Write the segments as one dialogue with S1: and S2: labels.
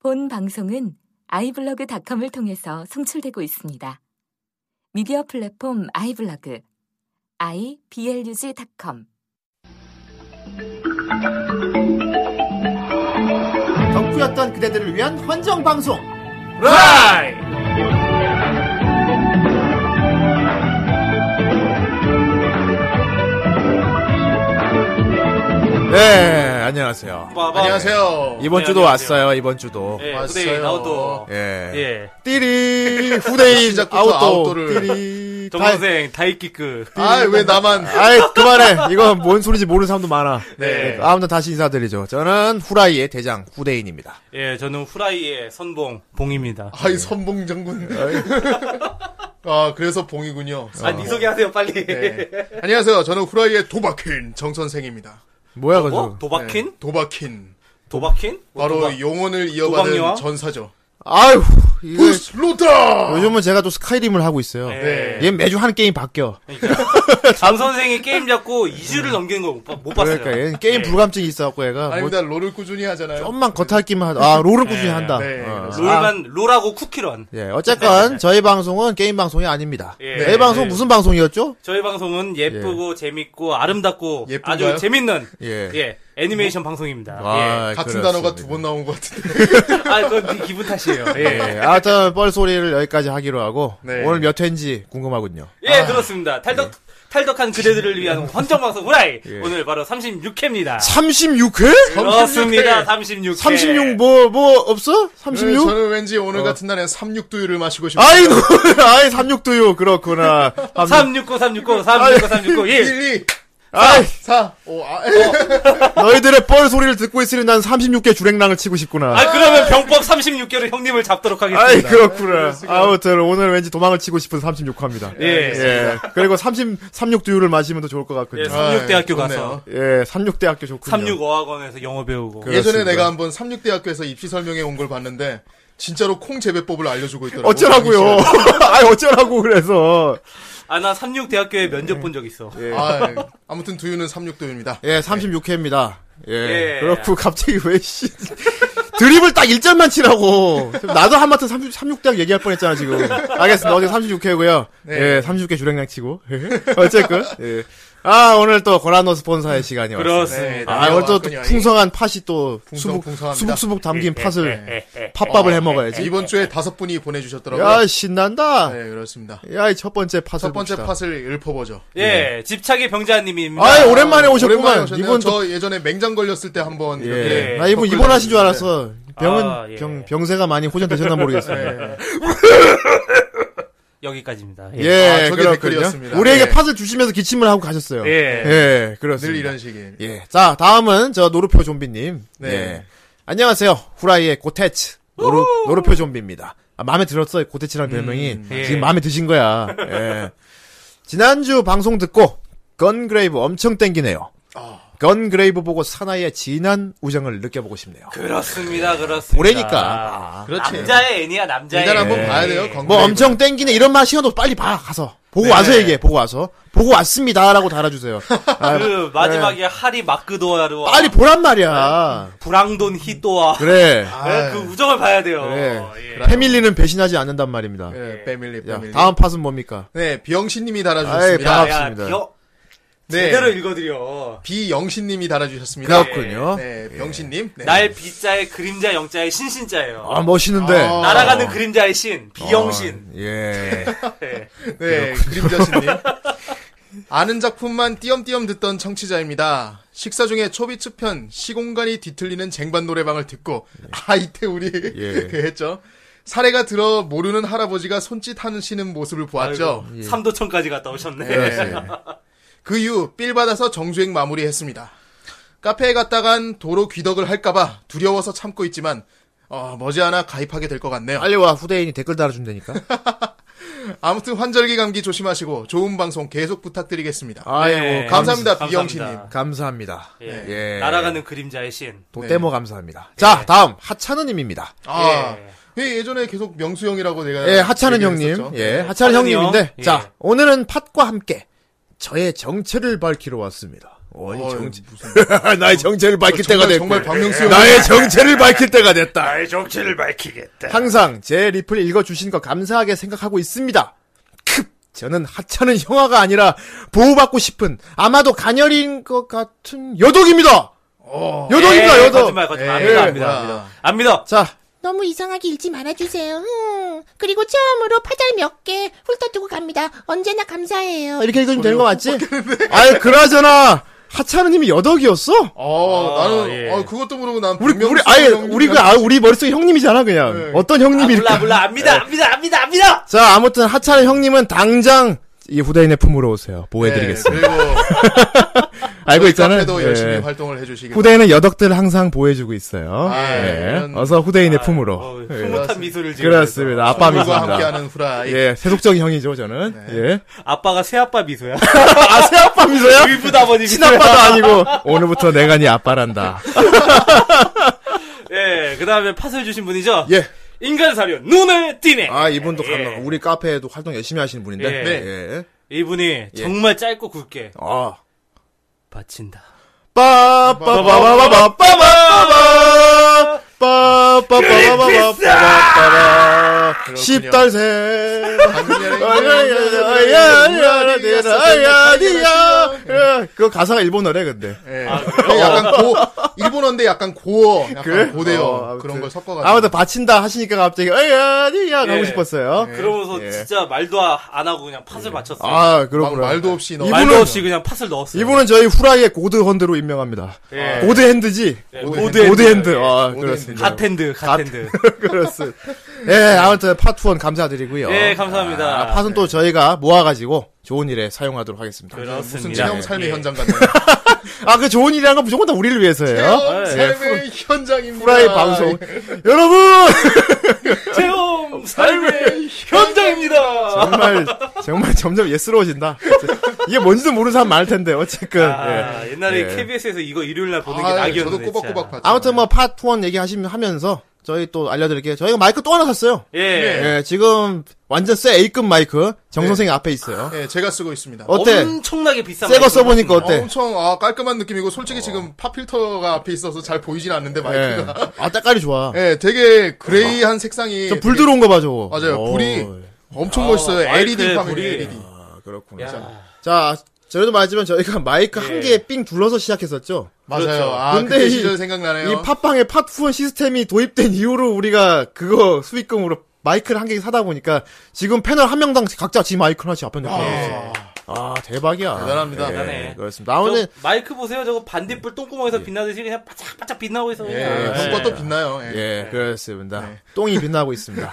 S1: 본 방송은 아이블로그닷컴을 통해서 송출되고 있습니다. 미디어 플랫폼 아이블로그 iblog.com
S2: 덕후였던 그대들을 위한 헌정 방송.
S3: 라이! 네, 안녕하세요.
S2: 안녕하세요. 네,
S3: 이번
S4: 네,
S3: 주도
S4: 안녕하세요.
S3: 왔어요, 이번 주도.
S4: 예,
S2: 왔어요.
S4: 후대인 아웃도어.
S3: 예.
S4: 예.
S3: 띠리, 후대인
S2: 시작부터
S3: 아웃도.
S2: 아웃도어를.
S3: 띠리.
S4: 동생 다이키크.
S2: 아 왜 나만?
S3: 아이, 그만해. 이건 뭔 소리인지 모르는 사람도 많아. 예,
S4: 네.
S3: 아무튼 다시 인사드리죠. 저는 후라이의 대장, 후대인입니다.
S4: 예, 저는 후라이의 선봉 봉입니다.
S2: 아이 선봉 장군.
S3: 예.
S2: 아 그래서 봉이군요.
S4: 아, 니 소개하세요 빨리.
S2: 네. 안녕하세요. 저는 후라이의 어? 도박퀸 정 선생입니다. 네,
S3: 뭐야, 그거.
S4: 뭐? 도박퀸?
S2: 도박퀸.
S4: 도박퀸? 뭐
S2: 바로
S4: 도박-
S2: 용언을 이어가는
S4: 도박녀?
S2: 전사죠. 어? 네,
S3: 아유, 이거.
S2: 부슬로타.
S3: 요즘은 제가 또 스카이림을 하고 있어요.
S4: 네.
S3: 얘 매주 한 게임 바뀌어.
S4: 강 예. 선생이 게임 잡고 2주를 넘기는 걸 못 봤어요.
S3: 그러니까 얘는 게임 불감증이 있어갖고 얘가 뭐
S2: 네. 아닙니다. 롤을 꾸준히 하잖아요.
S3: 좀만 겉핥기만 하다. 아 롤은 꾸준히 한다.
S2: 네,
S3: 어.
S2: 그렇죠.
S4: 롤만 롤하고 쿠키런.
S3: 예, 어쨌건 저희 방송은 게임 방송이 아닙니다.
S4: 예.
S2: 네,
S3: 저희 방송 무슨 방송이었죠?
S4: 저희 방송은 예쁘고 재밌고 아름답고
S2: 예쁜가요?
S4: 아주 재밌는
S3: 예. 아,
S4: 예, 애니메이션 방송입니다. 예.
S2: 같은
S3: 그렇습니다.
S2: 단어가 두 번 나온 것 같은데.
S4: 아, 그건 네 기분 탓이에요. 예.
S3: 예, 아무튼 뻘소리를 여기까지 하기로 하고
S2: 네.
S3: 오늘 몇 회인지 궁금하군요.
S4: 예, 그렇습니다. 탈덕 탈덕한 그대들을 위한 헌정 방송 후라이. 오늘 바로 36회입니다.
S3: 36회?
S4: 그렇습니다. 36회.
S3: 36 뭐 뭐 없어? 36?
S2: 네, 저는 왠지 오늘 같은 날엔 삼육두유를 마시고 싶어요.
S3: 어. 아이고, 아이 36도요. 그렇구나.
S4: 369, 369, 369, 369, 1.
S2: 1, 2,
S3: 아이
S2: 4, 5, 아,
S3: 어, 너희들의 뻘소리를 듣고 있으니 난 36개 주랭랑을 치고 싶구나.
S4: 아, 그러면 병법 36개로 형님을 잡도록 하겠습니다. 네,
S3: 아이 그렇구나. 아무튼 오늘 왠지 도망을 치고 싶은 36화입니다.
S4: 예.
S3: 그리고 30 36 두유를 마시면 더 좋을 것 같군요.
S4: 예, 36대학교
S2: 아,
S4: 가서.
S3: 예, 36 대학교 좋군요.
S4: 36어학원에서 영어 배우고.
S3: 그-
S2: 예전에
S3: 그렇습니다.
S2: 내가 한번 삼육대학교에서 입시 설명회 온 걸 봤는데 진짜로 콩 재배법을 알려주고 있더라고요.
S3: 어쩌라고요?
S2: 강의 시간에.
S3: 아이 어쩌라고 그래서.
S4: 아, 나 36대학교에 면접 본 적 있어.
S2: 아, 예. 아무튼 두유는 삼육두유입니다.
S3: 예, 36회입니다. 예.
S4: 예.
S3: 그렇고 갑자기 왜 씨. 드립을 딱 1절만 치라고. 나도 한마트 36, 36 대학 얘기할 뻔했잖아 지금. 알겠습니다. 어제 36회고요.
S2: 네.
S3: 예, 36회 주랭랑 치고. 예. 어쨌건. 예. 아 오늘 또 고라노 스폰사의 시간이 왔습니다.
S4: 그렇습니다.
S3: 아, 오늘 또
S2: 왔군요. 예.
S3: 풍성한 팥이 또
S2: 풍성,
S3: 수북,
S2: 풍성합니다. 아, 예.
S3: 수북수북 담긴 팥을 팥밥을 해 먹어야지.
S2: 이번 주에 다섯 분이 보내주셨더라고요.
S3: 야 신난다.
S2: 네, 그렇습니다.
S3: 야 이 첫 번째 팥을
S2: 예. 첫 번째
S3: 봅시다.
S2: 팟을 읊어보죠.
S4: 예, 집착의 병자님입니다.
S3: 아이 오랜만에
S2: 오랜만에
S3: 오셨구만.
S2: 오셨네요.
S3: 이번 또-
S2: 저 예전에 맹장 걸렸을 때 한번
S3: 예.
S2: 이렇게 그 네.
S3: 나 이분
S2: 댓글
S3: 입원하신 줄
S2: 남겼는데.
S3: 알았어. 병은
S4: 아, 예.
S3: 병 병세가 많이 호전되셨나 모르겠어요.
S4: 여기까지입니다.
S3: 예,
S4: 예.
S2: 아, 저게
S3: 그렇군요.
S2: 댓글이었습니다.
S3: 우리에게
S2: 예.
S3: 팥을 주시면서 기침을 하고 가셨어요.
S4: 예.
S3: 예,
S2: 늘
S3: 그렇습니다.
S2: 이런 식의
S3: 예, 자 다음은 저 노르표 좀비님.
S2: 네.
S3: 예. 안녕하세요. 후라이의 고테츠 노르 노르표 좀비입니다. 아, 마음에 들었어요. 고테츠라는 별명이
S4: 예.
S3: 지금 마음에 드신 거야. 예. 지난주 방송 듣고 건그레이브 엄청 땡기네요.
S2: 아.
S3: 건그레이브 보고 사나이의 진한 우정을 느껴보고 싶네요.
S4: 그렇습니다. 그렇습니다. 아,
S3: 올해니까.
S2: 그렇지.
S4: 남자의 애니야, 남자의
S2: 일단 한번
S4: 애니.
S2: 봐야 돼요.
S3: 뭐
S2: 건그레이브.
S3: 엄청 땡기네 이런 말 시간도 빨리 봐 가서 보고
S2: 네.
S3: 와서 얘기해 보고 와서 보고 왔습니다라고 달아주세요. 아,
S4: 그 마지막에 하리 마크도아로
S3: 빨리 보란 말이야.
S4: 브랑돈 히도아
S3: 그래.
S2: 아유. 어,
S4: 그 우정을 봐야 돼요.
S3: 그래.
S4: 예.
S3: 패밀리는 배신하지 않는단 말입니다.
S2: 예, 패밀리
S3: 야,
S2: 패밀리.
S3: 다음 팟은 뭡니까?
S2: 네, 비영신님이
S3: 아이, 봐.
S2: 달아주셨습니다.
S4: 야, 야,
S3: 반갑습니다.
S4: 비어-
S2: 네.
S4: 제대로 읽어드려.
S2: 비영신님이 달아주셨습니다.
S3: 그렇군요.
S2: 예,
S3: 예.
S2: 네, 병신님. 네.
S4: 날 비자의 그림자 영자의 신신자예요.
S3: 아 멋있는데.
S2: 아.
S4: 날아가는 그림자의 신 비영신.
S3: 아, 예.
S4: 예.
S2: 네, 그림자신님. 아는 작품만 띄엄띄엄 듣던 청취자입니다. 식사 중에 초비츠 편 시공간이 뒤틀리는 쟁반 노래방을 듣고
S3: 예.
S2: 아 이때 우리 그 했죠. 사례가 들어 모르는 할아버지가 손짓하시는 모습을 보았죠.
S3: 예.
S4: 아이고, 삼도천까지 갔다 오셨네.
S2: 네. 그 이후 삘 받아서 정주행 마무리했습니다. 카페에 갔다간 도로 귀덕을 할까봐 두려워서 참고 있지만 어, 머지않아 가입하게 될 것 같네요.
S3: 빨리 와 후대인이 댓글 달아준다니까.
S2: 아무튼 환절기 감기 조심하시고 좋은 방송 계속 부탁드리겠습니다.
S3: 아이고
S4: 네,
S2: 감사합니다, 네.
S4: 감사합니다.
S2: 비영신님.
S3: 감사합니다.
S4: 예.
S3: 예.
S4: 날아가는 그림자의 신.
S2: 네.
S3: 도떼모 감사합니다. 자 다음 하찬은님입니다.
S2: 아,
S4: 예.
S2: 예, 예전에 계속 명수 형이라고 내가
S3: 예, 하찮은
S2: 얘기를
S3: 형님.
S2: 했었죠.
S3: 예, 하찮은
S4: 하찮은
S3: 형님인데,
S4: 형.
S3: 자,
S4: 예.
S3: 오늘은 팥과 함께 저의 정체를 밝히러 왔습니다. 어이
S2: 어이,
S3: 정체 나의 정체를 밝힐 때가
S2: 정말,
S3: 됐고
S2: 정말 박명수 형.
S3: 나의 정체를 밝힐 때가 됐다.
S4: 나의 정체를 밝히겠다.
S3: 항상 제 리플 읽어주신 거 감사하게 생각하고 있습니다. 크, 저는 하찮은 형아가 아니라 보호받고 싶은 아마도 간열인 것 같은 여독입니다.
S2: 어.
S3: 여독입니다 여독.
S4: 에이, 예,
S3: 예.
S4: 거짓말, 거짓말. 안
S2: 에이,
S4: 믿어, 안 믿어,
S2: 뭐야.
S4: 안 믿어. 안 믿어.
S3: 자
S5: 너무 이상하게 읽지 말아주세요. 음. 그리고 처음으로 파잘 몇 개 훑어 두고 갑니다. 언제나 감사해요.
S3: 어, 이렇게 읽으면 되는 거 맞지? 아니 그나저나 하찮은님이 여덕이었어?
S2: 어,
S4: 아,
S2: 나는
S4: 예.
S2: 어, 그것도 모르고 난
S3: 우리
S2: 박명수
S3: 우리 아예
S2: 형님이랑-
S3: 우리 그 아, 우리 머릿속에 형님이잖아 그냥
S2: 네.
S3: 어떤
S4: 아,
S3: 형님일까?
S4: 몰라, 몰라. 안
S3: 예.
S4: 믿어, 안 믿어, 안 믿어, 안 믿어.
S3: 자 아무튼 하찮은 형님은 당장 이 후대인의 품으로 오세요.
S2: 네,
S3: 보호해드리겠습니다.
S2: 그리고
S3: 알고 있잖아요.
S2: 카페도
S3: 예.
S2: 네. 열심히 활동을 해주시기 바랍니다.
S3: 후대인은 여덕들 항상 보호해주고 있어요.
S2: 아,
S3: 예.
S2: 이런-
S3: 어서 후대인의
S4: 아,
S3: 품으로.
S4: 어,
S3: 예.
S4: 흐뭇한 미소를 지으면서.
S3: 그렇습니다. 아빠
S2: 친구와
S3: 미소입니다.
S2: 함께하는 후라이. 네.
S3: 예, 세속적인 형이죠, 저는. 예.
S4: 아빠가 새아빠 미소야.
S3: 아, 새아빠 미소야?
S4: 위부 아버지 미소야.
S3: 친아빠도 아니고, 오늘부터 내가 네 아빠란다.
S4: 예, 그 다음에 팟을 주신 분이죠.
S3: 예.
S4: 인간 사료, 눈을 띄네.
S3: 아, 이분도
S4: 예.
S3: 감독, 우리 카페에도 활동 열심히 하시는 분인데.
S4: 예.
S3: 네. 예.
S4: 이분이 정말 짧고 굵게
S3: 아.
S4: 바친다.
S3: 빠빠바바바바바바바 빠빠바바바바바바
S2: 그렇군요.
S3: 10달새 그 가사가 일본어래 근데
S2: 예. 약간 고 일본어인데 약간 고어, 약간
S3: 그래?
S2: 고대어
S3: 어, 아무튼.
S2: 그런 걸 섞어가지고.
S3: 아무튼 바친다 하시니까 갑자기 아야디야 가고
S4: 예.
S3: 싶었어요
S4: 그러면서
S3: 예.
S4: 진짜 말도 아- 안 하고 그냥 팟을 바쳤어요.
S3: 아
S2: 막
S3: 그렇구나
S2: 말도 없이 넣어.
S3: 이분은-
S4: 말도 없이 그냥 팟을 넣었어요.
S3: 이분은 저희 후라이의 고드 헌드로 임명합니다
S4: 예.
S3: 고드 핸드지
S4: 예,
S3: 고드 핸드, 아
S2: 고드
S3: 그렇습니다
S4: 갓핸드, 갓핸드.
S3: 그렇습니다. 예, 아무튼 파트 1 감사드리고요.
S4: 예, 감사합니다.
S3: 어.
S4: 네.
S3: 아, 파트는 또 저희가 모아가지고 좋은 일에 사용하도록 하겠습니다.
S4: 그렇습니다.
S2: 무슨 체험 삶의
S4: 예.
S2: 현장 같네요.
S3: 아, 그 좋은 일이라는 건 무조건 다 우리를 위해서예요.
S2: 체험
S4: 예.
S2: 삶의 어? 네, 현장입니다.
S3: 어? 후라이 방송. 여러분!
S4: 체험 삶의 현장입니다.
S3: 정말, 정말 점점 예스러워진다. 이게 뭔지도 모르는 사람 많을 텐데, 어쨌든.
S4: 아,
S3: 예.
S4: 옛날에
S3: 예.
S4: KBS에서 이거 일요일 날 보는 게
S2: 아, 예,
S4: 낙이었는데.
S2: 저도 꼬박꼬박
S4: 진짜.
S2: 봤죠.
S3: 아무튼 뭐 파트 1 얘기하시면 하면서 저희 또 알려드릴게요. 저희가 마이크 또 하나 샀어요.
S4: 예.
S3: 예, 지금 완전 새 A급 마이크. 정선생이 앞에 있어요.
S2: 예, 제가 쓰고 있습니다.
S3: 어때?
S4: 엄청나게 비싼
S3: 새거
S4: 마이크를
S3: 써보니까
S4: 썼습니다.
S3: 어때?
S2: 엄청 아, 깔끔한 느낌이고
S4: 어.
S2: 솔직히 지금 팝필터가 앞에 있어서 잘 보이진 않는데
S3: 예.
S2: 마이크가.
S3: 아, 때깔이 좋아.
S2: 예, 되게 그레이한 색상이
S3: 저 불 들어온 거 어. 봐, 저거.
S2: 예, 맞아요.
S3: 오.
S2: 불이 엄청
S4: 아,
S2: 멋있어요. LED
S4: 마이크에
S2: 화면이
S4: 불이-
S2: LED.
S3: 아, 그렇구나. 자,
S4: 야,
S3: 자, 저희도 말했지만 저희가 마이크 한
S4: 예.
S3: 개에 삥 둘러서 시작했었죠.
S2: 맞아요.
S4: 그렇죠.
S2: 아,
S3: 근데
S2: 그때
S3: 이-
S2: 시절 생각나네요.
S3: 이 팟빵의 팟후원 시스템이 도입된 이후로 우리가 그거 수익금으로 마이크를 한 개 사다 보니까 지금 패널 한 명당 각자 지 마이크 하나씩 앞에 놓고 있어요.
S2: 아,
S3: 아, 대박이야. 예,
S2: 대단합니다. 네.
S4: 대단해.
S3: 그렇습니다. 나오는
S4: 저 마이크 보세요. 저거 반딧불 똥구멍에서 빛나듯이 그냥 바짝바짝 빛나고 있어요.
S2: 예,
S4: 그냥.
S2: 형 것도 빛나요. 예.
S3: 예, 그렇습니다.
S2: 네.
S3: 똥이 빛나고 있습니다.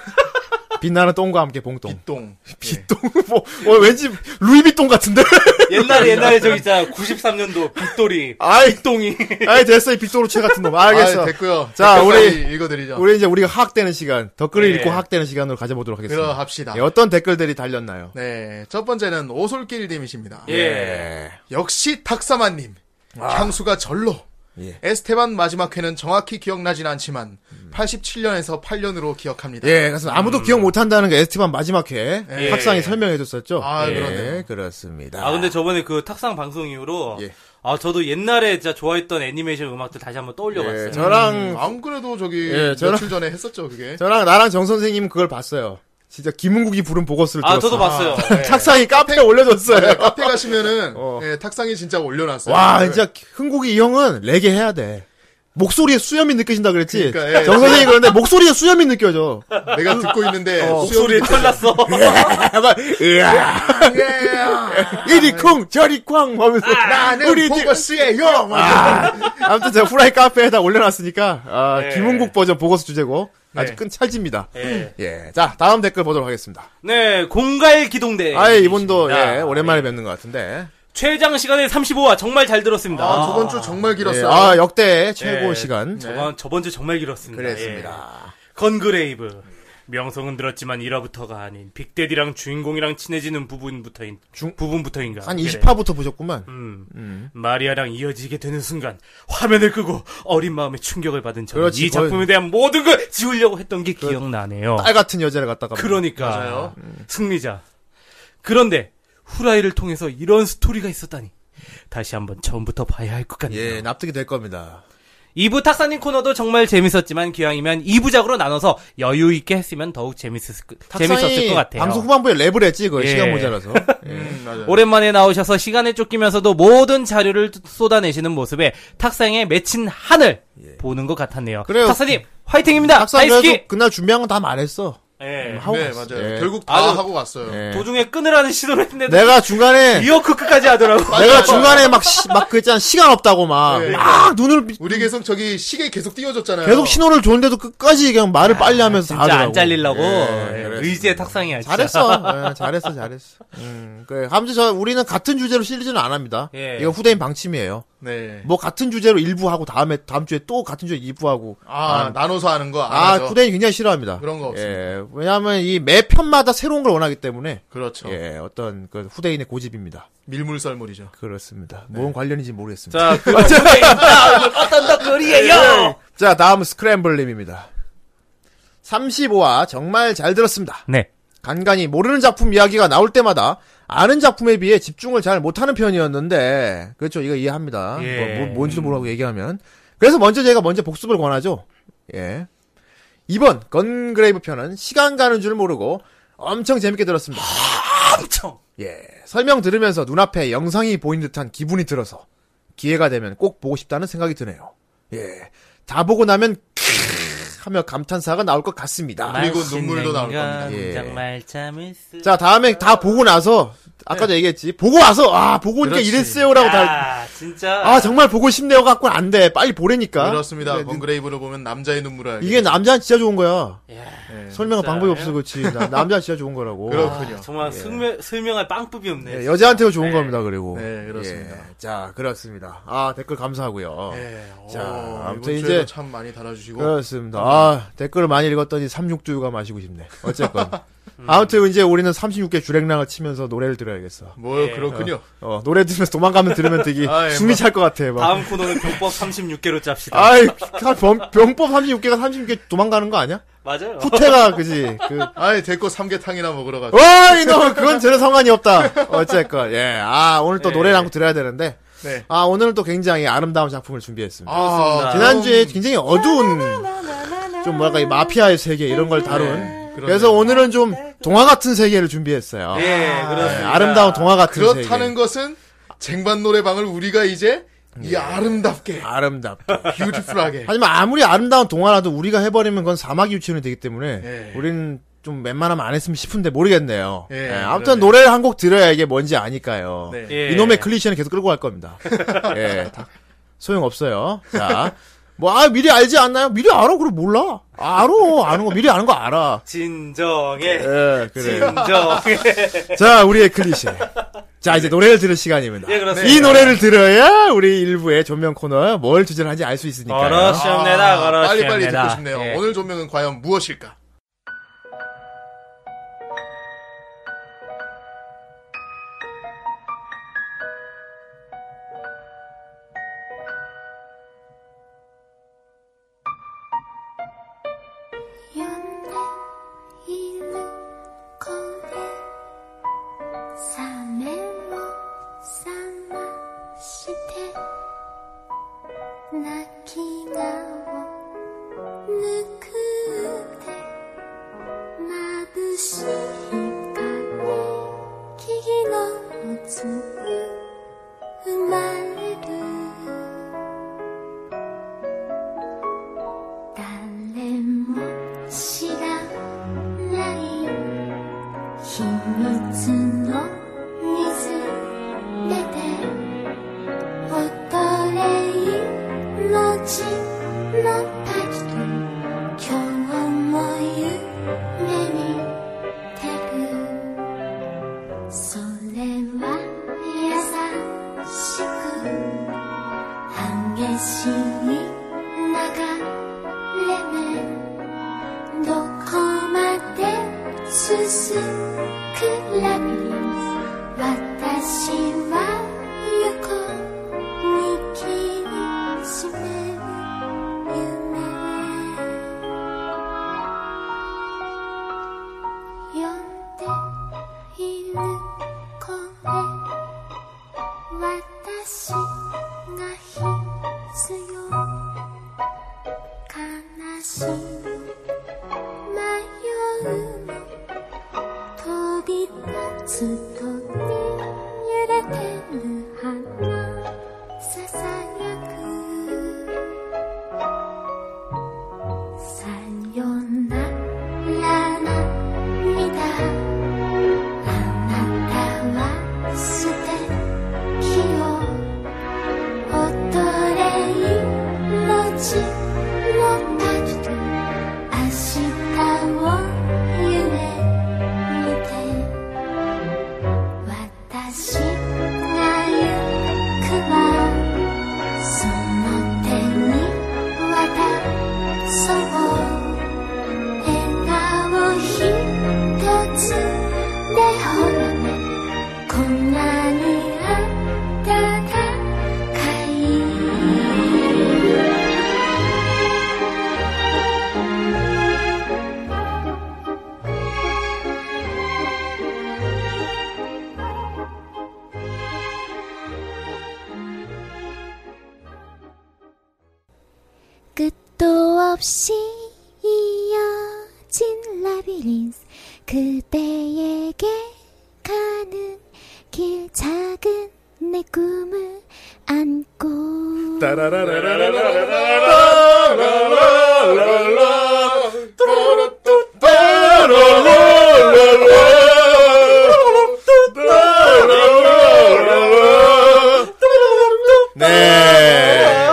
S3: 빛나는 똥과 함께 봉똥.
S2: 빛동.
S3: 빛똥 뭐, 뭐 왠지 루이비똥 같은데.
S4: 옛날에 옛날에 저기 있잖아. 93년도 빛돌이
S3: 아이,
S4: 똥이
S3: 아이 됐어 이 빅도루체 같은 놈.
S2: 예.
S3: 알겠어.
S2: 아, 됐고요.
S3: 자,
S2: 댓글까지 읽어드리죠.
S3: 우리 이제 우리가 하악되는 시간, 댓글을
S4: 예.
S3: 읽고 하악되는 시간으로 가져보도록 하겠습니다.
S2: 그러합시다.
S3: 예, 어떤 댓글들이 달렸나요?
S2: 네, 첫 번째는 오솔길님이십니다.
S4: 예.
S2: 네. 역시 탁사마님. 향수가 절로.
S3: 아. 예.
S2: 에스테반 마지막 회는 정확히 기억나진 않지만 87년에서 8년으로 기억합니다. 음,
S3: 예, 그래서 아무도 기억 못한다는 게 에스티반 마지막 회
S2: 예.
S3: 탁상이 설명해줬었죠.
S2: 아,
S3: 예,
S2: 그러네요.
S3: 그렇습니다.
S4: 아 근데 저번에 그 탁상 방송 이후로
S3: 예.
S4: 아 저도 옛날에 진짜 좋아했던 애니메이션 음악들 다시 한번 떠올려봤어요.
S3: 예, 저랑
S2: 안 그래도 저기
S3: 예, 저는-
S2: 며칠 전에 했었죠 그게.
S3: 저랑 나랑 정 선생님 그걸 봤어요. 진짜 김은국이 부른 보고스를 들었어요.
S4: 아 저도 봤어요.
S2: 네.
S4: 예.
S3: 탁상이 카페에 올려줬어요.
S2: 카페 가시면은
S3: 어.
S2: 예, 탁상이 진짜 올려놨어요.
S3: 와, 진짜 흥국이 이 형은 레게 해야 돼. 목소리에 수염이 느껴진다 그랬지.
S2: 그러니까, 예.
S3: 정 선생이 그런데 목소리에 수염이 느껴져.
S2: 내가 듣고 있는데
S3: 어,
S4: 목소리에 털났어.
S3: 막, 으아,
S4: 예.
S3: 이리 쿵, 저리 쾅, 하면서.
S4: 아,
S2: 나는
S3: 집-
S2: 보고스예요.
S3: 아, 아무튼 제가 후라이 카페에다 올려놨으니까 아,
S4: 네.
S3: 김은국 버전 보고서 주제고 아주
S4: 네.
S3: 끈 찰집니다.
S4: 예.
S3: 예, 자 다음 댓글 보도록 하겠습니다.
S4: 네 공갈 기동대.
S3: 아예 이분도 예, 오랜만에
S4: 예.
S3: 뵙는 것 같은데.
S4: 최장 시간에 35화 정말 잘 들었습니다.
S2: 아, 저번 주 정말
S3: 예,
S2: 길었어요.
S3: 아 역대 최고
S4: 예.
S3: 시간.
S4: 저번 저번 주 정말 길었습니다. 그랬습니다. 건그레이브 명성은 들었지만 1화부터가 아닌 빅데디랑 주인공이랑 친해지는 부분부터인
S3: 중-
S4: 부분부터인가
S3: 한
S4: 그래.
S3: 20화부터 보셨구만.
S4: 예. 음. 마리아랑 이어지게 되는 순간 화면을 끄고 어린 마음에 충격을 받은 저는
S3: 그렇지,
S4: 이 작품에
S3: 거의- 그- 아,
S4: 대한 모든 걸 지우려고 했던 게 기억나네요.
S3: 딸 같은 여자를 갖다가.
S4: 그러니까
S2: 맞아요.
S4: 음. 승리자. 그런데 후라이를 통해서 이런 스토리가 있었다니 다시 한번 처음부터 봐야 할 것 같네요.
S3: 예, 납득이 될 겁니다.
S4: 2부 탁사님 코너도 정말 재밌었지만 기왕이면 2부작으로 나눠서 여유 있게 했으면 더욱 재밌었을, 그, 재밌었을 것 같아요.
S3: 방송 네. 후반부에 랩을 했지, 그
S4: 예.
S3: 시간 모자라서.
S2: 음, 맞아요.
S4: 오랜만에 나오셔서 시간에 쫓기면서도 모든 자료를 쏟아내시는 모습에 탁상에 맺힌 한을 보는 것 같았네요.
S3: 예. 그래요.
S4: 탁사님 화이팅입니다.
S3: 학사
S4: 아이스키.
S3: 그래도 그날 준비한 건 다 말했어.
S4: 예.
S3: 하고
S2: 네,
S3: 갔어.
S2: 맞아요.
S3: 예.
S2: 결국 다
S4: 아주-
S2: 하고 갔어요.
S3: 예.
S4: 음, 도중에 끊으라는 시도를 했는데
S3: 내가 중간에
S4: 리어크까지 하더라고.
S3: 네. 내가 중간에 막막 그랬잖아 시간 없다고 막 막
S2: 예.
S3: 눈을 미-
S2: 우리 어. 계속 저기 시계 계속 띄워줬잖아요.
S3: 계속 신호를 줬는데도 끝까지 그냥
S2: 아,
S3: 말을 빨리 하면서 다
S4: 진짜
S3: 하더라고.
S4: 안 잘리려고
S3: 예,
S4: 예,
S3: 그래.
S4: 의지의 탁상이야. 진짜.
S3: 잘했어. 예, 잘했어, 잘했어. 음, 그래. 아무튼 저 우리는 같은 주제로 시리즈는 안 합니다.
S4: 예.
S3: 이거 후대인 방침이에요.
S2: 네.
S3: 뭐 같은 주제로 일부 하고 다음에 다음 주에 또 같은 주제 일부 하고.
S2: 아, 나눠서 하는 거. 안
S3: 아,
S2: 하죠.
S3: 후대인 굉장히 싫어합니다.
S2: 그런 거 없습니다.
S3: 예, 왜냐하면 이 매 편마다 새로운 걸 원하기 때문에
S2: 그렇죠.
S3: 예, 어떤 그 후대인의 고집입니다.
S2: 밀물썰물이죠.
S3: 그렇습니다.
S2: 네.
S3: 뭔 관련인지 모르겠습니다.
S4: 자, 그 후대인 다 어떤 덕거리예요?
S3: 자, 다음 스크램블님입니다. 35화 정말 잘 들었습니다.
S4: 네.
S3: 간간히 모르는 작품 이야기가 나올 때마다 아는 작품에 비해 집중을 잘 못하는 편이었는데 그렇죠 이거 이해합니다.
S4: 예.
S3: 뭐, 뭐- 뭔지도 모르고 얘기하면 그래서 먼저 제가 먼저 복습을 권하죠. 예. 이번 건그레이브 편은 시간 가는 줄 모르고 엄청 재밌게 들었습니다.
S4: 엄청.
S3: 예. 설명 들으면서 눈앞에 영상이 보인 듯한 기분이 들어서 기회가 되면 꼭 보고 싶다는 생각이 드네요. 예. 다 보고 나면 크으 하며 감탄사가 나올 것 같습니다.
S2: 그리고 눈물도 나올 겁니다.
S3: 예.
S4: 정말 참을 수.
S3: 자, 다음에 다 보고 나서 아까도 얘기했지. 보고 와서 아, 보고 오니까
S2: 네. 그렇지.
S3: 이랬어요라고 다
S4: 아, 진짜.
S3: 아, 정말 보고 싶네요 갖고 는안 돼. 빨리 보라니까.
S2: 그렇습니다.
S3: 아, 근데
S2: 먼그레이브를 보면 남자의 눈물을 알게.
S3: 이게 남자는 진짜 좋은 거야.
S2: 예.
S3: 설명할
S4: 진짜요?
S3: 방법이 없어 그렇지. 나- 남자는 진짜 좋은 거라고.
S2: 그렇군요.
S4: 정말 설명, 설명할 빵법이 없네.
S3: 예, 여자한테도 좋은 겁니다. 그리고.
S2: 네, 그렇습니다.
S3: 예, 자, 그렇습니다. 아, 댓글 감사하고요.
S2: 예.
S3: 자,
S2: 오,
S3: 아무튼
S2: 이번 주에도
S3: 이제-
S2: 참 많이 달아주시고.
S3: 그렇습니다. 아, 댓글을 많이 읽었더니 36두유가 마시고 싶네. 어쨌건.
S2: 음.
S3: 아무튼 이제 우리는 36개 주랭랑을 치면서 노래를 들어야겠어.
S2: 뭐
S4: 예.
S2: 그렇군요.
S3: 어, 노래 들으면서 도망가면 들으면 되게
S2: 아, 예,
S3: 숨이
S2: 뭐.
S3: 찰 것 같아. 막.
S4: 다음 코너는 병법 36개로 짭시다.
S3: 아이, 그 병, 병법 36개가 36개 도망가는 거 아니야?
S4: 맞아요.
S3: 후퇴가 그지. 그
S2: 아이 데리고 삼계탕이나 먹으러 가죠.
S3: 와 이놈 그건 전혀 상관이 없다. 어쨌건 예아 오늘 또
S4: 예.
S3: 노래를 한곡 들어야 되는데
S2: 네.
S3: 아 오늘은 또 굉장히 아름다운 작품을 준비했습니다.
S2: 아,
S3: 지난주에 굉장히 어두운 좀 뭐랄까 이 마피아의 세계 이런 걸 다룬
S2: 그러네요.
S3: 그래서 오늘은 좀 동화 같은 세계를 준비했어요.
S4: 예,
S3: 네,
S4: 그렇습니다.
S3: 아름다운 동화 같은
S2: 그렇다는
S3: 세계.
S2: 것은 쟁반 노래방을 우리가 이제
S3: 예.
S2: 이 아름답게
S3: 아름답게.
S2: 뷰티풀하게
S3: 하지만 아무리 아름다운 동화라도 우리가 해버리면 그건 사막 유치원이 되기 때문에
S2: 예.
S3: 우리는 좀 웬만하면 안 했으면 싶은데 모르겠네요.
S2: 예,
S3: 예, 아무튼
S2: 그러네요.
S3: 노래를 한 곡 들어야 이게 뭔지 아니까요.
S2: 네.
S4: 예.
S3: 이놈의 그- 클리셰는 계속 끌고 갈 겁니다. 예, 다 소용없어요. 자. 뭐, 아, 미리 알지 않나요? 미리 알아? 그럼 몰라. 알아. 아는 거, 미리 아는 거 알아.
S4: 진정해.
S3: 예, 그래.
S4: 진정해.
S3: 자, 우리의 클리셰. 자, 이제 노래를 들을 시간입니다.
S4: 예, 그렇습니다.
S3: 이 노래를 들어야 우리 일부의 전면 코너 뭘 주제를 하는지 알 수 있으니까요.
S4: 걸었습니다. 걸었습니다.
S2: 아, 빨리 빨리 듣고 싶네요.
S4: 예.
S2: 오늘 조명은 과연 무엇일까?
S6: 「いるこれ」「サメをさまして」「泣き顔ぬくって」「まぶしい光木々のつ生まれる」誰も知らない秘密の水出て踊れ命のパキと今日も夢見てるそれは優しく激しい流れ「どこまで進くらび私は横にきりしめる夢」「呼んでいるこれ私
S7: 끝없이 이어진 라비린스 그대에게 가는 길 작은 내 꿈을 안고
S3: 네.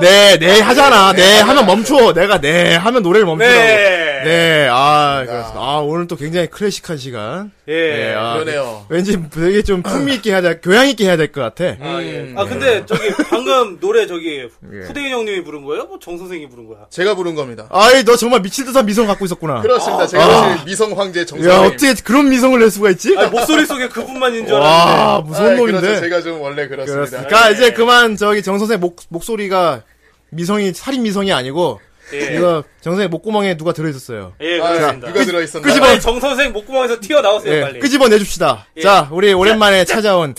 S3: 네, 네 하잖아. 네 하면 멈춰. 내가 네 하면 노래를 멈추라고.
S4: 네.
S3: 네, 아, 그렇습니다. 아, 오늘 또 굉장히 클래식한 시간.
S4: 예.
S3: 네, 아,
S2: 그러네요.
S3: 왠지 되게 좀 풍미 있게 해야 될, 교양 있게 해야 될 것 같아.
S4: 아, 예. 아, 근데 저기 방금 노래 저기 후대인 형님이 부른 거예요? 뭐 정 선생이 부른 거야?
S2: 제가 부른 겁니다.
S3: 아이, 너 정말 미칠 듯한 미성 갖고 있었구나.
S2: 그렇습니다. 제가 사실 미성 황제
S3: 아. 야,
S2: 정상.
S3: 어떻게 그런 미성을 낼 수가 있지?
S4: 아, 목소리 속에 그분만인 줄 알았는데.
S3: 와, 무서운 놈인데.
S2: 그렇죠. 제가 좀 원래 그렇습니다.
S3: 그러니까
S4: 예.
S3: 이제 그만 저기 정 선생 목 목소리가 미성이 살인 미성이 아니고
S4: 예.
S3: 이거 정 선생 목구멍에 누가 들어 있었어요.
S4: 예,
S2: 아,
S4: 그렇습니다.
S2: 누가 들어 있었나?
S3: 끄집어-
S4: 빨리 정 선생 목구멍에서 튀어나오세요,
S3: 예,
S4: 빨리. 예.
S3: 끄집어 내줍시다. 자, 우리 오랜만에 찾아온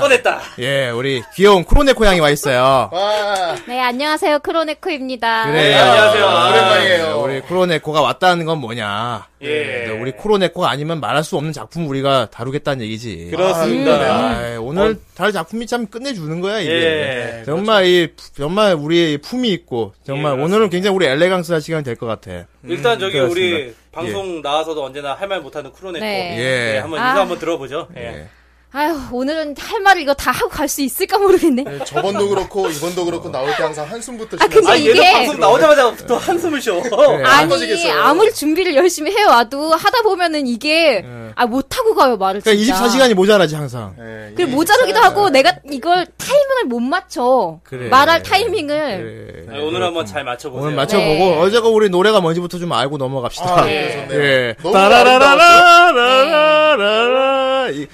S4: 꺼냈다.
S3: 예, 우리 귀여운 크로네코 양이 와 있어요.
S2: 와,
S8: 네, 안녕하세요. 크로네코입니다.
S3: 그래요.
S4: 예,
S3: 예,
S4: 안녕하세요. 아,
S2: 오랜만이에요.
S3: 우리 크로네코가 왔다는 건 뭐냐?
S4: 예.
S3: 네, 우리 크로네코가 아니면 말할 수 없는 작품 우리가 다루겠다는 얘기지.
S4: 네. 그렇습니다.
S8: 음.
S3: 아, 오늘 다른 작품이 참 끝내주는 거야 이게. 네.
S8: 네,
S4: 예,
S3: 정말
S8: 그렇죠.
S3: 이 푸- 정말 우리의 품이 있고 정말
S4: 예,
S3: 오늘은 굉장히 우리 엘레강스한 시간이 될 것 같아. 그러니까
S4: 일단 저기
S3: 그렇습니다.
S4: 우리 방송 나와서도 언제나 할 말 못하는 크로네코.
S8: 네.
S3: 예.
S4: 예, 한번 인사
S8: 아.
S4: 한번 들어보죠. 예.
S8: 아휴, 오늘은 할 말을 이거 다 하고 갈 수 있을까 모르겠네.
S2: 저번도 그렇고 이번도 그렇고 나올 때 항상 한숨부터
S8: 아,
S2: 쉬면서
S8: 근데
S4: 아,
S8: 이게-
S4: 얘도 방송 나오자마자 또 한숨을 쉬어.
S3: 네,
S8: 네. 아니,
S2: 터지겠어요.
S8: 아무리 준비를 열심히 해와도 하다 보면은 이게, 아, 못하고 가요, 말을.
S3: 네. 그러니까
S8: 진짜.
S3: 24시간이 네, 모자라지 항상.
S2: 예,
S8: 그리고 모자르기도 하고 내가 이걸 타이밍을 못 맞춰.
S3: 그래.
S8: 말할 타이밍을.
S3: 예.
S4: 네, 오늘 한번 잘 맞춰보세요.
S3: 오늘 맞춰보고
S8: 네.
S3: 어제가 우리 노래가 뭔지부터 좀 알고 넘어갑시다.
S2: 아, 예, 좋네요.
S3: 예.
S2: 너무
S3: 따라라라라라라라.
S8: 네.
S3: 이-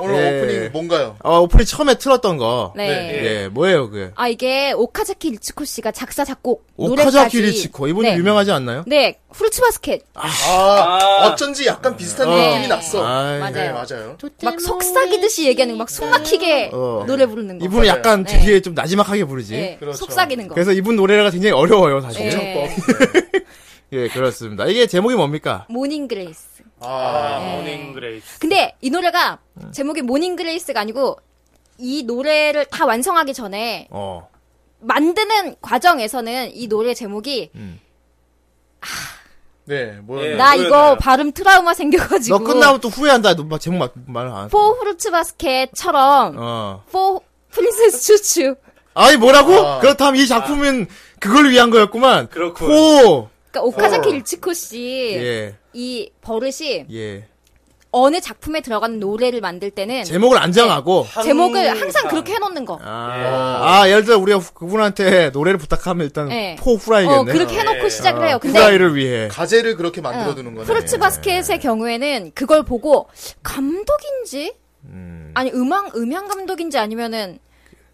S2: 오늘
S3: 예.
S2: 오프닝 뭔가요?
S3: 어, 오프닝 처음에 틀었던 거.
S8: 네.
S2: 네.
S3: 예, 뭐예요 그게?
S8: 아, 이게 오카자키 리츠코 씨가 작사, 작곡,
S3: 오카자키
S8: 노래까지.
S3: 리치코 이분이
S8: 네.
S3: 유명하지 않나요?
S8: 네, 후르츠바스켓.
S2: 아, 어쩐지 약간 비슷한 느낌이 났어.
S3: 아이, 예.
S8: 맞아요.
S2: 네, 맞아요.
S8: 막 속삭이듯이 얘기하는 거, 막 속막히게
S3: 네. 어.
S8: 노래 부르는 거.
S3: 이분은 약간
S8: 네.
S3: 되게 좀 나지막하게 부르지.
S8: 예,
S2: 그렇죠.
S8: 속삭이는 거.
S3: 그래서 이분 노래가 굉장히 어려워요 사실.
S8: 예.
S3: 예, 그렇습니다. 이게 제목이 뭡니까?
S8: 모닝 그레이스.
S2: 아,
S4: 아,
S8: 네.
S4: 모닝 그레이스.
S8: 근데 이 노래가 제목이 모닝 그레이스가 아니고 이 노래를 다 완성하기 전에
S3: 어.
S8: 만드는 과정에서는 이 노래 제목이
S2: 네,
S4: 예.
S2: 뭐였나?
S8: 나
S4: 그거였나요?
S8: 이거 발음 트라우마 생겨가지고
S3: 너 끝나면 또 후회한다. 너막 제목 막 말을 안.
S8: 포 후르츠 바스켓처럼
S3: 어.
S8: 포 프린세스 추추
S3: 아니 뭐라고?
S2: 아.
S3: 그렇다면 이 작품은 그걸 위한 거였구만.
S4: 그렇군.
S3: 호.
S8: 그러니까 오카자키 일치코 씨 이
S3: 예.
S8: 버릇이
S3: 예.
S8: 어느 작품에 들어가는 노래를 만들 때는
S3: 제목을 안 정하고.
S8: 제목을 항상 그렇게 해놓는 거.
S3: 아, 아, 예를 들어 우리가 후- 그분한테 노래를 부탁하면 일단
S8: 예.
S3: 포 후라이겠네. 아,
S8: 어, 그렇게 해놓고
S4: 예.
S8: 시작을 해요. 근데
S3: 후라이를 위해.
S2: 가제를 그렇게 만들어 두는 거네.
S8: 프루츠 바스켓의 경우에는 그걸 보고 감독인지 아니 음악 음향 감독인지 아니면은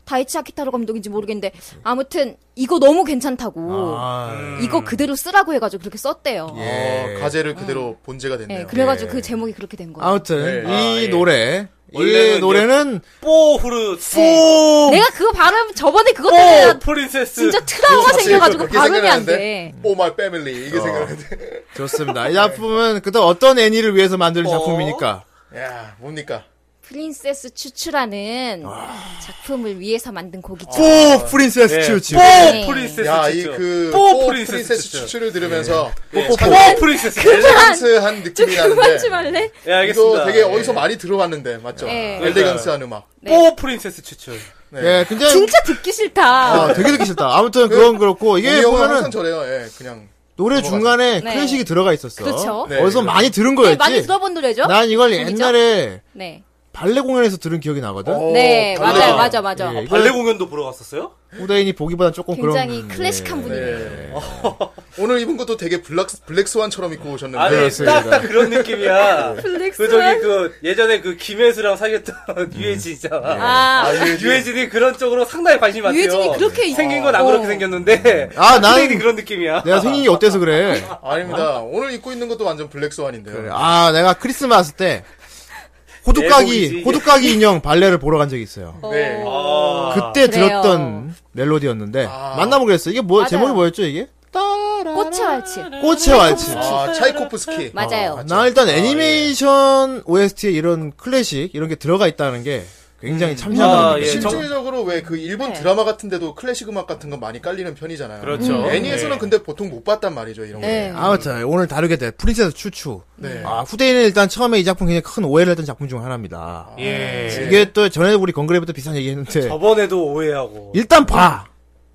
S8: 다이치 아키타로 감독인지 모르겠는데 아무튼 이거 너무 괜찮다고
S3: 아.
S2: 음.
S8: 이거 그대로 쓰라고 해가지고 그렇게 썼대요.
S2: 어,
S8: 예.
S3: 예.
S2: 가제를 그대로 본제가 됐네요.
S8: 그래가지고
S3: 예.
S8: 그 제목이 그렇게 된 거예요.
S3: 아무튼
S2: 네.
S3: 이
S4: 아, 예.
S3: 노래
S4: 원래는
S3: 이 노래는
S4: 뽀 후르,
S3: 포
S8: 내가 그거 발음 저번에 그것 때문에
S4: 뽀 프린세스.
S8: 네. 진짜 트라우마
S2: 사실
S8: 생겨가지고
S2: 그 그렇게
S8: 발음이 안
S2: 생각하는데?
S8: 돼.
S2: 오마 패밀리 이게 생각하는데.
S3: 어, 좋습니다. 이 작품은 그때 어떤 애니를 위해서 만든
S4: 어.
S3: 작품이니까
S2: 야, 뭡니까?
S8: 프린세스 추추라는
S2: 아.
S8: 작품을 위해서 만든 곡이죠.
S3: 포 프린세스
S4: 예.
S3: 츄츄.
S8: 네.
S4: 뽀 프린세스.
S2: 야,
S4: 추추.
S2: 이그
S4: 뽀
S2: 프린세스
S4: 프린세스. 추추.
S2: 추추를 들으면서
S4: 예.
S2: 뽀, 뽀, 뽀.
S4: 뽀 프린세스.
S2: 엘레강스한
S8: 좀
S2: 느낌이
S8: 그만 좀
S2: 나는데. 음.
S8: 할래?
S4: 예, 알겠습니다.
S2: 이거 되게
S4: 예.
S2: 어디서 많이 들어봤는데 맞죠?
S8: 예.
S2: 엘레강스한 음악.
S8: 네.
S2: 네.
S4: 뽀 프린세스 추출.
S3: 예, 굉장히
S8: 진짜 듣기 싫다.
S3: 아, 되게 듣기 싫다. 아무튼 그건 그렇고 이게
S2: 예. 이게 보면
S3: 보면은
S2: 항상 저래요. 예, 그냥
S3: 노래 중간에
S8: 네.
S3: 클래식이 들어가 있었어.
S8: 그렇죠.
S2: 네,
S3: 어디서
S2: 그렇죠.
S3: 많이 들은
S8: 네,
S3: 거였지.
S8: 많이 들어본 노래죠?
S3: 난 이걸
S8: 곡이죠?
S3: 옛날에
S8: 네.
S3: 발레 공연에서 들은 기억이 나거든.
S2: 어,
S8: 네,
S2: 발레.
S8: 맞아요, 맞아, 맞아.
S3: 예,
S4: 발레 공연도 보러 갔었어요?
S3: 후대인이 보기보단 조금
S8: 굉장히
S3: 그런
S8: 클래식한
S3: 예.
S8: 분위기.
S2: 네. 오늘 입은 것도 되게 블랙 블랙스완처럼 입고 오셨는데. 네,
S4: 아니,
S3: 그렇습니다. 네.
S4: 딱, 딱 그런 느낌이야. 그 저기
S8: 플렉스만.
S4: 그 예전에 그 김혜수랑 사귀었던
S3: 음.
S4: 유해진
S3: 네.
S4: 있잖아.
S8: 아,
S4: 유해진이 그런 쪽으로 상당히 관심이 많대요.
S8: 유해진이 그렇게
S4: 생긴
S8: 어.
S4: 건 안 그렇게 생겼는데.
S3: 아,
S4: 아,
S3: 난
S4: 유해진이 그런 느낌이야.
S3: 내가 생긴 게 어때서 그래?
S2: 아닙니다. 오늘 입고 있는 것도 완전 블랙스완인데요.
S3: 아, 내가 크리스마스 때 호두까기
S4: 내복이지.
S3: 호두까기 인형 발레를 보러 간 적이 있어요.
S2: 네.
S4: 아.
S3: 그때
S8: 그래요.
S3: 들었던 멜로디였는데
S2: 아.
S3: 만나보겠어요. 이게 뭐
S8: 맞아요. 음,
S3: 제목이 뭐였죠 이게? 그
S8: 꽃의 왈츠.
S3: 꽃의 왈츠.
S2: 아, 차이코프스키.
S8: 맞아요.
S2: 아,
S3: 나
S4: 예.
S3: 일단 애니메이션 OST에 이런 클래식 이런 게 들어가 있다는 게 굉장히 참신하다.
S4: 아, 예. 정-
S2: 실질적으로 왜 그 일본
S8: 네.
S2: 드라마 같은데도 클래식 음악 같은 거 많이 깔리는 편이잖아요. 음.
S4: 그렇죠.
S2: 애니에서는
S4: 네.
S2: 근데 보통 못 봤단 말이죠 이런 거.
S8: 네.
S3: 예. 아무튼 오늘 다루게 될 프린세스 추추.
S2: 네.
S3: 아 후대인은 일단 처음에 이 작품 굉장히 큰 오해를 했던 작품 중 하나입니다.
S4: 예.
S3: 그 이게 또 전에 우리 건그레부터 비슷한 얘기했는데
S4: 저번에도 뭐. 오해하고.
S3: 일단 봐.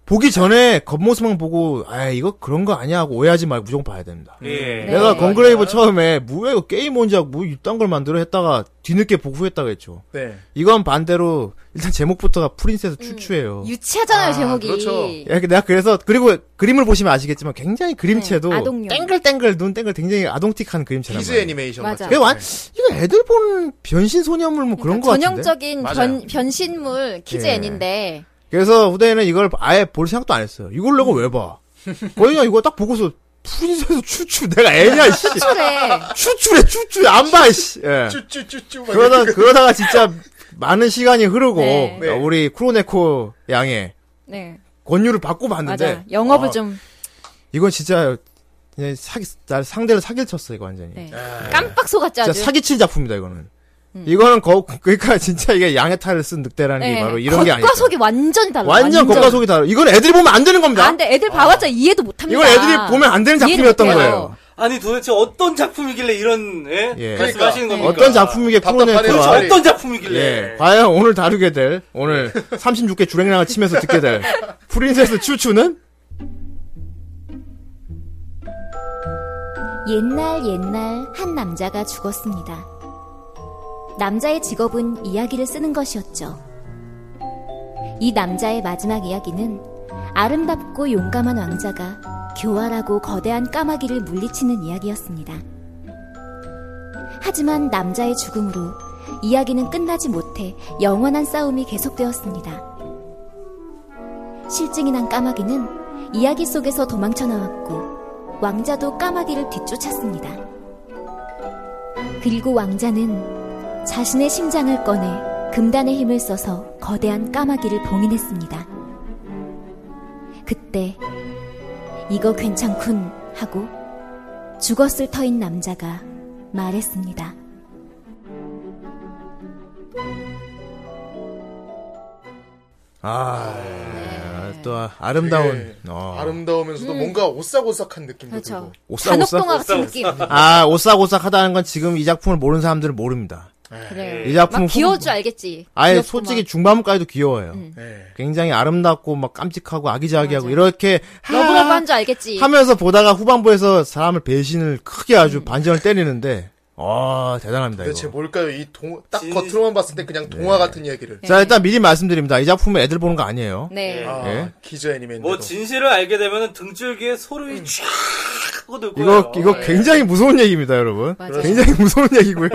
S3: 보기 전에 겉모습만 보고 아 이거 그런 거 아니야 하고 오해하지 말고 무조건 봐야 됩니다.
S4: 예.
S8: 네.
S3: 내가 건그레이브 처음에 뭐야 이거 게임 뭔지 하고 뭐 이딴 걸 만들어 했다가 뒤늦게 보고 후했다고 했죠.
S2: 네.
S3: 이건 반대로 일단 제목부터가 프린세스 추추예요.
S8: 음. 유치하잖아요
S2: 아,
S8: 제목이.
S2: 그렇죠.
S3: 예, 내가 그래서 그리고 그림을 보시면 아시겠지만 굉장히 그림체도
S8: 네, 아동용.
S3: 땡글땡글 눈 땡글 굉장히 아동틱한 그림체란
S2: 비즈
S3: 말이에요.
S2: 애니메이션
S8: 맞아.
S2: 같은.
S3: 그게 완 이거 애들 본 변신 소녀물 뭐 그런 거 같은데.
S8: 그러니까 전형적인
S2: 맞아요.
S8: 변, 변신물 키즈
S3: 예.
S8: 애니인데
S3: 그래서 후대에는 이걸 아예 볼 생각도 안 했어요. 이걸 내가 왜 봐? 거의 그냥 이거 딱 보고서 프린세스 추추 내가 애냐 씨.
S8: 출에
S3: 추추래 추추 안 봐. 씨. 예.
S2: 쭈쭈쭈쭈. 막
S3: 그러다
S2: 이렇게.
S3: 그러다가 진짜 많은 시간이 흐르고
S8: 네.
S2: 네.
S3: 우리 크로네코 양의
S8: 네
S3: 권유를 받고 봤는데
S8: 맞아 영업을
S3: 아,
S8: 좀
S3: 이건 진짜 그냥 사기 나 상대를 사기를 쳤어 이거 완전히.
S8: 네. 깜빡 속았죠
S3: 아. 진짜
S8: 아주. 음.
S3: 사기친 작품이다 이거는. 이거는 거 그러니까 진짜 이게 양의 탈을 쓴 늑대라는 게 바로 이런 게 아니야.
S8: 네. 겉과 속이 완전히 달라.
S3: 완전 겉과 속이 다르. 이건 애들이 보면 안 되는 겁니다.
S8: 아, 근데 애들 봐봤자 이해도 못합니다.
S3: 이건 애들이 보면 안 되는
S8: 이해를
S3: 작품이었던
S8: 못해요.
S3: 거예요.
S4: 아니 도대체 어떤 작품이길래 이런 예?
S3: 예.
S4: 말씀하시는 겁니까?
S3: 어떤 작품이게
S2: 답답하네요.
S4: 도대체
S3: 프로네코가
S2: 말이.
S4: 어떤 작품이길래?
S3: 예, 과연 오늘 다루게 될 오늘 36개 주랭랑을 치면서 듣게 될 프린세스 추추는
S6: 옛날 옛날 한 남자가 죽었습니다. 남자의 직업은 이야기를 쓰는 것이었죠. 이 남자의 마지막 이야기는 아름답고 용감한 왕자가 교활하고 거대한 까마귀를 물리치는 이야기였습니다. 하지만 남자의 죽음으로 이야기는 끝나지 못해 영원한 싸움이 계속되었습니다. 실증이 난 까마귀는 이야기 속에서 도망쳐 나왔고 왕자도 까마귀를 뒤쫓았습니다. 그리고 왕자는 자신의 심장을 꺼내 금단의 힘을 써서 거대한 까마귀를 봉인했습니다. 그때 이거 괜찮군 하고 죽었을 터인 남자가 말했습니다.
S3: 아, 또 아름다운 어,
S2: 예. 네. 아름다우면서도 뭔가 오싹오싹한 느낌도
S8: 그렇죠.
S2: 들고.
S8: 잔혹동화 같은 느낌.
S3: 아, 오싹오싹하다는 건 지금 이 작품을 모르는 사람들은 모릅니다.
S8: 그래요.
S3: 이 작품
S8: 막
S3: 후-
S8: 귀여울 줄 알겠지.
S3: 아예
S8: 귀엽고 음.
S3: 솔직히 중반까지도 귀여워요.
S2: 네.
S3: 굉장히 아름답고 막 깜찍하고 아기자기하고 이렇게
S8: 막 러브러브
S3: 하-
S8: 한줄 알겠지.
S3: 하면서 보다가 후반부에서 사람을 배신을 크게 아주 반전을 때리는데 아 대단합니다 이거.
S2: 대체 뭘까요? 이 동, 딱
S4: 네. 진- 네.
S2: 겉으로만 봤을 때 그냥 동화 같은 이야기를.
S3: 자 일단 미리 말씀드립니다. 이 작품은 애들 보는 거 아니에요.
S8: 네.
S4: 예.
S2: 아,
S3: 예.
S2: 기저 애니메이션.
S4: 뭐 진실을 알게 되면 등줄기에 소름이 쫙 하고 들고
S3: 이거 이거 굉장히 무서운 얘기입니다, 여러분.
S8: 맞아요.
S3: 굉장히 무서운 얘기고요.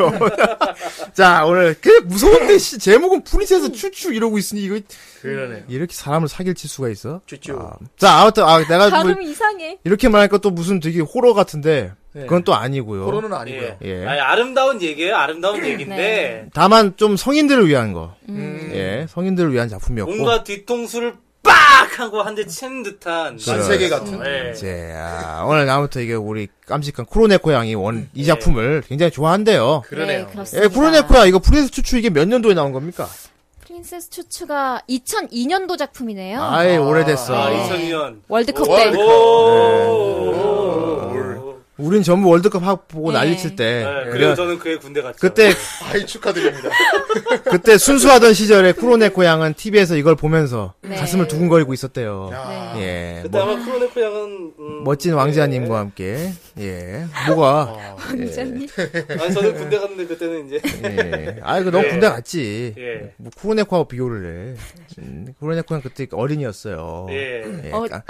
S3: 자 오늘 그 무서운데 씨, 제목은
S8: 음.
S3: 프린세스 추추 이러고 있으니 이거
S2: 그러네.
S3: 이렇게 사람을 사기를 칠 수가 있어?
S2: 쭈쭈.
S3: 아,
S4: 뭐?
S3: 자 아무튼 아 내가 뭐
S8: 발음이 이상해.
S3: 이렇게 말하니까 또 무슨 되게 호러 같은데
S2: 네.
S3: 그건 또 아니고요.
S2: 코로는 아니고요.
S3: 예. 네.
S4: 아니, 아름다운 얘기예요. 아름다운
S8: 네.
S4: 얘기인데
S3: 다만 좀 성인들을 위한 거.
S2: 음.
S3: 예, 성인들을 위한 작품이었고.
S4: 뭔가 뒤통수를 빡 하고 한 대 친 듯한
S2: 전 세계 같은.
S4: 예.
S3: 이제 아, 오늘 아무튼 이게 우리 깜찍한 쿠로네코 양이 원 이 작품을 굉장히 좋아한대요.
S2: 그러네요.
S8: 네, 그렇습니다.
S3: 예, 쿠로네코야 이거 프린세스 추추 이게 몇 년도에 나온 겁니까?
S8: 프린세스 추추가 2002년도 작품이네요.
S3: 아예 오래됐어.
S4: 아,
S8: 네.
S4: 2002년.
S8: 월드컵
S2: 와,
S8: 때.
S2: 네.
S4: 오. 오.
S3: 우린 전부 월드컵 하- 보고
S8: 네.
S3: 난리칠 때 예,
S4: 네, 그래서
S3: 그래,
S4: 저는 그의 군대 갔죠.
S3: 그때
S2: 아이, 축하드립니다.
S3: 그때 순수하던 시절에 쿠로네코 양은 TV에서 이걸 보면서
S8: 네.
S3: 가슴을 두근거리고 있었대요.
S2: 야.
S3: 예,
S4: 그때
S3: 멋,
S4: 아마 크로네코 양은 음,
S3: 멋진 왕자님과 함께 예, 뭐가
S4: 아,
S8: 굉장히.
S4: 예. 아니 저는 군대 갔는데 그때는 이제
S3: 예. 아, 이거 너
S4: 예.
S3: 군대 갔지.
S4: 예.
S3: 뭐 쿠로네코하고 비교를 해. 음, 쿠로네코는 그때 어린이였어요.
S4: 예.
S3: 예,
S8: 어.
S3: 아,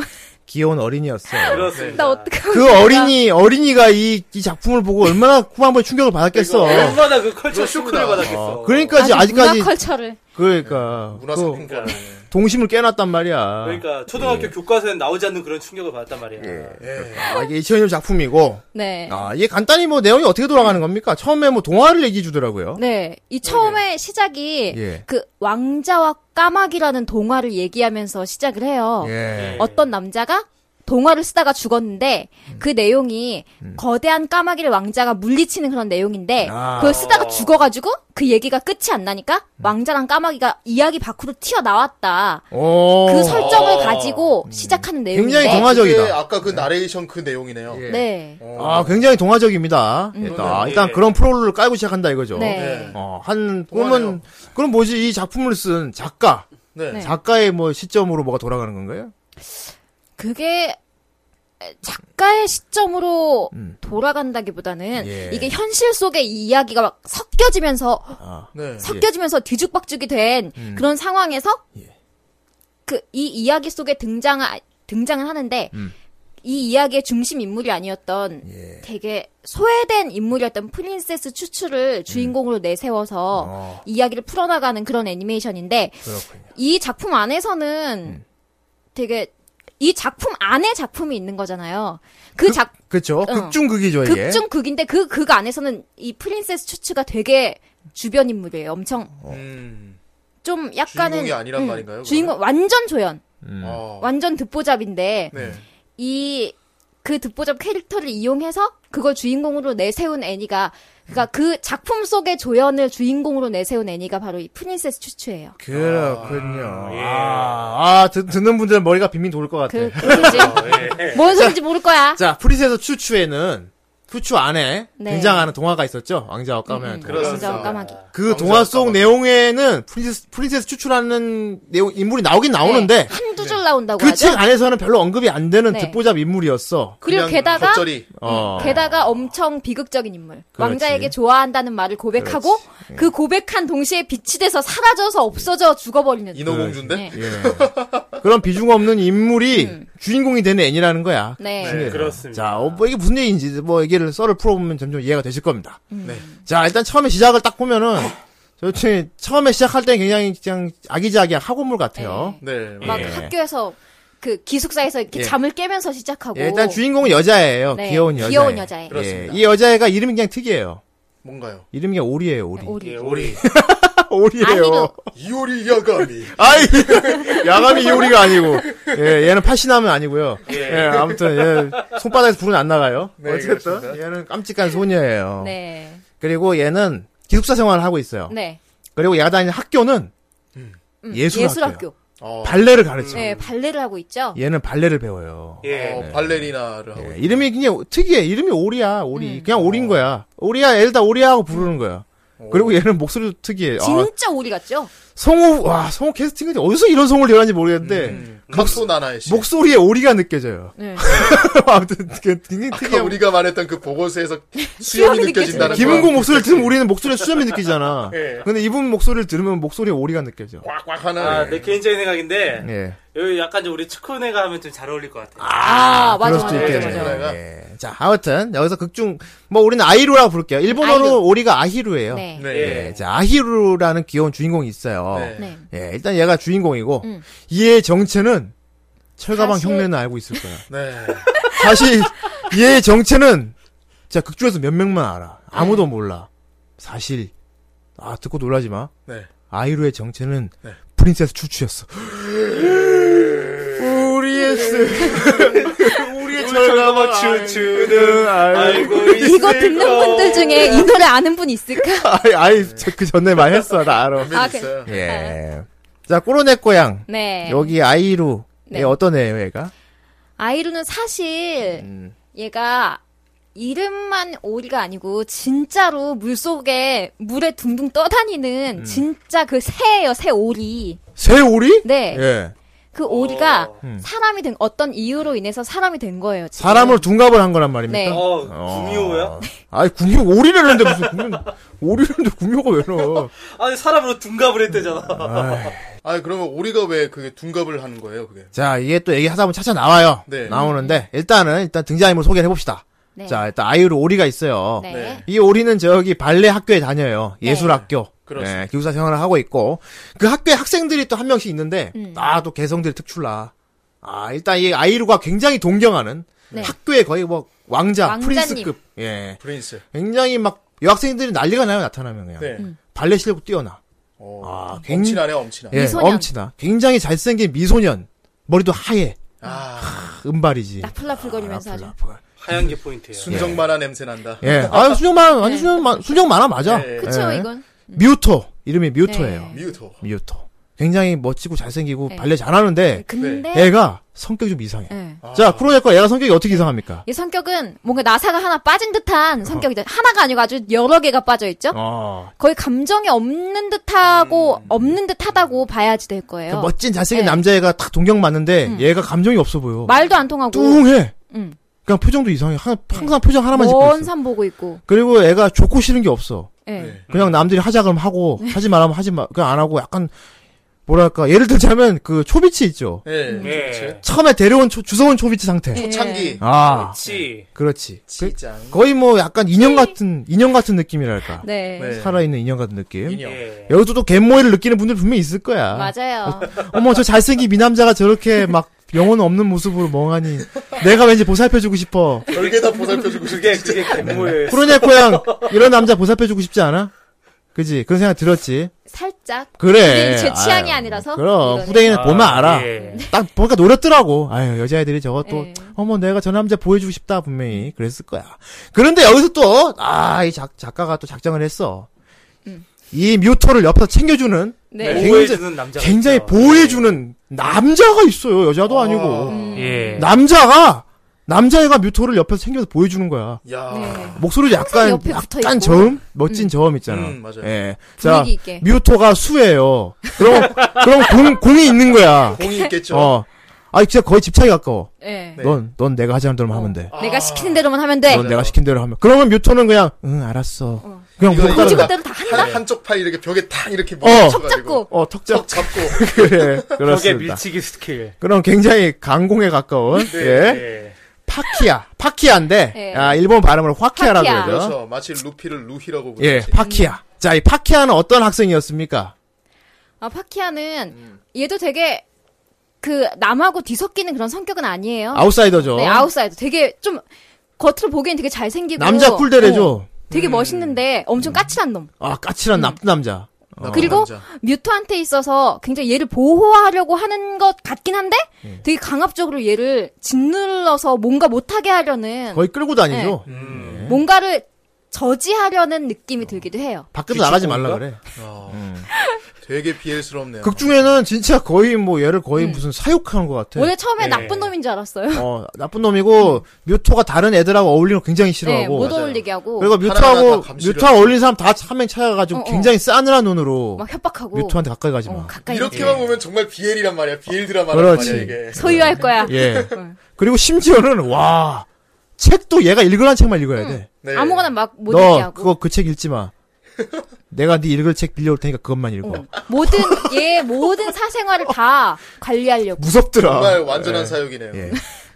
S3: 귀여운 어린이였어요.
S4: 그렇습니다.
S8: 나 어떡하면.
S3: 그 어린이 어린이가 이, 이 작품을 보고 얼마나 후반부에 충격을 받았겠어.
S4: 얼마나 그 컬처 쇼크를
S2: 그렇습니다.
S4: 받았겠어.
S3: 그러니까
S8: 그러니까. 아직
S3: 아직까지
S8: 문화 컬처를.
S3: 그러니까 그
S2: 문화상품권.
S3: 동심을 깨놨단 말이야.
S4: 그러니까 초등학교 교과서에 나오지 않는 그런 충격을 받았단 말이야.
S3: 예. 아, 이게 2000년 작품이고
S8: 네.
S3: 아, 이게 간단히 뭐 내용이 어떻게 돌아가는 겁니까? 처음에 뭐 동화를 얘기해 주더라고요.
S8: 네. 이 처음에 시작이
S3: 예.
S8: 그 왕자와 까마귀라는 동화를 얘기하면서 시작을 해요.
S3: 예.
S8: 어떤 남자가 동화를 쓰다가 죽었는데
S3: 음.
S8: 그 내용이 거대한 까마귀를 왕자가 물리치는 그런 내용인데
S3: 아.
S8: 그걸 쓰다가 죽어가지고 그 얘기가 끝이 안 나니까
S3: 음.
S8: 왕자랑 까마귀가 이야기 밖으로 튀어나왔다.
S3: 오.
S8: 그 설정을
S4: 어.
S8: 가지고 시작하는 내용인데
S3: 음. 굉장히 동화- 문화적이다.
S2: 그게 아까 그 나레이션 그 내용이네요. 어.
S3: 예.
S8: 네.
S3: 아, 굉장히 동화적입니다. 일단, 아, 일단
S4: 예.
S3: 그런 프롤을 깔고 시작한다 이거죠.
S8: 음. 네.
S3: 어, 한
S2: 동화네요.
S3: 그러면 그럼 뭐지? 이 작품을 쓴 작가,
S2: 네.
S8: 네.
S3: 작가의 뭐 시점으로 뭐가 돌아가는 건가요?
S8: 그게 작가의 시점으로
S3: 음.
S8: 돌아간다기보다는
S3: 예.
S8: 이게 현실 속의 이 이야기가 막 섞여지면서
S3: 아,
S2: 네.
S8: 섞여지면서 뒤죽박죽이 된
S3: 예. 음.
S8: 그런 상황에서
S3: 예.
S8: 그 이 이야기 속에 등장 등장을 하는데
S3: 음.
S8: 이 이야기의 중심 인물이 아니었던
S3: 예.
S8: 되게 소외된 인물이었던 프린세스 추추를 주인공으로 내세워서
S3: 음. 어.
S8: 이야기를 풀어나가는 그런 애니메이션인데
S3: 그렇군요.
S8: 이 작품 안에서는
S3: 음.
S8: 되게 이 작품 안에 작품이 있는 거잖아요. 그 작,
S3: 그렇죠. 극중극이죠, 이게.
S8: 극중 극인데 그 극 안에서는 이 프린세스 추츠가 되게 주변 인물이에요. 엄청
S2: 음.
S8: 좀 약간은 음,
S2: 주인공이 아니란 말인가요, 그거는?
S8: 주인공 완전 조연,
S3: 음.
S2: 어.
S8: 완전 듣보잡인데
S2: 네.
S8: 이 그 듣보잡 캐릭터를 이용해서 그걸 주인공으로 내세운 애니가 그러니까 그 작품 속의 조연을 주인공으로 내세운 애니가 바로 이 프린세스 추츠예요.
S3: 그렇군요. 아,
S4: 예.
S3: 아, 듣, 듣는 분들은 머리가 빙빙 돌 것 같아.
S2: 네.
S8: 그 그지?
S4: 예.
S8: 뭔 소리인지 모를
S2: 아,
S8: 거야.
S3: 자, 프리셋에서 추추에는 추추 안에
S8: 네. 음,
S3: 등장하는 동화가 있었죠. 왕자와 까마귀 동화.
S4: 그렇습니다.
S8: 진짜 까마귀.
S3: 그
S2: 왕자와
S3: 동화 속
S2: 까마귀.
S3: 내용에는 프린세스, 프린세스 추추라는 내용 인물이 나오긴 나오는데
S8: 한두 줄 나온다고
S3: 그
S8: 네. 하죠.
S3: 책 안에서는 별로 언급이 안 되는
S8: 네.
S3: 듣보잡 인물이었어.
S8: 그리고
S2: 그냥
S8: 게다가
S2: 겉절이.
S3: 어.
S8: 게다가 엄청 비극적인 인물.
S3: 그렇지.
S8: 왕자에게 좋아한다는 말을 고백하고 그 고백한 동시에 빛이 돼서 사라져서 없어져 죽어버리는.
S2: 인어공주인데?
S8: 네.
S3: 예. 그런 비중 없는 인물이
S8: 음.
S3: 주인공이 되는 애니라는 거야.
S8: 네.
S4: 네, 그렇습니다.
S3: 자, 어, 뭐 이게 무슨 얘기인지 뭐 얘기를 썰을 풀어보면 점점 이해가 되실 겁니다.
S2: 네.
S3: 자, 일단 처음에 시작을 딱 보면은 저희 처음에 시작할 때 굉장히 그냥 아기자기한 학원물 같아요.
S2: 네.
S8: 막
S3: 예.
S8: 학교에서 그 기숙사에서 이렇게
S3: 예.
S8: 잠을 깨면서 시작하고.
S3: 예, 일단 주인공은 여자예요.
S8: 네,
S3: 귀여운 여자.
S8: 귀여운 여자애.
S3: 예,
S2: 그렇습니다.
S3: 이 여자애가 이름이 그냥 특이해요.
S2: 뭔가요?
S3: 이름이 그냥 오리예요, 오리.
S8: 네, 오리.
S4: 오리.
S3: 오리예요.
S8: 아니노.
S2: 이오리 야가미.
S3: 아이, 야감이 이 오리가 아니고. 예, 얘는 파시나면 아니고요. 예, 아무튼 얘 손바닥에서 불은 안 나가요.
S2: 네,
S3: 어쨌든
S2: 그렇습니다.
S3: 얘는 깜찍한 소녀예요.
S8: 네.
S3: 그리고 얘는 기숙사 생활을 하고 있어요.
S8: 네.
S3: 그리고 얘가 다니는 학교는
S8: 음,
S3: 예술
S8: 예술학교.
S2: 어.
S3: 발레를 가르쳐. 요
S8: 네, 발레를 하고 있죠.
S3: 얘는 발레를 배워요.
S4: 예.
S2: 어, 발레리나를 하고.
S3: 예, 이름이 그냥 특이해. 이름이 오리야, 오리.
S8: 음.
S3: 그냥 오린 거야. 오리야, 얘를 다 오리야 하고 부르는 거야. 그리고 얘는 목소리도 특이해. 아,
S8: 진짜 오리 같죠?
S3: 성우, 와, 성우 캐스팅은 어디서 이런 성우를 대하는지 모르겠는데,
S2: 음. 각소 나나의 씨.
S3: 목소리에 오리가 느껴져요.
S8: 네.
S3: 아무튼, 그 굉장히
S2: 아까
S3: 특이한.
S2: 우리가 말했던 그 보고서에서 수염이 느껴진다는
S3: 김은고
S2: 거.
S3: 목소리를 들으면 우리는 목소리에 수염이 느끼잖아.
S4: 예.
S3: 근데 이분 목소리를 들으면 목소리에 오리가 느껴져.
S2: 꽉꽉 하는.
S4: 아,
S3: 네.
S4: 내 개인적인 생각인데
S3: 예.
S4: 여기 약간 좀 우리 츠코네가 하면 좀 잘 어울릴 것 같아.
S8: 아, 맞아,
S3: 그럴 수도
S8: 맞아, 맞아,
S3: 있겠네.
S8: 맞아.
S2: 맞아.
S3: 예. 자, 아무튼, 여기서 극중, 뭐, 우리는 아이루라고 부를게요. 일본어로
S8: 아이루.
S3: 오리가 아히루예요.
S8: 네.
S2: 네.
S3: 예, 자, 아히루라는 귀여운 주인공이 있어요.
S2: 네.
S8: 네.
S3: 예, 일단 얘가 주인공이고,
S8: 음.
S3: 얘의 정체는 철가방
S8: 사실-
S3: 형네는 알고 있을 거야.
S2: 네.
S3: 사실, 얘의 정체는, 진짜 극중에서 몇 명만 알아. 아무도 몰라. 사실, 아, 듣고 놀라지 마.
S2: 네.
S3: 아이루의 정체는
S2: 네.
S3: 프린세스 추추였어. 우리의 슬, 우리의
S4: 철가방 추추는 아이고
S3: 예.
S8: 이거 듣는
S3: 어.
S8: 분들 중에 이 노래 아는 분 있을까?
S3: 아이, 아이, 저그 전에 많이 했어, 나 알아.
S2: 아,
S8: 그-
S2: 있어요.
S3: 예. 자, 꼬로네 고양.
S8: 네.
S3: 여기 아이루.
S8: 네.
S3: 얘 어떤 애예요, 얘가?
S8: 아이루는 사실
S3: 음.
S8: 얘가 이름만 오리가 아니고 진짜로 물속에 물에 둥둥 떠다니는
S3: 음.
S8: 진짜 그 새예요, 새 오리.
S3: 새오리?
S8: 네.
S3: 예.
S8: 그 오리가
S4: 어.
S3: 음.
S8: 사람이 된 어떤 이유로 인해서 사람이 된 거예요. 지금.
S3: 사람을 둔갑을 한 거란 말입니까?
S8: 네.
S4: 어,
S3: 어.
S4: 구미호야?
S3: 아니, 구미호, 오리를 했는데 무슨 구미호, 오리를 했는데 구미호가 왜 넣어?
S4: 아니 사람으로 둔갑을 했대잖아.
S3: 아이.
S2: 아, 그러면 우리가 왜 그게 둔갑을 하는 거예요, 그게?
S3: 자, 이게 또 얘기하다 보면 차차 나와요.
S2: 네.
S3: 나오는데, 일단은, 일단 등장인물 소개를 해봅시다.
S8: 네.
S3: 자, 일단 아이유로 오리가 있어요.
S8: 네.
S2: 네.
S3: 이 오리는 저기 발레 학교에 다녀요. 예술 학교.
S2: 그렇습니다.
S3: 예, 기숙사 생활을 하고 있고 그 학교에 학생들이 또 한 명씩 있는데
S8: 음.
S3: 아 또 개성들이 특출나. 아 일단 이 아이루가 굉장히 동경하는
S8: 네.
S3: 학교의 거의 뭐 왕자
S8: 왕자님.
S3: 프린스급 예
S2: 프린스.
S3: 굉장히 막 여학생들이 난리가 나요 나타나면 그냥
S2: 네.
S3: 발레 실력 뛰어나
S2: 어,
S3: 아 굉장히
S2: 엄친하네 엄친하.
S3: 예,
S8: 미소년.
S3: 엄친아 굉장히 잘생긴 미소년 머리도 하얘
S2: 아
S3: 은발이지 아,
S8: 나풀나풀거리면서 하죠.
S3: 라플라플.
S4: 하얀 게 포인트예요.
S2: 순정 만화 냄새 난다.
S3: 예, 아 수정 만화 완전 수정 만 수정 만화 맞아
S2: 예, 예.
S8: 네. 그쵸
S3: 예.
S8: 이건.
S3: 뮤토 이름이 뮤토예요
S8: 네.
S2: 뮤토.
S3: 뮤토 굉장히 멋지고 잘생기고
S8: 네.
S3: 발레 잘하는데
S8: 근데
S3: 애가 성격이 좀 이상해
S8: 예.
S3: 자 프로젝트 애가 성격이 어떻게 이상합니까
S8: 이 성격은 뭔가 나사가 하나 빠진 듯한 성격이죠. 하나가 아니고 아주 여러 개가 빠져 있죠.
S3: 어
S8: 거의 감정이 없는 듯하고
S2: 음.
S8: 없는 듯하다고 봐야지 될 거예요.
S3: 그러니까 멋진 잘생긴
S8: 네. 음.
S3: 남자애가 딱 동경 맞는데 얘가 감정이 없어 보여
S8: 말도 안 통하고
S3: 뚱해
S8: 음. 네.
S3: 그냥 표정도 이상해 하- 항상 표정 하나만 짓고 있어
S8: 먼산 보고 있고.
S3: 그리고 애가 좋고 싫은 게 없어
S8: 예.
S2: 네.
S3: 그냥 남들이 하자 그러면 하고
S8: 네.
S3: 하지 말하면 하지 마 그냥 안 하고 약간 뭐랄까 예를 들자면 그 초비치 있죠
S2: 예.
S4: 네.
S3: 처음에 데려온 초- 주워온 초비치 상태
S8: 네.
S2: 초창기.
S3: 아
S4: 그렇지.
S3: 그렇지 그,
S2: 시장.
S3: 거의 뭐 약간 인형 같은 인형 같은 느낌이랄까
S8: 네.
S2: 네.
S3: 살아있는 네. 인형 같은 느낌
S2: 인형.
S4: 예.
S3: 여기도 또 갯모이를 느끼는 분들 분명히 있을 거야
S8: 맞아요.
S3: 어머 저 잘생긴 미남자가 저렇게 막 영혼 없는 모습으로 멍하니 내가 왠지 보살펴주고 싶어
S2: 별게 다 보살펴주고
S4: 그게 그게
S3: 네.
S4: 개모의
S3: 프로네코양 이런 남자 보살펴주고 싶지 않아? 그지 그런 생각 들었지
S8: 살짝.
S3: 그래.
S8: 이게 제 취향이
S3: 네. 아유,
S8: 아니라서
S3: 그럼
S8: 어? 이거는.
S3: 후대인은
S4: 아,
S3: 보면 알아.
S4: 예.
S3: 딱 보니까 노렸더라고. 아유 여자애들이 저거 또
S8: 예.
S3: 어머 내가 저 남자 보여주고 싶다 분명히 그랬을 거야. 그런데 여기서 또 아 이 작가가 또 작정을 했어. 이 뮤토를 옆에서 챙겨주는
S8: 음. 네.
S3: 굉장히-
S4: 보호해주는 남자.
S3: 굉장히 보호해주는 남자가 있어요. 여자도
S2: 아.
S3: 아니고
S4: 예.
S3: 남자가 남자애가 뮤토를 옆에서 챙겨서 보여주는 거야.
S2: 야.
S8: 네.
S3: 목소리
S8: 항상
S3: 약간
S8: 옆에 붙어
S3: 약간
S8: 있고.
S3: 저음 멋진 저음 있잖아.
S2: 음, 맞아요.
S3: 예. 자
S8: 분위기 있게.
S3: 뮤토가 수예요. 그럼 그럼 공 공이 있는 거야.
S2: 공이 있겠죠.
S3: 어. 아, 진짜 거의 집착이 가까워.
S8: 예.
S2: 그렇죠. 네. 어.
S3: 넌, 넌 내가 하자는 대로 하면 돼.
S2: 아.
S8: 내가 시키는 대로만 하면 돼.
S3: 넌 내가 시킨 대로 하면. 그러면 뮤토는 그냥, 응, 알았어. 그냥
S2: 이거
S3: 무조건 따른다.
S2: 이거
S8: 그대로 다 한다.
S2: 한, 한쪽 팔 이렇게 벽에 탁 이렇게
S3: 턱
S2: 멈춰가지고.
S8: 네. 잡고.
S3: 어, 턱잡.
S2: 턱 잡고.
S3: 그래.
S4: 벽에
S3: 그렇습니다.
S4: 밀치기 스킬.
S3: 그럼 굉장히 강공에 가까운,
S2: 네,
S3: 예.
S4: 예.
S3: 파키야. 파키야인데,
S8: 예.
S3: 아, 일본 발음으로 화키야라고
S8: 화키야.
S3: 해야 돼요.
S2: 그렇죠. 마치 루피를 루히라고 부르지.
S3: 예, 파키야. 자, 이 파키야는 어떤 학생이었습니까?
S8: 아, 파키아는
S3: 음.
S8: 얘도 되게 그 남하고 뒤섞이는 그런 성격은 아니에요.
S3: 아웃사이더죠.
S8: 네, 아웃사이드. 되게 좀 겉으로 보기엔 되게 잘생기고
S3: 남자 쿨대래죠. 음.
S8: 어, 음. 되게 멋있는데 엄청 까칠한 놈.
S3: 아, 까칠한 나쁜 남자.
S2: 나쁜
S8: 그리고
S2: 남자.
S8: 뮤토한테 있어서 굉장히 얘를 보호하려고 하는 것 같긴 한데
S3: 음.
S8: 되게 강압적으로 얘를 짓눌러서 뭔가 못하게 하려는
S3: 거의 네. 끌고 다니죠.
S8: 네.
S4: 음.
S8: 뭔가를 저지하려는 느낌이 들기도 해요.
S3: 밖에서 나가지 말라 그래.
S2: 어.
S3: 음.
S2: 되게 비엘스럽네요.
S3: 극 중에는 진짜 거의 뭐 얘를 거의
S8: 음.
S3: 무슨 사육하는 것 같아.
S8: 원래 처음에
S4: 네.
S8: 나쁜 놈인 줄 알았어요.
S3: 어, 나쁜 놈이고, 뮤토가 다른 애들하고 어울리는 거 굉장히
S8: 네,
S3: 싫어하고.
S8: 못
S2: 맞아요.
S8: 어울리게 하고
S3: 그리고
S2: 하나하나
S3: 뮤토하고,
S2: 다 감시를
S3: 뮤토하고 어울리는 사람 다 한명 찾아가지고
S8: 어, 어.
S3: 굉장히 싸늘한 눈으로
S8: 막 협박하고
S3: 뮤토한테 가까이 가지 마.
S8: 어, 가까이 네.
S2: 이렇게만 보면 정말 비엘이란 말이야. 비엘 드라마란
S3: 예. 그렇지.
S2: 말이야 이게.
S8: 소유할 거야.
S3: 예. 그리고 심지어는, 와, 책도 얘가 읽으라는 책만 읽어야 돼.
S2: 네.
S8: 아무거나 막 못 읽게
S3: 너,
S8: 하고
S3: 그거 그 책 읽지 마. 내가 네 읽을 책 빌려올 테니까 그것만 읽어.
S8: 모든 얘 모든 사생활을 다 관리하려고.
S3: 무섭더라.
S2: 정말 완전한 사육이네요.
S3: 예.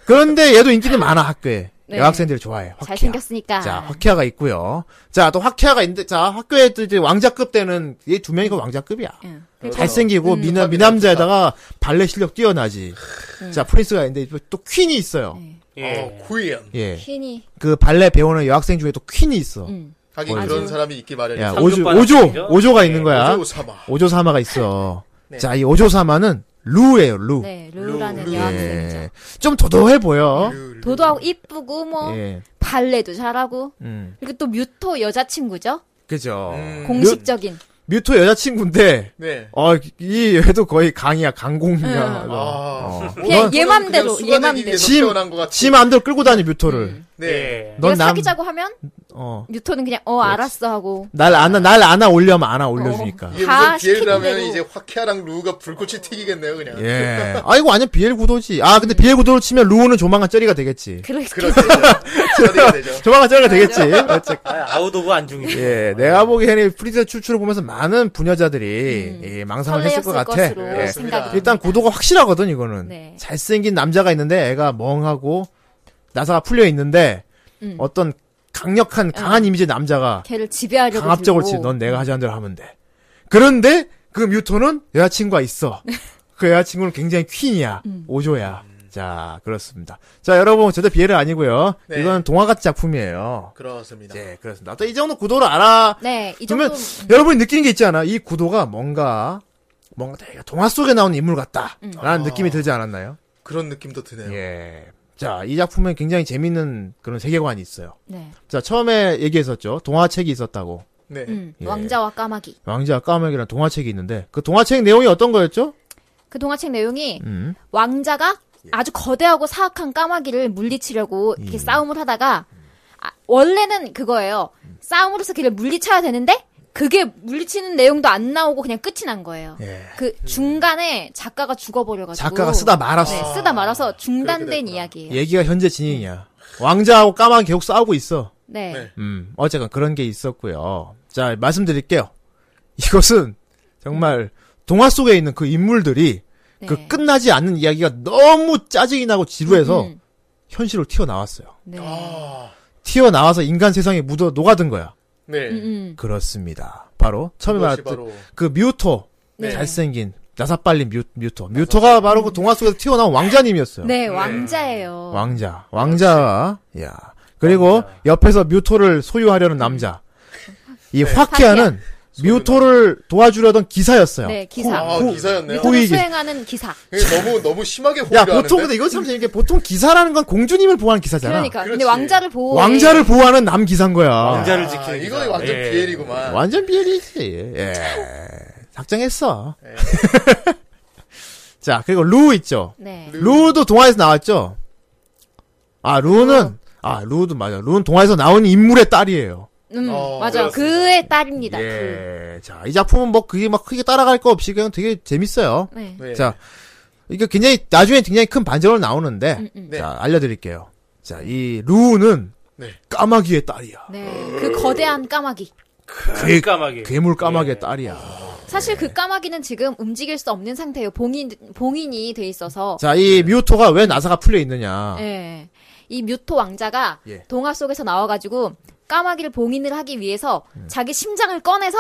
S3: 그런데 얘도 인기는 많아, 학교에.
S8: 네.
S3: 여학생들이 좋아해. 확
S8: 잘생겼으니까.
S3: 자, 화키아가 있고요. 자, 또 화키아가 있는데, 자, 학교에 또 이제 왕자급 때는, 얘 두 명이 그 왕자급이야.
S8: 응. 음,
S3: 잘생기고, 미남, 미남자에다가 발레 실력 뛰어나지.
S8: 음.
S3: 자, 프린스가 있는데, 또, 또 퀸이 있어요.
S4: 예.
S2: 어, 구이언.
S3: 예.
S8: 퀸이
S3: 그 발레 배우는 여학생 중에 또 퀸이 있어.
S8: 음. 예.
S2: 하긴 그런 사람이 있기
S3: 야,
S2: 마련이죠.
S3: 오조,
S4: 상급반
S3: 오조,
S4: 학생이죠?
S3: 오조가
S4: 예,
S3: 있는 거야.
S2: 오조 사마.
S3: 오조 사마가 있어.
S2: 네.
S3: 자, 이 오조 사마는 루예요, 루.
S8: 네 루라는
S2: 루.
S8: 여학생이죠.
S3: 예. 좀 도도해 보여.
S2: 그
S8: 도도하고 이쁘고 뭐
S3: 예.
S8: 발레도 잘하고
S3: 음.
S8: 그리고 또 뮤토 여자친구죠.
S3: 그죠.
S2: 음.
S3: 어,
S8: 공식적인
S3: 뮤토 여자친구인데,
S2: 네.
S3: 어, 이 애도 거의 강이야, 강공이야.
S2: 아.
S8: 응.
S3: 어.
S8: 그냥
S3: 넌
S8: 얘 맘대로 예.
S2: 그냥 수건을
S8: 얘 맘대로.
S2: 위해서
S3: 지-
S2: 태어난 것 같아.
S3: 지 마음대로 끌고 다니, 뮤토를.
S2: 네.
S4: 예.
S8: 내가
S3: 넌 남,
S8: 사귀자고 하면
S3: 어.
S8: 뮤토는 그냥 어 알았어 하고
S3: 날 안아, 날 안아 올려면 안아 올려주니까.
S2: 이게
S8: 다
S2: 무슨 비엘 드라마면
S8: 시키는
S2: 이제 화키아랑 루가 불꽃이 튀기겠네요 그냥.
S3: 예. 아, 이거 완전 비엘 구도지. 아, 근데 비엘 구도로 치면 루오는 조만간 쩌리가 되겠지.
S8: 그렇게
S2: 그렇죠. 그래야 되죠.
S3: 조만간 쩌리가 되겠지. 어쨌든.
S4: 아, 아웃 오브 안중이.
S3: 예, 내가 보기에는 프리즈 출출을 보면서 많은 부녀자들이 예, 망상을 했을 것
S8: 음. 설레였을
S3: 같아.
S8: 것으로
S2: 예.
S8: 생각이
S3: 일단 구도가 확실하거든 이거는
S8: 네.
S3: 잘생긴 남자가 있는데 애가 멍하고 나사가 풀려 있는데
S8: 음.
S3: 어떤 강력한 강한 이미지의 남자가
S8: 걔를 지배하려고
S3: 강압적으로
S8: 들고.
S3: 치넌 내가 하자는 대로 하면 돼 그런데 그 뮤토는 여자친구가 있어. 그 여자친구는 굉장히 퀸이야.
S8: 음.
S3: 오조야. 자, 그렇습니다. 자, 여러분, 절대 비해를 아니고요.
S2: 네.
S3: 이건 동화같은 작품이에요.
S2: 그렇습니다.
S3: 네, 그렇습니다. 또 이 정도 구도를 알아.
S8: 네, 이 정도.
S3: 그러면 여러분이 느끼는 게 있지 않아? 이 구도가 뭔가 뭔가 되게 동화 속에 나오는 인물 같다라는
S2: 아.
S3: 느낌이 들지 않았나요?
S2: 그런 느낌도 드네요.
S3: 예. 자, 이 작품은 굉장히 재밌는 그런 세계관이 있어요.
S8: 네.
S3: 자, 처음에 얘기했었죠. 동화책이 있었다고.
S2: 네.
S8: 음,
S3: 예.
S8: 왕자와 까마귀.
S3: 왕자 까마귀라는 동화책이 있는데 그 동화책 내용이 어떤 거였죠?
S8: 그 동화책 내용이
S3: 음.
S8: 왕자가
S2: 예.
S8: 아주 거대하고 사악한 까마귀를 물리치려고
S3: 예.
S8: 이렇게 싸움을 하다가 아, 원래는 그거예요.
S3: 음.
S8: 싸움으로써 걔를 물리쳐야 되는데 그게 물리치는 내용도 안 나오고 그냥 끝이 난 거예요.
S3: 예.
S8: 그
S2: 음.
S8: 중간에 작가가 죽어버려가지고
S3: 작가가 쓰다 말았어.
S8: 네, 쓰다 말아서
S2: 그렇게
S8: 중단된
S2: 됐구나.
S8: 이야기예요.
S3: 얘기가 현재 진행이야. 왕자하고 까마귀 계속 싸우고 있어.
S8: 네.
S2: 네.
S3: 음, 어쨌건 그런 게 있었고요. 자, 말씀드릴게요. 이것은 정말 동화 속에 있는 그 인물들이
S8: 네.
S3: 그 끝나지 않는 이야기가 너무 짜증이 나고 지루해서
S8: 음,
S3: 현실로 튀어나왔어요.
S8: 네.
S2: 아,
S3: 튀어나와서 인간 세상에 묻어 녹아든 거야.
S2: 네.
S8: 음, 음.
S3: 그렇습니다. 바로 처음에
S2: 그것이
S3: 말했던
S2: 바로
S3: 그 뮤토
S8: 네.
S3: 잘생긴 나사빨린 뮤, 뮤토. 뮤토가 바로 그 동화 속에서 튀어나온 왕자님이었어요.
S8: 네, 왕자예요.
S3: 왕자, 왕자, 야 그리고 옆에서 뮤토를 소유하려는 남자, 이
S8: 네.
S3: 화키아는 뮤토를 도와주려던 기사였어요.
S8: 네,
S2: 아,
S8: 기사.
S2: 기사였네요.
S3: 호-
S8: 뮤토를
S3: 호위기.
S8: 그 수행하는 기사.
S2: 그게 너무 너무 심하게 호의를
S3: 야
S2: 하는데?
S3: 보통 근데 이건 참 재밌게 보통 기사라는 건 공주님을 보호하는 기사잖아.
S8: 그러니까. 예.
S2: 그렇지.
S8: 근데 왕자를 보호.
S3: 왕자를 보호하는 남 기사인 거야.
S4: 왕자를
S2: 아,
S4: 지키는
S2: 이거
S4: 기사.
S2: 완전
S4: 예.
S2: 비엘이구만.
S3: 완전 비엘이지. 예. 작정했어.
S2: 예.
S3: 자 그리고 루 있죠.
S8: 네.
S3: 루도 동화에서 나왔죠. 아 루는 아 루도 맞아. 루는 동화에서 나온 인물의 딸이에요.
S8: 음,
S2: 어,
S8: 맞아요.
S2: 그렇습니다.
S8: 그의 딸입니다. 그.
S3: 예. 자, 이 작품은 뭐 그게 막 크게 따라갈 거 없이 그냥 되게 재밌어요.
S8: 네.
S2: 네.
S3: 자, 이게 굉장히 나중에 굉장히 큰 반전으로 나오는데
S8: 음, 음.
S2: 네.
S3: 자, 알려 드릴게요. 자, 이 루우는
S2: 네.
S3: 까마귀의 딸이야.
S8: 네.
S2: 어.
S8: 그 거대한 까마귀.
S3: 괴,
S4: 깜깜하게.
S3: 괴물 까마귀의
S4: 예.
S3: 딸이야.
S8: 사실 그 까마귀는 지금 움직일 수 없는 상태예요. 봉인 봉인이 돼 있어서.
S3: 자, 이 뮤토가 왜 나사가 풀려 있느냐?
S8: 예. 이 뮤토 왕자가
S3: 예.
S8: 동화 속에서 나와가지고 까마귀를 봉인을 하기 위해서
S2: 음.
S8: 자기 심장을 꺼내서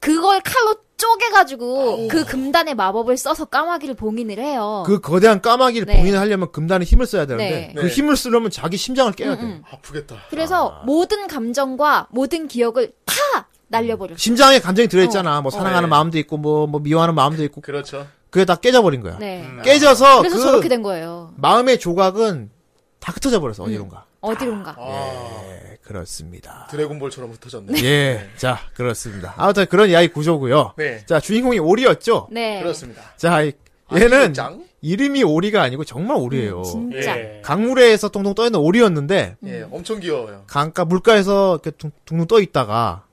S8: 그걸 칼로 쪼개가지고
S2: 아.
S8: 그 금단의 마법을 써서 까마귀를 봉인을 해요.
S3: 그 거대한 까마귀를
S8: 네.
S3: 봉인을 하려면 금단에 힘을 써야 되는데
S8: 네.
S3: 그
S2: 네.
S3: 힘을 쓰려면 자기 심장을 깨야 돼.
S8: 음.
S2: 아프겠다.
S8: 그래서 모든 감정과 모든 기억을 다
S2: 음.
S8: 날려버려.
S3: 심장에 감정이 들어있잖아. 뭐 사랑하는
S2: 네.
S3: 마음도 있고, 뭐, 뭐 미워하는 마음도 있고,
S2: 그렇죠.
S3: 그게 다 깨져버린 거야.
S8: 네.
S2: 음. 아,
S3: 깨져서
S8: 그래서
S3: 그
S8: 저렇게 음. 된 거예요.
S3: 마음의 조각은 다 흩어져 버렸어 어디론가.
S8: 어디론가.
S2: 아,
S3: 예, 그렇습니다.
S2: 드래곤볼처럼 흩어졌네.
S3: 예, 자 그렇습니다. 아무튼 그런 이야기 구조고요.
S2: 네.
S3: 자 주인공이 오리였죠.
S8: 네.
S2: 그렇습니다.
S3: 자 이-
S2: 아,
S3: 얘는
S2: 이거 짱?
S3: 이름이 오리가 아니고 정말 오리예요.
S8: 음, 진짜.
S4: 예.
S3: 강물에서 동동 떠 있는 오리였는데
S8: 음.
S2: 예, 엄청 귀여워요.
S3: 강가 물가에서 이렇게 둥- 둥둥 떠 있다가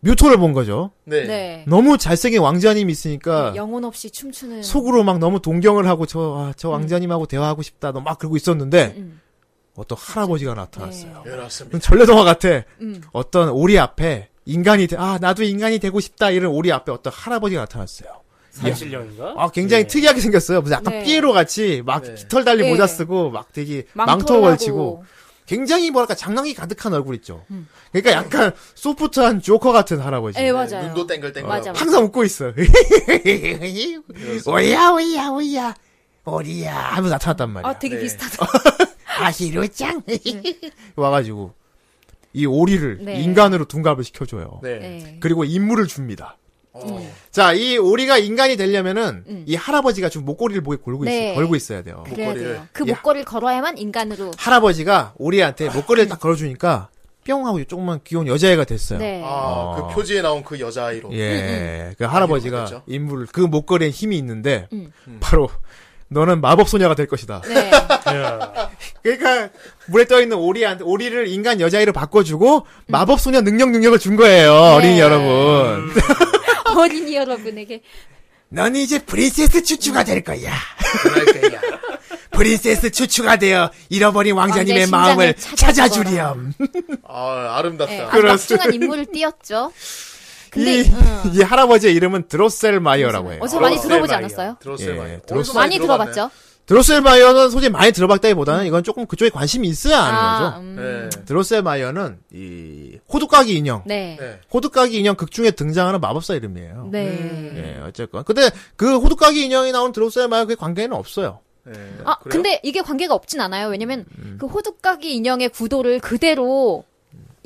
S3: 뮤토를 본 거죠.
S2: 네.
S8: 네. 음,
S3: 너무 잘생긴 왕자님이 있으니까
S8: 그 영혼 없이 춤추는.
S3: 아. 속으로 막 너무 동경을 하고 저, 아, 저 왕자님하고 대화하고 싶다. 너막 그러고 있었는데
S8: 음. 열었어요.
S3: 어떤 할아버지가
S8: 네.
S3: 나타났어요.
S2: 예, 그렇습니다.
S3: 그럼 전래동화 같아.
S8: 음.
S3: 어떤 오리 앞에 인간이 돼- 아 나도 인간이 되고 싶다 이런 오리 앞에 어떤 할아버지가 나타났어요.
S4: 37년인가? 예.
S3: 아 굉장히 특이하게 생겼어요. 무슨 약간
S8: 네.
S3: 피에로 같이 막
S2: 네.
S3: 깃털 달린
S8: 네.
S3: 모자 쓰고 막 되게 망토
S8: 망토를
S3: 걸치고
S8: 하고.
S3: 굉장히 뭐랄까 장난기 가득한 얼굴 있죠. 그러니까 약간 소프트한 조커 같은 할아버지.
S8: 예,
S2: 네,
S8: 음. 맞아요.
S2: 눈도 땡글땡글.
S8: 맞아, 맞아.
S3: 항상 웃고 있어. 오야 오야 오야 오리야 하면서 나타났단 말이야.
S8: 아, 되게
S2: 네.
S8: 비슷하다.
S3: 아시루짱 와가지고 이 오리를
S8: 네.
S3: 인간으로 둔갑을 시켜줘요.
S2: 네.
S8: 네.
S3: 그리고 임무를 줍니다.
S2: 어,
S3: 자, 이 오리가 인간이 되려면은
S8: 음.
S3: 이 할아버지가 지금 목걸이를 목에 걸고
S8: 네.
S3: 있어, 걸고 있어야 돼요.
S8: 그래야
S2: 목걸이를.
S8: 돼요. 그
S3: 야.
S8: 목걸이를 걸어야만 인간으로.
S3: 할아버지가 오리한테 목걸이를 딱 걸어주니까 뿅 하고 조금만 귀여운 여자애가 됐어요.
S8: 네. 음,
S2: 아,
S3: 어.
S2: 그 표지에 나온 그 여자아이로.
S3: 예, 그
S2: 많이
S3: 할아버지가
S2: 바뀌었죠.
S3: 인물을 그 목걸이에 힘이 있는데
S8: 네. 음.
S3: 바로 너는 마법 소녀가 될 것이다.
S8: 네.
S4: 예.
S3: 그러니까 물에 떠 있는 오리한테 오리를 인간 여자애로 바꿔주고 마법 소녀 능력 능력을 준 거예요,
S8: 네.
S3: 어린이 여러분.
S8: 음. 어린이 여러분에게.
S3: 너는 이제 프린세스 추추가 될 거야.
S2: 그럴 때야.
S3: 프린세스 추추가 되어 잃어버린
S8: 왕자의 심장을 찾아주거라.
S2: 아,
S8: 예.
S2: 아름답다.
S8: 아주 막중한 인물을 띄었죠. 근데,
S3: 이,
S8: 응.
S3: 이 할아버지의 이름은 드로셀 마이어라고 해요.
S8: 어서 많이
S4: 드로셀
S8: 들어보지
S4: 마이어.
S8: 않았어요?
S2: 들었어요,
S3: 예,
S2: 많이.
S3: 들었어요.
S2: 어디서
S8: 많이
S2: 들어봤네.
S8: 들어봤죠?
S3: 드로셀 마이어는 솔직히 많이
S8: 아,
S3: 들어봤다기보다는 이건 조금 그쪽에 관심이 있어야 아는 아, 거죠.
S8: 음.
S2: 네.
S3: 드로셀 마이어는 이 호두까기 인형.
S8: 네.
S2: 네.
S3: 호두까기 인형 극 중에 등장하는 마법사 이름이에요.
S8: 네.
S2: 음.
S3: 예, 어쨌건. 근데 그 호두까기 인형이 나온 드롭사의 마약의 관계는 없어요. 음.
S2: 네.
S8: 아,
S2: 그래요?
S8: 근데 이게 관계가 없진 않아요. 왜냐면 그 호두까기 인형의 구도를 그대로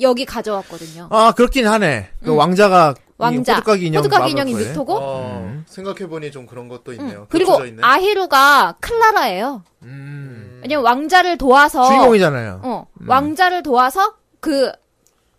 S8: 여기 가져왔거든요.
S3: 아, 그렇긴 하네. 그
S8: 음.
S3: 왕자가 이
S8: 왕자.
S3: 아, 호두까기 인형
S8: 호두까기 인형이
S3: 마법사예요.
S8: 뮤토고
S2: 어,
S3: 음.
S2: 생각해보니 좀 그런 것도 있네요.
S8: 음, 그리고
S2: 겹쳐져 있네.
S8: 아히루가 클라라예요.
S3: 음.
S8: 왜냐면 왕자를 도와서
S3: 주인공이잖아요.
S8: 어,
S2: 음.
S8: 왕자를 도와서 그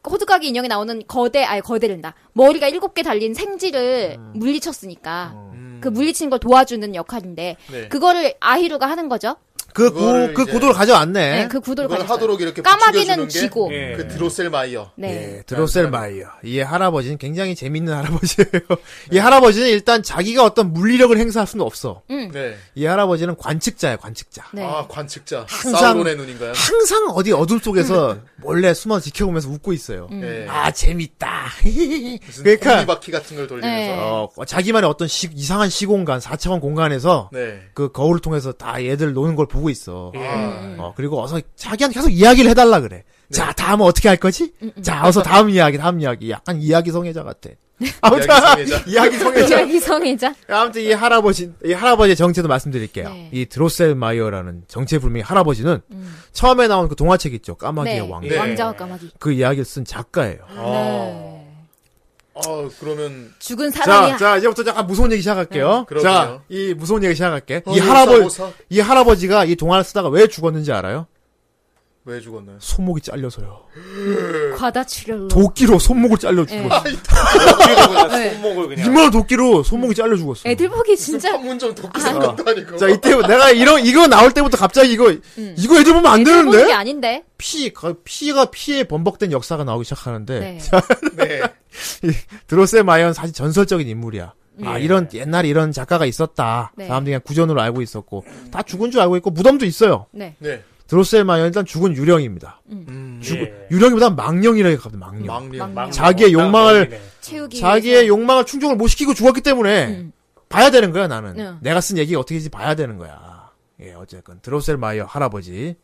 S8: 호두까기 인형에 나오는 거대 아니 거대된다 머리가 일곱 개 달린 생쥐를 물리쳤으니까
S2: 음.
S8: 그 물리치는 걸 도와주는 역할인데
S2: 네.
S8: 그거를 아히루가 하는 거죠.
S3: 그
S2: 그거를
S3: 구, 그
S2: 이제-
S3: 구도를 가져왔네.
S8: 네, 그 구도를
S2: 그걸
S8: 가졌어요.
S2: 하도록 이렇게
S8: 까마귀는
S2: 부추겨주는 게
S8: 쥐고.
S4: 예.
S2: 그 드로셀 마이어.
S8: 네.
S3: 예, 드로셀 마이어. 이 할아버지는 굉장히 재밌는 할아버지예요. 이 할아버지는 일단 자기가 어떤 물리력을 행사할 수는 없어.
S8: 음.
S2: 네.
S3: 이 할아버지는 관측자예요, 관측자.
S8: 네.
S2: 아 관측자.
S3: 항상-
S2: 사우론의 눈인가요?
S3: 항상 어디 어둠 속에서
S8: 음.
S3: 몰래 숨어 지켜보면서 웃고 있어요.
S2: 네.
S3: 아, 재밌다.
S2: 무슨
S3: 그러니까
S2: 바퀴 같은 걸 돌리면서.
S3: 어, 자기만의 어떤 시- 이상한 시공간, 4차원 공간에서
S2: 네.
S3: 그 거울을 통해서 다 얘들 노는 걸 보고 있어.
S2: 아,
S3: 어, 그리고 어서 자기한테 계속 이야기를 해달라 그래.
S2: 네.
S3: 자, 다음은 어떻게 할 거지? 자, 어서 다음 이야기, 다음 이야기. 약간 이야기 성애자 같아. 아무튼,
S2: 이야기 성애자.
S3: 이야기 성애자.
S8: 이야기 성애자.
S3: 아무튼 이 할아버지, 이 할아버지의 정체도 말씀드릴게요.
S8: 네.
S3: 이 드로셀 마이어라는 정체불명의 할아버지는 처음에 나온 그 동화책 있죠. 까마귀의
S8: 네.
S3: 왕.
S2: 네.
S8: 왕자와 까마귀.
S3: 그 이야기를 쓴 작가예요.
S8: 네.
S2: 어 그러면
S8: 죽은
S3: 자,
S8: 사람이야. 네.
S3: 자, 이제부터 약간 무서운 얘기 시작할게요.
S2: 그러게요.
S3: 자, 이 무서운 얘기 시작할게. 이
S2: 어,
S3: 할아버지,
S2: 오사, 오사.
S3: 이 할아버지가 이 동화를 쓰다가 왜 죽었는지 알아요?
S2: 왜 죽었나요?
S3: 손목이 잘려서요.
S8: 과다 출혈로.
S3: 도끼로 손목을 잘려
S8: 예.
S3: 죽었어.
S4: 뒤로 그냥
S8: 네.
S4: 손목을 그냥.
S3: 이만 도끼로 손목이 잘려 죽었어.
S8: 애들 보기
S2: 무슨
S8: 진짜
S2: 판문점 독기생 것도 아니고.
S3: 자, 이때 내가 이런 이거 나올 때부터 갑자기 이거 이거 애들 보면 안
S8: 음. 애들 보는 게
S3: 되는데
S8: 아닌데.
S3: 피 거- 피가 피에 번복된 역사가 나오기 시작하는데
S8: 네.
S2: 네.
S3: 드로셀 마이언 사실 전설적인 인물이야. 아 이런 옛날에 이런 작가가 있었다.
S8: 네.
S3: 사람들이 그냥 구전으로 알고 있었고 다 죽은 줄 알고 있고 무덤도 있어요.
S8: 네.
S2: 네.
S3: 드로셀 마이언 일단 죽은 유령입니다.
S2: 음.
S4: 죽
S3: 유령이보다 망령이라고 합니다. 망령.
S2: 망령.
S8: 망령.
S4: 어,
S3: 자기의 욕망을
S8: 채우기.
S3: 자기의
S8: 위해서.
S3: 욕망을 충족을 못 시키고 죽었기 때문에
S8: 음. 네.
S3: 봐야 되는 거야 나는
S8: 응.
S3: 내가 쓴 얘기가 어떻게 될지 봐야 되는 거야 예 어쨌건 드로셀 마이어 할아버지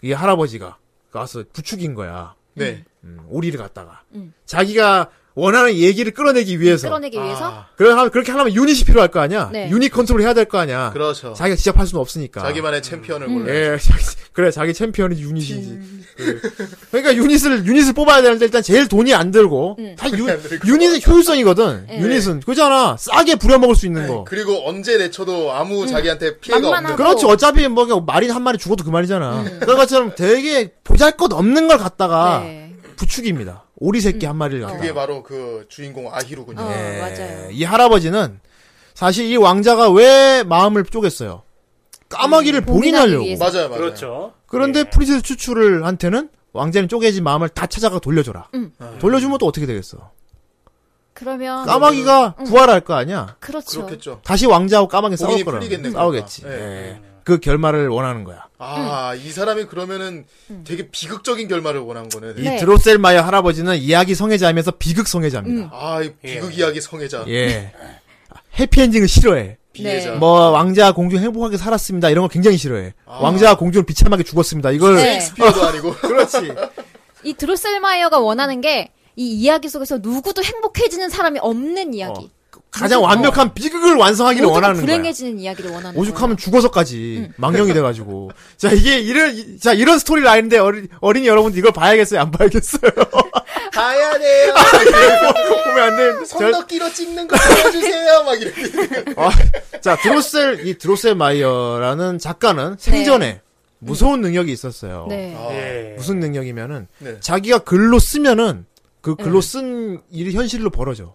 S3: 이 할아버지가 가서 부축인 거야
S2: 네.
S3: 음, 오리를 갖다가
S8: 음.
S3: 자기가 원하는 얘기를 끌어내기 위해서
S8: 끌어내기 위해서.
S2: 아,
S3: 그러 하면 그렇게 하려면 유닛이 필요할 거 아니야
S8: 네.
S3: 유닛 컨트롤 해야 될 거 아니야
S2: 그렇죠.
S3: 자기가 직접 할 수는 없으니까
S2: 자기만의 챔피언을 골라.
S3: 예, 자기, 그래 자기 챔피언이
S8: 음.
S3: 유닛인지. 그, 러니까 유닛을 유닛을 뽑아야 되는데 일단 제일 돈이 안 들고.
S8: 음.
S3: 다 유,
S2: 돈이 안 들고.
S3: 유닛은 효율성이거든.
S8: 네.
S3: 유닛은 그잖아. 싸게 부려먹을 수 있는 거.
S2: 네, 그리고 언제 내쳐도 아무 자기한테 피해가
S8: 음. 만만한-
S2: 없는.
S3: 그렇지 어차피 뭐 그냥 마린 한 마리 죽어도 그 말이잖아. 그런 것처럼 되게 보잘것 없는 걸 갖다가
S8: 음. 네. 음.
S3: 부축입니다. 오리 새끼 한 마리를 갖다가.
S2: 그게 바로 그 주인공 아히루군요.
S8: 어,
S3: 예,
S8: 맞아요.
S3: 이 할아버지는 사실 이 왕자가 왜 마음을 쪼갰어요? 까마귀를
S8: 음, 봉인하기
S3: 봉인하려고.
S8: 위해서.
S2: 맞아요, 맞아요.
S4: 그렇죠.
S2: 예.
S3: 그런데 프린세스 추추를 한테는 왕자는 쪼개진 마음을 다 찾아가 돌려줘라.
S8: 음.
S2: 예.
S3: 돌려주면 또 어떻게 되겠어?
S8: 그러면
S3: 까마귀가
S8: 음.
S3: 부활할 거 아니야.
S8: 그렇죠.
S2: 그렇겠죠.
S3: 다시 왕자하고 까마귀 싸울
S2: 고민이
S3: 거라.
S2: 풀리겠네,
S3: 싸우겠지.
S2: 그러니까. 예.
S3: 예. 그 결말을 원하는 거야.
S2: 아,
S8: 음.
S2: 이 사람이 그러면은 되게 비극적인 결말을 원한 거네.
S3: 이
S8: 네.
S3: 드로셀 마이어 할아버지는 이야기 성애자이면서 비극 성애자입니다.
S2: 아, 이 비극 이야기 성애자.
S3: 예. 해피엔딩을 싫어해.
S2: 피해자.
S8: 네.
S3: 뭐 왕자 공주 행복하게 살았습니다. 이런 걸 굉장히 싫어해.
S2: 아.
S3: 왕자 공주는 비참하게 죽었습니다. 이걸
S8: 네.
S2: 스피어도 아니고.
S3: 그렇지.
S8: 이 드로셀마이어가 원하는 게 이 이야기 속에서 누구도 행복해지는 사람이 없는 이야기.
S3: 가장
S2: 어.
S3: 완벽한 비극을 완성하기를
S8: 모두가
S3: 어. 원하는 거야.
S8: 불행해지는 이야기를 원하는
S3: 오죽하면 죽어서까지 망령이 돼가지고 자 이게 이런 이- 자 이런 스토리 라인인데 어린, 어린이 여러분들 이걸 봐야겠어요 안 봐야겠어요
S2: 가야 돼요.
S3: 아, 보면 안 되는데 자,
S2: 손덕기로 찍는 거 보여주세요. 막 이렇게.
S3: 아, 자 드로셀 이 드로셀 마이어라는 작가는 생전에 무서운 능력이 있었어요
S8: 거예요. 네.
S2: 아,
S4: 예.
S3: 무슨 능력이면은
S2: 네.
S3: 자기가 글로 쓰면은 그 글로 쓴 일이 현실로 벌어져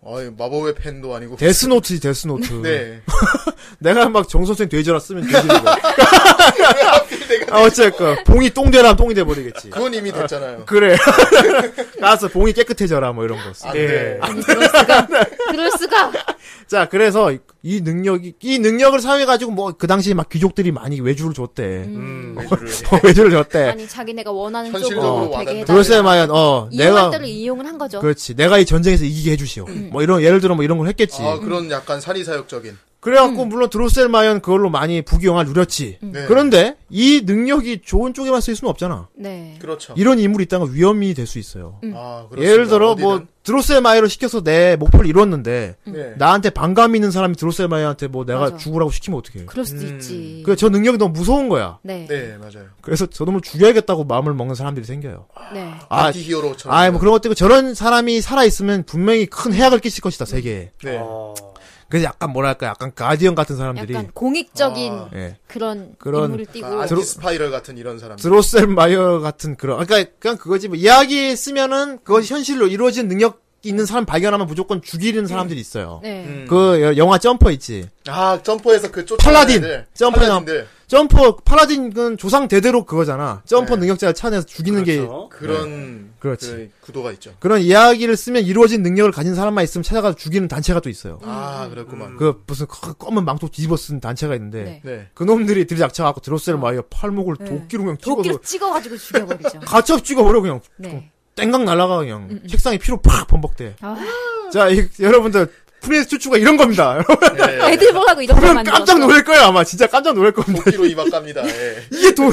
S2: 어이, 마법의 팬도 아니고.
S3: 데스노트지 데스노트
S2: 네.
S3: 내가 막 정선생 돼지라 쓰면 돼지는 거야 아, 어쨌건 봉이 똥 되라 하면 똥이 돼버리겠지
S2: 그건 이미 됐잖아요.
S3: 그래. 가서 봉이 깨끗해져라 뭐 이런 거.
S2: 안
S4: 예.
S2: 돼.
S8: 아니 그럴 수가. 그럴 수가.
S3: 자, 그래서 이 능력이 이 능력을 사용해 가지고 뭐 그 당시에 막 귀족들이 많이 외주를 줬대.
S4: 음.
S3: 어, 외주를 줬대.
S8: 아니 자기네가 원하는
S2: 현실적으로
S8: 쪽으로 되게
S2: 와닿는
S8: 해달라.
S3: 그럴세 마연 어, 내가 그
S8: 이용한 대로 이용을 음. 한 거죠.
S3: 그렇지. 내가 이 전쟁에서 이기게 해 주시오. 뭐 이런 예를 들어 뭐 이런 걸 했겠지.
S2: 아, 그런 약간 사리사욕적인.
S3: 그... 그래갖고
S8: 음.
S3: 물론 드로셀마연 그걸로 많이 북위 영화를 누렸지.
S2: 네.
S3: 그런데 이 능력이 좋은 쪽에만 쓰일 수는 없잖아.
S8: 네.
S2: 그렇죠.
S3: 이런 인물이 있다는 건 위험이 될 수
S8: 음.
S3: 있어요.
S2: 아, 그렇습니다.
S3: 예를 들어 뭐 음.
S2: 어디든.
S3: 드로셀마이어를 시켜서 내 목표를 이뤘는데
S8: 음.
S2: 네.
S3: 나한테 반감 있는 사람이 드로셀마이어한테 뭐 내가
S8: 맞아.
S3: 죽으라고 시키면 어떡해.
S8: 그럴 수도
S2: 음.
S8: 있지.
S3: 그저 능력이 너무 무서운 거야.
S8: 네. 네.
S2: 네, 맞아요.
S3: 그래서 저놈을 죽여야겠다고 마음을 먹는 사람들이 생겨요.
S8: 네.
S3: 아,
S2: 안티 히어로처럼.
S3: 아이 뭐 그런 것도 있고 저런 사람이 살아있으면 분명히 큰 해악을 끼칠
S8: 음.
S3: 것이다 세계에.
S2: 네.
S8: 아,
S4: 어,
S3: 그래서 약간 뭐랄까 약간 가디언 같은 사람들이
S8: 약간 공익적인
S2: 아.
S3: 예.
S8: 그런,
S3: 그런-
S8: 인물을 띄고.
S2: 아,
S3: 드로-
S2: 스파이럴 같은 이런 사람.
S3: 드로셀 마이어 같은 그런 그러니까 그냥 그거지 뭐 이야기 쓰면은 그것이 현실로 이루어진 능력 있는 사람 발견하면 무조건 죽이는 사람들이 있어요.
S8: 네.
S2: 음.
S3: 그 여- 영화 점퍼 있지.
S2: 아, 점퍼에서 그 쫓아.
S3: 팔라딘. 네. 점퍼
S2: 팔라딘들.
S3: 점퍼 파라딘은 조상 대대로 그거잖아. 점퍼
S2: 네.
S3: 능력자를 차내서 죽이는 게
S4: 그렇죠. 네.
S2: 그런
S3: 그렇지.
S2: 그 구도가 있죠.
S3: 그런 이야기를 쓰면 이루어진 능력을 가진 사람만 있으면 찾아가서 죽이는 단체가 또 있어요.
S4: 음.
S8: 음,
S2: 아, 그랬구만.
S3: 그 무슨 커- 검은 망토 뒤집어 쓴 단체가 있는데
S8: 네. 음.
S2: 네.
S3: 그놈들이 들이닥쳐갖고 드로셀 마이어 팔목을 도끼로 그냥 찍어서
S8: 도끼로 찍어가지고 죽여버리죠.
S3: 가첩 찍어버려 그냥
S8: 네.
S3: 땡강 날아가 그냥 책상에 피로 팍 범벅대.
S8: 음, 아.
S3: 자 이- 여러분들 프린스 추추가 이런 겁니다.
S2: 네.
S8: 애들 보라고 이런 걸
S3: 보면
S8: 만들었어.
S3: 깜짝 놀랄 거예요 아마 진짜 깜짝 놀랄 겁니다.
S2: 도끼로 이박 갑니다. 예.
S3: 이게 도,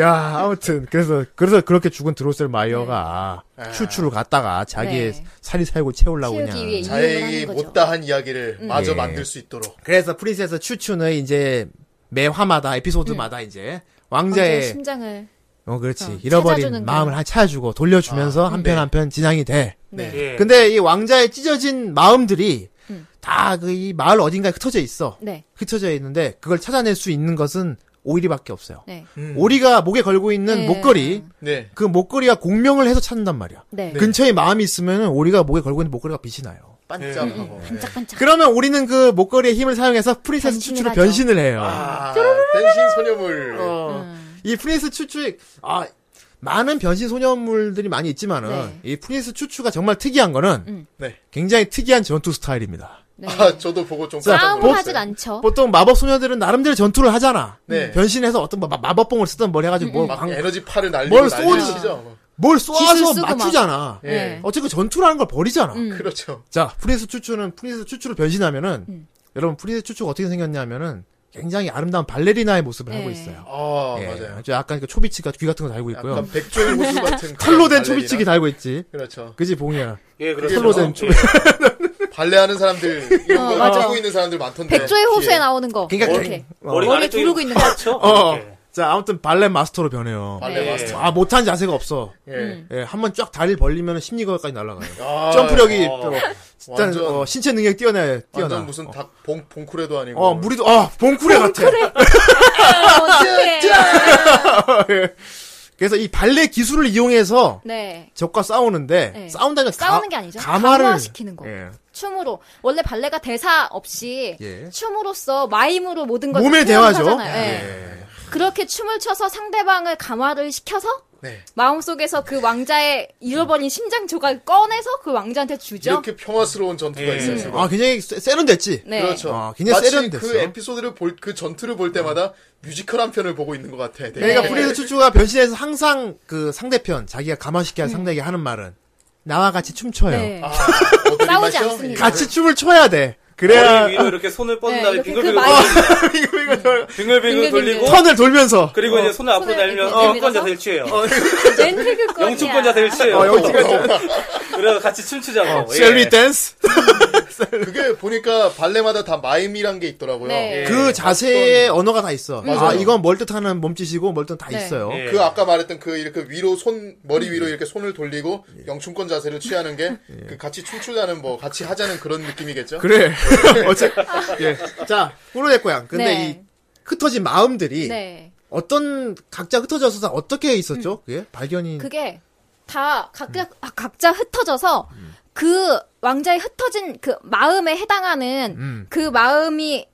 S3: 야 아무튼 그래서 그래서 그렇게 죽은 드로셀 마이어가
S2: 아.
S3: 추추를 갖다가 자기의
S8: 네.
S3: 살이 살고 채우려고
S8: 채우기
S3: 그냥.
S8: 위해. 이용을
S2: 자기
S8: 하는 거죠. 음.
S2: 못다한 이야기를 마저
S3: 예.
S2: 만들 수 있도록.
S3: 그래서 프린세스 추추는 이제 매 화마다 에피소드마다 이제
S8: 네. 왕자의
S3: 왕자의
S8: 심장을.
S3: 어 그렇지
S8: 어,
S3: 잃어버린
S8: 찾아주는
S3: 마음을 한 찾아주고 돌려주면서
S2: 아,
S3: 한 편
S2: 네.
S3: 한 편 진양이 돼.
S8: 네.
S4: 예.
S3: 근데 이 왕자의 찢어진 마음들이
S8: 음.
S3: 다 그 이 마을 어딘가에 흩어져 있어.
S8: 네.
S3: 흩어져 있는데 그걸 찾아낼 수 있는 것은 오리밖에 없어요.
S8: 네.
S2: 음.
S3: 오리가 목에 걸고 있는
S8: 네.
S3: 목걸이
S2: 네.
S3: 그 목걸이와 공명을 해서 찾는단 말이야.
S8: 네.
S3: 근처에 마음이 있으면 오리가 목에 걸고 있는 목걸이가 빛이 나요.
S2: 반짝하고.
S3: 음.
S8: 반짝반짝.
S3: 그러면 오리는 그 목걸이의 힘을 사용해서 프린세스
S8: 변신을
S3: 추추로
S8: 하죠.
S3: 변신을 해요.
S2: 아, 변신 소녀물.
S3: 어.
S8: 음.
S3: 이 프린스 추추의 아 많은 변신 소녀물들이 많이 있지만은
S8: 네.
S3: 이 프린스 추추가 정말 특이한 거는
S8: 음.
S2: 네.
S3: 굉장히 특이한 전투 스타일입니다.
S8: 네.
S2: 아, 저도 보고 좀 깜짝
S8: 싸움을
S2: 놀랐어요.
S8: 하질 않죠.
S3: 보통 마법 소녀들은 나름대로 전투를 하잖아.
S2: 네.
S3: 변신해서 어떤 마- 마법봉을 쓰던 뭘 해가지고 뭘,
S2: 막
S3: 광-
S2: 에너지 팔을 날리고
S3: 뭘
S2: 난리를
S8: 쏘는-
S2: 치죠. 뭐.
S3: 뭘
S8: 기술
S3: 쏘아서
S8: 음, 쓰고 막.
S3: 맞추잖아.
S2: 예.
S8: 네.
S3: 어쨌든 전투라는 걸 버리잖아.
S8: 음.
S2: 그렇죠.
S3: 자 프린스 추추는 프린스 추추로 변신하면은 여러분 프린스 추추가 어떻게 생겼냐면은 굉장히 아름다운 발레리나의 모습을
S8: 네.
S3: 하고 있어요.
S2: 아,
S3: 예.
S2: 맞아요.
S3: 아주 약간 그 초비치가 귀 같은 거 달고 있고요.
S2: 약간 백조의 모습 같은.
S3: 털로
S2: 그런
S3: 된 초비치기
S2: 발레리나.
S3: 달고 있지.
S2: 그렇죠.
S3: 그지 봉이야.
S4: 예,
S2: 그게
S4: 그렇죠.
S2: 뭐-
S4: 예.
S2: 발레하는 사람들, 이런
S8: 어,
S2: 거
S8: 맞아.
S2: 끼고 있는 사람들 많던데. 예.
S8: 백조의 호수에
S2: 뒤에.
S8: 나오는 거.
S3: 네. 그러니까
S8: 이렇게.
S4: 머리
S8: 머리 두르고 있는 거.
S4: 그렇죠.
S3: 어.
S4: 예.
S3: 자 아무튼 발레 마스터로 변해요.
S2: 발레
S4: 네.
S2: 마스터.
S3: 아 못한 자세가 없어.
S2: 예.
S3: 예, 한번 쫙 다리를 벌리면 심리거까지 날아가요.
S2: 아,
S3: 점프력이
S4: 어.
S3: 또 일단
S2: 완전-
S3: 어, 신체 능력 이 뛰어나요. 뛰어나.
S2: 완전 무슨 닭 봉, 봉쿠레도 아니고.
S3: 어 무리도 아 봉쿠레 같아. 그
S8: 어떡해.
S3: 예. 그래서 이 발레 기술을 이용해서
S8: 네.
S3: 적과 싸우는데
S8: 네.
S3: 싸운다는 건 가-
S8: 싸우는 게 아니죠.
S3: 가마를
S8: 강화시키는 거.
S3: 예.
S8: 춤으로 원래 발레가 대사 없이
S3: 예.
S8: 춤으로써 마임으로 모든 걸
S3: 몸의 대화죠.
S8: 예. 그렇게 춤을 춰서 상대방을 감화를 시켜서
S2: 네.
S8: 마음속에서 그 왕자의 잃어버린 심장 조각을 꺼내서 그 왕자한테 주죠.
S2: 이렇게 평화스러운 전투가
S4: 예.
S2: 있어요. 지금.
S3: 아 굉장히 세- 세련됐지.
S8: 네.
S2: 그렇죠.
S3: 아, 굉장히
S2: 마치
S3: 세련됐어.
S2: 그 에피소드를 볼, 그 전투를 볼 때마다 뮤지컬 한 편을 보고 있는 것 같아. 되게.
S3: 그러니까
S8: 네.
S3: 프리드 추추가 변신해서 항상 그 상대편 자기가 감화시켜야 할 상대에게 하는 말은 나와 같이 춤춰요.
S8: 음. 네.
S2: 아, 어들이
S8: 싸우지
S2: 마셔?
S8: 않습니다.
S3: 같이 춤을 춰야 돼.
S4: 머리
S3: 그래야
S4: 위로 어, 이렇게 손을 뻗은
S8: 네,
S4: 다음에
S8: 이렇게 그
S4: 빙글빙글
S8: 마이-
S3: 빙글빙글 돌-
S4: 빙글빙글
S8: 빙글빙글.
S4: 돌리고
S3: 턴을 돌면서
S4: 그리고 이제 손을 앞으로
S8: 손을
S4: 날면
S8: 이렇게
S4: 어,
S8: 내밀어서?
S4: 권자될 취해요.
S8: 렌트그거야.
S4: 영춘권 자세를 취해요.
S3: 어, 영춘권 어,
S4: 그래서 같이 춤추자고. 예.
S3: 셀리 댄스
S2: 그게 보니까 발레마다 다 마임이란 게 있더라고요. 예.
S8: 네.
S3: 그 자세의 언어가 다 있어. 아
S2: 맞아요.
S3: 이건 뭘 뜻하는 몸짓이고 뭘 뜻은 다
S8: 네.
S3: 있어요.
S4: 예.
S2: 그 아까 말했던 그 이렇게 위로 손 머리
S3: 음.
S2: 위로 이렇게 손을 돌리고
S3: 예.
S2: 영춘권 자세를 취하는 게 그 같이 춤추자는 뭐 같이 하자는 그런 느낌이겠죠.
S3: 그래. 어째 예. 자 후로의 고양. 근데
S8: 네.
S3: 이 흩어진 마음들이
S8: 네.
S3: 어떤 각자 흩어져서 다 어떻게 있었죠? 그게 발견이
S8: 음. 그게 다 각자 아, 각자 흩어져서 그 왕자의 흩어진 그 마음에 해당하는
S3: 음.
S8: 그 마음이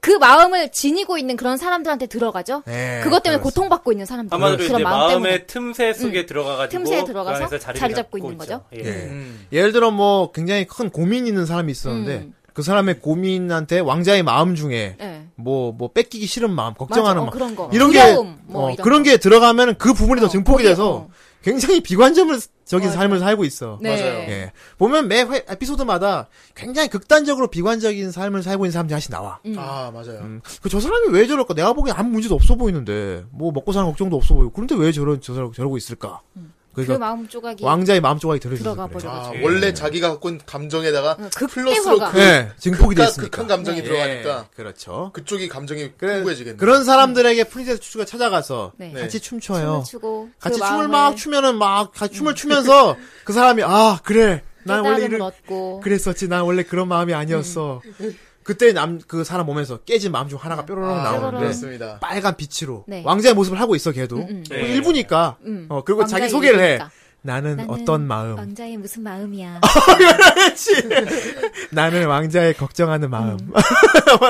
S8: 그 마음을 지니고 있는 그런 사람들한테 들어가죠.
S3: 네,
S8: 그것 때문에
S3: 그렇습니다.
S8: 고통받고 있는 사람들
S4: 아마도 이제
S8: 그런 마음 때문에
S4: 마음의 틈새 속에 들어가가지고
S8: 틈새에 들어가서
S4: 그 안에서
S8: 자리 잡고 있는 거죠.
S4: 있죠.
S3: 예.
S4: 예.
S3: 예를 들어 뭐 굉장히 큰 고민 있는 사람이 있었는데
S8: 음.
S3: 그 사람의 고민한테 왕자의 마음 중에
S8: 예.
S3: 뭐 뭐 뺏기기 싫은 마음, 걱정하는
S8: 맞아. 어,
S3: 마음
S8: 그런 거.
S3: 이런 게
S8: 두려움, 뭐
S3: 어,
S8: 이런
S3: 그런
S8: 거.
S3: 게 들어가면 그 부분이 더
S8: 어,
S3: 증폭이
S8: 거기,
S3: 돼서
S8: 어.
S3: 굉장히 비관점을 저기
S8: 맞아요.
S3: 삶을 살고 있어.
S8: 네.
S2: 맞아요.
S3: 예. 보면 매 회- 에피소드마다 굉장히 극단적으로 비관적인 삶을 살고 있는 사람들이 하나씩 나와.
S8: 음.
S2: 아 맞아요.
S3: 그 저 사람이 왜 저럴까? 내가 보기엔 아무 문제도 없어 보이는데 뭐 먹고 사는 걱정도 없어 보이고 그런데 왜 저런 저 사람 저러고 있을까?
S8: 그
S3: 그러니까
S8: 마음 조각이
S3: 왕자의 마음 조각이 들어있어.
S8: 들어가 버려.
S2: 아,
S4: 예.
S2: 원래 자기가 갖고 있는 감정에다가 플러스로
S8: 어, 극대화가.
S2: 그
S3: 예, 증폭이 돼
S2: 극과
S3: 있으니까.
S2: 극한 감정이
S3: 예,
S2: 들어가니까 음.
S3: 그렇죠.
S2: 그쪽이 감정이
S3: 그래,
S2: 풍부해지겠네.
S3: 그런 사람들에게 프린세스 추추가 찾아가서
S8: 네.
S3: 같이
S8: 춤을
S3: 춤춰요.
S8: 추고
S3: 같이
S8: 그
S3: 춤을
S8: 마음을 음.
S3: 막 추면은 막 같이 춤을 추면서 그 사람이 아 그래 난 원래
S8: 깨달음을
S3: 이런
S8: 얻고
S3: 그랬었지 난 원래 그런 마음이 아니었어. 그때 남 그 사람 몸에서 깨진 마음 중 하나가 뾰로롱
S2: 아,
S3: 나오는데
S2: 그렇습니다.
S3: 빨간 빛으로
S8: 네.
S3: 왕자의 모습을 하고 있어 걔도
S8: 음, 음.
S3: 뭐
S4: 네.
S3: 일부니까
S8: 음.
S3: 어 그리고
S8: 왕자의
S3: 자기 소개를 해
S8: 일부니까.
S3: 나는,
S6: 나는
S3: 어떤 마음
S6: 왕자의 무슨 마음이야.
S3: 나는 왕자의 걱정하는 마음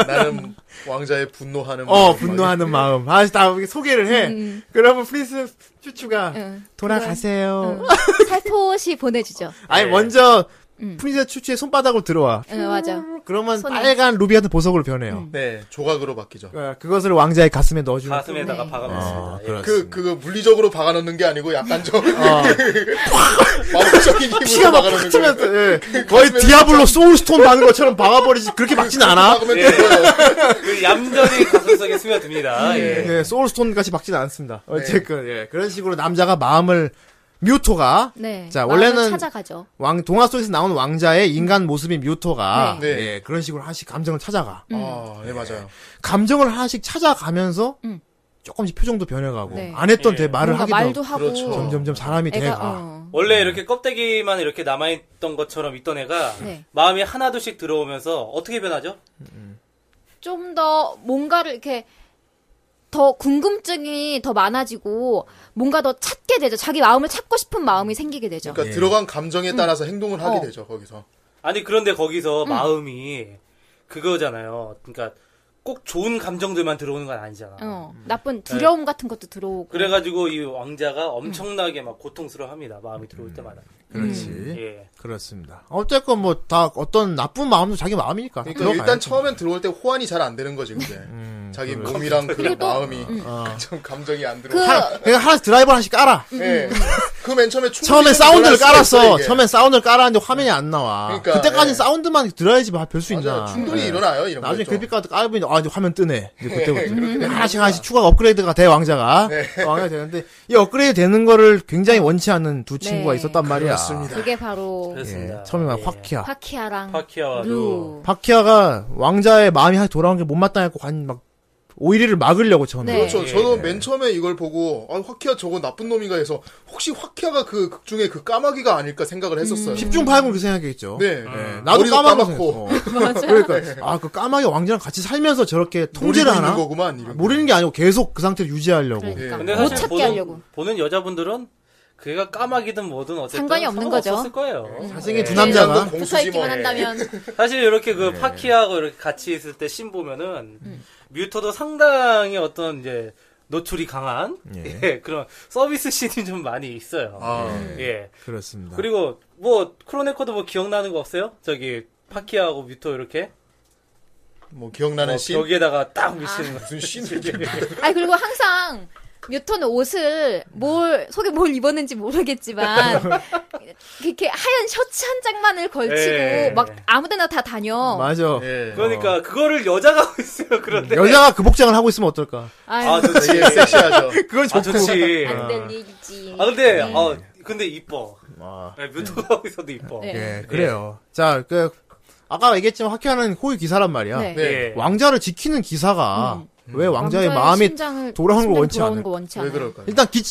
S2: 나는 왕자의 분노하는
S3: 어
S2: 마음.
S3: 분노하는 마음 아다 소개를 해 그러면 프린스 츄츄가
S8: 음, 응.
S3: 돌아가세요
S8: 어, 살포시 보내주죠.
S3: 아니
S4: 네.
S3: 먼저
S8: 음.
S3: 프린스 츄츄의 손바닥으로 들어와
S8: 응, 예, 맞아.
S3: 그러면
S8: 손에.
S3: 빨간 루비 같은 보석으로 변해요
S2: 네 조각으로 바뀌죠.
S3: 어, 그것을 왕자의 가슴에 넣어주는
S4: 가슴에다가 박아놨습니다. 예.
S2: 그,
S3: 그,
S2: 그거 물리적으로 박아놓는 게 아니고 약간 좀
S3: 어.
S2: 마법적인
S3: 피가
S2: 힘으로
S3: 막
S2: 박아놓는 거예요.
S3: 튀면서 예. 거의 디아블로 소울스톤 박는 것처럼 박아버리지 그렇게 박진 않아
S2: 박으면
S4: 예.
S2: 되고요.
S4: 그 얌전히 가슴속에
S8: 아,
S4: 스며듭니다. 예.
S3: 예, 소울스톤 같이 박지는 않습니다.
S8: 네.
S3: 어쨌든 예, 그런 식으로 남자가 마음을 뮤토가
S8: 네.
S3: 자,
S8: 마음을
S3: 원래는-
S8: 찾아가죠.
S3: 왕 동화 속에서 나온 왕자의 인간 모습인 뮤토가
S2: 네. 네.
S3: 예, 그런 식으로 하나씩 감정을 찾아가
S8: 음.
S3: 어,
S2: 아, 네 맞아요.
S3: 예. 감정을 하나씩 찾아가면서
S8: 음.
S3: 조금씩 표정도 변해가고
S8: 네.
S3: 안 했던
S4: 예.
S3: 대 말을
S8: 뭔가
S3: 하기도
S8: 말도
S3: 하고
S8: 하고
S2: 그렇죠.
S3: 점점점 사람이
S8: 애가
S3: 돼가
S8: 어.
S4: 원래 이렇게 껍데기만 이렇게 남아있던 것처럼 있던 애가
S8: 네.
S4: 마음이 하나둘씩 들어오면서 어떻게 변하죠?
S8: 좀 더 뭔가를 이렇게 더 궁금증이 더 많아지고 뭔가 더 찾게 되죠. 자기 마음을 찾고 싶은 마음이 생기게 되죠.
S3: 예.
S2: 그러니까 들어간 감정에 따라서 행동을 하게
S8: 어.
S2: 되죠 거기서.
S4: 아니 그런데 거기서 마음이 그거잖아요. 그러니까 꼭 좋은 감정들만 들어오는 건 아니잖아.
S8: 어, 나쁜 두려움 같은 것도 들어오고.
S4: 그래가지고 이 왕자가
S8: 음.
S4: 엄청나게 막 고통스러워합니다. 마음이 들어올 때마다.
S3: 그렇지
S4: 예.
S3: 그렇습니다. 어쨌건 뭐 다 어떤 나쁜 마음도 자기 마음이니까
S2: 그러니까
S3: 들어가요.
S2: 일단 처음엔 들어올 때 호환이 잘 안 되는 거지 근데
S3: 음,
S2: 자기 몸이랑 그
S8: 그리고 또-
S2: 마음이
S3: 어.
S2: 좀 감정이 안 들어.
S8: 그 음,
S3: 하나, 그러니까 하나 드라이버 하나씩 깔아.
S2: 예. 그맨 처음에 충분히
S3: 처음에
S2: 좀
S3: 사운드를
S2: 놀랄 수가 있어요,
S3: 깔았어.
S2: 이게.
S3: 처음엔 사운드를 깔았는데 화면이 안 나와.
S2: 그러니까,
S3: 그때까지
S2: 예.
S3: 사운드만 들어야지 별수 있나.
S2: 맞아요. 충돌이
S3: 예.
S2: 일어나요 이런 거.
S3: 나중에 그래픽카드 깔면 아 이제 화면 뜨네. 이제 그때부터
S2: 예, 그렇게 되는 네.
S3: 하나씩 하나씩 추가 업그레이드가 돼 왕자가 어, 왕자가 되는데 이 업그레이드 되는 거를 굉장히 원치 않는 두 친구가
S8: 네.
S3: 있었단 말이야.
S2: 그렇습니다.
S8: 그게 바로
S4: 그렇습니다.
S3: 예, 처음에 막
S4: 예.
S3: 화키아.
S8: 파키아랑
S4: 파키아와도
S8: 루.
S3: 파키아가 왕자의 마음이 하나 돌아온 게 못마땅했고 관막 오이리를 막으려고 처음에.
S8: 네.
S2: 그렇죠.
S4: 예.
S2: 저도 맨 처음에 이걸 보고 아, 화키아 저거 나쁜 놈인가 해서 혹시 화키아가 그 극중에 그 까마귀가 아닐까 생각을 했었어요.
S8: 음.
S3: 10중 8군 그렇게 생각했죠.
S2: 네.
S3: 예, 나도
S2: 나도
S3: 까맣고.
S2: 까맣고 어.
S3: 그러니까 아 그 까마귀 왕자랑 같이 살면서 저렇게 통제를
S2: 노리고 있는
S3: 하나?
S2: 거구만. 이런 거.
S3: 모르는 게 아니고 계속 그 상태를 유지하려고.
S8: 그러니까
S2: 예.
S4: 근데
S8: 못
S4: 사실
S8: 찾게
S4: 보는,
S8: 하려고.
S4: 보는 여자분들은 그 애가 까마귀든 뭐든 어쨌든
S8: 상관이 없는
S4: 상관없었을 거예요.
S3: 자생의 두
S4: 예.
S3: 네, 남자가
S2: 그냥 그
S8: 네, 붙어
S2: 공수지 뭐.
S8: 있기만 한다면
S4: 사실 이렇게
S2: 네.
S4: 그 파키하고 이렇게 같이 있을 때 씬 보면은 뮤터도 상당히 어떤 이제 노출이 강한
S3: 예.
S4: 예, 그런 서비스 씬이 좀 많이 있어요.
S2: 아,
S4: 예.
S3: 그렇습니다.
S4: 그리고 뭐 크로네코도 뭐 기억나는 거 없어요? 저기 파키하고 뮤터 이렇게
S2: 뭐 기억나는
S4: 뭐
S2: 씬.
S4: 벽에다가 딱 미치는 거.
S2: 무슨 씬을
S8: 아니 그리고 항상 뮤턴 옷을 뭘 속에 뭘 입었는지 모르겠지만 이렇게 하얀 셔츠 한 장만을 걸치고
S4: 예.
S8: 막 아무데나 다 다녀.
S3: 맞아.
S2: 예.
S4: 그러니까 그거를 여자가 하고 있어요. 그런데
S3: 여자가 그 복장을 하고 있으면 어떨까?
S8: 아유,
S4: 아 좋지.
S2: 되게 섹시하죠.
S3: 그건
S4: 아 좋지.
S8: 안 들리지.
S4: 아 근데
S2: 네.
S4: 어 근데 이뻐.
S3: 아,
S4: 예, 뮤터가 하고 있어도 이뻐.
S8: 네.
S3: 예, 그래요. 자, 그 아까 얘기했지만 화쾌하는 호위 기사란 말이야.
S8: 네.
S2: 네.
S4: 예.
S3: 왕자를 지키는 기사가 왜 왕자의, 마음이
S8: 심장을
S3: 돌아오는 걸 원치
S8: 심장이 돌아오는
S3: 않아요.
S8: 걸 원치
S2: 왜
S8: 않아요.
S2: 그럴까요?
S3: 일단 기,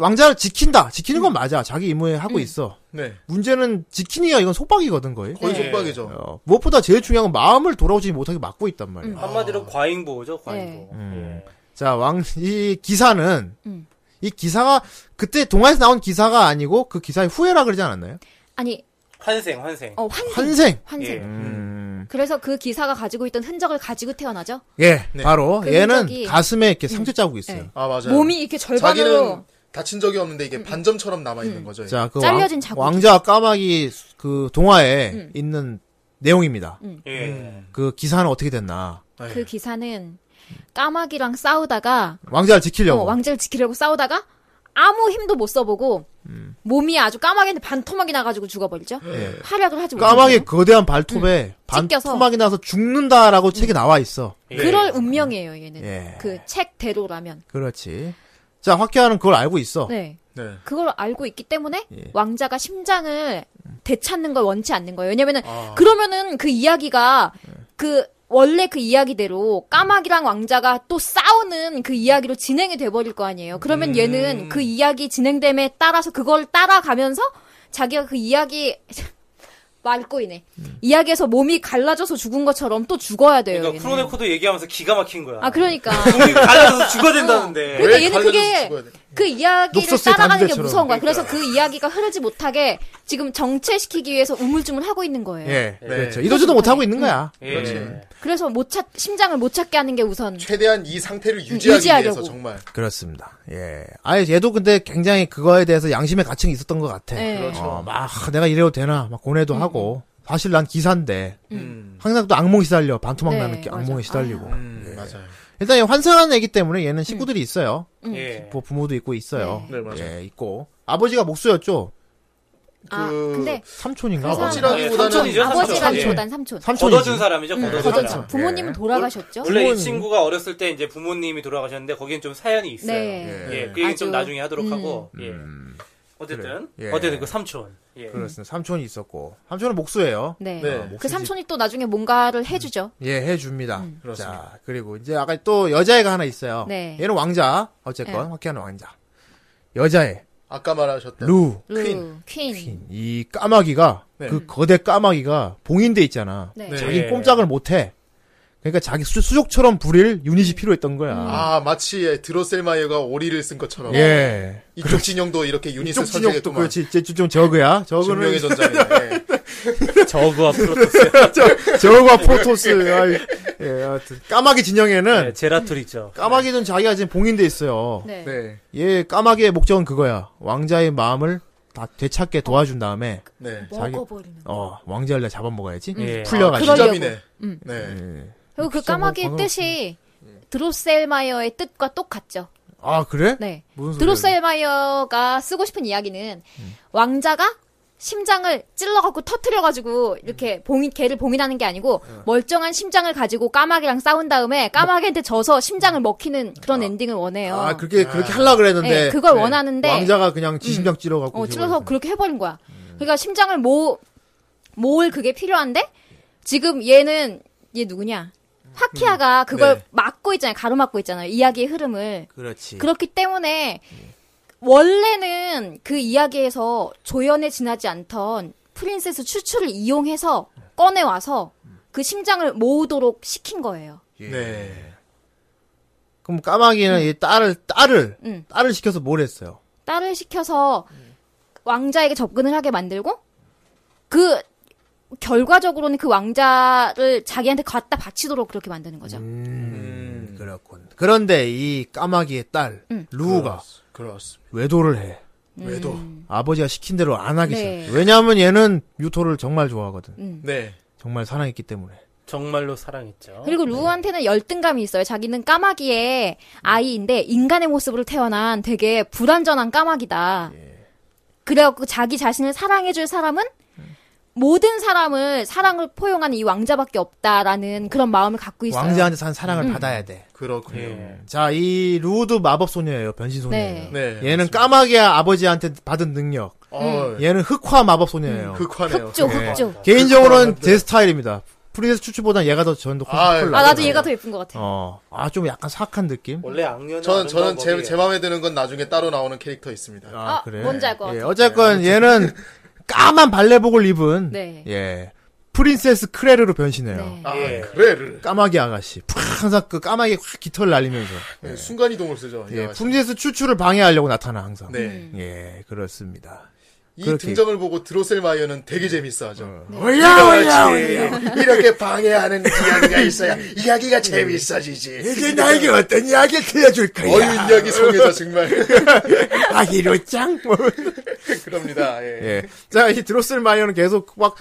S3: 왕자를 지킨다. 지키는 건 맞아. 자기 임무에 하고 있어.
S2: 네.
S3: 문제는 지키니가 이건 속박이거든 거의.
S2: 거의
S8: 예.
S4: 네.
S2: 속박이죠.
S3: 어, 무엇보다 제일 중요한 건 마음을 돌아오지 못하게 막고 있단
S4: 음.
S3: 말이야.
S2: 아.
S4: 한마디로 과잉보호죠. 과잉보호.
S3: 음.
S4: 예.
S3: 자, 왕, 이 기사는,
S8: 음.
S3: 이 기사가, 그때 동화에서 나온 기사가 아니고, 그 기사의 후예라 그러지 않았나요?
S8: 아니
S4: 환생 환생.
S8: 어, 환생.
S3: 환생!
S8: 환생.
S4: 예.
S3: 음.
S8: 그래서 그 기사가 가지고 있던 흔적을 가지고 태어나죠.
S3: 예, 바로,
S8: 그
S3: 얘는
S8: 흔적이-
S3: 가슴에 이렇게 상처 자국이 있어요.
S8: 네.
S2: 아 맞아요.
S8: 몸이 음. 이렇게 절반으로
S2: 자기는 다친 적이 없는데 이게 반점처럼 남아 있는 거죠.
S3: 자, 그
S8: 네. 잘려진 자국이.
S3: 왕, 자와 까마귀 그 동화에
S8: 음.
S3: 있는 내용입니다.
S4: 예.
S3: 그 기사는 어떻게 됐나.
S8: 그 기사는 까마귀랑 싸우다가
S3: 왕자를
S8: 어,
S3: 지키려고.
S8: 왕자를 지키려고 싸우다가 아무 힘도 못 써보고 몸이 아주 까마귀한테 반토막이 나가지고 죽어버리죠. 활약을 하지 못하고
S3: 예. 까마귀 거대한 발톱에
S8: 음. 찢겨서. 음.
S3: 반토막이 나서 죽는다라고 책에 나와 있어.
S4: 예.
S8: 그럴 운명이에요 얘는.
S3: 예.
S8: 그 책대로라면.
S3: 그렇지. 자, 화쾌아는 그걸 알고 있어.
S8: 네.
S2: 네.
S8: 그걸 알고 있기 때문에
S3: 예.
S8: 왕자가 심장을 되찾는 걸 원치 않는 거예요. 왜냐면은 그러면은 그 이야기가 그 원래 그 이야기대로 까마귀랑 왕자가 또 싸우는 그 이야기로 진행이 돼버릴 거 아니에요. 그러면 얘는 그 이야기 진행됨에 따라서 그걸 따라가면서 자기가 그 이야기 말 꼬이네. 이야기에서 몸이 갈라져서 죽은 것처럼 또 죽어야 돼요.
S4: 그러니까
S8: 얘는.
S4: 크로네코도 얘기하면서 기가 막힌 거야.
S8: 아 그러니까.
S4: 몸이 갈라져서 죽어야 된다는데.
S8: 그러니까
S2: 왜
S8: 얘는
S2: 갈라져서
S8: 그게
S2: 죽어야 돼?
S8: 그 이야기를
S3: 녹소스의
S8: 따라가는 게
S3: 단대처럼.
S8: 무서운 거야. 그래서 그 이야기가 흐르지 못하게 지금 정체시키기 위해서 우물쭈물 하고 있는 거예요.
S3: 예. 그렇죠. 이러지도 못하고
S8: 음.
S3: 있는 거야.
S4: 예.
S8: 그래서 못 찾, 심장을 못 찾게 하는 게 우선.
S2: 최대한 이 상태를 유지하기
S8: 음, 유지하려고.
S2: 위해서 정말
S3: 그렇습니다. 예. 아예 얘도 근데 굉장히 그거에 대해서 양심의 가책이 있었던 것 같아.
S8: 예. 그렇죠.
S3: 어, 막 하, 내가 이래도 되나 막 고뇌도
S8: 음,
S3: 하고 사실 난 기사인데
S2: 음,
S3: 항상 또 악몽이 시달려 반토막
S8: 네,
S3: 나는 게 악몽에
S8: 맞아.
S3: 시달리고
S2: 음, 맞아요.
S3: 일단 얘 환생하는 애기 때문에 얘는 식구들이 있어요.
S8: 음.
S4: 예.
S3: 부- 부모도 있고 있어요.
S2: 네. 네, 맞아요.
S3: 예, 있고 아버지가 목수였죠.
S8: 아,
S2: 그-
S8: 근데
S3: 삼촌인가?
S8: 그 사람-
S3: 아버지랑
S2: 아버지라기보다는
S4: 삼촌이죠,
S8: 아버지가
S4: 삼촌.
S8: 보단 삼촌.
S3: 삼촌이지.
S4: 얻어준 사람이죠.
S8: 음,
S4: 얻어준 사람.
S8: 거저 부모님은 돌아가셨죠?
S4: 원래 이
S3: 부모님.
S4: 친구가 어렸을 때 이제 부모님이 돌아가셨는데 거기엔 좀 사연이 있어요.
S8: 네.
S4: 예, 그 얘기는 좀
S8: 아주-
S4: 나중에 하도록
S8: 음.
S4: 하고. 예.
S3: 음,
S4: 어쨌든
S3: 그래요. 예.
S4: 어쨌든 그 삼촌. 예.
S3: 그렇습니다. 삼촌이 있었고 삼촌은 목수예요.
S8: 네.
S2: 네.
S3: 어, 목수지.
S8: 그 삼촌이 또 나중에 뭔가를 해주죠.
S3: 예, 해줍니다.
S2: 그렇습니다.
S3: 자, 그리고 이제 아까 또 여자애가 하나 있어요.
S8: 음. 네.
S3: 얘는 왕자. 어쨌건 화쾌하는 왕자.
S2: 네.
S3: 여자애
S2: 아까 말하셨던
S3: 루.
S8: 루,
S2: 퀸.
S8: 그 퀸.
S3: 이 까마귀가
S2: 네.
S3: 그 거대 까마귀가 봉인돼 있잖아.
S8: 네.
S2: 네.
S3: 자기
S4: 예.
S3: 꼼짝을 못해. 그러니까 자기 수, 수족처럼 부릴
S8: 네.
S3: 유닛이 필요했던 거야.
S8: 음.
S2: 아 마치 드로셀마이어가 오리를 쓴 것처럼
S3: 예.
S2: 이쪽 진영도 이렇게 유닛을
S3: 이쪽 진영도
S2: 설정했구만.
S3: 그렇지. 이제 좀 저그야. 저그는
S2: 증명의 전장이네. 예.
S4: 저그와 프로토스.
S3: 저그와 프로토스. 아이, 예, 하여튼 까마귀 진영에는
S4: 네, 제라툴이죠.
S3: 까마귀는 자기가 지금 봉인돼 있어요.
S8: 네.
S2: 네,
S3: 얘 예, 까마귀의 목적은 그거야. 왕자의 마음을 다 되찾게 도와준 다음에
S2: 네.
S3: 자기-
S8: 어, 먹어버리는.
S3: 어 왕자를 내가 잡아먹어야지.
S4: 예.
S3: 풀려가지고.
S8: 그러려고.
S2: 시점이네.
S8: 음.
S2: 네.
S3: 예.
S8: 그리고 그
S3: 진짜 뭐
S8: 까마귀의
S3: 방금-
S8: 뜻이 드로셀마이어의 뜻과 똑같죠.
S3: 아 그래?
S8: 네.
S3: 무슨 음. 소리야,
S8: 드로셀마이어가 쓰고 싶은 이야기는 왕자가 심장을 찔러갖고 터트려가지고 이렇게 봉인 개를 봉인하는 게 아니고
S3: 네.
S8: 멀쩡한 심장을 가지고 까마귀랑 싸운 다음에 까마귀한테 져서 심장을 먹히는 그런 엔딩을 원해요.
S3: 음. 아 그렇게 그렇게 하려 그랬는데
S8: 네, 그걸 원하는데
S3: 왕자가 그냥 지심장 찔러갖고
S8: 어, 찔러서 그렇게 해버린 거야.
S3: 음.
S8: 그러니까 심장을 모 모을 그게 필요한데 지금 얘는 얘 누구냐?
S3: 음.
S8: 파키아가 그걸
S2: 네.
S8: 막고 있잖아요. 가로막고 있잖아요. 이야기의 흐름을.
S3: 그렇지.
S8: 그렇기 때문에 원래는 그 이야기에서 조연에 지나지 않던 프린세스 추추를 이용해서 꺼내와서 그 심장을 모으도록 시킨 거예요.
S2: 네.
S3: 그럼 까마귀는
S8: 음.
S3: 이 딸을 딸을
S8: 응.
S3: 딸을 시켜서 뭘 했어요?
S8: 딸을 시켜서 왕자에게 접근을 하게 만들고 그 결과적으로는 그 왕자를 자기한테 갖다 바치도록 그렇게 만드는 거죠.
S3: 음, 그렇군. 음. 그런데 이 까마귀의 딸
S8: 응.
S3: 루우가
S2: 그렇습니다.
S3: 외도를 해.
S2: 외도.
S8: 음.
S3: 아버지가 시킨 대로 안 하기
S8: 네.
S3: 싫어. 왜냐하면 얘는 유토를 정말 좋아하거든.
S2: 네.
S3: 정말 사랑했기 때문에.
S4: 정말로
S3: 어?
S4: 사랑했죠.
S8: 그리고
S3: 네.
S8: 루한테는 열등감이 있어요. 자기는 까마귀의 아이인데 인간의 모습으로 태어난 되게 불완전한 까마귀다.
S3: 예.
S8: 그래갖고 자기 자신을 사랑해줄 사람은 모든 사람을 사랑을 포용하는 이 왕자밖에 없다라는 그런 마음을 갖고 있어요. 음.
S3: 왕자한테 산 사랑을 받아야 돼.
S2: 그렇군요.
S4: 예.
S3: 자, 이 루우도 마법 소녀예요. 변신
S8: 네.
S3: 소녀예요.
S2: 네.
S3: 얘는 까마귀의 아버지한테 받은 능력.
S2: 어,
S8: 음.
S2: 예.
S3: 얘는 흑화 마법
S2: 음,
S3: 소녀예요.
S2: 극화네요.
S8: 흑조,
S3: 네.
S8: 흑조.
S3: 개인적으로는 제 스타일입니다. 프린세스 추추보단 얘가 더 저는 더
S2: 아,
S3: 훨씬 콜라.
S8: 아, 나도 얘가 더 예쁜 것 같아.
S3: 네. 어, 아 좀 약간 사악한 느낌.
S4: 원래 악녀는
S2: 저는 저는
S4: 아름다운
S3: 예.
S2: 제, 제 마음에 드는 건 나중에 따로 나오는 캐릭터 있습니다.
S3: 아,
S8: 아, 뭔지 알것 같아.
S3: 예, 어쨌건 얘는 까만 발레복을 입은
S8: 네.
S3: 예 프린세스 크레르로 변신해요.
S8: 네.
S2: 아,
S4: 예.
S2: 그래를
S3: 까마귀 아가씨. 팍, 항상 그 까마귀 확 깃털 날리면서. 예.
S2: 순간 이동을 쓰죠. 이
S3: 예,
S2: 아가씨.
S3: 프린세스 추추를 방해하려고 나타나 항상.
S2: 네.
S8: 음.
S3: 예, 그렇습니다.
S2: 이
S3: 그렇게. 음.
S2: 등장을 보고 드로셀마이어는 되게 재밌어하죠.
S3: 올라
S2: 이렇게 방해하는 이야기가 있어야
S3: 예.
S2: 이야기가 재밌어지지.
S3: 이제 나에게 어떤 이야기를 들려줄
S2: 어유 이야기 속에서 정말
S3: 아, 히로짱?
S2: 그럽니다. 예.
S3: 예. 자, 이 드로셀 마이어는 계속 막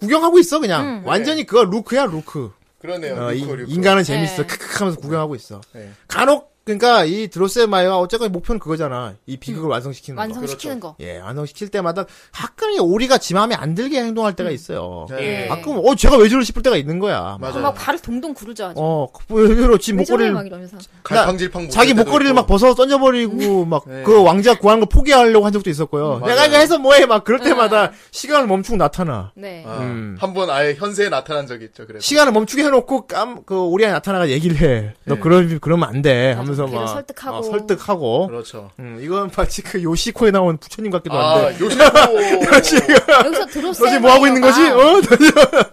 S3: 구경하고 있어, 그냥. 완전히 그거 루크야, 루크.
S2: 그러네요.
S3: 어, 이-
S2: 루코, 루코.
S3: 인간은 재밌어. 크크 하면서 구경하고 있어.
S2: 네.
S3: 간혹 그러니까 이 드로스의 마이와 어쨌건 목표는 그거잖아. 이 비극을 완성시키는 거.
S8: 완성시키는 거.
S3: 예, 완성시킬 때마다 가끔 이 오리가 지 마음에 안 들게 행동할 때가 있어요.
S2: 네.
S8: 예.
S3: 가끔 어 제가 왜 저러 싶을 때가 있는 거야.
S2: 맞아요.
S8: 막 발을 동동 구르죠. 아주.
S3: 네. 어, 의외로 지
S8: 왜 저래? 막
S3: 목걸이를
S8: 이러면서.
S2: 갈팡질팡 못
S3: 자기
S2: 할 때도
S3: 목걸이를
S2: 있고.
S3: 막 벗어 던져버리고 막 그
S2: 네.
S3: 왕자 구하는 거 포기하려고 한 적도 있었고요.
S2: 음,
S3: 내가
S2: 맞아요.
S3: 이거 해서 뭐해 막 그럴 때마다 시간을 멈추고 나타나.
S8: 네.
S2: 아,
S3: 음.
S2: 한번 아예 현세에 나타난 적이 있죠. 그래서
S3: 시간을 멈추게 해놓고 깜그 오리야 나타나가 얘기를 해. 너 그런 그러면 안 돼. 하면서
S8: 걔를
S3: 막
S8: 설득하고.
S3: 어, 설득하고.
S2: 그렇죠.
S3: 음, 이건 마치 그 요시코에 나온 부처님 같기도
S2: 아,
S3: 한데.
S2: 요시코.
S8: 여기서 드로스.
S3: 너 지금 뭐 하고 있는 거지?
S2: 아,
S3: 어?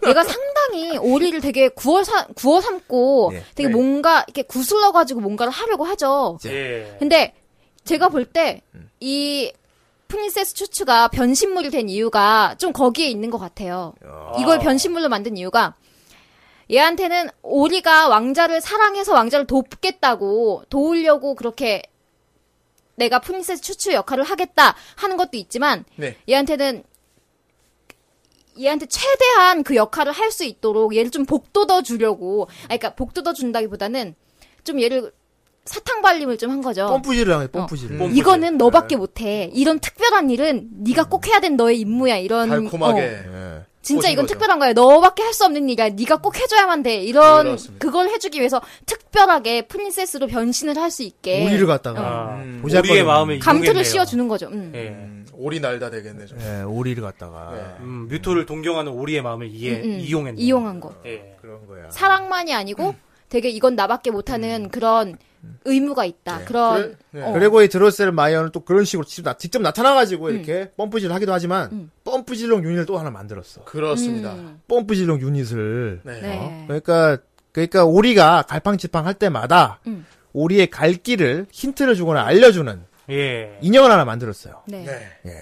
S8: 얘가 상당히 오리를 되게 구워 삼 구워 삼고
S3: 예.
S8: 되게
S2: 네.
S8: 뭔가 이렇게 구슬러 가지고 뭔가를 하려고 하죠.
S4: 예.
S8: 근데 제가 볼 때 이 프린세스 추추가 변신물이 된 이유가 좀 거기에 있는 것 같아요. 이걸 변신물로 만든 이유가 얘한테는 오리가 왕자를 사랑해서 왕자를 돕겠다고 도우려고 그렇게 내가 프린세스 추추 역할을 하겠다 하는 것도 있지만
S2: 네.
S8: 얘한테는 얘한테 최대한 그 역할을 할 수 있도록 얘를 좀 복돋아 주려고 아 그러니까 복돋아 준다기보다는 좀 얘를 사탕 발림을 좀 한
S2: 아.
S8: 거죠.
S3: 펌프질을
S2: 어.
S3: 하네, 펌프질.
S4: 음.
S8: 이거는
S2: 네.
S8: 너밖에 못해. 이런 특별한 일은 네가 꼭 해야 된 너의 임무야. 이런 어,
S2: 음. 달콤하게.
S3: 예.
S8: 진짜
S2: 꼬신
S8: 이건
S2: 거죠.
S8: 특별한 거야. 너밖에 할 수 없는 일이야. 네가 꼭 해줘야만 돼. 이런
S2: 네, 그렇습니다.
S8: 그걸 해주기 위해서 특별하게 프린세스로 변신을 할 수 있게
S3: 예. 오리를 갖다가.
S4: 아,
S2: 음,
S4: 우리의
S3: 어. 보잘것없는.
S4: 마음에
S8: 어. 감투를
S4: 이용했네요.
S8: 씌워주는 거죠. 음.
S4: 예.
S2: 음, 오리 날다 되겠네. 좀.
S3: 예, 오리를 갖다가.
S2: 네.
S4: 음, 뮤토를 동경하는 오리의 마음을 이해,
S8: 음, 음.
S4: 이용했네요.
S8: 이용한 거.
S4: 예.
S3: 그런 거야.
S8: 사랑만이 아니고 되게 이건 나밖에 못하는 그런 의무가 있다. 그런
S2: 그래?
S8: 어.
S3: 네. 그리고 이 드로셀 마이어는 또 그런 식으로 직접, 나, 직접 나타나가지고 이렇게 펌프질을 하기도 하지만,
S8: 음.
S3: 펌프질용 유닛을 또 하나 만들었어.
S2: 그렇습니다.
S8: 음.
S3: 펌프질용 유닛을.
S2: 네.
S8: 네.
S3: 어? 그러니까, 그러니까 오리가 갈팡질팡 할 때마다,
S8: 음.
S3: 오리의 갈 길을 힌트를 주거나 알려주는
S4: 예.
S3: 인형을 하나 만들었어요.
S8: 네. 네.
S2: 네.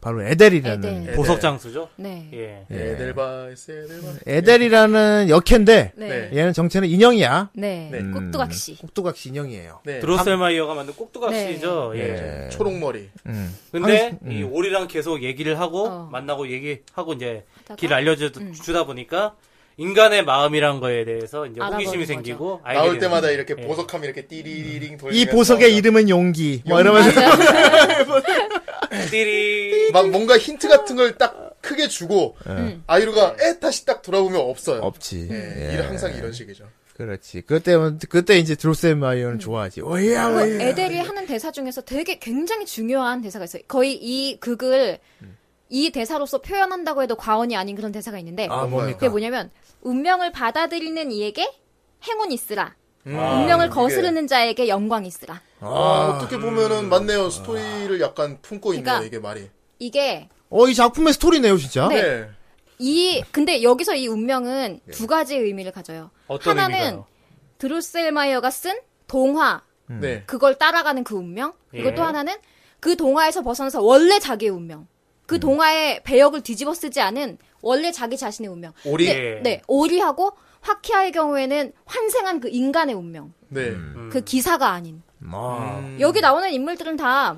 S3: 바로 에델이라는.
S8: 에델.
S4: 보석 장수죠?
S8: 네.
S4: 예.
S2: 에델바이스
S8: 음.
S2: 에델바이스.
S3: 에델이라는 역캐인데,
S8: 네.
S3: 얘는 정체는 인형이야.
S8: 네.
S2: 네.
S8: 꼭두각시.
S3: 꼭두각시 인형이에요.
S2: 네.
S4: 예. 드로셀마이어가 만든 꼭두각시죠.
S3: 네.
S4: 예.
S3: 네.
S2: 초록머리.
S3: 음.
S4: 근데
S3: 음.
S4: 이 오리랑 계속 얘기를 하고
S8: 어.
S4: 만나고 얘기하고 이제
S8: 하다가 음.
S4: 길을 알려주다 보니까 인간의 마음이란 거에 대해서 이제
S8: 알아보는
S4: 호기심이
S8: 거죠.
S4: 생기고 알게
S2: 나올
S4: 되는
S2: 때마다
S4: 거죠.
S2: 이렇게
S4: 예.
S2: 보석함 이렇게 띠리리링 돌리면서 음.
S3: 이 보석의 이름은 용기. 뭐 이러면서.
S4: 띠리
S2: 막 뭔가 힌트 같은 걸 딱 크게 주고
S3: 음.
S2: 아이루가
S8: 네.
S2: 에 다시 딱 돌아보면 없어요.
S3: 없지.
S2: 예. 일 항상 이런 식이죠.
S3: 그렇지. 그때, 그때 이제 드로셀마이어는 좋아하지. 예. 오야,
S8: 그
S3: 오야.
S8: 음. 에델이 하는 대사 중에서 되게 굉장히 중요한 대사가 있어요. 거의 이 극을 이 대사로서 표현한다고 해도 과언이 아닌 그런 대사가 있는데
S3: 아,
S8: 그게
S3: 뭡니까?
S8: 뭐냐면 운명을 받아들이는 이에게 행운이 있으라.
S4: 아,
S2: 음.
S8: 운명을
S2: 이게-
S8: 거스르는 자에게 영광이 있으라.
S2: 아, 어떻게 보면은 맞네요. 스토리를 약간 품고
S8: 그러니까-
S2: 있네요. 이게 말이.
S8: 이게
S3: 어, 이 작품의 스토리네요, 진짜.
S8: 네.
S2: 예.
S8: 이 근데 여기서 이 운명은 두 가지 의미를 가져요.
S4: 어떤
S8: 하나는
S4: 의미가요?
S8: 드루셀마이어가 쓴 동화
S2: 네.
S8: 그걸 따라가는 그 운명 그리고
S4: 예.
S8: 또 하나는 그 동화에서 벗어나서 원래 자기의 운명
S3: 음.
S8: 그 동화의 배역을 뒤집어 쓰지 않은 원래 자기 자신의 운명
S2: 오리.
S4: 예.
S8: 네 오리하고 화키아의 경우에는 환생한 그 인간의 운명
S2: 네.
S4: 음.
S8: 그 기사가 아닌
S3: 아.
S2: 음.
S8: 여기 나오는 인물들은 다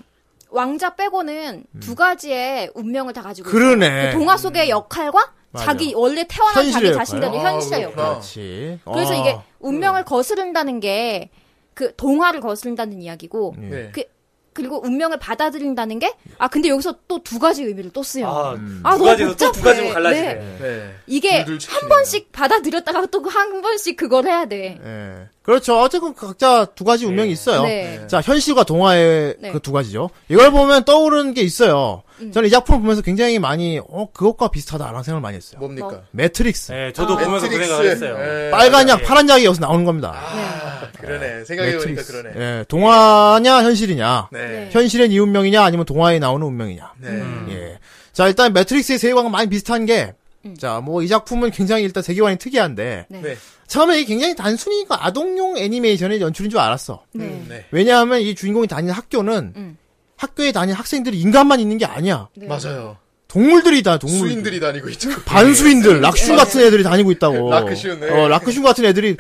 S8: 왕자 빼고는 두 가지의 운명을 다 가지고 있어요.
S3: 음. 그러네.
S8: 그 동화 속의 역할과
S3: 맞아.
S8: 자기 원래 태어난
S3: 현실의
S8: 자기
S3: 역할.
S8: 자신대로
S2: 아,
S8: 현실의
S2: 그렇구나.
S8: 역할
S3: 그렇지.
S8: 어. 그래서
S3: 아.
S8: 이게 운명을 거스른다는 게 그 동화를 거스른다는 이야기고
S3: 음.
S2: 네.
S8: 그- 그리고 운명을 받아들인다는 게 아 근데 여기서 또 두 가지 의미를 또 쓰요.
S4: 아,
S2: 음.
S8: 아,
S4: 두
S8: 너무
S4: 가지로 또두
S8: 복잡해.
S4: 가지로 갈라지네.
S8: 네.
S2: 네.
S8: 이게
S2: 둘둘 치킨이네.
S8: 한 번씩 받아들였다가 또그 한 번씩 그걸 해야 돼.
S3: 예. 그렇죠. 어쨌든 각자 두 가지 운명이
S4: 네.
S3: 있어요.
S8: 네.
S3: 자, 현실과 동화의
S8: 네. 음.
S3: 그 두 가지죠. 이걸 보면 떠오르는 게 있어요. 저는 이 작품을 보면서 굉장히 많이, 어, 그것과 비슷하다라는 생각을 많이 했어요.
S8: 뭐.
S2: 뭡니까?
S3: 매트릭스.
S2: 네.
S4: 예, 저도
S8: 아.
S4: 보면서 그 생각을 했어요.
S2: 예.
S3: 빨간 약,
S4: 예.
S3: 파란 약이 여기서 나오는 겁니다.
S2: 아, 그러네. 생각해보니까
S3: 매트릭스.
S2: 그러네.
S3: 예, 동화냐, 현실이냐.
S2: 네.
S3: 현실의 이 운명이냐, 아니면 동화에 나오는 운명이냐.
S2: 네.
S3: 예. 자, 일단 매트릭스의 세계관과 많이 비슷한 게, 자, 뭐, 이 작품은 굉장히 일단 세계관이 특이한데,
S8: 음. 네.
S2: 네.
S3: 처음에 이게 굉장히 단순히 그 아동용 애니메이션의 연출인 줄 알았어.
S8: 네.
S2: 네.
S3: 왜냐하면 이 주인공이 다니는 학교는,
S8: 음.
S3: 학교에 다니는 학생들이 인간만 있는 게 아니야.
S8: 네.
S2: 맞아요.
S3: 동물들이 다, 동물.
S2: 음. 수인들이 다니고 있죠.
S8: 네.
S3: 반수인들, 락슈 같은 애들이 다니고 있다고.
S2: 라크슌, 네.
S3: 어, 라크슌 같은 애들이.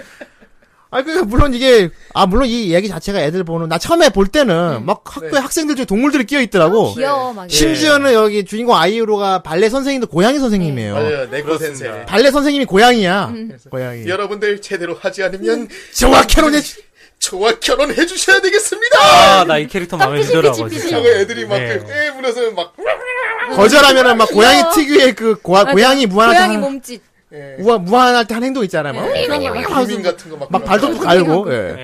S3: 아, 그, 물론 이게, 아, 물론 이 얘기 자체가 애들 보는, 나 처음에 볼 때는 막 학교에
S2: 네.
S3: 학생들 중에 동물들이 끼어 있더라고.
S8: 아, 귀여워 막. 이래.
S3: 심지어는 여기 주인공 아이유로가 발레 선생님도 고양이 선생님이에요.
S2: 맞아요. 네코
S4: 그렇습니다.
S2: 센세.
S8: 음.
S3: 발레 선생님이 고양이야. 고양이. 네.
S2: 여러분들 제대로 하지 않으면 음.
S3: 정확해놓네.
S2: 저와 결혼해 주셔야 되겠습니다.
S4: 아, 나 이 캐릭터 마음에 들더라고,
S8: 삐삐삐삐.
S4: 진짜.
S2: 하고 애들이 막
S4: 네.
S2: 그, 에 물어서 막
S3: 거절하면은 막 고양이 특유의 그 고아, 네.
S8: 맞아.
S3: 고양이 무한할 때
S8: 고양이
S3: 하는,
S8: 몸짓. 네.
S2: 예.
S3: 우아, 무한할 때 하는 행동 있잖아요. 막,
S2: 고민 같은 거막
S3: 막 발톱도 갈고. 예.
S4: 예.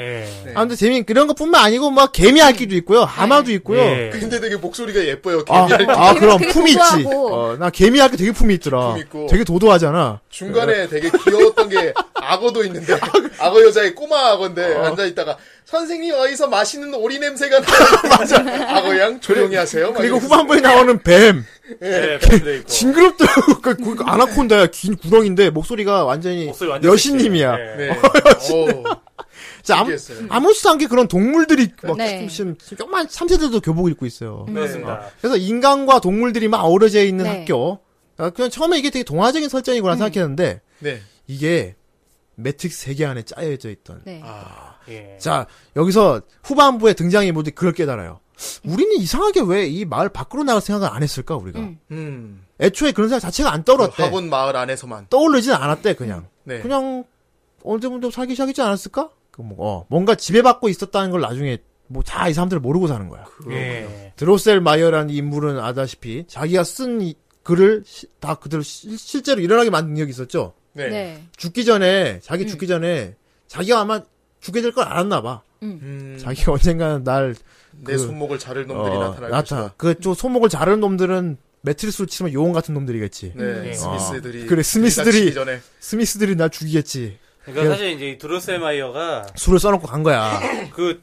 S2: 네.
S3: 아무튼 재미 그런 것뿐만 아니고 막 개미 핥기도 있고요. 하마도 있고요.
S4: 예.
S2: 그 근데 되게 목소리가 예뻐요.
S3: 아,
S2: 개미를
S3: 아,
S8: 되게-
S3: 그럼
S8: 네. 되게
S3: 품이 있지.
S8: 도도하고.
S3: 어, 나 개미 핥기 되게 품이 있더라.
S2: 품 있고.
S3: 되게 도도하잖아.
S2: 중간에 되게 귀여웠던 게 악어도 있는데 악어 여자의 꼬마 악어인데 앉아 있다가 선생님 어디서 맛있는 오리 냄새가 나. 맞아. 악어 양 조용히 하세요. 막
S3: 그리고
S2: 아, 이러면서.
S3: 후반부에 나오는 뱀.
S4: 예, 밴드 있고.
S3: 징그럽더라고. 그, 그, 그 아나콘다야. 긴 구렁인데 목소리가 완전히
S4: 목소리 완전
S3: 여신님이야.
S4: 섹시해. 예.
S2: 네. 어,
S3: 자, 아무,
S2: 신기했어요.
S3: 아무렇지도 않게 그런 동물들이 막
S8: 네.
S3: 지금 조금만 3세대도 교복 입고 있어요.
S4: 음. 그렇습니다.
S3: 그래서 인간과 동물들이 막 어우러져 있는
S8: 네. 음.
S3: 학교. 아, 그냥 처음에 이게 되게 동화적인 설정이구나 생각했는데
S2: 네.
S3: 이게 매틱스 세계 안에 짜여져 있던.
S8: 네.
S4: 예.
S3: 자 여기서 후반부에 등장인물들이 그걸 깨달아요. 우리는 이상하게 왜 이 마을 밖으로 나갈 생각을 안 했을까 우리가.
S8: 음.
S2: 음.
S3: 애초에 그런 생각 자체가 안 떠올랐대.
S2: 학원 마을 안에서만.
S3: 떠오르진 않았대 그냥.
S2: 네.
S3: 그냥 언제부터 살기 시작했지 않았을까? 그 뭐, 어, 뭔가 지배받고 있었다는 걸 나중에 뭐 다 이 사람들을 모르고 사는 거야.
S2: 그-
S4: 예.
S3: 드로셀 마이어라는 인물은 아다시피 자기가 쓴이 글을 시- 다 그대로 시- 실제로 일어나게 만든 능력이 있었죠.
S2: 네.
S8: 네.
S3: 죽기 전에 자기 죽기 전에 자기가 아마 죽게 될 걸 알았나 봐.
S2: 음,
S3: 자기가 언젠가는 날
S2: 내
S3: 그-
S2: 손목을 자를 놈들이
S3: 어,
S2: 나타날
S3: 나타. 그저 손목을 자르는 놈들은 매트리스로 치면 요원 같은 놈들이겠지.
S2: 것이다. 네.
S4: 음.
S2: 스미스들이.
S3: 아, 그래, 스미스들이-
S2: 들이닥치기 전에.
S3: 스미스들이 날 죽이겠지.
S4: 그러니까 사실 이제 이 드로셀마이어가
S3: 술을 써놓고 간 거야.
S4: 그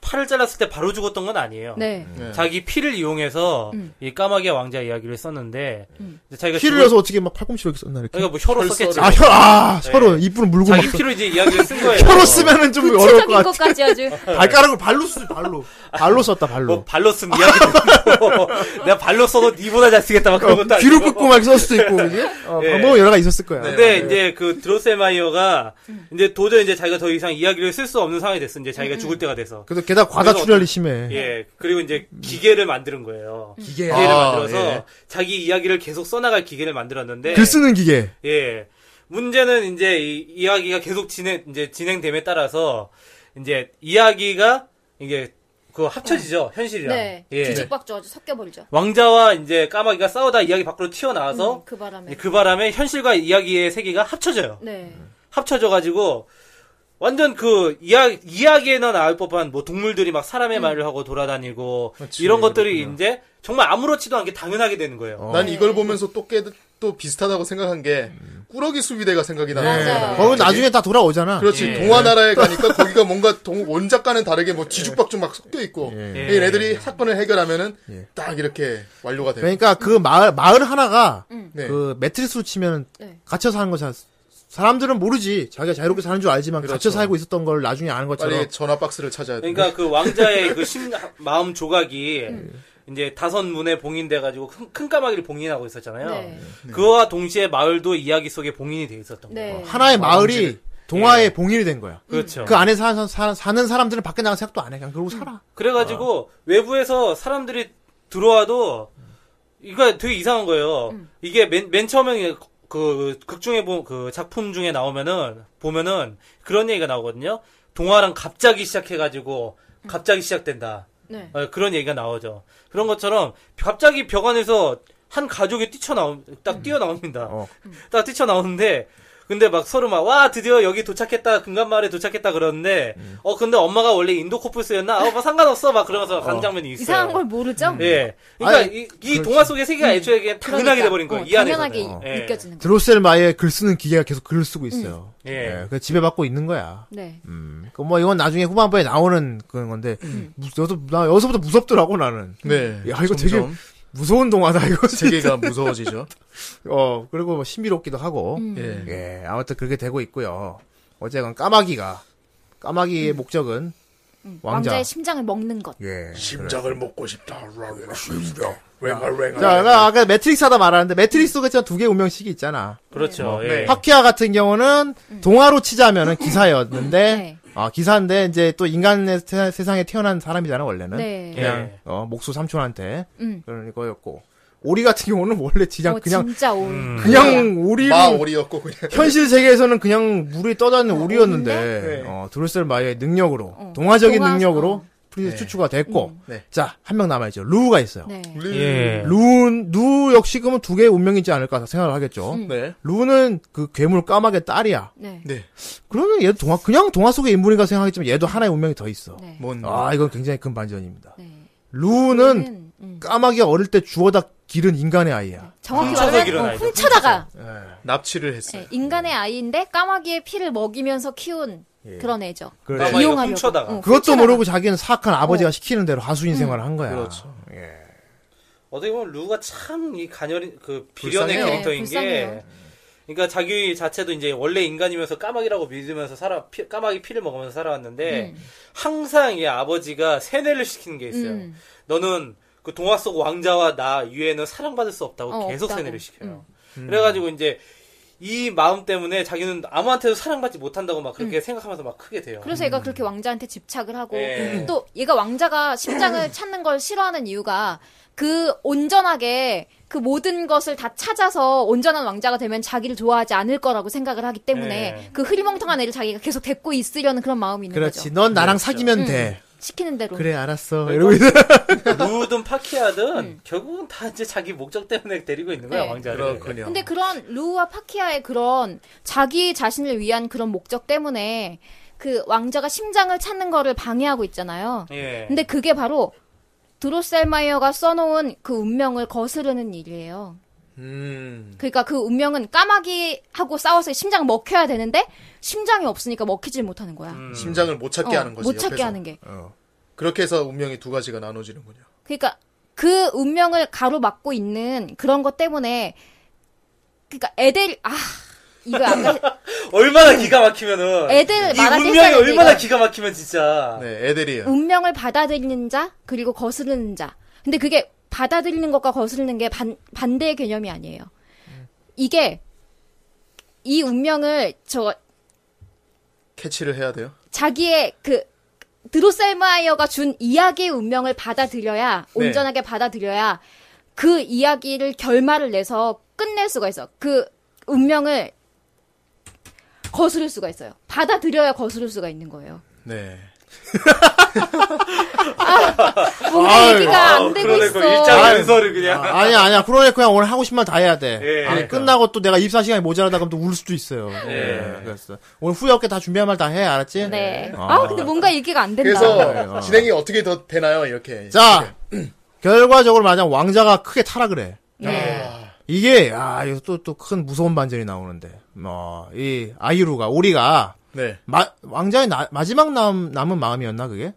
S4: 팔을 잘랐을 때 바로 죽었던 건 아니에요.
S8: 네.
S2: 네.
S4: 자기 피를 이용해서 이 까마귀 왕자 이야기를 썼는데 이제 자기가
S3: 피를
S4: 죽을-
S3: 넣어서 어떻게 막 팔꿈치로 이렇게 썼나 이렇게.
S4: 네, 그러니까 뭐 혀로
S2: 혈서를-
S4: 썼겠지.
S3: 아, 혀, 아, 서로 입으로 물고 막.
S4: 자기 피로 이제 이야기를 쓴 거예요.
S3: 혀로 쓰면은 좀 어려울 것
S8: 구체적인
S3: 같아.
S8: 것까지 아주.
S3: 발가락을 발로 쓰지, 발로. 발로 썼다,
S4: 뭐
S3: 발로.
S4: 발로 쓴 이야기. 내가 발로 써도 니보다 잘 쓰겠다 막 그런 것도 아니고.
S3: 어, 귀로 끄고 네, 막 썼을 수도 있고, 그지? 어,
S4: 예.
S3: 방법은 여러 가지 있었을 거야.
S4: 근데 이제 그 드로셀마이어가 이제 도저히 이제 자기가 더 이상 이야기를 쓸 수 없는 상황이 됐어. 이제 자기가 죽을 때가 돼서.
S3: 그래서 게다가 과다
S4: 그래서
S3: 출혈이 심해.
S4: 예. 그리고 이제 기계를 만드는 거예요.
S3: 기계.
S4: 기계를
S2: 아,
S4: 만들어서
S2: 예. 그
S4: 자기 이야기를 계속 써나갈 기계를 만들었는데
S3: 글 쓰는 기계.
S4: 예. 문제는 이제 이 이야기가 계속 진행 이제 진행됨에 따라서 이제 이야기가 이게 그 합쳐지죠 현실이랑.
S8: 네.
S4: 예.
S8: 뒤죽박죽 아주 섞여버리죠.
S4: 왕자와 이제 까마귀가 싸우다 이야기 밖으로 튀어나와서
S8: 음, 그 바람에.
S4: 그 바람에 현실과 이야기의 세계가 합쳐져요.
S8: 네.
S4: 합쳐져가지고 완전 그 이야 이야기에는 나올 법한 뭐 동물들이 막 사람의 말을 하고 돌아다니고
S2: 음. 그렇지,
S4: 이런 것들이
S2: 그렇군요. 어,
S4: 이제 정말 아무렇지도 않게 당연하게 되는 거예요.
S2: 난 이걸 보면서 또 깨, 또 비슷하다고 생각한 게, 꾸러기 수비대가 생각이 나요.
S8: 맞아요.
S3: 거기 나중에 다 돌아오잖아.
S2: 그렇지.
S4: 예.
S2: 동화나라에 가니까 거기가 뭔가 동, 원작과는 다르게 뭐 지죽박죽 막 섞여 있고,
S4: 예.
S2: 이 애들이 사건을 해결하면은
S3: 예.
S2: 딱 이렇게 완료가 돼요.
S3: 그러니까 그 마을, 마을 하나가
S2: 네.
S3: 그 매트리스로 치면
S8: 음. 네.
S3: 갇혀서 사는 거잖아. 사람들은 모르지. 자기가 자유롭게 사는 줄 알지만
S4: 그렇죠.
S3: 갇혀 살고 있었던 걸 나중에 아는 것처럼.
S2: 빨리 전화 박스를 찾아야 돼.
S4: 그러니까 그 왕자의 그 심, 마음 조각이 이제 다섯 문에 봉인돼가지고 큰, 큰 까마귀를 봉인하고 있었잖아요.
S8: 네.
S4: 그와 동시에 마을도 이야기 속에 봉인이 돼 있었던
S8: 네.
S4: 거예요.
S3: 하나의 마을이 동화에
S4: 예.
S3: 봉인이 된 거야.
S4: 그렇죠.
S3: 그 안에 사는, 사- 사는 사람들은 밖에 나가 생각도 안 해. 그냥 그러고 살아.
S4: 그래가지고 외부에서 사람들이 들어와도 이거 되게 이상한 거예요. 이게 맨, 맨 처음에 그 극중에 본그 작품 중에 나오면은 보면은 그런 얘기가 나오거든요. 동화랑 갑자기 시작해가지고 갑자기 시작된다.
S8: 네.
S4: 어, 그런 얘기가 나오죠. 그런 것처럼 갑자기 벽 안에서 한 가족이 뛰쳐나옴 딱 뛰어나옵니다.
S3: 어.
S4: 딱 뛰쳐나오는데 근데 막 서로 막 와 드디어 여기 도착했다 금강마을에 도착했다 그러는데 어 근데 엄마가 원래 인도 코뿔소였나 아 엄마 상관없어 막 그러면서 간 장면이 있어요.
S8: 이상한 걸 모르죠?
S4: 예. 그러니까
S3: 아니,
S4: 이, 이 동화 속의 세계가 애초에 그냥 당연하게 돼버린 거예요.
S8: 어,
S4: 이 안에서.
S8: 당연하게
S4: 예.
S8: 느껴지는 거.
S3: 드로셀 마의 글 쓰는 기계가 계속 글을 쓰고 있어요.
S4: 예.
S3: 예. 그 지배받고 있는 거야.
S8: 네.
S3: 음. 그 뭐 이건 나중에 후반부에 나오는 그런 건데 무- 여기서 나 여기서부터 무섭더라고 나는.
S2: 네.
S3: 야, 이거 되게-
S2: 점점
S3: 무서운 동화다 이거.
S2: 세계가 무서워지죠.
S3: 어 그리고 뭐 신비롭기도 하고.
S2: 예.
S3: 예. 아무튼 그렇게 되고 있고요. 어쨌건 까마귀가 까마귀의 목적은 왕자.
S6: 왕자의 심장을 먹는 것.
S3: 예.
S2: 심장을 먹고 싶다. 왱왱왱.
S3: 자, 아까, 아까 매트릭스 하다 말하는데, 매트릭스가 진짜 두개 운명식이 있잖아.
S4: 그렇죠.
S2: 네.
S4: 예.
S3: 파퀴아 네. 같은 경우는
S8: 음.
S3: 동화로 치자면은 기사였는데,
S8: 네.
S3: 아, 기사인데, 이제 또 인간의 세, 상에 태어난 사람이잖아, 원래는.
S8: 네.
S4: 예.
S3: 어, 목수 삼촌한테.
S8: 음.
S3: 그런 거였고. 오리 같은 경우는 원래 예, 그냥
S8: 어,
S3: 그냥
S8: 진짜 네. 오.
S4: 음.
S3: 그냥 오리
S2: 마 오리였고 그냥
S3: 현실 세계에서는 그냥 물에 떠다니는 오리였는데
S2: 네.
S3: 어, 드로셀 마이의 능력으로
S8: 어.
S3: 동화적인
S8: 동화-
S3: 능력으로
S8: 어.
S3: 프리즈
S2: 네.
S3: 추추가 됐고
S8: 음.
S2: 네.
S3: 자 한 명 남아 있죠 루우가 있어요.
S8: 네.
S4: 예.
S3: 루운 루 역시 그러면 두 개의 운명이지 않을까 생각을 하겠죠.
S8: 음.
S2: 네.
S3: 루는 그 괴물 까마귀의 딸이야.
S8: 네.
S2: 네.
S3: 그러면 얘도 동화 그냥 동화 속의 인물인가 생각하겠지만 얘도 하나의 운명이 더 있어.
S8: 네.
S2: 뭔
S3: 아 이건 굉장히 큰 반전입니다.
S8: 네.
S3: 루는
S8: 음.
S3: 까마귀가 어릴 때 주워다 기른 인간의 아이야.
S8: 정확히
S4: 훔쳐서
S8: 말하면
S4: 기른
S8: 어,
S4: 아이죠.
S8: 훔쳐다가
S2: 납치를 했어요.
S8: 예, 인간의 아이인데 까마귀의 피를 먹이면서 키운 그런 애죠.
S3: 그래.
S4: 예. 까마귀가
S8: 이용하려고.
S4: 훔쳐다가.
S8: 어,
S3: 그것도
S8: 훔쳐다가. 어.
S3: 모르고 자기는 사악한 아버지가 시키는 대로 하수인 생활을 한 거야.
S2: 그렇죠.
S8: 음,
S4: 어떻게 보면 루가 참 이 간열인 그 비련의
S2: 불쌍해요.
S4: 캐릭터인
S8: 네,
S4: 게
S8: 불쌍해요.
S4: 그러니까 자기 자체도 이제 원래 인간이면서 까마귀라고 믿으면서 살아 피- 까마귀 피를 먹으면서 살아왔는데 항상 이 아버지가 세뇌를 시키는 게 있어요.
S8: 음. 음.
S4: 너는 그 동화 속 왕자와 나 이외에는 사랑받을 수 없다고
S8: 어,
S4: 계속
S8: 없다고. 음.
S4: 세뇌를 시켜요.
S2: 음.
S4: 그래가지고 이제 이 마음 때문에 자기는 아무한테도 사랑받지 못한다고 막
S8: 음.
S4: 그렇게 생각하면서 막 크게 돼요.
S8: 그래서 얘가 그렇게 왕자한테 집착을 하고
S4: 예.
S8: 또 얘가 왕자가 심장을 찾는 걸 싫어하는 이유가 그 온전하게 그 모든 것을 다 찾아서 온전한 왕자가 되면 자기를 좋아하지 않을 거라고 생각을 하기 때문에
S4: 예.
S8: 그 흐리멍텅한 애를 자기가 계속 데리고 있으려는 그런 마음이 있는
S3: 그렇지.
S8: 거죠.
S3: 넌 나랑
S2: 네,
S3: 사귀면
S8: 음. 그렇죠.
S3: 돼.
S8: 시키는 대로.
S3: 그래 알았어.
S4: 그리고
S3: 이러고 있어.
S8: 그러니까
S4: 루든 파키아든 결국은 다 이제 자기 목적 때문에 데리고 있는 거야
S8: 네.
S4: 왕자를.
S2: 그렇군요.
S8: 근데 그런 루와 파키아의 그런 자기 자신을 위한 그런 목적 때문에 그 왕자가 심장을 찾는 거를 방해하고 있잖아요.
S4: 예.
S2: 네.
S8: 근데 그게 바로 드로셀마이어가 써놓은 그 운명을 거스르는 일이에요.
S2: 음.
S8: 그러니까 그 운명은 까마귀하고 싸워서 심장 먹혀야 되는데 심장이 없으니까 먹히질 못하는 거야.
S4: 음.
S2: 심장을 못 찾게
S8: 어,
S2: 하는 거지.
S8: 못 찾게
S2: 옆에서.
S8: 하는 게.
S3: 어.
S2: 그렇게 해서 운명이 두 가지가 나눠지는군요.
S8: 그러니까 그 운명을 가로막고 있는 그런 것 때문에 그러니까 애들 아 이거 아까
S4: 얼마나 기가 막히면은
S8: 애들
S4: 이
S8: 말하기
S4: 운명이
S8: 했었는데
S4: 얼마나
S8: 이거.
S4: 기가 막히면
S3: 아.
S4: 진짜
S2: 네,
S4: 음.
S2: 에델이에요.
S8: 운명을 받아들이는 자 그리고 거스르는 자. 근데 그게 받아들이는 것과 거스르는 게 반, 반대의 개념이 아니에요. 이게 이 운명을 저
S2: 캐치를 해야 돼요.
S8: 자기의 그 드로셀마이어가 준 이야기의 운명을 받아들여야
S2: 네.
S8: 온전하게 받아들여야 그 이야기를 결말을 내서 끝낼 수가 있어. 그 운명을 거스를 수가 있어요. 받아들여야 거스를 수가 있는 거예요.
S2: 네.
S8: 뭔가
S3: 아유,
S8: 얘기가
S4: 아우,
S8: 안 되고
S4: 그러네,
S8: 있어.
S4: 그거 일장 연설을 그냥
S3: 아, 아니야 아니야. 그러네 그냥 오늘 하고 싶은 말 다 해야 돼.
S4: 예.
S3: 아니, 끝나고 또 내가 입사 시간이 모자라다 그럼 또 울 수도 있어요.
S4: 예.
S3: 예, 그랬어. 오늘 후회 없게 다 준비한 말 다 해. 알았지?
S8: 네.
S3: 아.
S8: 아 근데 뭔가 얘기가 안 된다.
S2: 그래서 아, 네. 진행이 어떻게 더 되나요? 이렇게.
S3: 자 결과적으로 만약 왕자가 크게 타락을 해.
S8: 네.
S3: 이게 아 여기서 또또 큰 무서운 반전이 나오는데 뭐이 아이루가 오리가
S2: 네.
S3: 마- 왕자의 나- 마지막 남, 남은 마음이었나 그게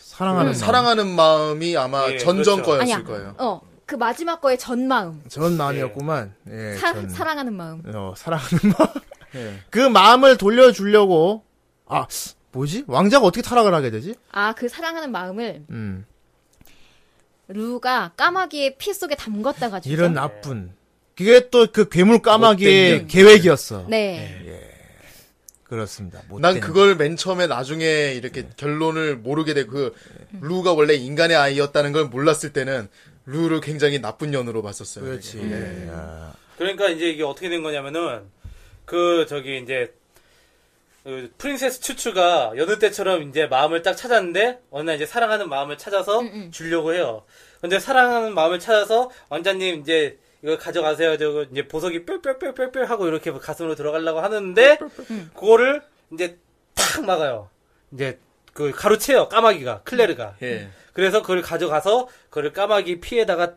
S3: 사랑하는 마음.
S2: 사랑하는 마음이 아마
S4: 예, 그렇죠.
S2: 전전 거였을
S8: 아니야.
S2: 거예요.
S8: 어. 그 마지막 거의 전 마음.
S3: 전 마음이었구만
S2: 네,
S3: 예,
S8: 사,
S3: 전,
S8: 랑하는 마음.
S3: 어, 사랑하는 마음
S2: 예.
S3: 그 마음을 돌려주려고 아 뭐지 왕자가 어떻게 타락을 하게 되지
S8: 아, 그 사랑하는 마음을
S3: 음
S8: 루가 까마귀의 피 속에 담궜다가 지고
S4: 네.
S3: 이런 아- 나쁜 그게 또 그 괴물 까마귀의
S2: 못된
S3: 계획이었어
S8: 네.
S3: 그렇습니다 못된
S2: 난 그걸 맨 처음에 나중에 이렇게 결론을 모르게 되고 그
S8: 음.
S2: 루가 원래 인간의 아이였다는 걸 몰랐을 때는 루를 굉장히 나쁜 년으로 봤었어요.
S3: 그렇지
S2: 되게. 예.
S3: 야.
S4: 그러니까 이제 이게 어떻게 된 거냐면은 그 저기 이제 그 프린세스 추추가 여느 때처럼 이제 마음을 딱 찾았는데 어느 날 이제 사랑하는 마음을 찾아서 주려고 해요. 근데 사랑하는 마음을 찾아서 왕자님 이제 이거 가져가세요. 저거 이제 보석이 뿅뿅뿅뿅뿅 하고 이렇게 가슴으로 들어가려고 하는데 음. 그거를 이제 탁 막아요. 이제 그 가로채요 까마귀가 클레르가.
S2: 예.
S4: 그래서 그걸 가져가서 그를 까마귀 피에다가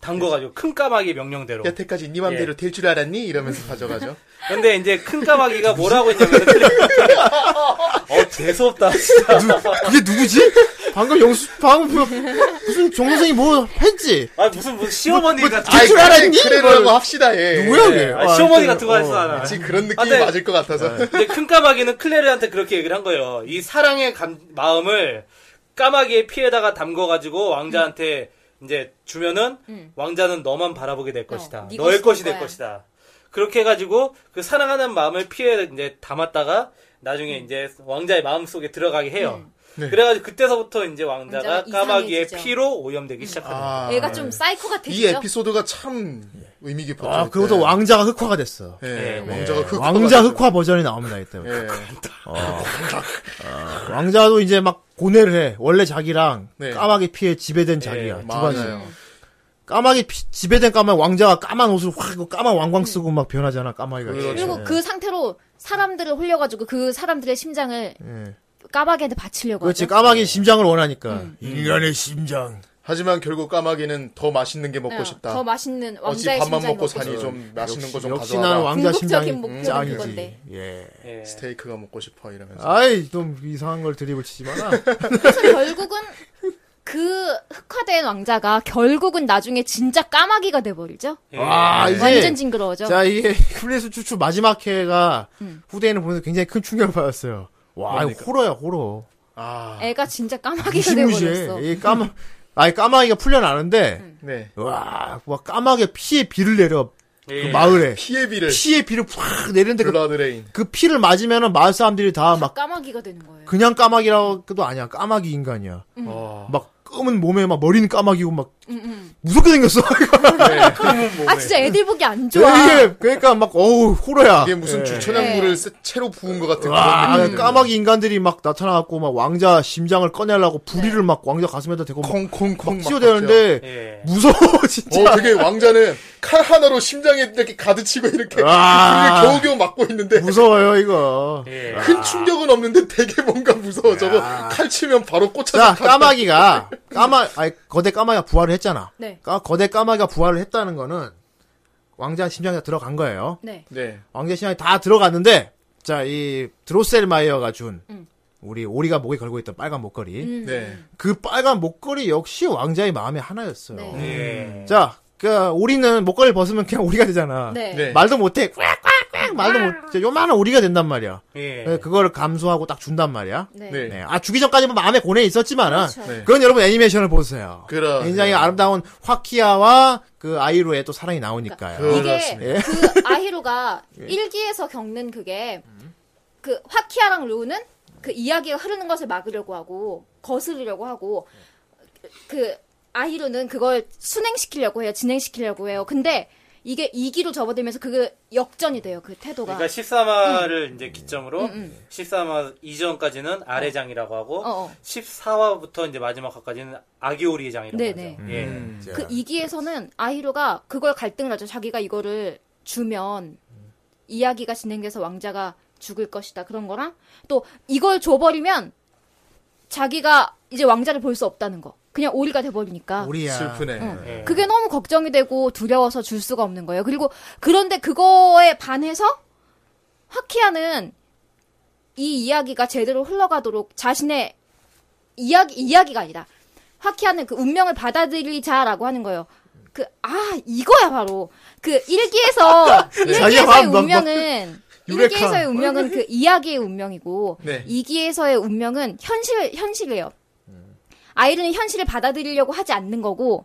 S4: 담궈가지고 큰 까마귀 명령대로.
S2: 여태까지 네
S4: 예.
S2: 맘대로 될 줄 알았니? 이러면서 가져가죠.
S4: 근데 이제 큰 까마귀가 뭐라고 했냐면 어 재수없다 진짜
S3: 그게 누구지? 방금 영수 방금 뭐- 무슨 정선생이 뭐 했지? 뭐
S4: 아 무슨 무슨 시어머니 같은
S3: 될 줄
S2: 아이,
S3: 알았니?
S2: 그래라고 합시다. 예.
S3: 누구야
S2: 예.
S3: 그게?
S4: 아, 시어머니 같은 거 해서 하나
S2: 지 그런 느낌이
S4: 아, 네.
S2: 맞을 것 같아서.
S4: 근데 큰 까마귀는 클레르한테 그렇게 얘기를 한 거예요 이 사랑의 감- 마음을 까마귀의 피에다가 담궈가지고 왕자한테 이제 주면은 왕자는 너만 바라보게 될 것이다
S8: 네
S4: 너의
S8: 것이 될
S4: 것이 될
S8: 거야.
S4: 것이다 그렇게 해가지고 그 사랑하는 마음을 피에 이제 담았다가 나중에 이제 왕자의 마음 속에 들어가게 해요
S2: 네.
S4: 그래가지고 그때서부터 이제 왕자가
S8: 왕자가
S4: 까마귀의
S8: 이상해지죠.
S4: 피로 오염되기 시작합니다.
S3: 네.
S2: 아,
S8: 네. 얘가 좀 사이코가 되죠.
S2: 이 에피소드가 참 의미 깊었죠.
S3: 아,
S2: 그때.
S3: 그러고서
S4: 네.
S3: 왕자가 흑화가 됐어.
S2: 예,
S4: 예,
S2: 왕자가 흑
S3: 왕자 흑화 버전이 나옵니다 이때.
S2: 예.
S3: 왕자도 이제 막 고뇌를 해. 원래 자기랑
S2: 네.
S3: 까마귀 피해 지배된 자기야. 두 가지.
S2: 맞아요.
S3: 까마귀 피- 지배된 까마 왕자가 까만 옷을 확 입고 까만 왕광 쓰고 막 변하잖아 까마귀가.
S2: 그렇죠.
S8: 네. 그리고
S3: 예.
S8: 그 상태로 사람들을 홀려가지고 그 사람들의 심장을
S3: 예.
S8: 까마귀한테 바치려고
S3: 그렇지
S8: 하죠.
S2: 네.
S8: 음.
S3: 까마귀 심장을 원하니까 음. 인간의 심장.
S2: 하지만 결국 까마귀는 더 맛있는 게 먹고
S8: 네,
S2: 싶다.
S8: 더 맛있는
S2: 어찌
S8: 왕자의
S2: 밥만
S8: 심장
S2: 먹고 사니 좀 맛있는 거 좀
S3: 역시
S2: 가져와라.
S3: 나는 왕자
S8: 궁극적인
S3: 심장이
S8: 목표는
S3: 짱이지.
S8: 그건데.
S3: 예.
S4: 예.
S2: 스테이크가 먹고 싶어 이러면서.
S3: 아이 좀 이상한 걸 드립을 치지 마라.
S8: 그래서 결국은 그 흑화된 왕자가 결국은 나중에 진짜 까마귀가 돼버리죠.
S4: 예.
S3: 와 아,
S2: 아,
S3: 이제
S8: 완전 징그러워져.
S3: 자, 이게 쿨레스 추추 마지막 회가
S8: 음.
S3: 후대인을 보면서 굉장히 큰 충격을 받았어요. 와, 이거 호러야, 호러.
S2: 아,
S8: 애가 진짜 까마귀가 돼버렸어.
S3: 무시무시해. 이 까마, 아니, 까마귀가 풀려나는데,
S2: 네.
S3: 와, 와, 까마귀가 피에 비를 내려.
S4: 예.
S3: 그 마을에.
S2: 피에비를
S3: 피에 비를 팍 내리는데, 그,
S2: 블러드레인.
S3: 그 피를 맞으면은 마을 사람들이 다 막,
S8: 까마귀가 되는 거예요.
S3: 그냥 까마귀라고도 아니야. 까마귀 인간이야.
S8: 음.
S2: 어.
S3: 막, 검은 몸에 막 머리는 까마귀고 막, 무섭게 생겼어.
S8: 아 진짜 애들 보기 안 좋아.
S3: 되게, 그러니까 막, 어우, 호러야.
S2: 이게 무슨
S3: 예.
S8: 네.
S2: 주천양물을 세- 채로 부은 것 같은
S3: 와, 아,
S2: 그런 느낌.
S3: 까마귀 인간들이 막 나타나갖고 막 왕자 심장을 꺼내려고
S8: 네.
S3: 부리를 막 왕자 가슴에다 대고 막,
S2: 콩콩콩
S3: 막 찌어대는데
S4: 예.
S3: 무서워 진짜.
S2: 어, 되게 왕자는 칼 하나로 심장에 이렇게 가득 치고 이렇게
S3: 아.
S2: 그게 겨우겨우 막고 있는데
S3: 무서워요 이거.
S8: 네.
S4: 예.
S3: 아.
S2: 큰 충격은 없는데 되게 뭔가 무서워. 저거 칼 치면 바로 꽂혀서
S3: 자 까마귀가 까마 아니 거대 까마귀가 부활을 했잖아.
S8: 네,
S3: 까- 거대 까마귀가 부활을 했다는 거는 왕자 심장에 들어간 거예요.
S8: 네.
S2: 네.
S3: 왕자 심장이 다 들어갔는데 자 이 드로셀마이어가 준
S8: 음.
S3: 우리 오리가 목에 걸고 있던 빨간 목걸이
S8: 음.
S2: 네.
S3: 그 빨간 목걸이 역시 왕자의 마음의 하나였어요.
S8: 네.
S4: 예.
S3: 자, 그 오리는 목걸이를 벗으면 그냥 오리가 되잖아.
S8: 네.
S2: 네.
S3: 말도 못해. 꽉꽉꽉 말도 못해. 요만한 오리가 된단 말이야.
S4: 예.
S3: 네, 그거를 감수하고 딱 준단 말이야.
S8: 네.
S2: 네.
S3: 네. 아 주기 전까지는 마음에 고뇌 있었지만은
S8: 그렇죠.
S2: 네.
S3: 그건 여러분 애니메이션을 보세요.
S2: 그럼.
S3: 굉장히 아름다운 화키아와 그 아이로의 또 사랑이 나오니까요.
S2: 그-
S8: 이게
S2: 그렇습니다.
S3: 예.
S8: 그 아히로가 일기에서 겪는 그게
S3: 음.
S8: 그 화키아랑 루는 그 이야기가 흐르는 것을 막으려고 하고 거스르려고 하고 그 아히로는 그걸 순행시키려고 해요 진행시키려고 해요 근데 이게 이기로 접어들면서 그게 역전이 돼요 그 태도가
S4: 그러니까 13화를 이제 기점으로
S8: 음, 음.
S4: 13화 이전까지는 아래장이라고 하고
S8: 어, 어.
S4: 14화부터 이제 마지막 화까지는 아기오리의 장이라고
S8: 네네.
S4: 하죠. 예.
S3: 자,
S8: 그 이기에서는 아히로가 그걸 갈등을 하죠. 자기가 이거를 주면 이야기가 진행돼서 왕자가 죽을 것이다. 그런 거랑 또 이걸 줘버리면 자기가 이제 왕자를 볼 수 없다는 거. 그냥 오리가 돼버리니까.
S3: 오리야.
S2: 슬프네.
S4: 예.
S8: 그게 너무 걱정이 되고 두려워서 줄 수가 없는 거예요. 그리고 그런데 그거에 반해서 화키아는 이 이야기가 제대로 흘러가도록 자신의 이야기 이야기가 아니라 화키아는 그 운명을 받아들이자라고 하는 거예요. 그 아 이거야 바로 그 일기에서
S3: 네. 자기가
S8: 일기에서의
S3: 막- 막-
S8: 운명은
S3: 유레카.
S8: 일기에서의 운명은 그 이야기의 운명이고
S2: 네.
S8: 이기에서의 운명은 현실 현실이에요. 아이린은 현실을 받아들이려고 하지 않는 거고,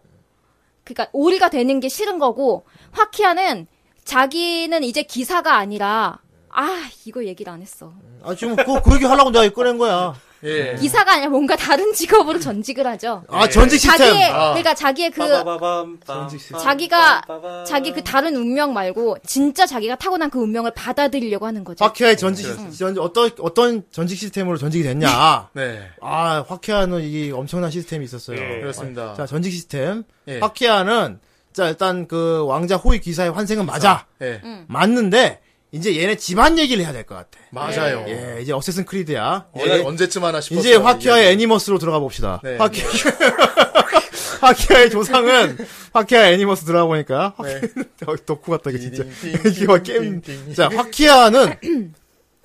S8: 그러니까 오리가 되는 게 싫은 거고, 화키아는 자기는 이제 기사가 아니라, 아 이거 얘기를 안 했어.
S3: 아 지금 그, 그 얘기 하려고 내가 이거 꺼낸 거야.
S2: 예.
S8: 기사가 아니라 뭔가 다른 직업으로 전직을 하죠.
S3: 아 전직 시스템.
S8: 자기의
S2: 네. 아.
S8: 그러니까 자기의 그
S4: 빠바바밤, 빰,
S3: 네.
S4: 빰,
S8: 자기가
S4: 빰, 빰.
S8: 자기 그 다른 운명 말고 진짜 자기가 타고난 그 운명을 받아들이려고 하는 거죠.
S3: 화키아의 전직 시- 전 어떤 어떤 전직 시스템으로 전직이 됐냐.
S2: 네.
S3: 아, 화키아는 이 엄청난 시스템이 있었어요.
S4: 예,
S2: 그렇습니다.
S3: 자, 전직 시스템.
S2: 예.
S3: 화키아는 자, 일단 그 왕자 호위 기사의 환생은 맞아.
S2: 예.
S3: 맞는데 이제 얘네 집안 얘기를 해야 될 것 같아.
S2: 맞아요.
S3: 예, 이제 어쌔슨 크리드야.
S2: 원래
S3: 예,
S2: 언제쯤 하나 싶었어요.
S3: 이제 화키아의
S2: 이게.
S3: 애니머스로 들어가 봅시다.
S2: 네.
S3: 화키... 화키아의 조상은 화키아 애니머스 들어가 보니까 화...
S2: 네.
S3: 덕후 같다 이게 진짜.
S2: 띵, 띵,
S3: 이게 막
S2: 띵,
S3: 게임.
S2: 띵, 띵.
S3: 자, 화키아는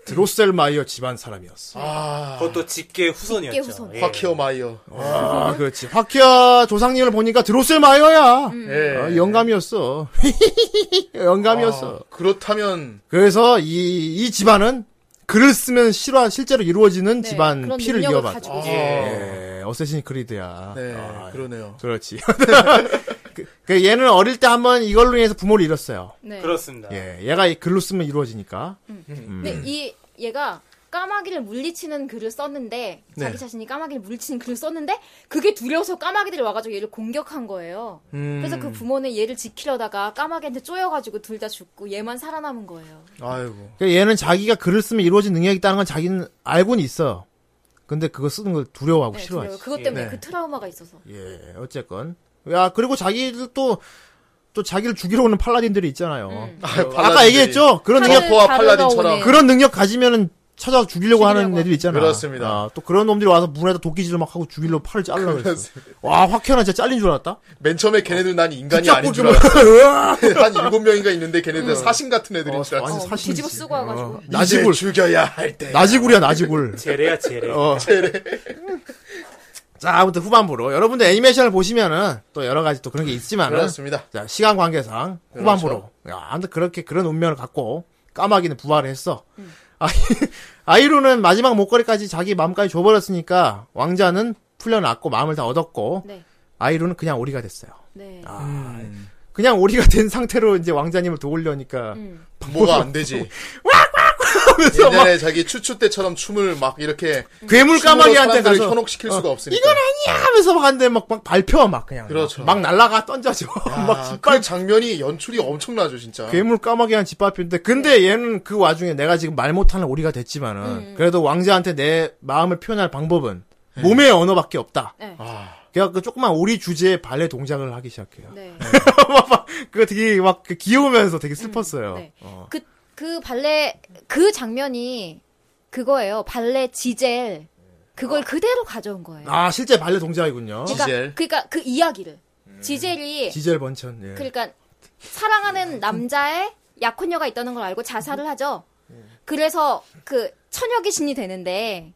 S3: 드로셀마이어 집안 사람이었어.
S2: 아.
S4: 그것도 직계 후손이었죠.
S8: 직계 후손.
S4: 예.
S2: 화키어 마이어.
S3: 아, 그렇지. 화키아 조상님을 보니까 드로셀마이어야.
S2: 예.
S3: 아, 영감이었어. 영감이었어.
S2: 아, 그렇다면
S3: 그래서 이, 이 집안은 글을 쓰면 실화, 실제로 이루어지는
S8: 네,
S3: 집안
S8: 그런
S3: 피를
S8: 능력을
S3: 이어받.
S8: 가지고
S2: 아.
S8: 있어요.
S2: 네.
S3: 예, 어쌔신 크리드야. 아,
S2: 그러네요.
S3: 그렇지.
S2: 그렇죠.
S3: 그- 그 얘는 어릴 때 한번 이걸로 인해서 부모를 잃었어요.
S8: 네.
S4: 그렇습니다.
S3: 예, 얘가 이 글로 쓰면 이루어지니까.
S8: 근데 이 얘가 까마귀를 물리치는 글을 썼는데
S2: 네.
S8: 자기 자신이 까마귀를 물리치는 글을 썼는데 그게 두려워서 까마귀들이 와가지고 얘를 공격한 거예요.
S3: 음.
S8: 그래서 그 부모는 얘를 지키려다가 까마귀한테 쪼여가지고 둘 다 죽고 얘만 살아남은 거예요.
S2: 아이고.
S3: 그러니까 얘는 자기가 글을 쓰면 이루어진 능력이 있다는 건 자기는 알고는 있어. 근데 그거 쓰는 걸 두려워하고
S8: 네,
S3: 싫어하지.
S8: 두려워요. 그것 때문에
S2: 네.
S8: 그 트라우마가 있어서.
S3: 예, 어쨌건. 야, 그리고 자기도 또, 또 자기를 죽이러 오는 팔라딘들이 있잖아요.
S8: 음. 그렇죠.
S2: 아,
S3: 아까 얘기했죠? 그런 능력,
S2: 저포와
S8: 칼을 다루러
S2: 팔라딘처럼.
S8: 오는.
S3: 그런 능력 가지면은 찾아서 죽이려고 하는
S8: 예. 죽이려고.
S3: 애들 있잖아.
S2: 그렇습니다.
S3: 아, 또 그런 놈들이 와서 문에다 도끼질을 막 하고 죽이려고 팔을 잘라 그랬어. 와, 확현아 진짜 잘린 줄 알았다?
S2: 맨 처음에 걔네들 난 인간이
S3: 붙잡고
S2: 아닌 줄
S3: 좀-
S2: 알았어. 한 일곱 명인가 있는데 걔네들 사신 같은 애들인 줄 알았어.
S3: 완전
S8: 어,
S3: 사신이지.
S8: 뒤집어 쓰고 와가지고.
S3: 어, 음. 나지굴.
S2: 이제 죽여야 할 때.
S3: 나지굴이야, 나지굴.
S4: 제레야 제레.
S3: 어. 자, 아무튼 후반부로. 여러분들 애니메이션을 보시면은 또 여러 가지 또 그런 게 있지만은.
S2: 그렇습니다.
S3: 자, 시간 관계상
S2: 그렇죠.
S3: 후반부로. 야, 아무튼 그렇게 그런 운명을 갖고 까마귀는 부활을 했어. 아이, 아이루는 마지막 목걸이까지 자기 마음까지 줘버렸으니까 왕자는 풀려났고 마음을 다 얻었고
S8: 네.
S3: 아이루는 그냥 오리가 됐어요.
S8: 네.
S3: 아. 그냥 오리가 된 상태로 이제 왕자님을 도우려니까
S8: 음.
S2: 뭐가 안 되지.
S3: 하면서 막
S2: 옛날에 자기 추추 때처럼 춤을 막 이렇게
S3: 괴물 까마귀한테
S2: 을
S3: 가서 어.
S2: 현혹시킬 수가 없으니까.
S3: 이건 아니야 하면서 막 하는데 막, 막 발표 막 그냥
S2: 그렇죠.
S3: 막 날라가 던져져 막
S2: 아,
S3: 짓밟
S2: 그 장면이 연출이 엄청나죠 진짜.
S3: 어. 괴물 까마귀 한 짓밟혔는데 근데
S8: 네.
S3: 얘는 그 와중에 내가 지금 말 못하는 오리가 됐지만은
S8: 음,
S3: 그래도 왕자한테 내 마음을 표현할 방법은
S2: 네.
S3: 몸의 언어밖에 없다.
S8: 네.
S3: 그래서 그 조그만 오리 주제의 발레 동작을 하기 시작해요.
S8: 네.
S3: 그거 되게 막그 귀여우면서 되게 슬펐어요.
S8: 네.
S3: 어.
S8: 그, 그 발레, 그 장면이 그거예요. 발레 지젤.
S3: 어.
S8: 그걸 그대로 가져온 거예요.
S3: 아 실제 발레 동작이군요.
S8: 그러니까,
S2: 지젤.
S8: 그러니까 그 이야기를. 지젤이,
S3: 지젤 번천. 예.
S8: 그러니까 사랑하는 남자의 약혼녀가 있다는 걸 알고 자살을 하죠. 그래서 그 처녀 귀신이 되는데,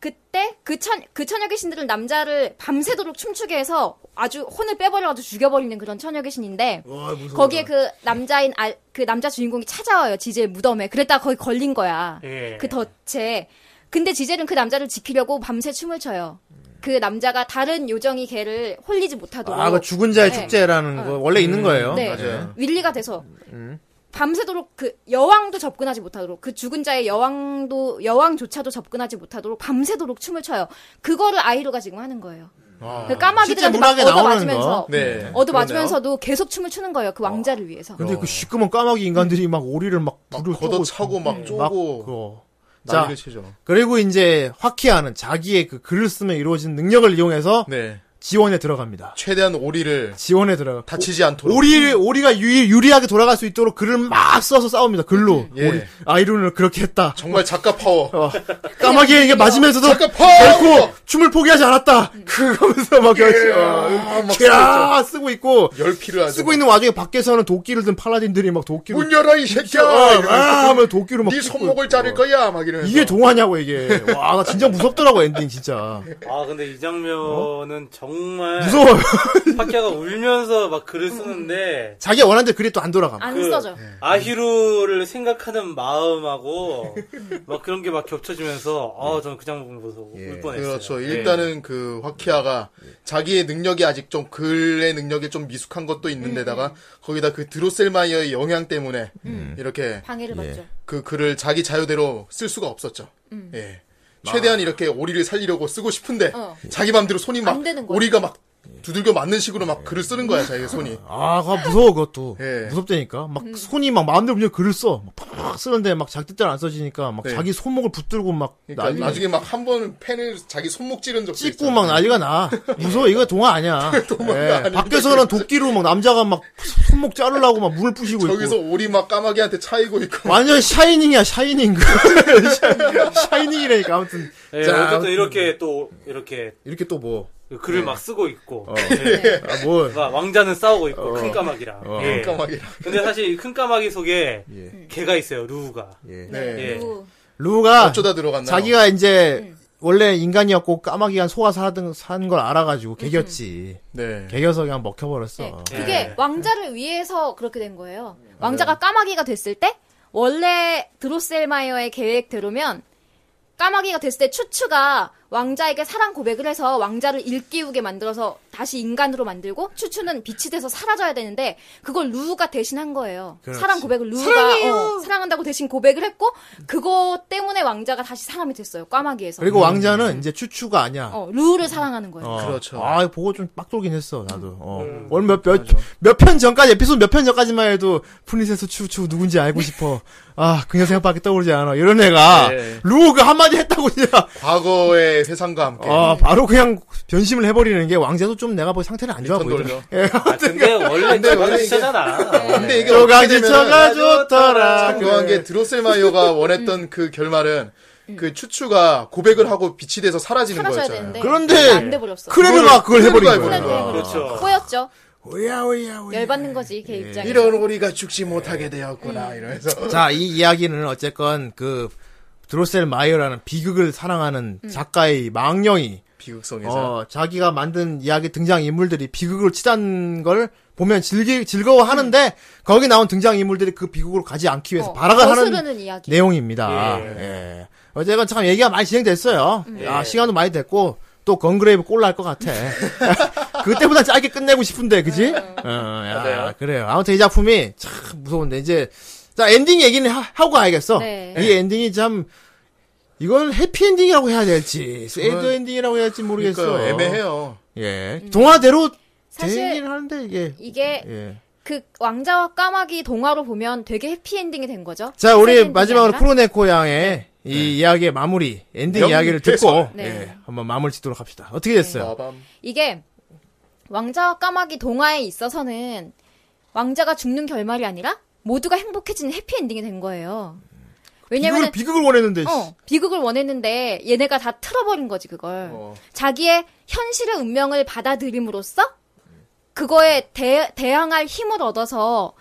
S8: 그때 그 천, 그 처녀 귀신들은 남자를 밤새도록 춤추게 해서 아주 혼을 빼버려가지고 죽여버리는 그런 처녀 귀신인데,
S3: 와, 무서워.
S8: 거기에 그 남자인 알- 그 남자 주인공이 찾아와요 지젤 무덤에 그랬다 가 거기 걸린 거야
S4: 예.
S8: 그 덫에 근데 지젤은 그 남자를 지키려고 밤새 춤을 춰요 그 남자가 다른 요정이 걔를 홀리지 못하도록
S3: 아, 그 죽은 자의
S8: 네.
S3: 축제라는 거 원래 있는 거예요.
S8: 네.
S2: 음, 맞아요.
S8: 윌리가 돼서
S3: 음,
S8: 밤새도록 그 여왕도 접근하지 못하도록 그 죽은 자의 여왕도 여왕조차도 접근하지 못하도록 밤새도록 춤을 춰요 그거를 아이로가 지금 하는 거예요
S2: 아.
S8: 그
S3: 실제
S8: 까마귀들한테 막
S3: 문학에 나오는
S8: 얻어맞으면서
S3: 거.
S2: 네.
S8: 얻어맞으면서 계속 춤을 추는 거예요 그 왕자를 위해서
S3: 근데 그 시커먼 까마귀 인간들이 막 오리를 막
S2: 막
S3: 불을 네.
S2: 걷어차고 막 쪼고.
S3: 그거. 자,
S2: 난리를 치죠.
S3: 그리고 이제 화키아는 자기의 그 글을 쓰면 이루어진 능력을 이용해서
S2: 네.
S3: 지원에 들어갑니다.
S2: 최대한 오리를
S3: 지원에 들어가.
S2: 다치지 않도록.
S3: 오리 오리가 유, 리하게 돌아갈 수 있도록 글을 막 써서 싸웁니다. 글로
S2: 예.
S3: 오리 아이론을 그렇게 했다.
S2: 정말 작가 파워.
S3: 어, 까마귀에게 맞으면서도
S2: 작가 파워.
S3: 결코 춤을 포기하지 않았다. 그러면서 막 열심히
S2: 음. 아,
S3: 어,
S2: 막
S3: 캬, 쓰고 있고
S2: 열피를 아주.
S3: 쓰고 있는 와중에 밖에서는 도끼를 든 팔라딘들이 막 도끼로
S2: 문 열어 이
S3: 어,
S2: 새끼야.
S3: 아,
S2: 이러면서
S3: 하면 도끼로 막
S2: 네
S3: 찍고
S2: 손목을
S3: 있고.
S2: 자를 거야. 막 이러면서.
S3: 이게 동화냐고 이게 와 나 진짜 무섭더라고 엔딩 진짜
S4: 아 근데 이 장면은 정말
S3: 무서워요.
S4: 파키아가 울면서 막
S8: 음,
S4: 글을 쓰는데
S3: 자기가 원하는 데 글이 또 안 돌아가.
S8: 안
S4: 그-
S8: 써져
S3: 예.
S4: 아히루를 생각하는 마음하고 막 그런 게 막 겹쳐지면서 아 저는 그 장면 보면서 울 뻔했어요.
S2: 그렇죠.
S3: 네.
S4: 예.
S2: 일단은 그 화키아가 자기의 능력이 아직 좀 글의 능력이 좀 미숙한 것도 있는데다가 거기다 그 드로셀마이어의 영향 때문에 이렇게
S8: 방해를
S3: 예.
S8: 받죠
S2: 그 글을 자기 자유대로 쓸 수가 없었죠. 예. 최대한
S3: 아.
S2: 이렇게 오리를 살리려고 쓰고 싶은데
S8: 음. 어.
S2: 자기 맘대로 손이 막
S8: 안 되는 거야.
S2: 오리가 막 두들겨 맞는 식으로
S3: 예.
S2: 막 글을 쓰는 거야 자기 손이.
S3: 아, 그거 무서워 그것도
S2: 예.
S3: 무섭다니까. 막 손이 막 마음대로 그냥 글을 써. 막 팍팍 쓰는데 막 작대대로 안 써지니까 막
S2: 네.
S3: 자기 손목을 붙들고 막
S2: 그러니까
S3: 난리-
S2: 나중에 막 한 번 펜을 자기 손목 찌른 적도
S3: 찢고
S2: 있잖아요.
S3: 막 난리가 나. 무서워 이거 동화 아니야. 예,
S2: 아닌데
S3: 밖에서는 도끼로 막 남자가 막 손목 자르려고 막 물을 뿌시고
S2: 저기서
S3: 있고.
S2: 오리 막 까마귀한테 차이고 있고
S3: 완전 샤이닝이야 샤이닝. 샤이닝이라니까 아무튼
S4: 예,
S3: 자,
S4: 어쨌든 이렇게 또 이렇게
S3: 이렇게 또 뭐.
S4: 글을 막 쓰고 있고
S8: 네.
S3: 예. 아, 뭘.
S4: 막 왕자는 싸우고 있고 큰 까마귀랑.
S3: 어.
S4: 예.
S2: 까마귀랑.
S4: 근데 사실 이 큰 까마귀 속에
S3: 예.
S4: 개가 있어요 루우가.
S3: 예.
S2: 네. 아,
S4: 예.
S8: 그리고
S3: 루가
S2: 어쩌다 들어갔나요?
S3: 자기가 이제 원래 인간이었고 까마귀가 속아 사던 산걸 알아가지고 개겼지.
S2: 네.
S3: 개겨서 그냥 먹혀버렸어. 음.
S4: 예.
S8: 네. 그게 왕자를 위해서 그렇게 된 거예요. 왕자가
S3: 네.
S8: 까마귀가 됐을 때 원래 드로셀마이어의 계획대로면 까마귀가 됐을 때 추추가 왕자에게 사랑 고백을 해서 왕자를 일깨우게 만들어서 다시 인간으로 만들고 추추는 빛이 돼서 사라져야 되는데 그걸 루우가 대신한 거예요.
S3: 그렇지.
S8: 사랑 고백을 루우가 어, 사랑한다고 대신 고백을 했고 그거 때문에 왕자가 다시 사람이 됐어요. 까마귀에서.
S3: 그리고 왕자는 이제 추추가 아니야.
S8: 어, 루우를 사랑하는 거예요.
S3: 어.
S2: 음. 그렇죠. 음.
S3: 아, 이거 보고 좀 빡돌긴 했어,
S8: 음.
S3: 나도. 어. 오늘 몇, 몇, 몇 편 전까지, 에피소드 몇 편 전까지만 해도, 프린세스 추추 누군지 알고 싶어. 아, 그냥 생각밖에 떠오르지 않아. 이런 애가,
S4: 예.
S3: 루우가 한마디 했다고 그냥,
S2: 과거의 세상과 함께.
S3: 아, 바로 그냥 변심을 해버리는 게 왕자도 좀 내가 보기 상태는 안 좋아
S2: 리턴
S3: 보이더라.
S2: 돌려.
S4: 아, 근데 원래
S2: 근데 원래
S4: 저건
S2: 이게-
S4: 시체잖아.
S8: 네.
S2: 근데 이게
S3: 너가
S2: 어떻게 되면
S3: 지쳐가 좋더라.
S2: 참고한 게 아, 드로셀마이어가 원했던 그 결말은 그 추추가 고백을 하고 빛이 돼서 사라지는
S8: 사라져야
S2: 거였잖아요.
S8: 되는데
S3: 그런데
S8: 네, 안 돼버렸어.
S3: 크레르가 그걸 해버린
S2: 크레르가
S3: 거야.
S2: 해버린 거야.
S3: 아.
S4: 그렇죠.
S8: 꼬였죠.
S3: 오야, 오야, 오야.
S8: 열받는 거지 걔 입장에.
S2: 이런 우리가 죽지 못하게 되었구나 이러면서
S3: 자, 이 이야기는 어쨌건 그 드로셀 마이어라는 비극을
S8: 음.
S3: 사랑하는 작가의 망령이
S2: 비극성에서
S3: 어, 자기가 만든 이야기 등장 인물들이 비극으로 치닫는 걸 보면 즐기 즐거워하는데 거기 나온 등장 인물들이 그 비극으로 가지 않기 위해서
S8: 음. 어,
S3: 발악을 하는
S8: 거스르는 이야기.
S3: 내용입니다.
S4: 예.
S3: 예. 어쨌건 참 얘기가 많이 진행됐어요.
S8: 음.
S2: 예.
S3: 아, 시간도 많이 됐고 또 건그레이브 꼴날 것 같아. 그때보다 짧게 끝내고 싶은데 그지?
S8: 음.
S3: 어, 야,
S4: 맞아요.
S3: 그래요. 아무튼 이 작품이 참 무서운데 이제 자 엔딩 얘기는 하, 고 가야겠어.
S8: 네.
S3: 이 엔딩이 참 이걸 해피 엔딩이라고 해야 될지 새드
S2: 그건-
S3: 엔딩이라고 해야 될지 모르겠어.
S2: 그러니까 애매해요.
S3: 예. 동화대로
S8: 음. 사실
S3: 되긴 하는데 이게
S8: 이게
S3: 예.
S8: 그 왕자와 까마귀 동화로 보면 되게 해피엔딩이 된 거죠.
S3: 자, 우리
S8: 엔딩이
S3: 마지막으로
S8: 아니라?
S3: 프로네코 양의 이 이야기의 마무리, 엔딩
S2: 명쾌해서.
S3: 이야기를 듣고
S8: 네.
S3: 예, 한번 마무리 짓도록 합시다. 어떻게 됐어요?
S2: 마밤.
S8: 이게 왕자와 까마귀 동화에 있어서는 왕자가 죽는 결말이 아니라 모두가 행복해지는 해피엔딩이 된 거예요.
S3: 비극을,
S8: 왜냐면
S3: 비극을 원했는데
S8: 어, 비극을 원했는데 얘네가 다 틀어버린 거지 그걸.
S2: 어.
S8: 자기의 현실의 운명을 받아들임으로써 그거에 대, 대항할 힘을 얻어서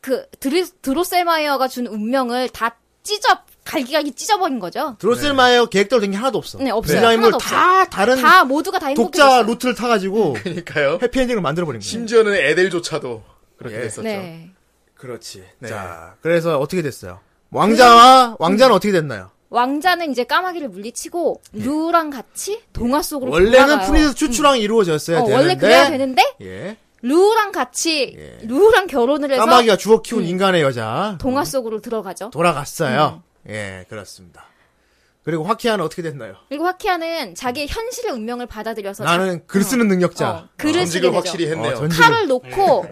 S8: 그 드리, 드로셀마이어가 준 운명을 다 찢어 갈기갈기 찢어버린 거죠.
S3: 드로셀마이어 계획대로 된 게 하나도 없어.
S8: 네, 없어요.
S3: 등장인물
S8: 하나도
S3: 다 다른
S8: 다 모두가 다
S3: 독자
S8: 행복해졌어요.
S3: 루트를 타가지고
S2: 그러니까요.
S3: 해피엔딩을 만들어버린 거예요.
S2: 음. 심지어는 에델조차도
S3: 음.
S2: 그렇게
S3: 예.
S2: 됐었죠.
S8: 네.
S3: 그렇지.
S2: 네.
S3: 자, 그래서 어떻게 됐어요?
S8: 음.
S3: 왕자와 왕자는 어떻게 됐나요?
S8: 왕자는 이제 까마귀를 물리치고 루랑 같이 동화 속으로
S3: 네. 원래는
S8: 돌아가요. 음.
S3: 푸니스 추추랑 이루어졌어야
S8: 어,
S3: 되는데
S8: 원래 그래야 되는데
S3: 예.
S8: 루랑 같이 루랑 결혼을 해서 음.
S3: 까마귀가 주워 키운 인간의 여자
S8: 동화 속으로 들어가죠.
S3: 돌아갔어요.
S8: 음.
S3: 예, 그렇습니다. 그리고 화키아는 어떻게 됐나요?
S8: 그리고 화키아는 자기의 현실의 운명을 받아들여서
S3: 나는 글 쓰는 능력자.
S8: 어, 글을
S2: 전직을
S8: 쓰게 되죠.
S2: 확실히 했네요.
S3: 어, 전직을-
S8: 칼을 놓고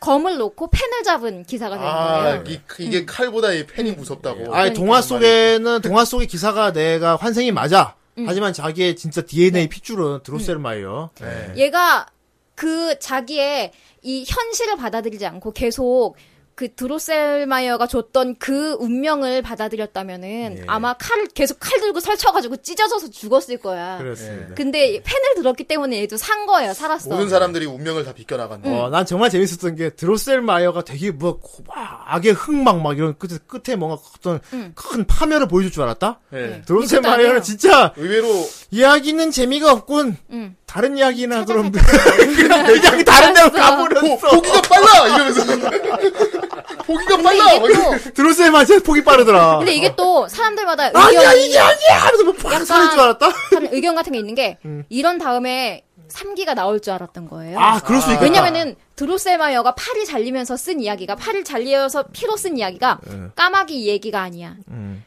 S8: 검을 놓고 펜을 잡은 기사가 되는
S2: 음. 아,
S8: 거예요.
S2: 이, 이게 칼보다 이 펜이
S8: 어,
S2: 무섭다고.
S8: 그러니까
S3: 아니, 동화 속에는 동화 속의 기사가 내가 환생이 맞아.
S8: 음.
S3: 하지만 자기의 진짜 DNA
S8: 네.
S3: 핏줄은 드로셀마이어.
S2: 네.
S8: 얘가 그 자기의 이 현실을 받아들이지 않고 계속 그 드로셀마이어가 줬던 그 운명을 받아들였다면은
S2: 예.
S8: 아마 칼을 계속 칼 들고 설쳐가지고 찢어져서 죽었을 거야.
S3: 그렇습니다.
S8: 근데 펜을 들었기 때문에 얘도 산 거예요. 살았어.
S2: 네. 모든 사람들이 운명을 다 비껴나간다.
S8: 음.
S3: 어, 난 정말 재밌었던 게 드로셀마이어가 되게 뭐 고- 막 악의 흑막 막 이런 끝에 끝에 뭔가 어떤 큰 파멸을 보여줄 줄 알았다.
S2: 네.
S8: 음. 이것도
S3: 드로셀마이어는
S8: 아니에요.
S3: 진짜
S2: 의외로
S3: 이야기는 재미가 없군.
S8: 응.
S3: 다른 이야기나 그럼 그냥 그냥 다른 데로 가버렸어.
S2: 포기가 빨라 이러면서 "어, 포기가 빨라.
S8: 근데 이게 또
S3: 드로셀마이어 진짜 폭이 빠르더라.
S8: 근데 이게 또 사람들마다
S3: 아니야
S8: 의견이
S3: 이게 아니야 하면서 뭐 막팍
S8: 약간-
S3: 사는 줄 알았다.
S8: 다른 의견 같은 게 있는 게 이런 다음에 3기가 나올 줄 알았던 거예요.
S3: 음. 아 그럴 수 있겠다.
S8: 왜냐면은 드로셀마이어가 팔이 잘리면서 쓴 이야기가 팔을 잘려서 피로 쓴 이야기가
S3: 예.
S8: 까마귀 얘기가 아니야.
S3: 음.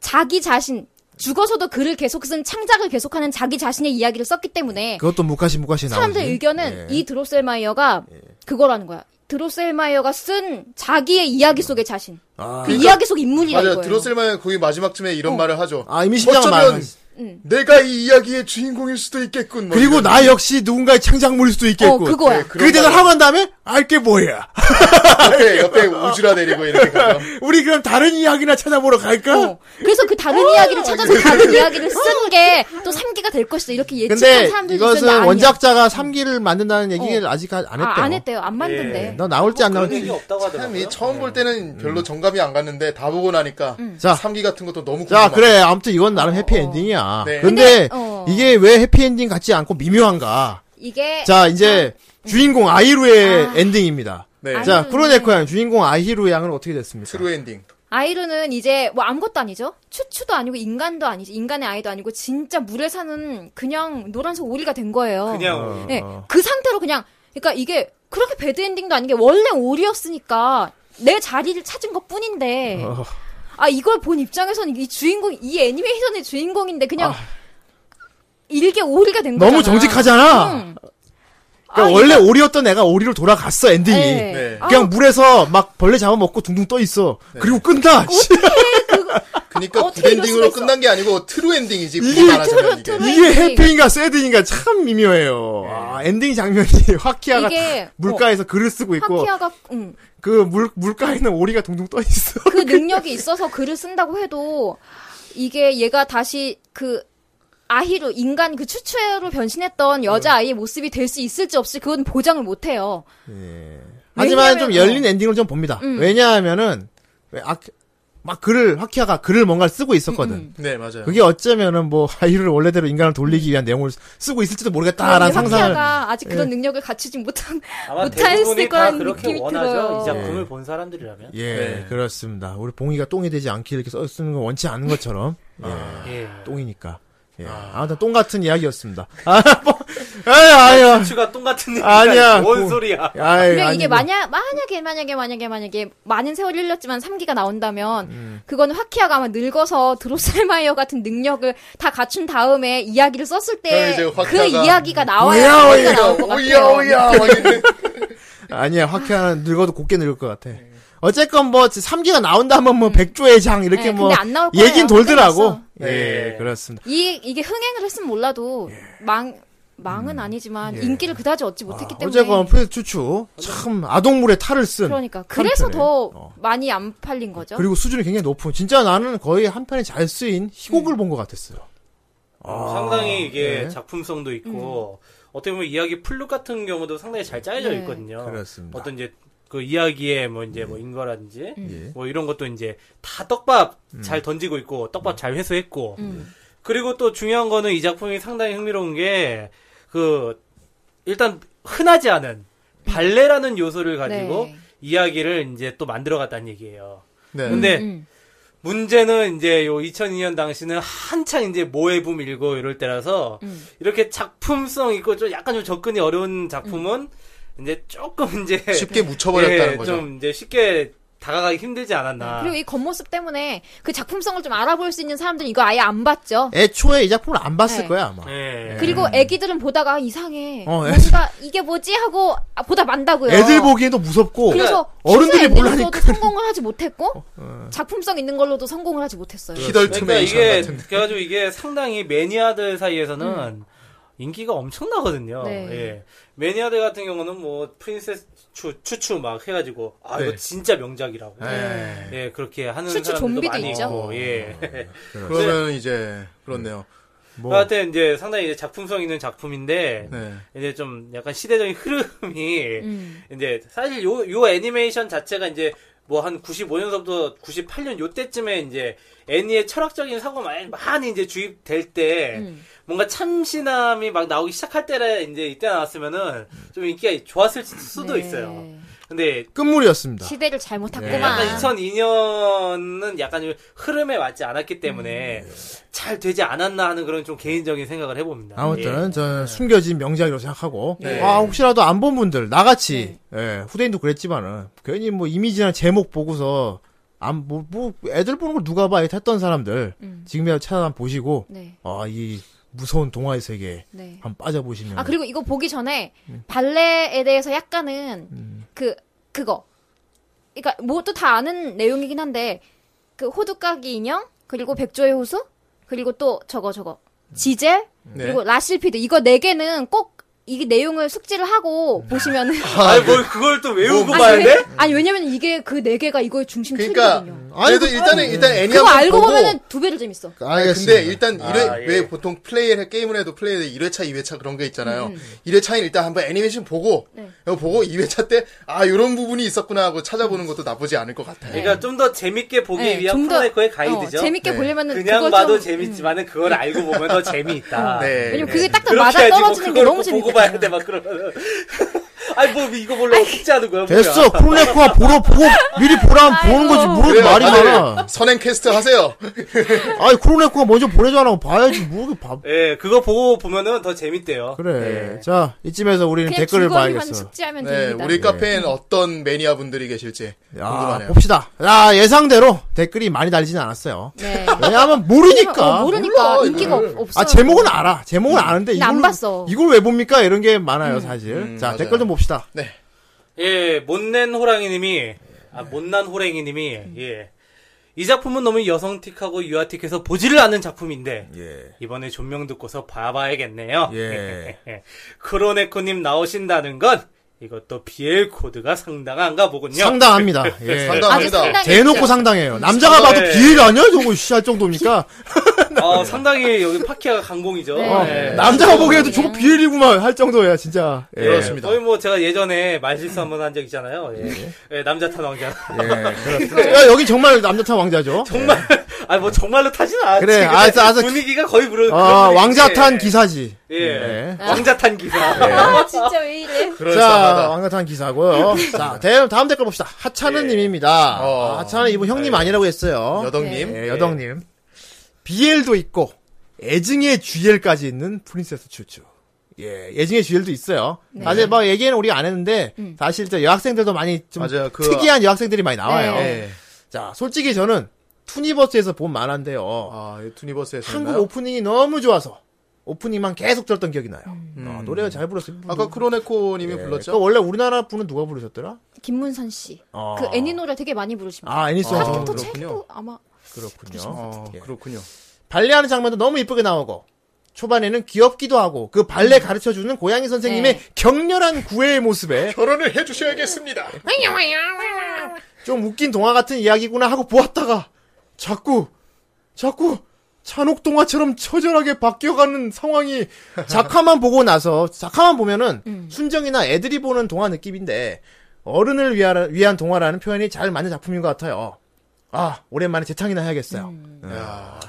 S8: 자기 자신 죽어서도 글을 계속 쓴 창작을 계속하는 자기 자신의 이야기를 썼기 때문에
S3: 그것도 무카시 무카시 나오지.
S8: 예. 사람들 의견은
S3: 예.
S8: 이 드로셀마이어가 그거라는 거야. 드로셀마이어가 쓴 자기의 이야기 속의 자신.
S3: 아.
S8: 그 이야기 속 인물이라는
S2: 맞아요.
S8: 거예요.
S2: 드로셀마는 거기 마지막쯤에 이런 말을 하죠.
S3: 아 이미 심장을
S2: 어쩌면
S3: 많이.
S2: 내가 이 이야기의 주인공일 수도 있겠군. 뭐
S3: 그리고
S2: 이런.
S3: 나 역시 누군가의 창작물일 수도
S8: 어,
S3: 있겠고.
S8: 그거야.
S2: 네,
S3: 그 대답을 하고 난 다음에 알게 뭐야.
S2: 옆에, 옆에 우주라 내리고 이렇게 가요.
S3: 우리 그럼 다른 이야기나 찾아보러 갈까?
S8: 어. 그래서 그 다른 이야기를 찾아서 다른 이야기를 쓴 게 또 3기가 될 것이다. 이렇게 예측한
S3: 근데
S8: 사람들이 있었는데
S3: 이것은
S8: 아니야.
S3: 원작자가 3기를 만든다는 얘기를 아직 안 했대요. 네,
S8: 아, 안 했대요. 안
S4: 예.
S8: 만든대.
S3: 너 나올지 안
S4: 뭐 그런 얘기
S3: 나올지.
S4: 없다고
S2: 참,
S4: 하더라고요.
S2: 이 처음 볼 때는 별로 정감이 안 갔는데 다 보고 나니까
S8: 음.
S3: 자.
S2: 3기 같은 것도 너무
S3: 자,
S2: 궁금하고.
S3: 그래. 아무튼 이건 나름 해피엔딩이야.
S2: 네.
S3: 근데,
S8: 어. 근데, 어.
S3: 이게 왜 해피엔딩 같지 않고 미묘한가?
S8: 이게
S3: 자, 이제 주인공 아이루의 엔딩입니다.
S2: 네.
S3: 자,
S8: 아. 아이루는-
S3: 프로네코 양, 주인공 아이루 양은 어떻게 됐습니까?
S2: 트루 엔딩.
S8: 아이루는 이제 뭐 아무것도 아니죠. 추추도 아니고 인간도 아니지. 인간의 아이도 아니고 진짜 물에 사는 그냥 노란색 오리가 된 거예요.
S4: 그냥
S8: 네,
S3: 아.
S8: 그 상태로 그냥 그러니까 이게 그렇게 배드 엔딩도 아닌 게 원래 오리였으니까 내 자리를 찾은 것 뿐인데
S3: 어.
S8: 아 이걸 본 입장에서는 이 주인공 이 애니메이션의 주인공인데 그냥 일개 오리가 된 거잖아.
S3: 아. 너무 정직하잖아.
S8: 응.
S3: 그러니까
S8: 아,
S3: 원래 오리였던 애가 오리로 돌아갔어 엔딩이.
S8: 네.
S2: 네.
S8: 아,
S3: 그냥 물에서 막 벌레 잡아먹고 둥둥 떠 있어. 그리고 끈다. 씨,
S2: 그니까
S8: 어,
S2: 그러니까 굿
S8: 어떻게 이럴 수가
S2: 엔딩으로
S8: 있어.
S2: 끝난 게 아니고 트루 엔딩이지. 우리
S3: 이게
S2: 말하자면 이게.
S8: 트루
S3: 이게
S8: 엔딩.
S3: 해피인가 새드인가 참 미묘해요. 아, 엔딩 장면이 화키아가
S8: 이게 어,
S3: 물가에서 글을 쓰고 있고
S8: 하키아가 응.
S3: 그 물 물가에는 오리가 둥둥 떠 있어.
S8: 그 능력이 있어서 글을 쓴다고 해도 이게 얘가 다시 그 아히로 인간 그 추추로 변신했던 여자 아이의 모습이 될 수 있을지 없을지 그건 보장을 못 해요.
S3: 하지만
S8: 왜냐면-
S3: 좀 열린 엔딩을 좀 봅니다.
S8: 음.
S3: 왜냐하면은 왜 아, 막 글을 화키아가 글을 뭔가 쓰고 있었거든.
S8: 음,
S2: 네, 맞아요.
S3: 그게 어쩌면은 뭐 하이를 원래대로 인간을 돌리기 위한 내용을 쓰고 있을지도 모르겠다라는
S8: 근데
S3: 상상을 예.
S8: 화키아가 아직 그런 능력을 갖추지 못한
S4: 아마
S8: 못할
S4: 대부분이 다
S8: 거라는
S4: 그렇게
S8: 느낌이
S4: 원하죠.
S8: 들어요.
S4: 이 작품을 본 사람들이라면.
S3: 예
S2: 네.
S3: 그렇습니다. 우리 봉이가 똥이 되지 않길 이렇게 써 쓰는 건 원치 않은 것처럼 예,
S4: 예.
S3: 똥이니까 예. 아무튼 똥 같은 이야기였습니다. 아, 뭐, 아유 아유
S4: 추가 똥 같은 얘기가
S3: 아니야.
S4: 뭔
S3: 뭐.
S4: 소리야.
S3: 아유
S8: 그냥 이게
S3: 아니고. 뭐.
S8: 만약 만약에 만약에 만약에 만약에 많은 세월이 흘렀지만 3기가 나온다면
S3: 음.
S8: 그거는 화키아가 아마 늙어서 드로셀마이어 같은 능력을 다 갖춘 다음에 이야기를 썼을
S2: 그럼
S8: 때
S2: 이제
S8: 그
S2: 화키아가
S8: 이야기가
S3: 오야,
S8: 나와야
S3: 오야,
S8: 소리가 나올 것
S2: 오야,
S8: 같아요.
S2: 오야, 막
S3: 네.
S2: 이래.
S3: 아니야 화쾌한 늙어도 곱게 늙을 것 같아. 어쨌건 뭐 3기가 나온다면 뭐 백조의 장 이렇게
S8: 네,
S3: 뭐
S8: 근데 안 나올 거예요.
S3: 얘긴 돌더라고.
S8: 끝났어.
S3: 예
S4: 네.
S3: 그렇습니다.
S8: 이 이게 흥행을 했으면 몰라도
S3: 예.
S8: 망 망은 아니지만 인기를 그다지 얻지 못했기 때문에
S3: 음. 어쨌건 프레 추추 참 아동물의 탈을 쓴
S8: 그러니까 그래서
S3: 한편에.
S8: 더
S3: 어.
S8: 많이 안 팔린 거죠.
S3: 그리고 수준이 굉장히 높은. 진짜 나는 거의 한 편이 잘 쓰인 희곡을
S8: 네.
S3: 본 것 같았어요.
S4: 상당히 이게
S3: 아, 네.
S4: 작품성도 있고 어떻게 보면 이야기 플룻 같은 경우도 상당히 잘 짜여져
S8: 네.
S4: 있거든요.
S3: 그렇습니다. 네.
S4: 어떤 이제 그 이야기에 뭐 이제 뭐 인과라든지
S8: 음.
S3: 예. 음.
S4: 뭐 이런 것도 이제 다 떡밥 잘 던지고 있고 떡밥 잘 회수했고
S8: 음.
S4: 그리고 또 중요한 거는 이 작품이 상당히 흥미로운 게 그 일단 흔하지 않은 발레라는 요소를 가지고
S8: 네.
S4: 이야기를 이제 또 만들어갔다는 얘기예요.
S2: 네.
S4: 근데
S8: 음.
S4: 문제는 이제 요 2002년 당시는 한창 이제 모해붐 일고 이럴 때라서
S8: 음.
S4: 이렇게 작품성 있고 좀 약간 좀 접근이 어려운 작품은
S8: 음.
S4: 이제 조금 이제
S2: 네. 쉽게 묻혀버렸다는
S3: 네.
S4: 예,
S2: 거죠.
S4: 좀 이제 쉽게 다가가기 힘들지 않았나.
S8: 네, 그리고 이 겉모습 때문에 그 작품성을 좀 알아볼 수 있는 사람들은 이거 아예 안 봤죠.
S3: 애초에 이 작품을 안 봤을
S8: 네.
S3: 거야 아마.
S4: 예.
S8: 그리고 애기들은 보다가 아, 이상해.
S3: 어,
S8: 뭔가 이게 뭐지 하고 아, 보다 만다고요.
S3: 애들 보기에도 무섭고
S8: 그래서
S4: 그러니까
S3: 어른들이
S8: 어른들이
S3: 보려니까. 어,
S8: 몰라니까 성공을 하지 못했고 작품성 있는 걸로도 성공을 하지 못했어요.
S4: 그러니까
S2: 히덜트메이션
S4: 이게
S2: 같은.
S4: 그래가지고 이게 상당히 매니아들 사이에서는 인기가 엄청나거든요.
S8: 음. 네.
S4: 예. 매니아들 같은 경우는 뭐 프린세스 추, 추추 막 해가지고 아 이거
S2: 네.
S4: 진짜 명작이라고.
S3: 네.
S2: 에이,
S4: 예, 그렇게 하는
S8: 네. 추추
S4: 사람도
S8: 좀비도
S4: 많이
S8: 있죠.
S4: 고 예.
S2: 그러면 이제 그렇네요.
S3: 뭐,
S4: 하여튼 이제 상당히 이제 작품성 있는 작품인데
S2: 네.
S4: 이제 좀 약간 시대적인 흐름이
S8: 음.
S4: 이제 사실 요, 요 애니메이션 자체가 이제 뭐 한 95년서부터 98년 요때쯤에 이제 애니의 철학적인 사고 많이, 많이 이제 주입될 때
S8: 음.
S4: 뭔가 참신함이 막 나오기 시작할 때라 이제 이때 나왔으면은
S3: 음.
S4: 좀 인기가 좋았을 수도
S8: 네.
S4: 있어요. 근데
S3: 끝물이었습니다.
S8: 시대를
S3: 네.
S8: 잘못 탔구만.
S4: 약간 2002년은 약간 좀 흐름에 맞지 않았기 때문에
S3: 음.
S4: 잘 되지 않았나 하는 그런 좀 개인적인 생각을 해봅니다.
S3: 아무튼 저는 숨겨진 명작이라고 생각하고
S2: 네.
S3: 아 혹시라도 안 본 분들 나같이
S8: 네.
S3: 예, 후대인도 그랬지만은 괜히 뭐 이미지나 제목 보고서 안뭐 뭐 애들 보는 걸 누가 봐 이렇게 했던 사람들
S8: 음.
S3: 지금이라도 찾아 보시고
S8: 네.
S3: 아 이 무서운 동화의 세계
S8: 네.
S3: 한번 빠져보시면
S8: 아 그리고 이거 보기 전에 발레에 대해서 약간은 그 그거 그러니까 뭐또 다 아는 내용이긴 한데 그 호두까기 인형 그리고 백조의 호수 그리고 또 저거 저거 지젤
S2: 네.
S8: 그리고 라실피드 이거 네 개는 꼭 이게 내용을 숙지를 하고 보시면은
S4: 네. 아니 뭘 그걸 또 외우고
S2: 뭐,
S4: 봐야
S8: 왜-
S4: 돼?
S8: 아니 왜냐면 이게 그 네 개가 이거의 중심
S2: 그러니까
S8: 틀이거든요.
S2: 그래도 일단은 일단 애니
S8: 그거
S2: 한번
S8: 알고
S2: 보고
S8: 보면은 두 배로 재밌어.
S3: 알겠습니다.
S2: 근데 일단
S4: 아,
S2: 일회
S4: 예.
S2: 왜 보통 플레이를 게임을 해도 플레이를 1회차, 2회차 그런 게 있잖아요. 일 1회차는 일단 한번 애니메이션 보고
S8: 네.
S2: 이거 보고 2회차 때 아 이런 부분이 있었구나 하고 찾아보는 것도 나쁘지 않을 것 같아요.
S4: 그러니까 좀 더 재밌게 보기
S8: 네,
S4: 위한
S8: 좀 더-
S4: 프로네코의
S8: 어,
S4: 가이드죠.
S8: 재밌게
S2: 네.
S8: 보려면은 음.
S4: 그냥
S8: 그거
S4: 봐도
S8: 좀-
S4: 재밌지만은 그걸 알고 보면 더 재미있다.
S2: 네.
S8: 왜냐면 그게 딱딱
S4: 그렇게
S8: 맞아
S4: 해야지 뭐
S8: 떨어지는 게
S4: 그걸
S8: 너무
S4: 보고
S8: 재밌거든요.
S4: 봐야 돼 막 그러면 아니 뭐 이거 몰라 찍지 않은 거야 뭐야.
S3: 됐어. 코로네코가 보러 보고 미리 보라면 보는 거지. 모르는 말이 많아.
S2: 선행 퀘스트 하세요.
S3: 아니 코로네코가 먼저 보내잖아. 봐야지. 모르게 봐.
S4: 예, 그거 보고 보면은 더 재밌대요. 네.
S3: 그래. 자 이쯤에서 우리는
S8: 그냥
S3: 댓글을
S8: 줄거리만
S3: 봐야겠어.
S8: 숙지하면
S2: 네,
S8: 됩니다.
S2: 우리 카페엔 어떤 매니아 분들이 계실지
S3: 야,
S2: 궁금하네요.
S3: 봅시다. 야, 예상대로 댓글이 많이 달리진 않았어요.
S8: 네.
S3: 왜냐하면 아, 모르니까.
S8: 어, 모르니까
S2: 몰라,
S8: 인기가
S2: 이거를.
S8: 없, 없어.
S3: 아 제목은 알아. 제목은 아는데
S8: 음. 근데
S3: 이걸
S8: 안 봤어.
S3: 이걸 왜 봅니까? 이런 게 많아요, 사실.
S2: 음,
S3: 자
S2: 맞아요.
S3: 댓글 좀 봅시다.
S2: 네.
S4: 예, 못낸 호랑이님이 아
S3: 네.
S4: 못난 호랭이님이 예. 이 작품은 너무 여성틱하고 유아틱해서 보지를 않는 작품인데
S3: 예.
S4: 이번에 존명 듣고서 봐봐야겠네요.
S3: 예.
S4: 크로네코님 나오신다는 건 이것도 BL 코드가 상당한가 보군요.
S3: 상당합니다. 예.
S8: 아주
S2: 상당합니다. 네.
S8: 상당히
S3: 대놓고 상당해요. 남자가 봐도
S4: 예.
S3: 비일 아니야? 저거 씨할 정도입니까?
S4: 어, 상당히 여기 파키아가 강공이죠.
S8: 네.
S3: 어,
S4: 예.
S3: 남자가 보기에도 저거 비일이구만 할 정도야, 진짜. 예.
S2: 네. 그렇습니다.
S4: 거의 뭐 제가 예전에 말실수 한번 한 적 있잖아요. 예. 예, 남자 탄 왕자.
S3: 예.
S2: 네.
S3: 야, 여기 정말 남자탄 왕자죠.
S4: 정말 아 뭐 정말로 타진 않았지.
S3: 그래,
S4: 근데
S3: 알았어, 알았어.
S4: 분위기가 거의 그런
S3: 아,
S4: 그런
S3: 왕자탄
S4: 분위기인데.
S3: 기사지.
S4: 예.
S3: 예.
S4: 왕자탄 기사.
S8: 아 진짜 왜 이래?
S3: 자,
S2: 그럴싸하다.
S3: 왕자탄 기사고요. 자, 다음, 다음 댓글 봅시다. 하찮은 님입니다.
S2: 예. 어.
S3: 아, 하찮은 이분 형님 아니라고 했어요.
S2: 여덕님.
S3: 예, 여덕님. BL도 있고, 애증의 GL까지 있는 프린세스 추추. 예, 애증의 GL도 있어요. 사실 뭐 얘기는 우리가 안 했는데, 사실 저 여학생들도 많이 좀
S2: 맞아요. 그
S3: 특이한 여학생들이 많이 나와요.
S2: 예.
S3: 자, 솔직히 저는 투니버스에서 본 만화인데요.
S2: 아, 이 투니버스에서
S3: 한국
S2: 했나요?
S3: 오프닝이 너무 좋아서, 오프닝만 계속 들었던 기억이 나요.
S2: 음.
S3: 아, 노래가 잘 불렀어요.
S2: 아까 크로네코님이
S3: 예,
S2: 불렀죠?
S3: 그거 원래 우리나라 분은 누가 부르셨더라?
S8: 김문선 씨.
S3: 아.
S8: 그 애니 노래 되게 많이 부르십니다.
S3: 아, 애니송.
S2: 아,
S3: 아,
S8: 또
S2: 그렇군요.
S8: 책도 아마
S3: 그렇군요.
S2: 어,
S3: 예.
S2: 그렇군요.
S3: 발레하는 장면도 너무 이쁘게 나오고 초반에는 귀엽기도 하고 그 발레 가르쳐주는 고양이 선생님의
S8: 네.
S3: 격렬한 구애의 모습에
S2: 결혼을 해주셔야겠습니다.
S6: 네.
S3: 좀 웃긴 동화 같은 이야기구나 하고 보았다가 자꾸 자꾸 잔혹 동화처럼 처절하게 바뀌어가는 상황이 작화만 보고 나서 작화만 보면은 순정이나 애들이 보는 동화 느낌인데 어른을 위하, 위한 동화라는 표현이 잘 맞는 작품인 것 같아요. 아 오랜만에 재탕이나 해야겠어요.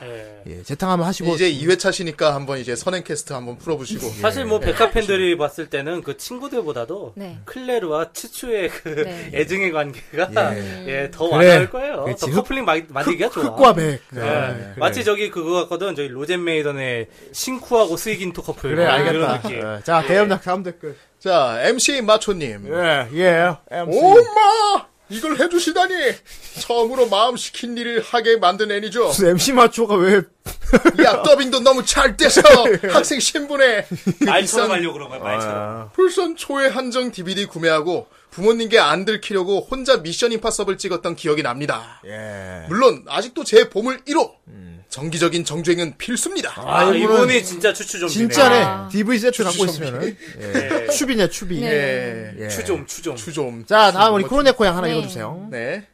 S4: 예.
S3: 예, 재탕 한번 하시고
S2: 이제 2회차시니까 한번 이제 선행 퀘스트 한번 풀어보시고.
S4: 사실 뭐 백화 팬들이 봤을 때는 그 친구들보다도
S8: 네.
S4: 클레르와 치추의 그
S8: 네.
S4: 애증의 관계가 예더
S3: 그래.
S4: 많을 거예요.
S3: 그렇지.
S4: 더
S3: 흑-
S4: 커플링 마- 만들기가 좋아.
S3: 흑과 백.
S4: 예.
S3: 아, 그래.
S4: 마치 저기 그거 같거든. 저기 로젠 메이던의 신쿠하고 스이긴토 커플 뭐
S3: 그래
S4: 이런
S3: 알겠다.
S4: 느낌.
S3: 예, 자 대음 나 다음 댓글.
S2: 자, MC 마초님.
S3: 예, 예.
S2: 엄마! 이걸 해주시다니! 처음으로 마음 시킨 일을 하게 만든 애니죠.
S3: MC 마초가 왜
S2: 야, 더빙도 너무 잘 돼서 학생 신분에
S4: 말처럼
S2: 비싼-
S4: 하려고 그런 거야.
S3: 아.
S4: 말처럼.
S2: 풀선 초회 한정 DVD 구매하고 부모님께 안 들키려고 혼자 미션 임파서블 찍었던 기억이 납니다.
S3: 예.
S4: 예.
S2: 물론 아직도 제 보물 1호
S3: 음.
S2: 정기적인 정주행은 필수입니다.
S4: 아, 이분이 진짜 추추 좀비네.
S3: 진짜네.
S8: 아. 네.
S3: DV 세트 갖고 있으면은 예. 추비냐 추비.
S2: 예.
S3: 예.
S4: 추좀 추좀.
S2: 추좀.
S3: 자 다음 우리
S2: 추-
S3: 코로네코 양 하나
S8: 네.
S3: 읽어주세요.
S2: 네.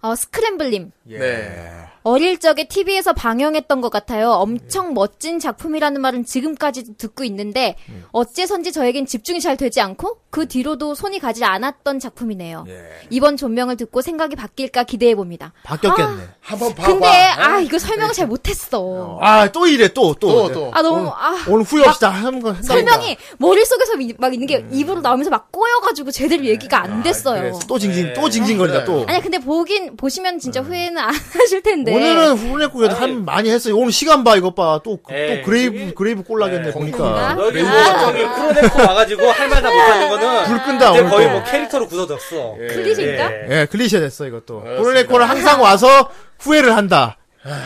S6: 어, 스크램블님.
S3: 예.
S2: 네.
S6: 어릴 적에 TV에서 방영했던 것 같아요.
S3: 네.
S6: 엄청 멋진 작품이라는 말은 지금까지도 듣고 있는데
S3: 네.
S6: 어째선지 저에겐 집중이 잘 되지 않고 그 뒤로도 손이 가지 않았던 작품이네요.
S3: 예.
S6: 이번 존명을 듣고 생각이 바뀔까 기대해 봅니다.
S3: 바뀌었겠네.
S2: 한번 봐봐.
S6: 근데 아 이거 설명을 잘 못했어.
S3: 아 또 이래 또 또.
S2: 또, 또.
S6: 아 너무
S3: 오늘,
S6: 아
S3: 오늘 그 후회 없이 다 하는 거 한다니까. 음.
S6: 설명이 머릿속에서 미- 막 있는 게 입으로 나오면서 막 꼬여가지고 제대로 얘기가 안 됐어요.
S3: 네. 아, 그래, 또 징징 또 징징거린다 또.
S6: 아니 근데 보긴 보시면 진짜 후회는 안 하실 텐데.
S3: 오늘은 코로네코 그래도 한 많이 했어요. 오늘 시간 봐 이것 봐. 또 또
S4: 에이,
S3: 그레이브 그레이브 꼴나겠네
S4: 에이,
S3: 보니까.
S4: 여기 뭐 저기 크로네코 와가지고 할 말 다 못하는 거는
S3: 아. 불 끈다
S4: 이제
S3: 오늘.
S4: 거의
S3: 또.
S4: 뭐 캐릭터로 굳어졌어.
S6: 클리셰인가?
S4: 예.
S3: 예, 글리셰 됐어, 이것도. 코로네코는 항상 와서 후회를 한다.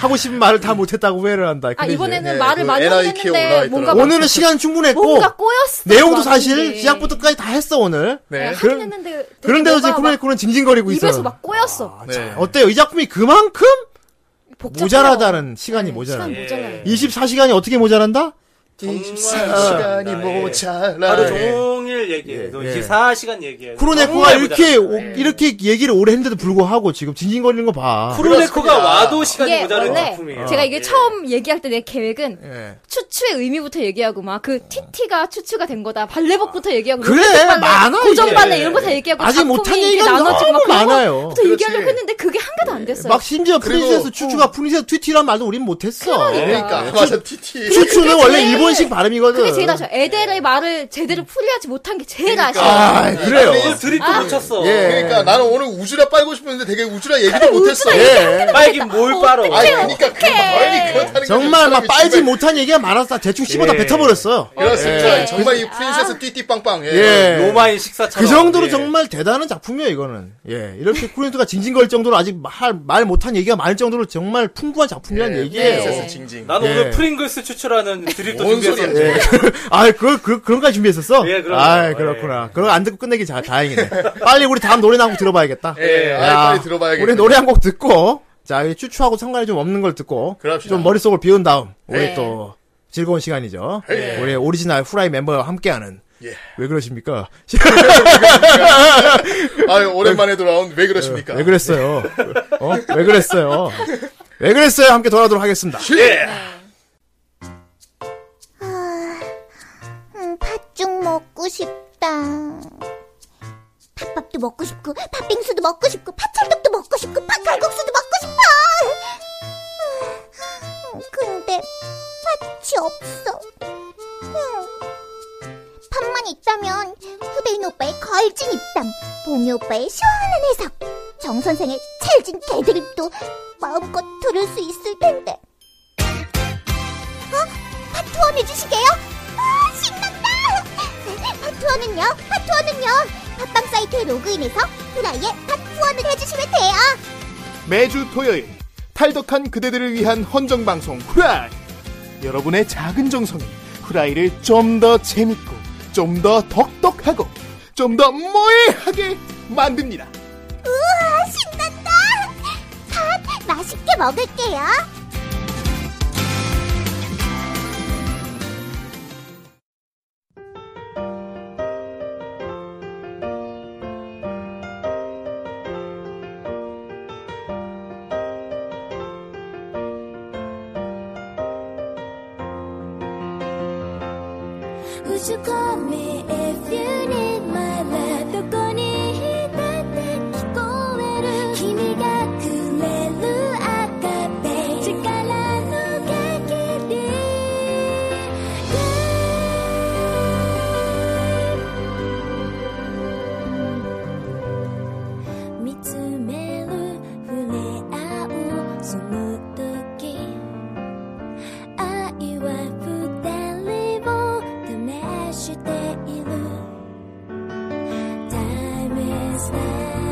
S3: 하고 싶은 말을 다 못했다고 후회를 한다.
S8: 아
S3: 글리셰.
S8: 이번에는
S2: 네,
S8: 말을
S2: 그
S8: 많이
S2: NIK 에 올라와
S8: 했는데 뭔가
S2: 있더라고요.
S3: 오늘은 시간 충분했고,
S8: 뭔가 꼬였어.
S3: 내용도
S8: 막
S3: 사실
S8: 근데.
S3: 시작부터까지 다 했어, 오늘.
S6: 아,
S2: 네.
S8: 네,
S3: 그런-
S8: 하긴 했는데 되게
S3: 그런데도 지금
S8: 뭔가 막
S3: 코로네코는 징징거리고 있어요.
S8: 입에서 막 꼬였어.
S3: 아,
S2: 네.
S3: 자, 어때요? 이 작품이 그만큼 모자라다는 시간이
S6: 네,
S3: 모자라.
S8: 네, 시간 모자라.
S3: 24시간이 어떻게 모자란다?
S2: 아,
S4: 시간이
S2: 시간이
S3: 뭐
S4: 예.
S2: 모자라.
S4: 하루 종일 얘기해. 또
S3: 예.
S4: 24시간 얘기해.
S3: 코로네코가
S4: 정말
S3: 이렇게,
S4: 모자라.
S3: 오- 이렇게 얘기를 오래 했는데도 불구하고 지금 징징거리는 거 봐.
S4: 코로네코가
S2: 그렇습니다.
S4: 와도 시간이
S8: 이게
S4: 모자란
S8: 원래
S4: 작품이에요.
S8: 제가 이게
S4: 예.
S8: 처음 얘기할 때 내 계획은
S3: 예.
S8: 추추의 의미부터 얘기하고 막 그 티티가 추추가 된 거다 발레복부터 얘기하고
S3: 그래,
S8: 롤케트 발레,
S3: 많아, 이게.
S8: 고정 발레 이런 거 다 얘기하고
S3: 아직
S8: 작품이
S3: 못한
S8: 이렇게
S3: 얘기가
S8: 나눠지고
S3: 너무
S8: 막 그런
S3: 많아요.
S8: 거부터 얘기하려고 했는데 그게 한 개도 안 됐어요.
S3: 막 심지어
S2: 그리고-
S3: 프린세스 추추가 프린세스 튀티란 말도 우린 못했어.
S2: 그러니까 맞아 티티.
S3: 네. 추추는 원래
S8: 제일-
S3: 일본식 발음이거든.
S8: 그게 제일 나죠. 애들의 말을 제대로 풀려하지
S6: 못한 게 제일 아쉬워.
S3: 아, 그래요.
S4: 오늘 드립도
S8: 아.
S4: 못 쳤어.
S3: 예.
S2: 그러니까 나는 오늘 우주라 빨고 싶었는데 되게 우주라 얘기도 못했어.
S3: 예.
S4: 빨기 뭘 빨어.
S2: 아니 그러니까 그 말이 그렇다는 게
S3: 정말 막
S2: 사람이
S3: 빨지
S2: 정말-
S3: 못한 얘기가 많아서 대충 씹어다
S4: 예.
S3: 뱉어버렸어요.
S2: 그렇습니다.
S6: 예.
S2: 정말 이 프린세스 띠띠빵빵. 예.
S3: 예.
S4: 로마인 식사처럼.
S3: 그 정도로
S4: 예.
S3: 정말 대단한 작품이에요, 이거는. 예. 이렇게 쿠린트가 징징거릴 정도로 아직 말, 말 못한 얘기가 많을 정도로 정말 풍부한 작품이라는 얘기예요.
S2: 프린세스 징징.
S4: 나도
S3: 예.
S4: 오늘 프링글스 추출하는 드립도
S2: 뭔
S4: 준비했어.
S2: 소리야.
S3: 아, 그, 그, 그런까지 준비했었어?
S4: 예, 그럼요.
S3: 아, 그렇구나. 그거 안 듣고 끝내기 자, 다행이네. 빨리 우리 다음 노래나 한곡 들어봐야겠다.
S2: 예. 아,
S3: 야,
S2: 빨리 들어봐야겠다.
S3: 우리 노래 한 곡 듣고, 자, 이 추추하고 상관이 좀 없는 걸 듣고,
S2: 그럽시다.
S3: 좀 머릿속을 비운 다음, 우리 또, 즐거운 시간이죠. 우리 오리지널 후라이 멤버와 함께하는,
S2: 예.
S3: 왜 그러십니까?
S2: 아 오랜만에 돌아온 왜 그러십니까?
S3: 예, 왜 그랬어요? 어? 왜 그랬어요? 왜 그랬어요? 함께 돌아오도록 하겠습니다.
S2: 네.
S7: 아, 음, 팥죽 먹고 싶다. 팥밥도 먹고 싶고, 팥빙수도 먹고 싶고, 팥찰떡도 먹고 싶고, 팥갈국수도 먹고 싶어! 음, 근데, 팥이 없어. 음, 팥만 있다면, 후대인 오빠의 걸진 입담, 봉이 오빠의 시원한 해석, 정선생의 찰진 개드립도 마음껏 들을 수 있을 텐데. 어? 팥 투원 해주시게요? 아, 신난다! 팥 투원은요? 팥 투원은요? 팟빵 사이트에 로그인해서 후라이에 팥 투원을 해주시면 돼요!
S9: 매주 토요일 탈덕한 그대들을 위한 헌정 방송 후라이 여러분의 작은 정성이 후라이를 좀 더 재밌고 좀 더 덕덕하고 좀 더 모해하게 만듭니다.
S7: 우와, 신난다! 팥 맛있게 먹을게요! Would you call me if you need my love? どこにいたって聞こえる君がくれる赤ペン力の限り Yeah 見つめる触れ合うその時愛は二人を試している Time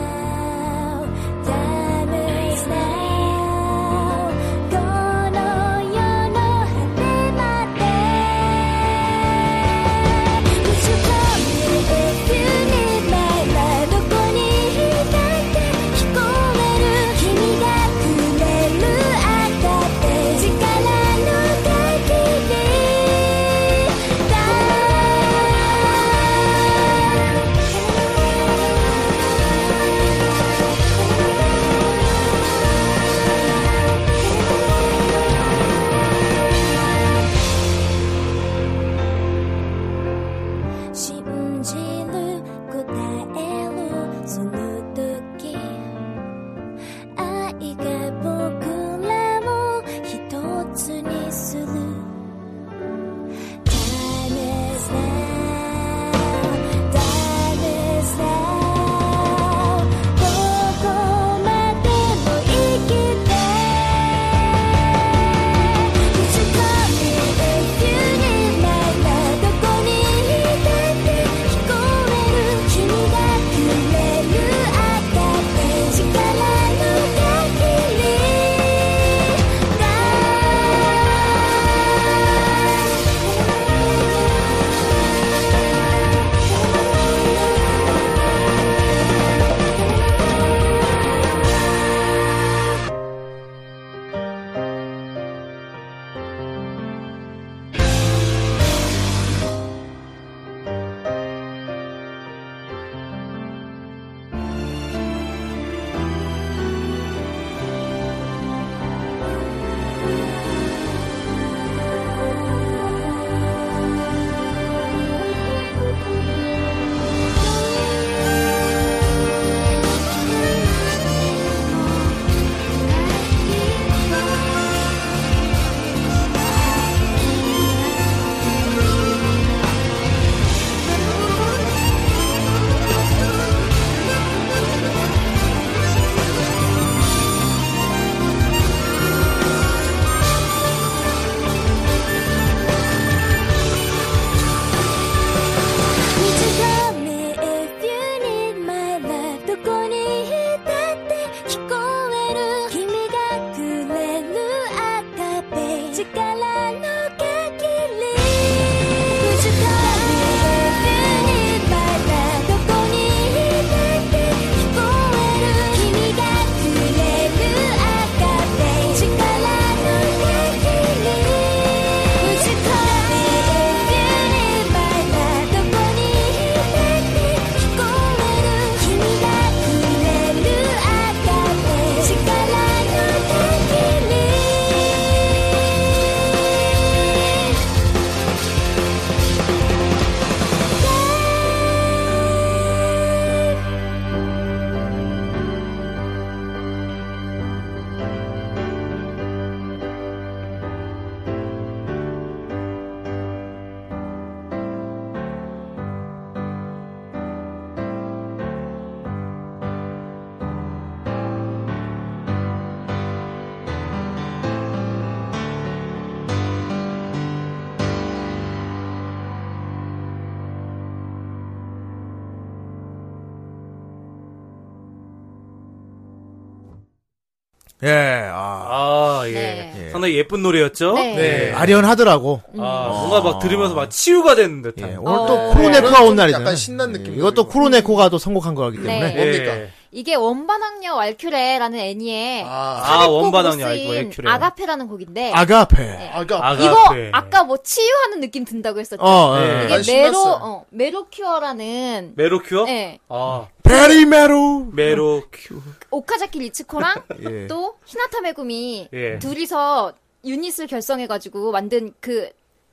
S3: 예, 아.
S4: 아, 예.
S8: 네.
S3: 예.
S4: 상당히 예쁜 노래였죠?
S8: 네.
S2: 네.
S3: 음. 아련하더라고.
S4: 아, 뭔가 막 들으면서 막 치유가 되는 듯한.
S3: 예, 오늘 또
S8: 어.
S3: 쿠로네코가 온 날이잖아.
S2: 약간 신난 느낌.
S3: 이것도 쿠로네코가 또 선곡한 거기
S4: 예.
S3: 때문에.
S8: 네.
S2: 뭡니까?
S8: 이게 원반학녀 왈큐레라는 애니에
S2: 아,
S4: 아,
S8: 꼭
S4: 원반왕이 아니고
S8: 쓰인
S4: 에큐레.
S8: 아가페라는 곡인데
S3: 아가페.
S2: 아가.
S4: 아가페.
S8: 이거 아까 뭐 치유하는 느낌 든다고 했었죠.
S3: 어,
S4: 네.
S3: 예.
S2: 난
S8: 이게 메로
S2: 신났어요.
S8: 어, 메로큐어라는
S4: 메로큐어?
S8: 예,
S4: 아,
S3: 베리메로.
S4: 메로큐어.
S8: 오카자키 리츠코랑
S3: 예.
S8: 또 히나타 메구미
S4: 예.
S8: 둘이서 유닛을 결성해가지고 만든 그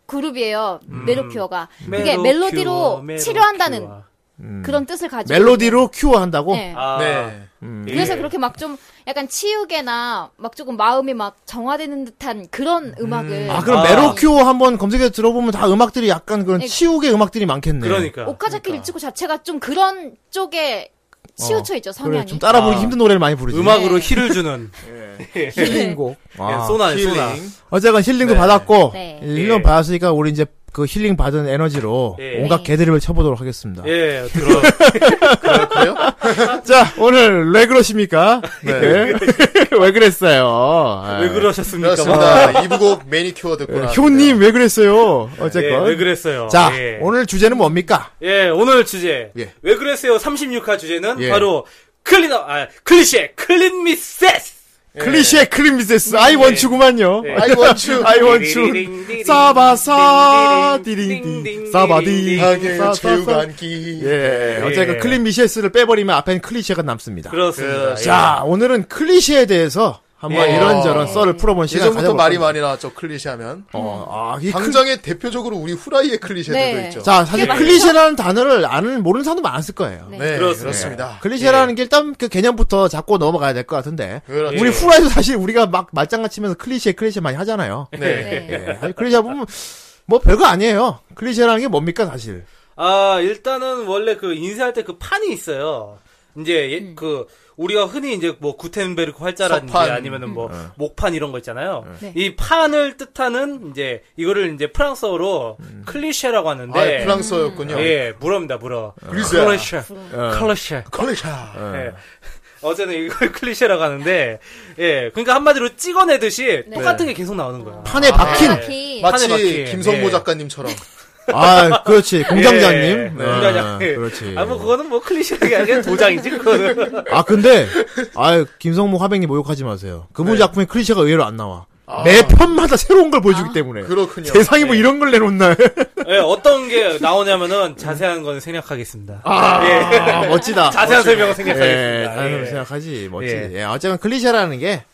S8: 그룹이에요. 메로큐어가 그게
S4: 메로큐어,
S8: 멜로디로
S4: 메로큐어.
S8: 치료한다는
S3: 음.
S8: 그런 뜻을 가지고
S3: 멜로디로 큐어한다고?
S8: 네.
S4: 아,
S2: 네.
S3: 음.
S4: 예.
S8: 그래서 그렇게 막 좀 약간 치유개나 막 조금 마음이 막 정화되는 듯한 그런 음악을
S3: 아, 그럼
S4: 아.
S3: 메로 큐어 한번 검색해서 들어보면 다 음악들이 약간 그런
S8: 예.
S3: 치우개 음악들이 많겠네.
S4: 그러니까.
S8: 오카자키 리츠코 자체가 좀 그런 쪽에 치우쳐 있죠 성향이.
S3: 그래, 좀 따라 부르기
S4: 아.
S3: 힘든 노래를 많이 부르지.
S8: 네.
S4: 음악으로 힐을 주는
S8: 예.
S3: 힐링곡.
S4: 예,
S3: 아.
S4: 소나,
S2: 힐링.
S4: 소나.
S3: 어쨌건 힐링도
S2: 네.
S3: 받았고
S8: 네.
S3: 힐링
S4: 예.
S3: 받았으니까 우리 이제 그 힐링 받은 에너지로
S4: 예.
S3: 온갖
S8: 네.
S3: 개드립을 쳐보도록 하겠습니다.
S4: 예, 들어.
S3: 그러니까 자 오늘 왜 그러십니까? 네. 왜 아, 예. 그랬어요?
S4: 예, 왜 그러셨습니까?
S2: 그렇습니다. 이부곡 매니큐어 듣고 나.
S3: 뭐. 예, 효님 왜 그랬어요? 어쨌건
S4: 예, 왜 그랬어요?
S3: 자
S4: 예.
S3: 오늘 주제는 뭡니까?
S4: 예, 오늘 주제.
S2: 예.
S4: 왜 그랬어요? 36화 주제는
S2: 예.
S4: 바로 클린업, 아, 클리셰, 클린 미세스!
S3: 클리셰 크림비세스 아이 원추구만요.
S4: 예.
S2: I want you.
S3: 아이 원추 사바사 디링디 사바디
S2: 하게
S3: 사바사.
S2: 최후간기.
S3: 예, 어쨌든
S4: 예.
S3: 클린 미셰스를 빼버리면 앞엔 아, 클리셰가 남습니다.
S4: 그렇습니다.
S3: 자, 오늘은 클리셰에 대해서 한번
S4: 예.
S3: 이런저런 썰을 풀어본 시간
S2: 예전부터
S3: 가져볼까
S2: 말이 많이 나왔죠 클리셰하면.
S3: 어, 아, 이 클-
S2: 당장에 대표적으로 우리 후라이의 클리셰들도
S8: 네.
S2: 있죠.
S3: 자, 사실
S8: 예.
S3: 클리셰라는 단어를 아는 모르는 사람도 많았을 거예요.
S8: 네.
S2: 네,
S4: 그렇습니다.
S2: 그렇습니다.
S3: 클리셰라는 게 일단 그 개념부터 잡고 넘어가야 될 것 같은데.
S2: 그렇죠.
S3: 우리 후라이도 사실 우리가 막 말장난 치면서 클리셰 클리셰 많이 하잖아요.
S2: 네.
S8: 네.
S3: 예, 사실 클리셰 보면 뭐 별거 아니에요. 클리셰라는 게 뭡니까 사실?
S4: 아, 일단은 원래 그 인쇄할 때 그 판이 있어요. 이제 예- 그 우리가 흔히 이제 뭐 구텐베르크 활자라든지
S2: 석판. 음.
S4: 아니면은 뭐 목판 이런 거 있잖아요.
S8: 네.
S4: 이 판을 뜻하는 이제 이거를 이제 프랑스어로 클리셰라고 하는데
S2: 음. 아, 프랑스어였군요. 음.
S4: 예, 물어입니다, 물어.
S2: 글쎄.
S4: 클리셰.
S3: 어.
S4: 클리셰.
S2: 클리셰.
S4: 예. 어제는 이걸 클리셰라고 하는데 예. 그러니까 한마디로 찍어내듯이 똑같은 게 계속 나오는 거야.
S3: 판에 박힌.
S4: 예.
S8: 키
S2: 마치
S4: 판에 박힌.
S2: 김성모
S4: 예.
S2: 작가님처럼.
S3: 아, 그렇지. 공장장님.
S2: 네.
S4: 예,
S3: 아,
S4: 공장장.
S3: 그렇지.
S4: 아, 뭐, 그거는 뭐, 클리셰가 아니라 도장이지, 그거는.
S3: 아 근데 아 김성모 화백님 모욕하지 마세요. 그분 작품에 클리셰가 의외로 안 나와. 매 편마다 새로운 걸 보여주기 때문에.
S2: 그렇군요.
S3: 세상에 뭐 이런 걸 내놓나.
S4: 예, 어떤 게 나오냐면은, 자세한 건 생략하겠습니다.
S3: 아,
S4: 예.
S3: 멋지다.
S4: 자세한 설명은 생략하겠습니다.
S3: 예,
S4: 예.
S3: 생각하지. 멋지.
S4: 예.
S3: 예, 어쨌든 클리셰라는 게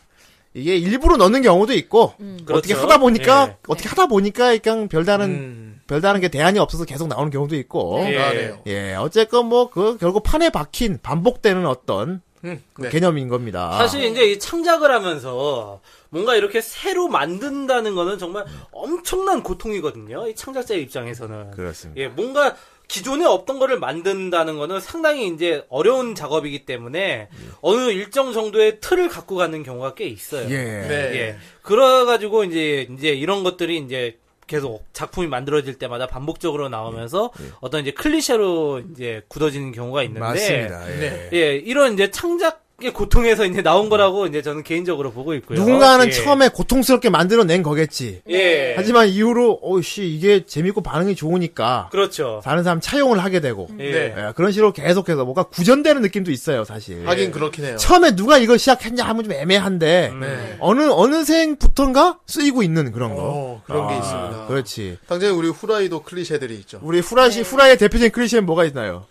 S3: 이게 일부러 넣는 경우도 있고 어떻게
S4: 그렇죠.
S3: 하다 보니까
S4: 예.
S3: 어떻게 하다 보니까 그냥 별다른
S2: 음.
S3: 별다른 게 대안이 없어서 계속 나오는 경우도 있고.
S4: 예.
S2: 나네요.
S3: 예, 어쨌건 뭐 그 결국 판에 박힌 반복되는 어떤
S2: 음,
S3: 그
S2: 네.
S3: 개념인 겁니다.
S4: 사실 이제 이 창작을 하면서 뭔가 이렇게 새로 만든다는 거는 정말 엄청난 고통이거든요. 이 창작자의 입장에서는.
S3: 그렇습니다.
S4: 예, 뭔가 기존에 없던 거를 만든다는 거는 상당히 이제 어려운 작업이기 때문에 어느 일정 정도의 틀을 갖고 가는 경우가 꽤 있어요.
S3: 예.
S2: 네.
S4: 예. 그래가지고 이제 이제 이런 것들이 이제 계속 작품이 만들어질 때마다 반복적으로 나오면서 어떤 이제 클리셰로 이제 굳어지는 경우가 있는데
S3: 예. 맞습니다. 예.
S2: 네.
S4: 예, 이런 이제 창작의 고통에서 이제 나온 거라고 이제 저는 개인적으로 보고 있고요.
S3: 누군가는
S4: 예.
S3: 처음에 고통스럽게 만들어낸 거겠지.
S4: 예.
S3: 하지만 이후로 어씨 이게 재밌고 반응이 좋으니까
S4: 그렇죠.
S3: 다른 사람 차용을 하게 되고
S4: 예.
S2: 네.
S3: 예, 그런 식으로 계속해서 뭔가 구전되는 느낌도 있어요 사실.
S2: 하긴 그렇긴 해요.
S3: 처음에 누가 이걸 시작했냐 하면 좀 애매한데
S2: 네.
S3: 어느 어느 생부터인가 쓰이고 있는 그런 거.
S2: 어, 그런 게 있습니다.
S3: 아, 그렇지.
S2: 당장에 우리 후라이도 클리셰들이 있죠.
S3: 우리 후라시 후라이의 대표적인 클리셰는 뭐가 있나요?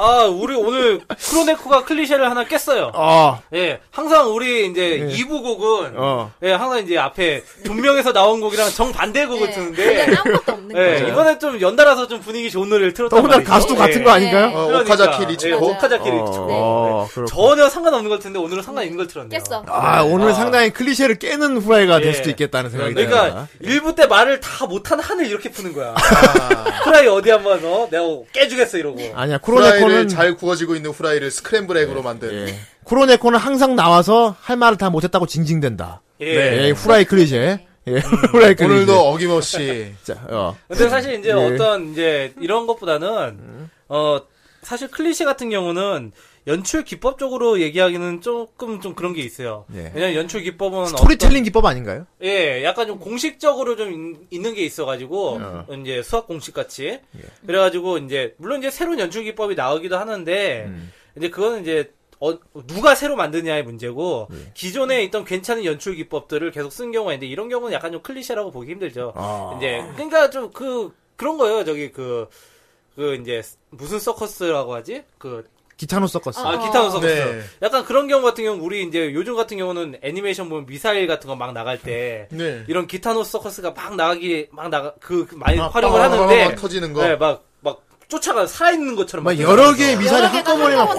S4: 아, 우리 오늘 크로네코가 클리셰를 하나 깼어요.
S3: 아,
S4: 예, 항상 우리 이제 이 2부 곡은
S3: 예. 어.
S4: 예, 항상 이제 앞에 분명에서 나온 곡이랑 정반대 곡을
S8: 그냥
S4: 트는데
S8: 아무것도 없는
S4: 예,
S8: 거죠.
S4: 이번에 좀 연달아서 좀 분위기 좋은 노래를 틀었단
S3: 더군다나
S4: 말이죠.
S3: 가수도 같은
S4: 예.
S3: 거 아닌가요?
S2: 어,
S4: 그러니까,
S2: 오카자키
S4: 예,
S2: 리츠코.
S4: 오카자키 리츠코.
S3: 어, 그렇군.
S4: 전혀 상관없는 걸 텐데 오늘은 상당히 있는 걸 틀었네요.
S8: 깼어.
S3: 아, 네, 오늘 상당히 클리셰를 깨는 후라이가
S4: 예.
S3: 될 수도 있겠다는 생각이 듭니다.
S4: 그러니까 일부 때 말을 다 못한 한을 이렇게 푸는 거야. 프라이 어디 한번 어? 내가 깨주겠어 이러고.
S3: 아. 아니야,
S2: 후라이를
S3: 쿠로네코는
S2: 잘 구워지고 있는 후라이를 스크램블 에그로 만든.
S3: 예. 쿠로네코는 항상 나와서 할 말을 다 못했다고 징징댄다.
S4: 예.
S3: 예, 후라이 클리셰. 예, 후라이 클리셰.
S2: 오늘도 어김없이
S3: 자, 어.
S4: 근데 사실 이제
S3: 예. 네.
S4: 어떤 이제 이런 것보다는 어 사실 클리셰 같은 경우는 연출 기법적으로 얘기하기는 조금 좀 그런 게 있어요.
S3: 예.
S4: 왜냐면 연출 기법은
S3: 스토리텔링 기법 아닌가요?
S4: 어떤- 예, 약간 좀 공식적으로 좀 인- 있는 게 있어가지고 이제 수학 공식 같이 그래가지고 이제 물론 이제 새로운 연출 기법이 나오기도 하는데 이제 그거는 이제 어, 누가 새로 만드냐의 문제고 기존에 있던 괜찮은 연출 기법들을 계속 쓴 경우가 있는데 이런 경우는 약간 좀 클리셰라고 보기 힘들죠.
S3: 아.
S2: 아.
S4: 이제 그러니까 좀 그 그런 거예요. 저기 그 그 이제 무슨 서커스라고 하지? 그
S3: 기타노 섞었어.
S4: 아, 기타노 서커스.
S2: 네.
S4: 약간 그런 경우 같은 경우 우리 이제 요즘 같은 경우는 애니메이션 보면 미사일 같은 거 막 나갈 때
S2: 네.
S4: 이런 기타노 서커스가 막 나가기 막 나가 그그 많이
S2: 아,
S4: 활용을
S2: 빵, 빵,
S4: 하는데
S2: 빵 터지는 거.
S4: 네, 막, 막, 쫓아가, 살아있는 것처럼.
S3: 막
S4: 쫓아가는
S3: 여러
S4: 거.
S3: 개의 미사를 한꺼번에 막,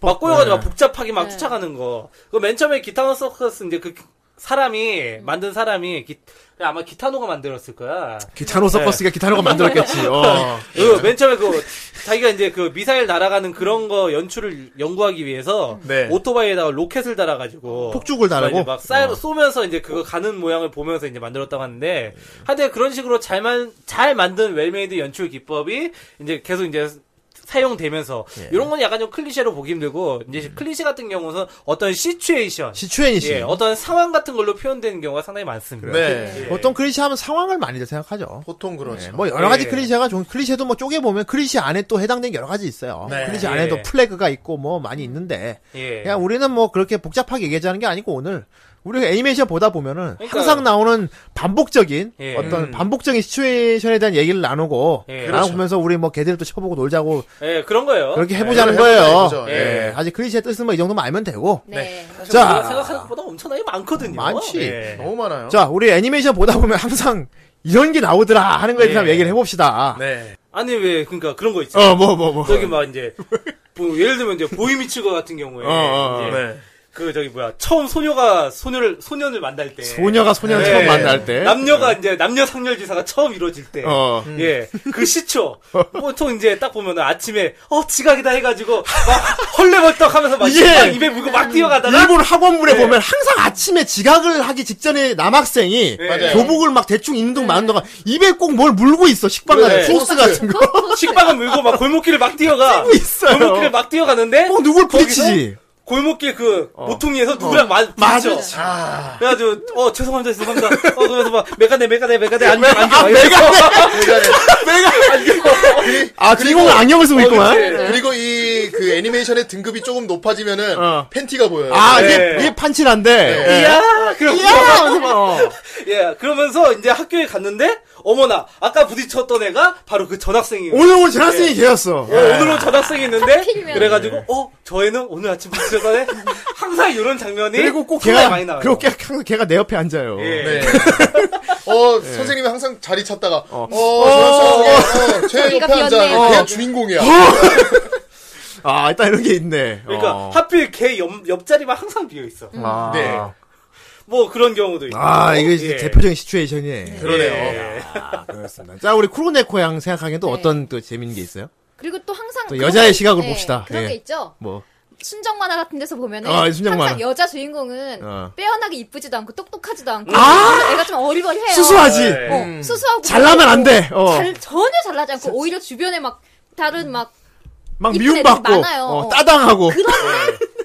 S4: 막 꼬여가지고 막 복잡하게 막 쫓아가는 거. 그 맨 처음에 기타노 서커스 이제 그 사람이, 만든 사람이, 기, 아마 기타노가 만들었을 거야.
S3: 기타노 섞었으니까
S4: 네.
S3: 기타노가 만들었겠지. 어.
S4: 그 맨 처음에 그, 자기가 이제 그 미사일 날아가는 그런 거 연출을 연구하기 위해서
S2: 네.
S4: 오토바이에다가 로켓을 달아가지고
S3: 폭죽을 달아고? 어.
S4: 이제 막 쏴, 쏘면서 이제 그거 가는 모양을 보면서 이제 만들었다고 하는데 하여튼 그런 식으로 잘만 잘 만든 웰메이드 연출 기법이 이제 계속 이제 사용되면서
S3: 예.
S4: 이런 건 약간 좀 클리셰로 보기 힘들고 이제 클리셰 같은 경우는 어떤 시츄에이션
S3: 음. 시추엔이시.
S4: 예, 어떤 상황 같은 걸로 표현되는 경우가 상당히 많습니다.
S2: 네.
S4: 예.
S3: 보통 클리셰 하면 상황을 많이들 생각하죠.
S2: 보통
S3: 네,
S2: 그렇죠.
S3: 뭐 여러 가지
S4: 예.
S3: 클리셰가 좀 클리셰도 뭐 쪼개 보면 클리셰 안에 또 해당된 게 여러 가지 있어요.
S2: 네.
S3: 클리셰 안에도
S4: 예.
S3: 플래그가 있고 뭐 많이 있는데
S4: 예.
S3: 그냥 우리는 뭐 그렇게 복잡하게 얘기하자는 게 아니고 오늘 우리 애니메이션 보다 보면은
S4: 그러니까요.
S3: 항상 나오는 반복적인
S4: 예.
S3: 어떤
S2: 음.
S3: 반복적인 시츄에이션에 대한 얘기를 나누고
S4: 예.
S3: 나눠보면서 우리 뭐 개들도 쳐보고 놀자고
S4: 예, 그런 거예요.
S3: 그렇게 해보자는
S2: 예,
S3: 거예요.
S2: 해보자,
S4: 예.
S3: 예. 사실 클리셰 뜻은 뭐 이 정도면 알면 되고
S8: 네.
S3: 자.
S4: 우리가 생각하는 것보다 엄청나게 많거든요.
S3: 많지.
S4: 예.
S2: 너무 많아요.
S3: 자 우리 애니메이션 보다 보면 항상 이런 게 나오더라 하는 거에 대해서
S4: 예.
S3: 한번 얘기를 해봅시다.
S2: 네.
S4: 아니 왜 그러니까 그런 거 있잖아.
S3: 어 뭐 뭐 뭐.
S4: 저기 막 이제 뭐 예를 들면 이제 보이미츠거 같은 경우에
S3: 어, 어, 어.
S4: 이제
S2: 네.
S4: 그 저기 뭐야 처음 소녀가 소녀를 소년을 만날 때
S3: 소녀가 소녀를 처음
S4: 네.
S3: 만날 때.
S4: 남녀가 이제 남녀 상렬지사가 처음 이루어질 때.
S3: 어.
S4: 예, 그 시초. 보통 이제 딱 보면은 아침에, 어, 지각이다 해가지고, 막, 헐레벌떡 하면서 막,
S3: 이게
S4: 신발 입에 물고 막 뛰어가다가,
S3: 일본 학원물에
S4: 네.
S3: 보면 항상 아침에 지각을 하기 직전에 남학생이
S4: 네.
S2: 맞아요.
S3: 교복을 막 대충 입는 동안 마는 동안 입에 꼭 뭘 물고 있어 식빵 같은
S4: 네.
S3: 소스 같은 거
S4: 식빵을 물고 막 골목길을 막 뛰어가.
S3: 있어요.
S4: 골목길을 막 뛰어가는데,
S3: 꼭 누굴
S4: 거기서
S3: 부딪히지
S4: 골목길 그 모퉁이에서 누구랑 마,
S3: 어. 맞아
S4: 부딪혀. 그래가지고 어 죄송합니다 죄송합니다 어 그래서 막 메가네 메가네 메가네 안경 안경 막 이러고.
S3: 아 주인공은 안경을 쓰고 있구만
S2: 그리고 이 그 애니메이션의 등급이 조금 높아지면은
S3: 어.
S2: 팬티가 보여요.
S3: 아
S4: 네.
S3: 이게 이게 판치란데 네.
S4: 이야 그럼 뭐.
S3: 이야 하면서 막, 어.
S4: 예 그러면서 이제 학교에 갔는데 어머나 아까 부딪혔던 애가 바로 그 전학생이에요
S3: 오늘 오늘 전학생이 걔였어
S4: 어, 오늘은 전학생이 있는데 그래가지고 어 저희는 오늘 아침 부딪혔던 애 항상 이런 장면이
S3: 그리고 꼭
S4: 상당히
S3: 걔가
S4: 많이 나와요
S3: 그리고 걔- 항상 걔가 내 옆에 앉아요
S4: 예.
S2: 네. 어, 선생님이 항상 자리 찾다가, 어, 저, 저, 저, 제
S8: 자리가
S2: 옆에 앉아.
S8: 비었네.
S2: 그냥
S3: 어.
S2: 주인공이야.
S3: 아 일단 이런 게 있네
S4: 그러니까
S3: 어.
S4: 하필 걔 옆, 옆자리만 항상 비어 있어
S3: 아.
S2: 네.
S4: 뭐 그런 경우도 있고
S3: 아, 이거 진짜
S4: 예.
S3: 대표적인 시츄에이션이에요.
S2: 그러네요.
S4: 예.
S3: 아, 그렇습니다. 자, 우리 쿠로네코 양 생각하기엔 또
S8: 네.
S3: 어떤 또 재밌는 게 있어요?
S8: 그리고 또 항상
S3: 또
S8: 그런
S3: 여자의
S8: 거-
S3: 시각을 봅시다.
S8: 그런
S3: 예.
S8: 게 있죠.
S3: 뭐.
S8: 순정 만화 같은 데서 보면은
S3: 아, 순정 만화.
S8: 항상 여자 주인공은
S3: 어.
S8: 빼어나게 이쁘지도 않고 똑똑하지도 않고
S3: 아!
S8: 그래서 애가 좀 어리버리해요.
S3: 수수하지?
S2: 네.
S8: 어, 수수하고
S3: 잘나면 안 돼. 어.
S8: 잘- 전혀 잘나지 않고 오히려 주변에 막 다른 막
S3: 막
S8: 이쁜
S3: 미움받고,
S8: 애들 많아요.
S3: 어,
S8: 어.
S3: 따당하고.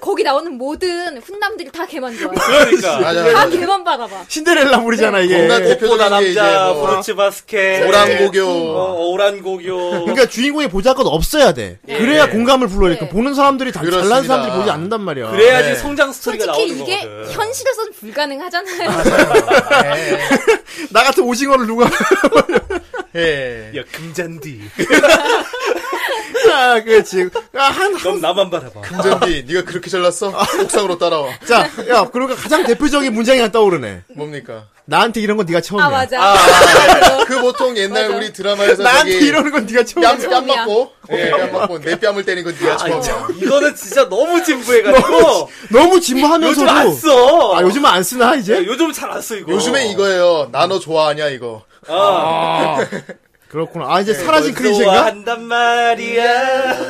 S8: 거기 나오는 모든 훈남들이 다 걔만 좋아해.
S4: 그러니까
S2: 맞아,
S8: 다
S2: 맞아.
S8: 걔만 바라봐.
S3: 신데렐라
S8: 네.
S3: 물이잖아, 이게. 네.
S2: 겁나 대-
S4: 꽃보다
S2: 대표적인 게
S4: 남자
S2: 이제 뭐-
S4: 브로치 바스켓 어,
S2: 오랑고교.
S4: 오란 고교
S3: 그러니까 주인공의 보잘것 없어야 돼. 그래야 공감을 불러일으켜.
S8: 네.
S3: 보는 사람들이 다 잘난
S2: 네. 그렇습니다.
S3: 사람들이 보지 않는단 말이야.
S4: 그래야지
S2: 네.
S4: 성장 스토리가 나오는
S8: 솔직히 이게
S4: 거거든.
S8: 현실에서는 불가능하잖아요.
S3: 나 같은 오징어를 누가.
S2: 예.
S4: 야 금잔디.
S3: 아, 그렇지. 아, 한, 한-
S4: 넌 나만 바라봐.
S3: 그렇죠.
S2: 금전비, 네가 그렇게 잘났어? 옥상으로 따라와.
S3: 자, 야, 그러니까 가장 대표적인 문장이 하나 떠오르네.
S2: 뭡니까?
S3: 나한테 이런 건 네가 처음이야.
S8: 아 맞아.
S2: 그 보통 옛날
S8: 맞아.
S2: 우리 드라마에서
S3: 나한테
S2: 저기
S3: 이러는 건 네가 처음이야.
S2: 뺨, 뺨
S8: 처음이야.
S2: 맞고, 예, 뺨 맞고, 내 뺨을 때린 건 네가 처음이야.
S4: 아, 이거는 진짜 너무 진부해가지고
S3: 너무
S4: 요즘 안
S3: 진부하면서도.
S4: 써.
S3: 아, 요즘은 안 쓰나, 이제?
S2: 어.
S4: 요즘 잘 안 써 이거.
S2: 요즘에 이거예요. 나 너 좋아하냐, 이거.
S4: 아.
S3: 그렇구나. 아, 이제 사라진 크린인가 네.
S4: 좋아한단 말이야.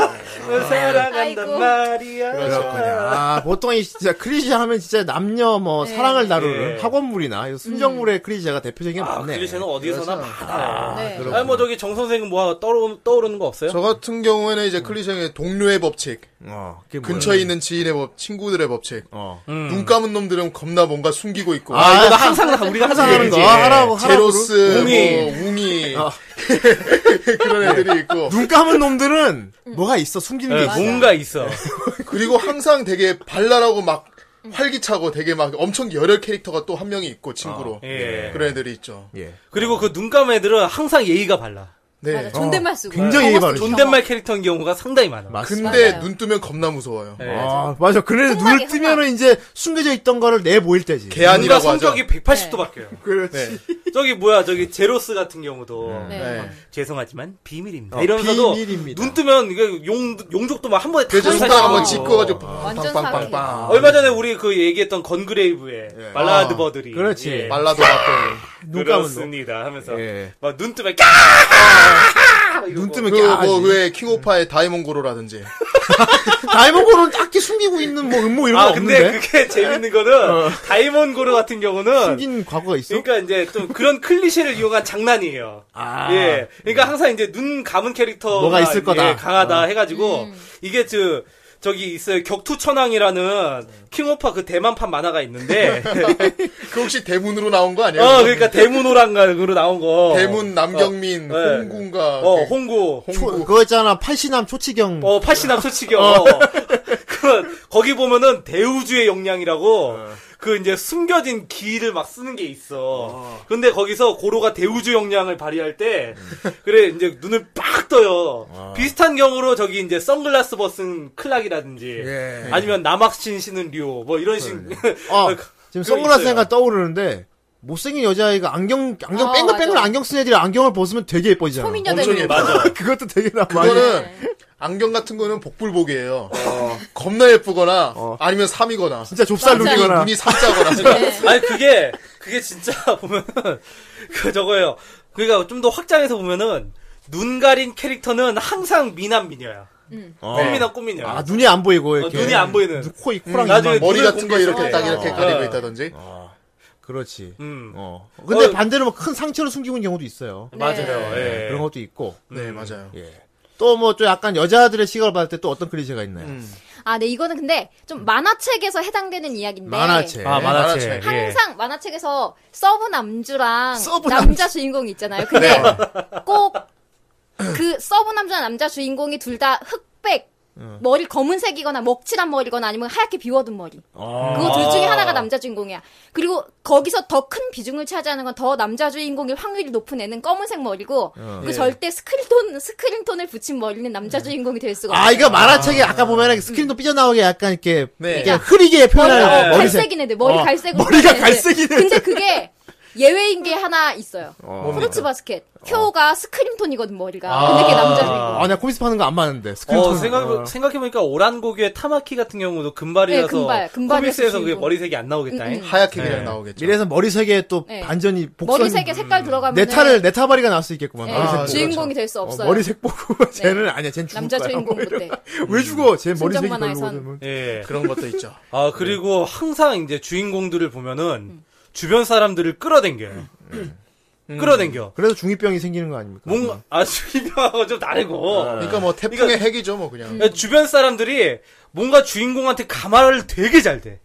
S4: 사랑한단
S8: 아이고.
S4: 말이야.
S3: 그렇군요. 아, 보통 이 진짜 크리시 하면 진짜 남녀 뭐
S8: 네.
S3: 사랑을 다루는
S4: 네.
S3: 학원물이나 이런 순정물의 크리시가 대표적인 게
S4: 아,
S3: 많네.
S4: 글리셰는 어디에서나 많아요.
S8: 네.
S3: 그렇구나.
S4: 아니, 뭐, 저기 정선생은 뭐, 떠오르, 떠오르는 거 없어요?
S2: 저 같은 경우에는 이제 클리셰의 동료의 법칙,
S3: 어, 그게 뭐야?
S2: 근처에 있는 지인의 법, 친구들의 법칙.
S3: 어.
S4: 음.
S2: 눈 감은 놈들은 겁나 뭔가 숨기고 있고.
S3: 아, 이거 나 항상
S4: 항상 다 우리가
S3: 항상 하는 거.
S4: 얘기하지.
S3: 하라고, 하라고.
S2: 네, 제로스,
S4: 웅이.
S2: 뭐, 웅이
S3: 어.
S2: 그런 애들이 있고
S3: 눈 감은 놈들은 뭐가 있어. 숨기는 게
S4: 네,
S3: 있어.
S4: 뭔가 있어.
S2: 그리고 항상 되게 발랄하고 막 활기차고 되게 막 엄청 열혈 캐릭터가 또 한 명이 있고 친구로
S4: 예.
S2: 그런 애들이 있죠.
S3: 예.
S4: 그리고 그 눈감 애들은 항상 예의가 발라.
S2: 네.
S8: 맞아, 존댓말 쓰고.
S3: 굉장히 예의 바르죠.
S4: 존댓말 캐릭터인 경우가 상당히 많아.
S3: 맞습니다.
S2: 근데
S8: 맞아요.
S2: 눈 뜨면 겁나 무서워요.
S4: 예.
S3: 아, 맞아. 그래서
S8: 흥망이,
S3: 눈을 뜨면은 이제 숨겨져 있던 거를 내 보일 때지.
S4: 뭔가
S2: 개안이라고 하죠.
S4: 성격이 180도 바뀌어요.
S3: 그렇지.
S2: 네.
S4: 저기 뭐야 저기 제로스 같은 경우도
S2: 네.
S4: 죄송하지만 비밀입니다.
S3: 음, 어,
S4: 이러면서도
S3: 비밀입니다.
S4: 눈 뜨면 이게 용 용족도 막 한 번에 다
S2: 그래서 손가락
S4: 사라지고.
S2: 한번 짚고 가지고
S4: 아.
S8: 완전
S2: 빵빵빵빵.
S4: 얼마 전에 우리 그 얘기했던 건그레이브의 말라드
S3: 아,
S4: 버들이
S3: 그렇지.
S4: 예.
S2: 말라도 봤더니
S3: 눈 감은 놈.
S4: 그렇습니다 하면서
S3: 예.
S4: 막 눈 뜨면 까
S3: 눈 뜨면 깨지.
S2: 그뭐왜 킹오파의 다이몬고로라든지
S3: 다이몬고는 딱히 숨기고 있는 뭐 음모 이런 거
S4: 아 근데
S3: 없는데. 어.
S4: 그게 재밌는 거는 다이몬 고르 같은 경우는
S3: 숨긴 과거가 있어?
S4: 그러니까 이제 좀 그런 클리셰를 이용한 장난이에요.
S3: 아.
S4: 예. 그러니까 항상 이제 눈 감은 캐릭터
S3: 뭐가 있을 거다. 어.
S4: 강하다 해가지고 이게 저 저기 있어요 격투천왕이라는
S3: 네.
S4: 킹오파 그 대만판 만화가 있는데
S3: 아,
S2: 그 혹시 대문으로 나온 거 아니에요?
S4: 어 그러니까 대문호랑으로 나온 거
S2: 대문 남경민
S4: 어, 네.
S2: 홍군가
S4: 어 홍구
S3: 초- 그거 있잖아. 팔씨남 초치경.
S4: 어 파시남 소치경 그 거기 보면은 대우주의 역량이라고 그 이제 숨겨진 기를 막 쓰는 게 있어. 근데 거기서 고로가 대우주 역량을 발휘할 때 그래 이제 눈을 빡 떠요. 비슷한 경우로 저기 이제 선글라스 벗은 클락이라든지
S3: 예.
S4: 아니면 남학신 신은 류 뭐 이런 식.
S3: 아, 지금
S4: 그거
S3: 선글라스
S4: 있어요.
S3: 생각 떠오르는데 못생긴 여자아이가 안경 안경
S8: 아,
S3: 뺑글뺑글
S8: 맞아.
S3: 안경 쓴 애들이 안경을 벗으면 되게 예뻐지잖아. 어,
S8: 소미녀
S2: 엄청
S8: 되는
S2: 예뻐.
S4: 맞아.
S3: 그것도 되게 나 많이.
S2: 그거는 안경 같은 거는 복불복이에요.
S4: 어.
S2: 겁나 예쁘거나
S3: 어.
S2: 아니면 삼이거나
S3: 진짜 좁쌀
S8: 맞아.
S2: 눈이,
S3: 눈이거나.
S2: 눈이 삼자거나
S4: 아니 그게 그게 진짜 보면 그 저거예요. 그러니까 좀 더 확장해서 보면은 눈 가린 캐릭터는 항상 미남 미녀야.
S3: 어.
S4: 꽃미남 꽃미녀.
S3: 아 눈이 안 보이고 이렇게.
S4: 어, 눈이 안 보이는.
S3: 눈, 코, 입, 코랑
S4: 음, 나중에
S3: 입만.
S2: 머리
S4: 눈을
S2: 같은 거
S4: 공개해서
S2: 이렇게 딱 이렇게
S3: 어.
S2: 가리고
S4: 어.
S2: 있다든지
S3: 그렇지.
S4: 음.
S3: 어. 근데
S4: 어.
S3: 반대로 뭐 큰 상처를 숨기고 있는 경우도 있어요.
S4: 맞아요. 예.
S3: 그런 것도 있고.
S2: 네 맞아요.
S3: 예. 또 뭐 좀 약간 여자들의 시각을 봤을 때 또 어떤 클리셰가 있나요?
S6: 아, 네, 이거는 근데 좀 만화책에서 해당되는 이야기인데.
S3: 만화책.
S4: 아, 만화책.
S2: 만화책.
S4: 예.
S6: 항상 만화책에서 서브 남주랑
S3: 서브 네.
S6: 남자 주인공이 있잖아요. 근데 꼭 그 서브 남주나 남자 주인공이 둘 다 흑백 머리 검은색이거나 먹칠한 머리거나 아니면 하얗게 비워둔 머리.
S4: 어.
S3: 아.
S6: 그거 둘 중에 하나가 남자 주인공이야. 그리고 거기서 더 큰 비중을 차지하는 건 더 남자 주인공일 확률이 높은 애는 검은색 머리고 그
S3: 예.
S6: 절대 스크린톤 스크린톤을 붙인 머리는 남자 주인공이 될 수가 없어.
S3: 아, 이거 만화책에 아까
S6: 음.
S3: 보면 스크린도 삐져나오게 약간 이렇게,
S2: 네.
S3: 그냥 흐리게
S8: 어,
S3: 표현하는
S4: 머리가
S3: 거, 머리색.
S6: 갈색인 애들 네. 머리
S3: 어,
S6: 갈색으로
S3: 머리가
S6: 하는 애들.
S3: 갈색인 애들.
S6: 근데 그게 예외인 게 하나 있어요. 프로츠
S2: 뭡니까?
S6: 바스켓. 쿄가 스크림톤이거든 머리가. 근데 그게 남자 주인공.
S3: 어. 아, 내가 코미스 파는 거 안 맞는데. 스크린
S4: 어,
S3: 톤.
S4: 생각, 생각해보니까 오란고기의 타마키 같은 경우도 금발이라서
S6: 네, 금발. 금발이라서
S4: 코믹스에서 그게
S6: 주인공.
S4: 머리색이 안 나오겠다.
S6: 음,
S4: 잉?
S2: 하얗게 그냥
S4: 네.
S2: 나오겠죠.
S3: 미래에서 머리색에 또
S6: 네.
S3: 반전이 음. 복선.
S6: 머리색에 색깔 들어가면
S3: 네타를, 네타바리가 나올 수 있겠구만.
S8: 예,
S6: 네,
S2: 아,
S8: 그
S3: 머리색.
S6: 주인공이 될 수 없어요.
S3: 그렇죠.
S6: 네.
S3: 머리색 보고, 쟤는 아니야, 쟤는 죽을
S6: 남자
S3: 거야.
S6: 주인공 그때.
S3: 왜 죽어? 쟤 머리색이
S6: 순정
S3: 별로
S6: 만화에선.
S3: 뭐-
S4: 예.
S2: 그런 것도 있죠.
S4: 아, 그리고 항상 이제 주인공들을
S6: 음.
S4: 보면은 주변 사람들을 끌어당겨요. 음. 끌어당겨.
S3: 그래서 중이병이 생기는 거 아닙니까?
S4: 뭔가, 아, 주인공하고 좀 다르고.
S2: 그러니까 뭐 태풍의 핵이죠, 뭐 그냥.
S4: 그러니까 주변 사람들이 뭔가 주인공한테 가마를 되게 잘 대.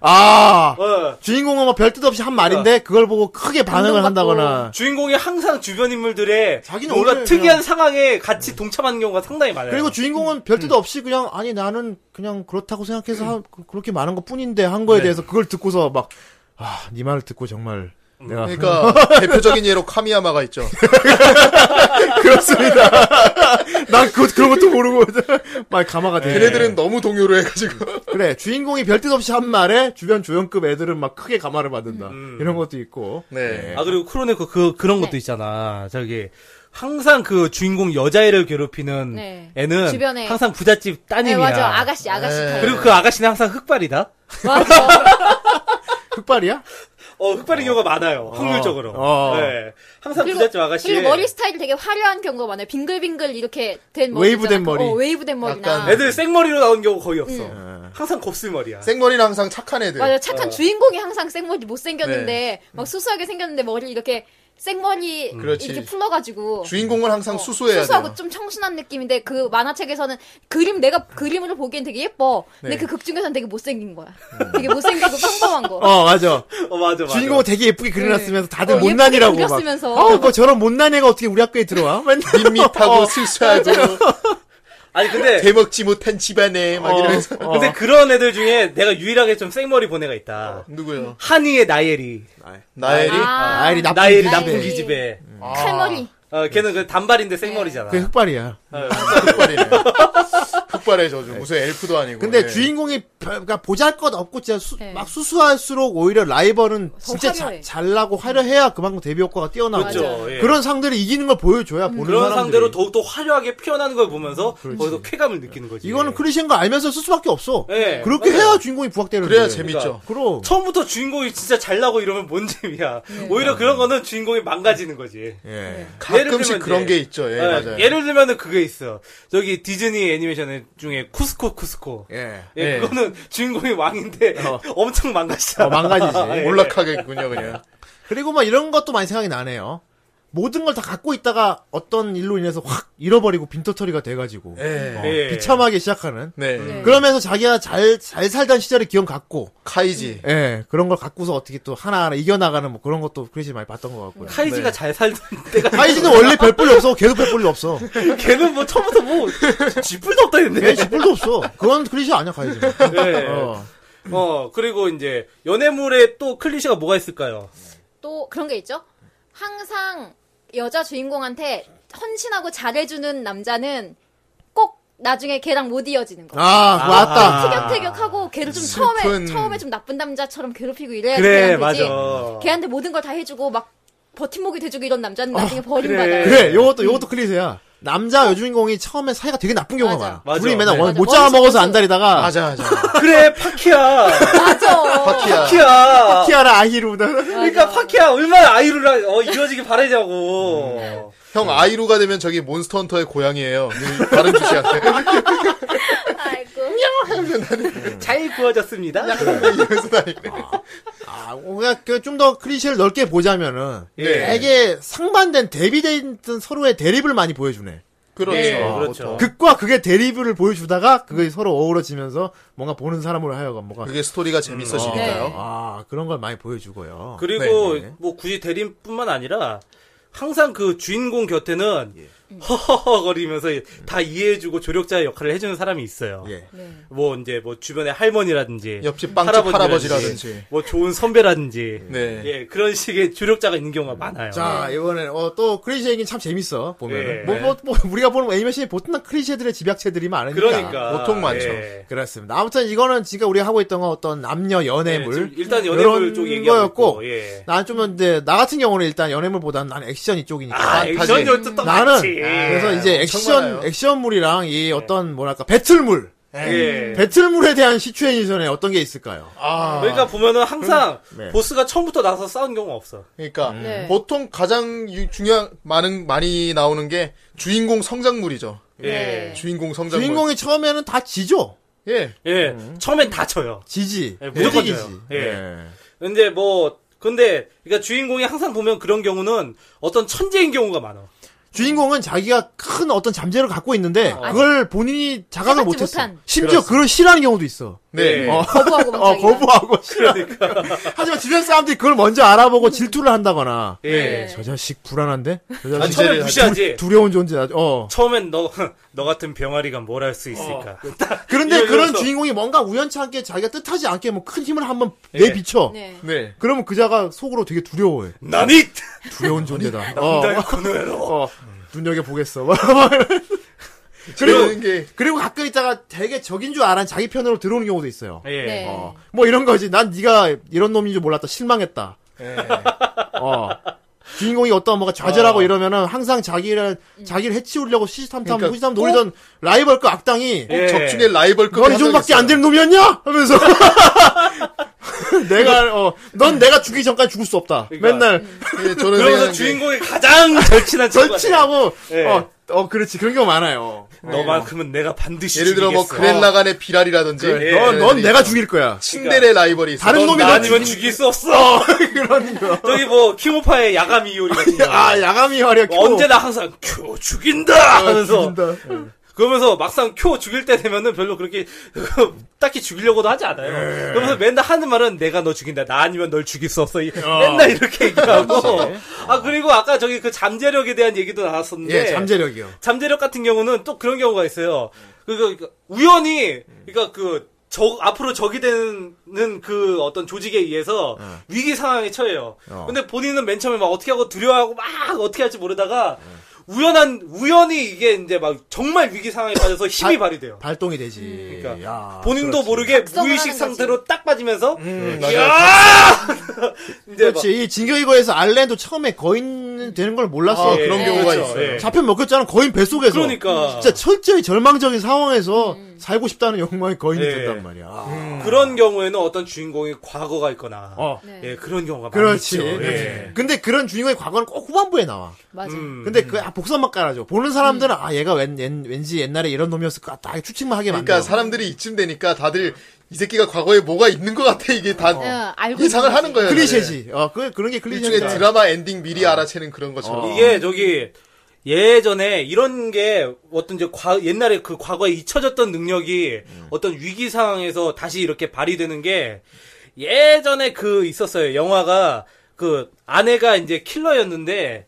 S3: 아!
S4: 어.
S3: 주인공은 뭐별뜻 없이 한 말인데, 그걸 보고 크게 반응을 한다거나.
S4: 주인공이 항상 주변 인물들의
S3: 자기는
S4: 뭔가
S3: 원래
S4: 특이한
S3: 그냥-
S4: 상황에 같이 동참하는 경우가 상당히
S2: 네.
S4: 많아요.
S3: 그리고 주인공은 별뜻 없이 그냥 아니 나는 그냥 그렇다고 생각해서 하- 그- 그렇게 많은 것 뿐인데 한 거에
S4: 네.
S3: 대해서 그걸 듣고서 막아네 말을 듣고 정말 내가
S2: 그러니까 대표적인 예로 카미야마가 있죠.
S3: 그렇습니다. 난 그, 그런 것도 모르고 말 감화가 돼.
S2: 걔네들은 너무 동요로 해가지고
S3: 그래 주인공이 별뜻 없이 한 말에 주변 조연급 애들은 막 크게 감화를 받는다
S4: 음.
S3: 이런 것도 있고.
S2: 네.
S4: 아 그리고 크로네코 그 그런 것도 있잖아. 저기 항상 그 주인공 여자애를 괴롭히는
S8: 네.
S4: 애는
S8: 주변에.
S4: 항상 부잣집
S8: 네,
S4: 따님이야.
S8: 맞아. 아가씨, 아가씨.
S2: 네.
S8: 타입.
S4: 그리고 그 아가씨는 항상 흑발이다.
S8: 맞아.
S3: 흑발이야?
S4: 어, 흑발인 경우가 많아요. 확률적으로.
S3: 어.
S4: 네. 항상 부잣집 아가씨.
S8: 그리고 머리 스타일이 되게 화려한 경우가 많아요. 빙글빙글 이렇게 된 머리.
S3: 웨이브된
S8: 있잖아.
S3: 머리.
S8: 어, 웨이브된 머리나.
S2: 약간
S4: 애들 생머리로 나온 경우 거의 없어.
S8: 음.
S4: 항상 곱슬머리야.
S2: 생머리는 항상 착한 애들.
S8: 맞아 착한
S4: 어.
S8: 주인공이 항상 생머리 못생겼는데
S3: 네.
S8: 막 수수하게 생겼는데 머리를 이렇게 생머리
S3: 음.
S2: 그렇지.
S8: 이렇게 풀러가지고
S2: 주인공은 항상
S8: 어,
S2: 수수해야
S8: 수수하고
S2: 돼요.
S8: 좀 청순한 느낌인데 그 만화책에서는 그림 내가 그림으로 보기엔 되게 예뻐 근데 그 극 중에서는 되게 못생긴 거야 되게 못생기고 평범한 거
S3: 어, 맞아.
S4: 어, 맞아, 맞아.
S3: 주인공을 되게 예쁘게 그려놨으면서 다들
S8: 어, 예쁘게
S3: 못난이라고 막.
S8: 그렸으면서.
S3: 아우, 뭐 저런 못난 애가 어떻게 우리 학교에 들어와? 맨날.
S2: 밋밋하고 수수하고
S4: 아니, 근데.
S2: 대먹지 못한 집안에 막 이러면서
S3: 어.
S4: 근데 그런 애들 중에 내가 유일하게 좀 생머리 본 애가 있다.
S2: 누구요?
S4: 한이의 나예리.
S2: 나엘이
S8: 아,
S3: 음. 아이리 나쁜
S4: 나예리
S3: 기집애. 음.
S4: 나쁜 기집애.
S8: 칼머리
S4: 어, 걔는 그 단발인데 생머리잖아. 어.
S3: 그게 흑발이야.
S2: 흑발이네. 흑발의 저주. 무슨 엘프도 아니고.
S3: 근데
S4: 네.
S2: 예.
S3: 주인공이 별, 그러니까 보잘 것 없고 진짜 수-
S8: 네.
S3: 막 수수할수록 오히려 라이벌은
S8: 더
S3: 진짜
S8: 화려해.
S3: 자- 잘나고 화려해야 그만큼 데뷔 효과가 뛰어나고
S4: 그렇죠. 예.
S3: 그런 상대를 이기는 걸 보여줘야
S8: 음.
S3: 보는
S4: 그런
S3: 사람들이. 음,
S4: 상대로 더욱더 화려하게 피어나는 걸 보면서 거기서 쾌감을 느끼는 거지.
S3: 이거는 그 클리셰인 거 알면서 쓸 수밖에 없어.
S4: 예.
S3: 그렇게
S4: 맞아요.
S3: 해야 주인공이 부각되는
S2: 그래야
S3: 거예요. 그러니까.
S2: 재밌죠.
S3: 그럼
S4: 처음부터 주인공이 진짜 잘 나고 이러면 뭔 재미야.
S8: 네.
S3: 네.
S4: 오히려 그런 거는 주인공이 망가지는 거지.
S3: 예.
S2: 가끔씩 그런
S4: 이제-
S2: 게 있죠. 예,
S3: 네,
S4: 어,
S2: 맞아요.
S4: 예를 들면은 그게 있어. 저기 디즈니 애니메이션 중에 쿠스코 쿠스코.
S3: 예.
S4: 예,
S2: 예.
S4: 그거는 주인공이 왕인데 엄청 망가지잖아.
S3: 어, 망가지지.
S4: 예.
S2: 몰락하겠군요, 그냥.
S3: 그리고 막 이런 것도 많이 생각이 나네요. 모든 걸 다 갖고 있다가 어떤 일로 인해서 확 잃어버리고 빈터터리가 돼가지고
S2: 예.
S3: 어,
S4: 예.
S3: 비참하게 시작하는.
S2: 네.
S3: 그러면서 자기가 잘 잘 살던 시절을 기억 갖고
S2: 카이지.
S3: 예, 그런 걸 갖고서 어떻게 또 하나하나 이겨나가는 뭐 그런 것도 크리시 많이 봤던 것 같고요.
S4: 카이지가 잘 살던 때가
S3: 하이지는 원래 별 볼이 없어. 계속 별 볼이 없어.
S4: 걔는 뭐 처음부터 뭐 지뿔도 없다
S3: 얘
S4: 했네.
S3: 지뿔도 없어. 그건 크리시 아니야, 하이지.
S4: 예.
S3: 어.
S4: 어 그리고 이제 연애물에 또 클리셰가 뭐가 있을까요?
S8: 또 그런 게 있죠 항상 여자 주인공한테 헌신하고 잘해주는 남자는 꼭 나중에 걔랑 못 이어지는 거
S3: 아, 맞다.
S8: 티격태격하고 걔를 좀
S2: 슬픈-
S8: 처음에 처음에 좀 나쁜 남자처럼 괴롭히고 이래야
S4: 그래
S8: 그냥 되지.
S4: 맞아.
S8: 걔한테 모든 걸 다 해주고 막 버팀목이 돼주고 이런 남자는 나중에 버림받아요.
S3: 그래, 요것도, 요것도 클리시야. 남자 여주인공이 처음에 사이가 되게 나쁜 경우가
S8: 맞아.
S3: 많아.
S4: 맞아.
S3: 둘이 맨날
S4: 네.
S3: 원-
S8: 맞아.
S3: 못 잡아먹어서
S8: 원수,
S3: 안 다리다가.
S2: 맞아, 맞아.
S4: 그래 파키야.
S8: 맞아.
S2: 파키야.
S4: 파키야.
S3: 티아라 아히루다.
S4: 그러니까 파키야 얼마나 아이루랑 어, 이어지길 바라자고.
S2: 형, 아이루가 되면 저기 몬스터 헌터의 고향이에요. 네, 다른 주시한테.
S8: 아이고.
S4: 잘 구워졌습니다.
S3: 아, 그냥 좀더 클리시를 넓게 보자면은.
S4: 예.
S3: 되게 상반된 대비된 서로의 대립을 많이 보여주네.
S2: 그렇죠.
S4: 예, 그렇죠.
S3: 극과 극의 대립을 보여주다가 그게 서로 어우러지면서 뭔가 보는 사람으로 하여간 뭔가
S2: 그게 스토리가 재밌어지니까요.
S8: 네.
S3: 아 그런 걸 많이 보여주고요.
S4: 그리고
S3: 네.
S4: 뭐 굳이 대림뿐만 아니라 항상 그 주인공 곁에는 허허허거리면서 다 이해해주고 조력자의 역할을 해주는 사람이 있어요.
S3: 예.
S8: 네.
S4: 뭐 이제 뭐 주변의 네. 할머니라든지
S2: 옆집 빵집 할아버지라든지.
S4: 뭐 좋은 선배라든지
S2: 네.
S4: 예 그런 식의 조력자가 있는 경우가 많아요.
S3: 자
S8: 네.
S3: 이번에 어, 또 크리시 얘기는 참 재밌어
S4: 예.
S3: 보면 뭐, 뭐, 뭐 우리가 보는 애니메이션이 보통 다 크리시들의 집약체들이 많으니까
S4: 그러니까
S2: 보통 많죠.
S4: 예.
S3: 그렇습니다. 아무튼 이거는 지금 우리가 하고 있던 건 어떤 남녀
S4: 예,
S3: 네, 연애물
S4: 지금 일단 연애물
S3: 이런
S4: 쪽 얘기하고
S3: 거였고
S4: 있고, 예.
S3: 난 좀 근데 나 같은 경우는 일단 연애물보다는 난 액션 이쪽이니까
S4: 아 액션 예, 열두 떡
S3: 나는 아,
S4: 같이.
S3: 그래서 이제 액션
S2: 많아요.
S3: 액션물이랑 이 어떤 뭐랄까 배틀물
S4: 예.
S3: 배틀물에 대한 시츄에이션에 어떤 게 있을까요?
S2: 아,
S4: 그러니까 보면은 항상
S3: 네.
S4: 보스가 처음부터 나서 싸운 경우가 없어.
S2: 그러니까
S8: 네.
S2: 보통 가장 유- 중요한 많은 많이 나오는 게 주인공 성장물이죠.
S6: 네.
S4: 예.
S2: 주인공 성장물.
S3: 주인공이 처음에는 다 지죠.
S2: 예.
S4: 예. 처음엔 다 져요.
S3: 지지.
S4: 예, 무조건
S3: 되게
S4: 져요.
S3: 지지.
S4: 예. 근데 뭐 근데 그러니까 주인공이 항상 보면 그런 경우는 어떤 천재인 경우가 많아.
S3: 주인공은 자기가 큰 어떤 잠재를 갖고 있는데 그걸 본인이 자각을
S8: 깨닫지
S3: 못했어.
S8: 못한.
S3: 심지어 그걸 싫어하는 경우도 있어.
S2: 네.
S4: 예.
S3: 어.
S8: 거부하고 막
S3: 어,
S8: 자기가.
S3: 거부하고 싫어.
S4: 그러니까.
S3: 하지만 주변 사람들이 그걸 먼저 알아보고 질투를 한다거나.
S8: 네.
S4: 예.
S3: 저 자식 불안한데? 저
S4: 아,
S3: 자식
S4: 처음에
S2: 두-
S4: 무시하지.
S3: 두, 려운 존재다. 어.
S4: 처음엔 너, 너 같은 병아리가 뭘 할 수 있을까.
S3: 그런데
S4: 이거
S3: 그런
S4: 이러면서-
S3: 주인공이 뭔가 우연치 않게 자기가 뜻하지 않게 뭐 큰 힘을 한번
S4: 예.
S3: 내비쳐.
S8: 네.
S2: 네.
S3: 그러면 그자가 속으로 되게 두려워해.
S4: 나니!
S3: 두려운 존재다. 어.
S4: 나 코너로.
S3: 어, 눈여겨보겠어. 뭐,
S2: 그런
S3: 그리고,
S2: 게
S3: 그리고 가끔 있다가 되게 적인 줄 알아 자기 편으로 들어오는 경우도 있어요.
S4: 예.
S8: 네.
S3: 어, 뭐 이런 거지. 난 네가 이런 놈인 줄 몰랐다. 실망했다. 어. 주인공이 어떤 뭔가 좌절하고
S4: 어.
S3: 이러면은 항상 자기를 자기를 해치우려고 시시탐탐
S2: 그러니까
S3: 후시탐 노리던 라이벌 그 악당이
S4: 예.
S3: 뭐
S2: 적중의 라이벌
S3: 너이 정도밖에 안 되는 놈이었냐? 하면서 내가 어넌 내가 죽기 전까지 죽을 수 없다.
S4: 그러니까.
S3: 맨날
S2: 예, 저는
S4: 그러면서
S2: 생각한
S4: 주인공이 가장 절친한 친구가
S3: 절친하고
S4: 네.
S3: 어, 어 그렇지 그런 경우 많아요.
S4: 돼요. 너만큼은 내가 반드시
S2: 게 예를 들어 뭐
S4: 죽이겠어.
S2: 그랜라간의 비랄이라든지
S4: 그래,
S2: 예,
S3: 넌, 넌
S2: 예,
S3: 내가 죽일 거야.
S2: 친데레 라이벌이 있어.
S3: 다른
S4: 네, 넌
S3: 놈이
S4: 나
S3: 너
S4: 아니면
S3: 죽이-
S4: 죽일 수 없어.
S3: 그런 거.
S4: 저기 뭐 킹오파의 야감 이효리 같은 경우
S3: 아 야감이 화려.
S4: 뭐 언제나 항상 큐 죽인다 하면서 예. 그러면서 막상 큐 죽일 때 되면은 별로 그렇게 딱히 죽이려고도 하지 않아요. 그러면서 맨날 하는 말은 내가 너 죽인다. 나 아니면 널 죽일 수 없어. 이- 맨날 이렇게 얘기하고 아 그리고 아까 저기 그 잠재력에 대한 얘기도 나왔었는데
S3: 예 잠재력이요.
S4: 잠재력 같은 경우는 또 그런 경우가 있어요. 그러니까 우연히 그러니까 그 적, 앞으로 적이 되는 그 어떤 조직에 의해서
S3: 네.
S4: 위기 상황에 처해요.
S3: 어.
S4: 근데 본인은 맨 처음에 막 어떻게 하고 두려워하고 막 어떻게 할지 모르다가 우연한 우연히 이게 이제 막 정말 위기 상황에 빠져서 힘이 발휘돼요.
S3: 발동이 되지.
S4: 그러니까
S3: 야,
S4: 본인도
S3: 아, 그렇지. 음,
S4: 모르게
S6: 각성을
S4: 무의식
S6: 하는 거지.
S4: 상태로 딱 빠지면서
S2: 맞아요.
S4: 이제 막
S3: 그렇지. 이 진격이거에서 알렌도 처음에 거인 되는 걸 몰랐어.
S2: 아, 그런
S4: 예,
S2: 경우가
S4: 그렇죠.
S2: 있어요.
S4: 예.
S3: 잡혀 먹혔잖아. 거인 뱃속에서.
S4: 그러니까
S3: 음, 진짜 철저히 절망적인 상황에서 살고 싶다는 욕망의 거인이
S4: 예.
S3: 됐단 말이야.
S4: 그런 경우에는 어떤 주인공이 과거가 있거나
S3: 어.
S6: 네.
S4: 예 그런 경우가
S3: 그렇지.
S4: 많죠.
S3: 예. 근데 그런 주인공의 과거는 꼭 후반부에 나와.
S6: 맞아.
S4: 음.
S3: 근데 그 아, 복선만 깔아줘. 보는 사람들은 아 얘가 웬, 지 옛날에 이런 놈이었을 것 같다. 추측만 하게 만들어.
S2: 그러니까 사람들이 이쯤 되니까 다들 이 새끼가 과거에 뭐가 있는 것 같아 이게 다
S6: 어, 알고
S2: 그 예상을
S6: 있는
S2: 하는 거예요.
S3: 클리셰지. 어, 그, 그런 게
S2: 일종의
S3: 클리셰지.
S2: 네. 드라마 엔딩 미리 알아채는 그런 것처럼.
S4: 그렇죠. 어. 이게 저기 예전에 이런 게 어떤 이제 과- 옛날에 그 과거에 잊혀졌던 능력이 어떤 위기 상황에서 다시 이렇게 발휘되는 게 예전에 그 있었어요. 영화가 그 아내가 이제 킬러였는데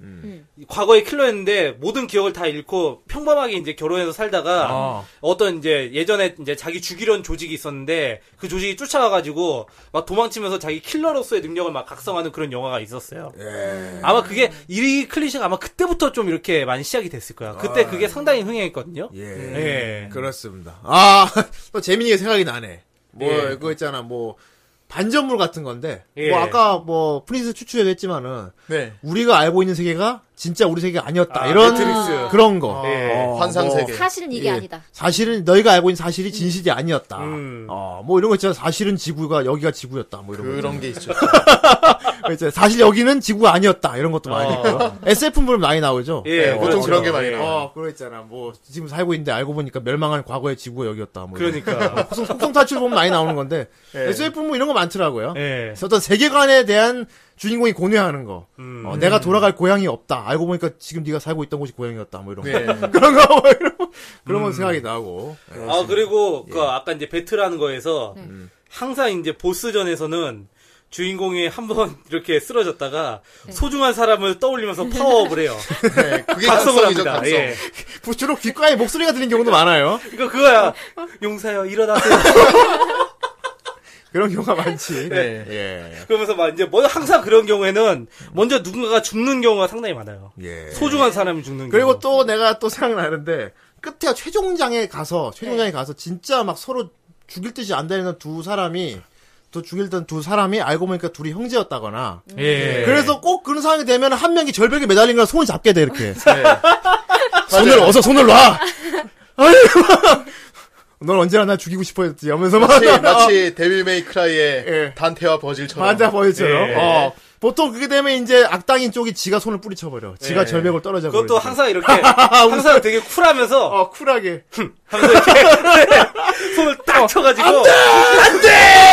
S4: 과거의 킬러였는데 모든 기억을 다 잃고 평범하게 이제 결혼해서 살다가 어떤 이제 예전에 이제 자기 죽이려는 조직이 있었는데 그 조직이 쫓아가가지고 막 도망치면서 자기 킬러로서의 능력을 막 각성하는 그런 영화가 있었어요. 아마 그게 이 클리셰가 아마 그때부터 좀 이렇게 많이 시작이 됐을 거야.
S2: 아,
S4: 그때
S2: 예.
S4: 그게 상당히 흥행했거든요.
S3: 예.
S4: 예.
S3: 그렇습니다. 아, 또 재민이가 생각이 나네. 뭐,
S4: 예.
S3: 그거 있잖아. 뭐, 반전물 같은 건데.
S4: 예.
S3: 뭐, 아까 뭐, 프린스 추추에 했지만은,
S2: 네.
S3: 우리가 알고 있는 세계가 진짜 우리 세계가 아니었다.
S4: 아,
S3: 이런,
S4: 매트릭스.
S3: 그런 거.
S4: 예.
S3: 어,
S2: 환상
S3: 뭐,
S2: 세계.
S6: 사실은 이게
S3: 예.
S6: 아니다.
S3: 사실은 너희가 알고 있는 사실이 진실이 아니었다.
S4: 음.
S3: 어, 뭐 이런 거 있잖아. 사실은 지구가 여기가 지구였다. 뭐 이런
S2: 그런 게 있죠.
S3: 거. 있잖아. 사실 여기는 지구가 아니었다. 이런 것도 많이
S4: 어.
S3: 있고. SF 물 많이 나오죠.
S4: 예,
S2: 네, 보통
S4: 그렇죠.
S2: 그런 게 많이 나와요.
S3: 어, 그거 있잖아. 뭐 지금 살고 있는데 알고 보니까 멸망한 과거의 지구가 여기였다. 뭐 이런
S4: 그러니까.
S3: 폭성, 폭성 탈출 보면 많이 나오는 건데 SF 뭐 이런 거 많더라고요.
S4: 예.
S3: 그래서 어떤 세계관에 대한 주인공이 고뇌하는 거.
S4: 음.
S3: 어, 내가 돌아갈 고향이 없다. 알고 보니까 지금 네가 살고 있던 곳이 고향이었다. 뭐 이런 거.
S4: 예.
S2: 네.
S3: 그런 거, 뭐 이런 거. 그런
S4: 음.
S3: 건 생각이 나고.
S4: 아 그리고
S2: 예.
S4: 그 아까 이제 배틀하는 거에서
S2: 음.
S4: 항상 이제 보스전에서는 주인공이 한번 이렇게 쓰러졌다가 소중한 사람을 떠올리면서 파워업을 해요.
S2: 네, 그게
S4: 각성을
S2: 각성이죠.
S4: 합니다.
S2: 각성.
S4: 예.
S3: 주로 귓가에 목소리가 들리는 경우도 많아요.
S4: 그러니까 그거야. 용사여 일어나세요.
S3: 그런 경우가 많지.
S4: 네.
S3: 예.
S4: 그러면서 막 이제 뭐 항상 그런 경우에는 먼저 누군가가 죽는 경우가 상당히 많아요.
S3: 예.
S4: 소중한 사람이 죽는
S3: 그리고
S4: 경우.
S3: 또 내가 또 생각나는데 끝에 최종장에 가서 최종장에 가서 진짜 막 서로 죽일 듯이 안달리는 두 사람이 또 죽일던 두 사람이 알고 보니까 둘이 형제였다거나
S4: 예.
S3: 그래서 꼭 그런 상황이 되면 한 명이 절벽에 매달린 걸 손을 잡게 돼 이렇게 손을 어서 손을 놔 아니 넌 언제나 나 죽이고 싶어했지 하면서 막
S2: 마치, 마치 데빌 메이크라이의
S3: 예.
S2: 단테와 버질처럼.
S3: 반자 버릇처럼
S4: 예.
S3: 어. 보통 그게 되면 이제 악당인 쪽이 지가 손을 뿌리쳐버려 지가
S4: 예.
S3: 절벽을 떨어져 버려
S4: 그것도 항상 이렇게 항상 되게 쿨하면서
S3: 어 쿨하게
S4: 하면서 이렇게 손을 딱 쳐가지고
S3: 어, 네.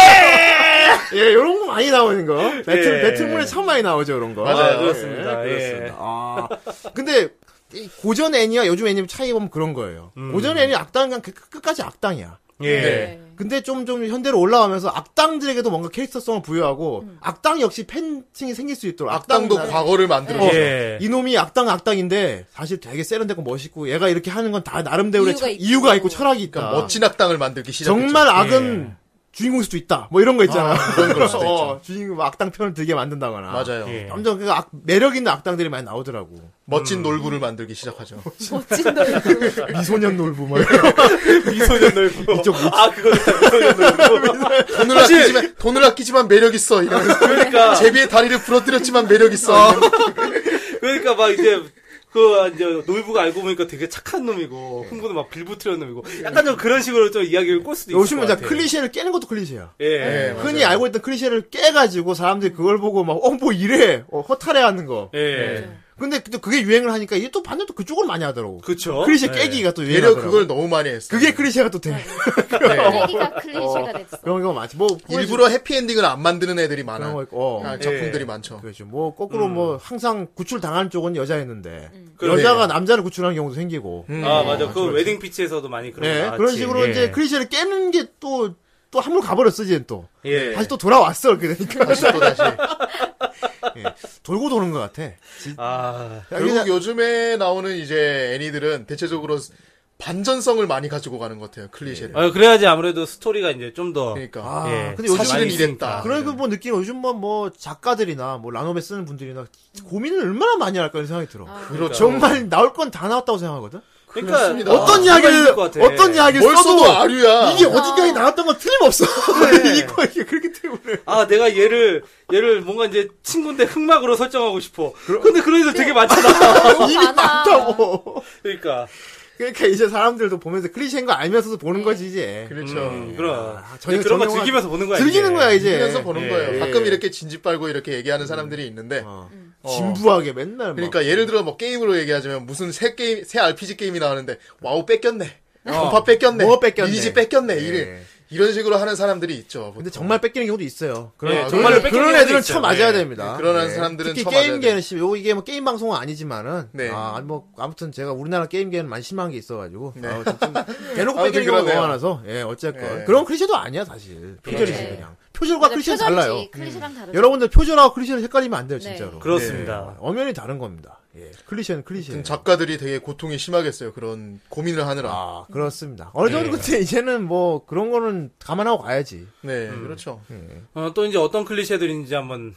S3: 예, 요런 거 많이 나오는 거. 배틀,
S4: 예.
S3: 배틀물에 참 많이 나오죠, 이런 거.
S4: 맞아요,
S3: 아,
S4: 그렇습니다.
S3: 예,
S4: 예.
S3: 그렇습니다. 아. 근데, 이 고전 애니와 요즘 애니 차이 보면 그런 거예요.
S2: 음.
S3: 고전 애니 악당은 그- 끝까지 악당이야.
S4: 예.
S3: 근데 좀, 좀 현대로 올라가면서 악당들에게도 뭔가 캐릭터성을 부여하고,
S6: 음.
S3: 악당 역시 팬층이 생길 수 있도록.
S2: 악당도
S3: 악당은
S2: 과거를 만들어.
S4: 예.
S2: 예.
S3: 이놈이 악당 악당인데, 사실 되게 세련되고 멋있고, 얘가 이렇게 하는 건 다 나름대로의
S6: 이유가
S3: 차-
S6: 있고.
S3: 이유가 있고 철학이 있다.
S2: 그러니까 멋진 악당을 만들기 시작했죠.
S3: 정말 악은 주인공일 수도 있다. 뭐 이런 거 있잖아.
S2: 그런 걸 수도
S3: 어, 주인공 악당 편을 들게 만든다거나.
S2: 맞아요.
S4: 예.
S3: 점점 그 악- 매력 있는 악당들이 많이 나오더라고.
S4: 음.
S2: 멋진 놀부를 만들기 시작하죠.
S6: 멋진 너
S4: 아, 네.
S3: 미소년 놀부 뭐 이런.
S4: 미소년 넓고
S3: 이쪽
S4: 아 그거 미소년 넓고
S2: 돈을 아끼지만 돈을 아끼지만 매력 있어. 이러면서
S4: 그러니까 어.
S2: 제비의 다리를 부러뜨렸지만 매력 있어. 이러면서.
S4: 그러니까 막 이제 그 이제 노이부가 알고 보니까 되게 착한 놈이고
S3: 네.
S4: 흥부는 막 빌붙으려는 놈이고 약간 좀 그런 식으로 좀 이야기를 꼴 수도 있을
S3: 요즘은
S4: 것
S3: 자
S4: 같아요.
S3: 클리셰를 네. 깨는 것도 클리셰야.
S4: 예. 예.
S3: 흔히 알고 있던 클리셰를 깨가지고 사람들이 그걸 보고 막, 어, 뭐 이래! 어, 허탈해하는 거.
S4: 예.
S3: 근데 또 그게 유행을 하니까 이게 또 반전 또 그쪽으로 많이 하더라고.
S4: 그렇죠.
S3: 클리셰 깨기가 또
S4: 예,
S2: 되려
S3: 유행하더라고.
S2: 그걸 너무 많이 네. 했어.
S3: 그게 클리셰가 또 돼.
S6: 얘기가 클리셰가 됐어.
S3: 그런 경우 많지. 뭐
S2: 일부러 해피엔딩을 안 만드는 애들이
S3: 그런
S2: 많아.
S3: 거 있고. 어.
S2: 아, 작품들이 많죠.
S3: 그렇죠. 뭐 거꾸로 뭐 항상 구출 당하는 쪽은 여자였는데
S4: 음. 그러네요.
S3: 여자가 남자를 구출하는 경우도 생기고.
S2: 음.
S4: 아 맞아. 그 웨딩 피치에서도 많이 그런 거
S3: 네,
S4: 나왔지.
S3: 그런 식으로
S4: 예.
S3: 이제 클리셰를 깨는 게 또 또 함으로 가버렸어 이제 또
S4: 예.
S3: 다시 또 돌아왔어 이렇게 되니까 예.
S2: 다시 또 다시.
S3: 돌고 도는 것 같아.
S4: 아
S2: 결국 요즘에 나오는 이제 애니들은 대체적으로 반전성을 많이 가지고 가는 것 같아요. 클리셰를.
S4: 아, 그래야지 아무래도 스토리가 이제 좀 더.
S2: 그러니까.
S3: 예. 아,
S4: 예.
S3: 근데 요즘
S2: 사실은
S4: 많이
S2: 이랬다. 예.
S4: 있으니까.
S3: 그런 그뭐 느낌 요즘 뭐, 뭐 작가들이나 뭐 라노베 쓰는 분들이나 고민을 얼마나 많이 할까 이런 생각이 들어.
S4: 아,
S3: 그러니까.
S2: 그렇죠.
S3: 정말 나올 건 다 나왔다고 생각하거든.
S4: 그러니까
S2: 그렇습니다.
S3: 어떤
S4: 아,
S3: 이야기를
S4: 정말 힘들 것 같아.
S3: 어떤 이야기를
S2: 뭘 써도
S3: 써도
S2: 아류야.
S3: 이게 어디까지 나왔던 건 틀림없어. 이거 이게 그렇기 때문에.
S4: 네. 아, 내가 얘를, 얘를 뭔가 이제 친구인데 흑막으로 설정하고 싶어. 근데 그런 애들 되게 많잖아.
S3: 이미 많다고.
S4: 그러니까.
S3: 그러니까 이제 사람들도 보면서 클리셰인 거 알면서도
S4: 네.
S3: 보는 거지 이제.
S2: 그렇죠.
S4: 음, 그럼.
S3: 아,
S4: 그런
S3: 전혀
S4: 거
S3: 전용한-
S4: 즐기면서 보는 거야.
S3: 즐기는
S4: 이제.
S3: 거야 이제.
S2: 보면서 보는
S4: 예.
S2: 거예요.
S3: 예. 음.
S2: 가끔 이렇게 진지 빨고 이렇게 얘기하는 사람들이 있는데.
S3: 어.
S4: 음.
S2: 어.
S3: 진부하게 맨날. 막.
S2: 그러니까 예를 들어 뭐 게임으로 얘기하자면 무슨 새 게임, 새 RPG 게임이 나오는데 와우 뺏겼네. 전파 뺏겼네.
S3: 뭐 뺏겼네.
S2: 이지 뺏겼네. 이래.
S3: 예.
S2: 이런 식으로 하는 사람들이 있죠. 보통.
S3: 근데 정말 뺏기는 경우도 있어요. 그런,
S4: 예,
S3: 그런-
S4: 정말로 뺏기는
S3: 그런
S4: 경우도
S3: 애들은
S4: 있어요.
S3: 쳐 맞아야
S4: 예.
S3: 됩니다.
S2: 그런 사람들은
S3: 특히
S2: 쳐 맞아야
S3: 게임계는 씨, 요 이게 뭐 게임 방송은 아니지만은
S2: 네.
S3: 아, 뭐 아무튼 제가 우리나라 게임계는 많이 심한 게 있어가지고
S2: 네.
S3: 아, 좀 대놓고
S2: 아무튼
S3: 뺏기는 경우가 너무
S2: 그러네요.
S3: 많아서 예 어쨌건
S2: 예.
S3: 그런 클리셰도 아니야 사실 표절이지
S6: 예.
S3: 그냥 표절과 클리셰는 달라요.
S6: 클리셰랑 다르죠.
S3: 여러분들 표절하고 클리셰를 헷갈리면 안 돼요 진짜로. 예,
S4: 그렇습니다.
S3: 엄연히 다른 겁니다. 예. 클리셰는 클리셰.
S2: 아무튼 작가들이 되게 고통이 심하겠어요. 그런 고민을 하느라.
S3: 아 그렇습니다. 어느 정도
S4: 예.
S3: 근데 이제는 뭐 그런 거는 감안하고 가야지.
S2: 네,
S3: 음.
S2: 그렇죠.
S4: 어, 또 이제 어떤 클리셰들인지 한번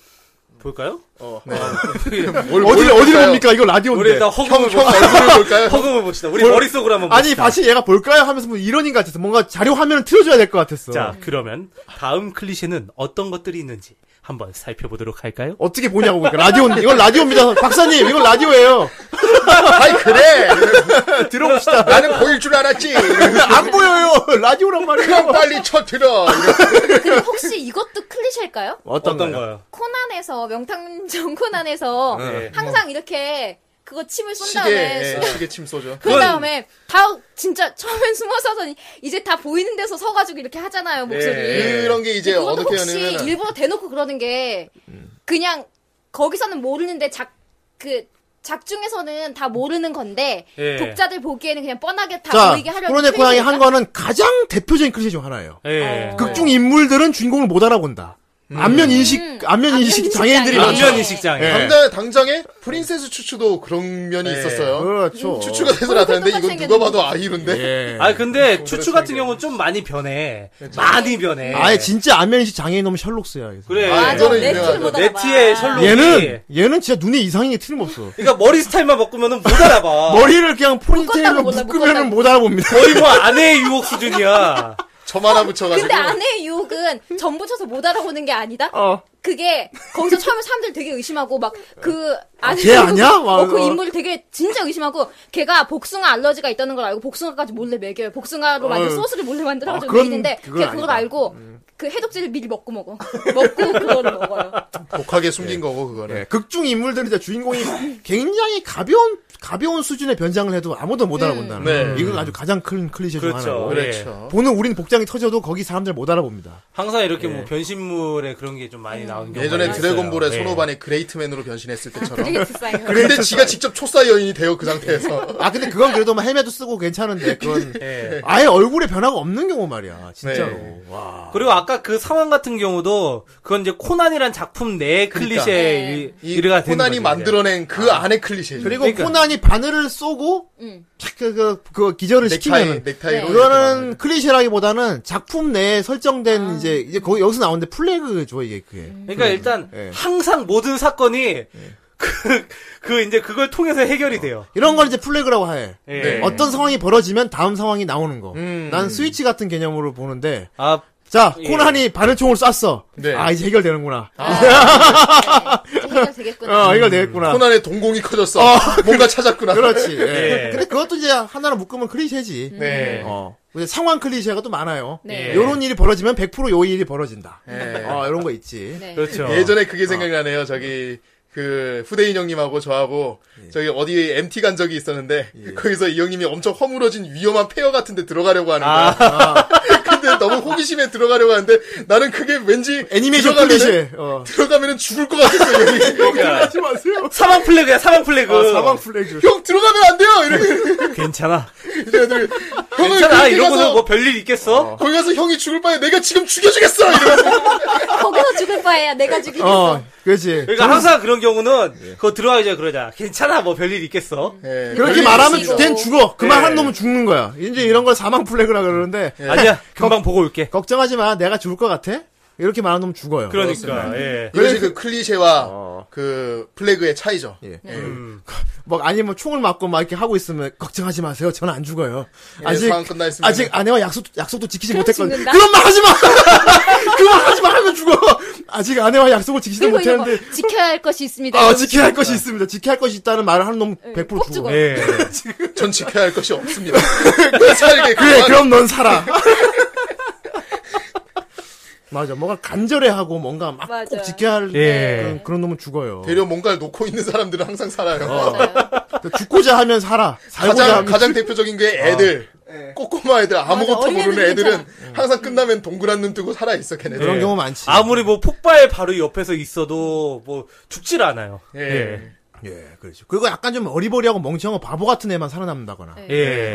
S4: 볼까요?
S2: 네.
S3: 어디
S2: 뭘- 뭘
S3: 어디를
S2: 볼까요?
S3: 어디를 봅니까? 어, 이거 라디오인데.
S4: 우리 일단 허공을
S2: 형
S4: 봅시다.
S2: 얼굴을 볼까요?
S4: 허공을 봅시다. 우리
S3: 뭘-
S4: 머릿속으로 한번
S3: 아니
S4: 봅시다.
S3: 다시 얘가 볼까요 하면서 뭐 이런인 같아서 뭔가 자료 화면을 틀어줘야 될 것 같았어.
S4: 자, 그러면 다음 클리셰는 어떤 것들이 있는지 한번 살펴보도록 할까요?
S3: 어떻게 보냐고 그러니까 라디오 이건 라디오입니다 박사님 이건 라디오예요
S2: 아이 그래.
S3: 들어봅시다
S2: 나는 보일 줄 알았지.
S3: 안 보여요 라디오란
S2: 그냥
S3: 말이에요
S2: 빨리 쳐들어.
S6: 근데 혹시 이것도 클리셰일까요?
S3: 어떤 거요
S4: 거요?
S6: 코난에서 명탐정 코난에서
S4: 네.
S6: 항상 이렇게 그거 침을 쏜
S2: 시계,
S6: 다음에
S2: 예,
S6: 숨-
S2: 시계 침 쏘죠.
S6: 그 다음에 다 진짜 처음엔 숨어서더니 이제 다 보이는 데서 서가지고 이렇게 하잖아요 목소리.
S2: 네.
S3: 음.
S2: 그런 게 이제
S6: 그것도
S2: 어떻게 음.
S6: 혹시
S2: 하냐면
S6: 일부러 대놓고 그러는 게 그냥 거기서는 모르는데 작 그 작중에서는 다 모르는 건데
S4: 예.
S6: 독자들 보기에는 그냥 뻔하게 다
S3: 자
S6: 보이게 하려고.
S3: 프로네 고양이
S6: 틀리니까.
S3: 한 거는 가장 대표적인 클리셰 중 하나예요
S4: 예.
S3: 극중 인물들은 주인공을 못 알아본다 안면 인식 안면 인식 장애인들이
S6: 음. 인식
S3: 많죠
S6: 장애.
S4: 안면 인식장애.
S3: 아, 예.
S2: 당장 당장에 프린세스 추추도 그런 면이
S4: 네.
S2: 있었어요.
S3: 그렇죠
S2: 추추가 돼서 나타났는데 이건
S6: 똑같이
S2: 누가 봐도 아이유인데.
S3: 예.
S4: 아 근데 추추 같은 경우는 좀 많이 변해. 많이 변해.
S3: 아예 진짜 안면 인식 장애인 놈은 셜록스야 그래서.
S4: 그래.
S2: 아,
S6: 맞아,
S2: 이거는
S6: 내
S2: 유명하죠.
S6: 틀못 알아봐.
S4: 네티의 셜록이
S3: 얘는 얘는 진짜 눈에 이상인 게 틀림없어
S4: 그러니까 머리 스타일만 바꾸면은 못 알아봐.
S3: 머리를 그냥 포니테일로
S6: 묶었다고 몰라,
S3: 묶으면은 못 알아봅니다
S4: 거의 뭐 아내의 유혹 수준이야.
S2: 점 하나 붙여가지고.
S6: 근데 아내의 유혹은 전 붙여서 못 알아보는 게 아니다.
S3: 어.
S6: 그게 거기서 처음에 사람들 되게 의심하고 막 그 아내
S3: 걔 아니야? 막,
S6: 어, 그
S3: 어.
S6: 인물을 되게 진짜 의심하고 걔가 복숭아 알러지가 있다는 걸 알고 복숭아까지 몰래 먹여요. 복숭아로 만든
S3: 어.
S6: 소스를 몰래 만들어가지고
S3: 아, 그건-
S6: 먹이는데 걔
S3: 그건
S6: 그걸
S3: 아니다. 음.
S6: 알고 그 해독제를 미리 먹고 먹어. 먹고 그거를 먹어요.
S2: 독하게 숨긴 거고 그거는.
S3: 예, 극중 인물들은 진짜 주인공이 굉장히 가벼운 가벼운 수준의 변장을 해도 아무도 못 알아본다는
S2: 네.
S3: 거. 이건 아주 가장 큰 클리셰 중
S4: 그렇죠.
S3: 하나고.
S4: 그래.
S2: 그렇죠.
S3: 보는 우린 복장이 터져도 거기 사람들 못 알아봅니다.
S4: 항상 이렇게 뭐 변신물에 그런 게 좀 많이 나오는 경우가
S2: 예전에
S4: 있어요.
S2: 드래곤볼의
S4: 예.
S2: 손오반이 그레이트맨으로 변신했을 때처럼.
S6: 아, 그게 사이언.
S2: 근데 지가 직접 초사 여인이 돼요 그 상태에서.
S3: 아 근데 그건 그래도 막 헬멧도 쓰고 괜찮은데 그건
S4: 예.
S3: 아예 얼굴에 변화가 없는 경우 말이야. 진짜로.
S2: 네.
S3: 와.
S4: 그리고 아까 그 상황 같은 경우도 그건 이제 코난이란 작품 내
S6: 네.
S4: 클리셰
S2: 그러니까. 이
S4: 일가 되는
S2: 코난이
S4: 거죠,
S2: 만들어낸 그
S4: 아.
S2: 안의 클리셰죠.
S3: 그리고
S4: 그러니까.
S3: 코난이 바늘을 쏘고
S6: 음.
S3: 탁 그, 그, 그 기절을
S2: 넥타이,
S3: 시키면
S6: 네.
S2: 넥타이로.
S3: 그거는 클리셰라기보다는 작품 내에 설정된
S6: 아.
S3: 이제 이제 거기 여기서 나오는데 플래그죠 이게 그게.
S6: 음.
S4: 이제. 그러니까 일단
S3: 예.
S4: 항상 모든
S2: 예.
S4: 사건이 그, 그 이제 그걸 통해서 해결이 돼요.
S3: 이런 걸 이제 플래그라고 해.
S4: 예.
S2: 네.
S3: 어떤 상황이 벌어지면 다음 상황이 나오는 거.
S2: 음.
S3: 난 스위치 같은 개념으로 보는데
S4: 아
S3: 자,
S4: 예.
S3: 코난이 바늘총을 쐈어.
S2: 네.
S3: 아, 이제 해결되는구나.
S6: 네,
S8: 해결 되겠구나.
S3: 어, 해결되겠구나.
S2: 코난의 동공이 커졌어. 뭔가 찾았구나.
S3: 아, 그렇지. 예.
S4: 예.
S3: 근데 그것도 이제 하나로 묶으면 클리셰지.
S2: 네.
S3: 어. 근데 상황 클리셰가 또 많아요. 예.
S4: 네.
S3: 요런 일이 벌어지면 100%요 일이 벌어진다.
S2: 예.
S3: 어, 이런 거 있지.
S8: 네.
S4: 그렇죠.
S2: 예전에 그게 생각나네요. 저기 그 후대인 형님하고 저하고
S4: 예.
S2: 저기 어디 MT 간 적이 있었는데 거기서 이 형님이 엄청 허물어진 위험한 폐허 같은데 들어가려고 하는 거야.
S4: 아.
S2: 근데 너무 호기심에 들어가려고 하는데 나는 그게 왠지
S3: 애니메이션
S2: 들어가면은-
S3: 클리셰. 어.
S2: 들어가면은 죽을 것 같았어. 형이.
S4: 그러니까
S3: 하지 마세요.
S4: 사망 플래그야 사망 플래그.
S3: 아, 사망 플래그.
S2: 형 들어가면 안 돼요. 이러고
S4: 괜찮아.
S2: 이제 애들이 형을
S4: 괜찮아.
S2: 거기
S4: 이런
S2: 가서
S4: 거는 뭐 별일 있겠어?
S2: 거기 가서 형이 죽을 바에 내가 지금 죽여주겠어. 이러면서
S8: 거기서 죽을 바에야 내가 죽이겠어.
S3: 어, 그렇지.
S4: 그러니까 항상 그런 경우는 그거 들어와야죠 그러자. 괜찮아. 뭐 별일 있겠어?
S2: 예,
S3: 그렇게
S4: 네.
S2: 별일
S3: 말하면
S2: 있습니다.
S3: 걘 죽어. 그만
S4: 예.
S3: 한 놈은 죽는 거야. 이제 이런 걸 사망 플래그라 그러는데
S4: 네. 아니야. 금방 보고 올게.
S3: 걱정하지 마. 내가 죽을 것 같아. 이렇게 말하는 놈 죽어요.
S4: 그러니까. 예.
S2: 이것이 그 클리셰와
S3: 어.
S2: 그 플래그의 차이죠.
S3: 예.
S2: 예.
S4: 음.
S3: 막뭐 아니면 총을 맞고 막 이렇게 하고 있으면 걱정하지 마세요. 저는 안 죽어요.
S2: 예,
S3: 아직
S2: 상황 끝나 있습니다.
S3: 아직 아내와 약속 약속도 지키지 못했거든.
S8: 죽는다?
S3: 그런 말 하지 마. 그런 말 하지 마 하면 죽어. 아직 아내와 약속을 지키지도
S8: 들고 있는
S3: 못했는데
S8: 거 뭐- 지켜야 할 것이 있습니다.
S3: 아 지켜야 할 것이 있습니다. 지켜야 할 것이 있다는 말을 하는 놈 100% 죽어.
S8: 꼭 죽어.
S4: 예.
S2: 전 지켜야 할 것이 없습니다. 그 살게
S3: 그래
S2: 그만.
S3: 그럼 넌 살아. 맞아. 뭔가 간절해하고 뭔가 막
S8: 맞아요.
S3: 꼭 지켜야 할
S4: 예.
S3: 그런, 그런 놈은 죽어요. 어.
S2: 되려 뭔가를 놓고 있는 사람들은 항상 살아요.
S3: 죽고자 하면 살아. 살고자 어.
S2: 가장
S3: 하면
S2: 가장 대표적인 게 애들. 꼬꼬마 애들 아무것도
S8: 예. 맞아, 어린애들은
S2: 모르는 애들은 항상 끝나면 동그란 눈 뜨고 살아 있어 걔네들.
S3: 그런
S4: 예.
S3: 경우 많지.
S4: 아무리 뭐 폭발 바로 옆에서 있어도 뭐 죽질 않아요.
S2: 예.
S4: 예.
S3: 예, 그렇죠. 그리고 약간 좀 어리버리하고 멍청하고 바보 같은 애만 살아남는다거나.
S8: 네.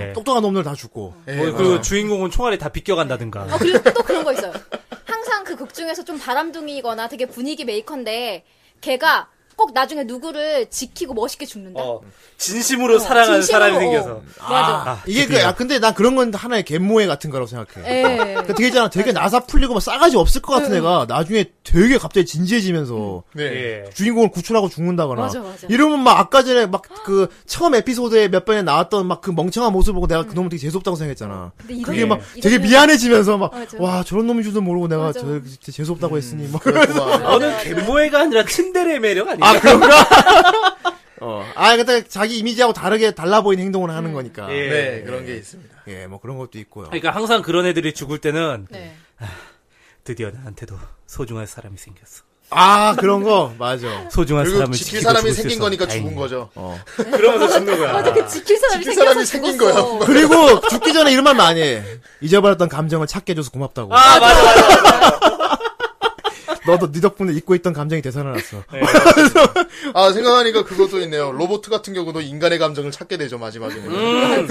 S4: 예.
S3: 똑똑한 놈들 다 죽고.
S2: 예,
S4: 뭐,
S2: 맞아요.
S4: 그리고 주인공은 총알이 다 비껴간다든가.
S8: 어, 그리고 또 그런 거 있어요. 항상 그 극 중에서 좀 바람둥이거나 되게 분위기 메이커인데 걔가 꼭 나중에 누구를 지키고 멋있게 죽는다.
S4: 어, 진심으로 사랑하는
S8: 진심으로,
S4: 사람이
S8: 어.
S4: 생겨서.
S8: 맞아.
S4: 아,
S3: 이게 그, 야, 근데 난 그런 건 하나의 갯모해 같은 거라고 생각해.
S8: 예. 음.
S3: 그러니까 되게 있잖아. 되게 나사 풀리고 막 싸가지 없을 것 같은 애가 나중에 되게 갑자기 진지해지면서
S2: 네.
S4: 예.
S3: 주인공을 구출하고 죽는다거나.
S8: 맞아, 맞아.
S3: 이러면 막 아까 전에 막 그 처음 에피소드에 몇 번에 나왔던 막 그 멍청한 모습 보고 내가 그 놈을 되게 재수없다고 생각했잖아.
S8: 근데 이런
S3: 그게 막
S8: 이런-
S3: 되게 미안해지면서 막,
S8: 맞아.
S3: 와, 저런 놈인 줄도 모르고 내가
S8: 맞아.
S3: 저 진짜 재수없다고
S4: 음,
S3: 했으니. 뭐.
S2: 그렇구만.
S4: 너는 갯모해가 아니라 츤데레의 매력
S3: 아,
S4: 아니야?
S3: 그런가? 어. 아, 근데 자기 이미지하고 다르게 달라 보이는 행동을
S8: 음.
S3: 하는 거니까.
S4: 예.
S2: 네, 그런 게 있습니다.
S3: 예, 뭐 그런 것도 있고요.
S4: 그러니까 항상 그런 애들이 죽을 때는 아,
S8: 네.
S4: 드디어 나한테도 소중한 사람이 생겼어.
S3: 아, 그런 거? 맞아.
S4: 소중한
S2: 그리고
S4: 사람을
S2: 지킬
S4: 지키고
S2: 사람이
S4: 죽을 수
S2: 생긴
S4: 있어서
S2: 거니까
S4: 다행이야.
S2: 죽은 거죠.
S4: 그러면서 죽는 거야.
S8: 맞아, 그 지킬 사람이
S2: 지킬
S8: 생겨서
S2: 사람이 생긴
S8: 죽었어.
S2: 거야.
S3: 그리고 죽기 전에 이런 말 많이 해. 잊어버렸던 감정을 찾게 해줘서 고맙다고.
S4: 아, 맞아, 맞아.
S3: 너도 네 덕분에 잊고 있던 감정이 되살아났어.
S2: 아 생각하니까 그것도 있네요. 로봇 같은 경우도 인간의 감정을 찾게 되죠 마지막에.
S4: 음.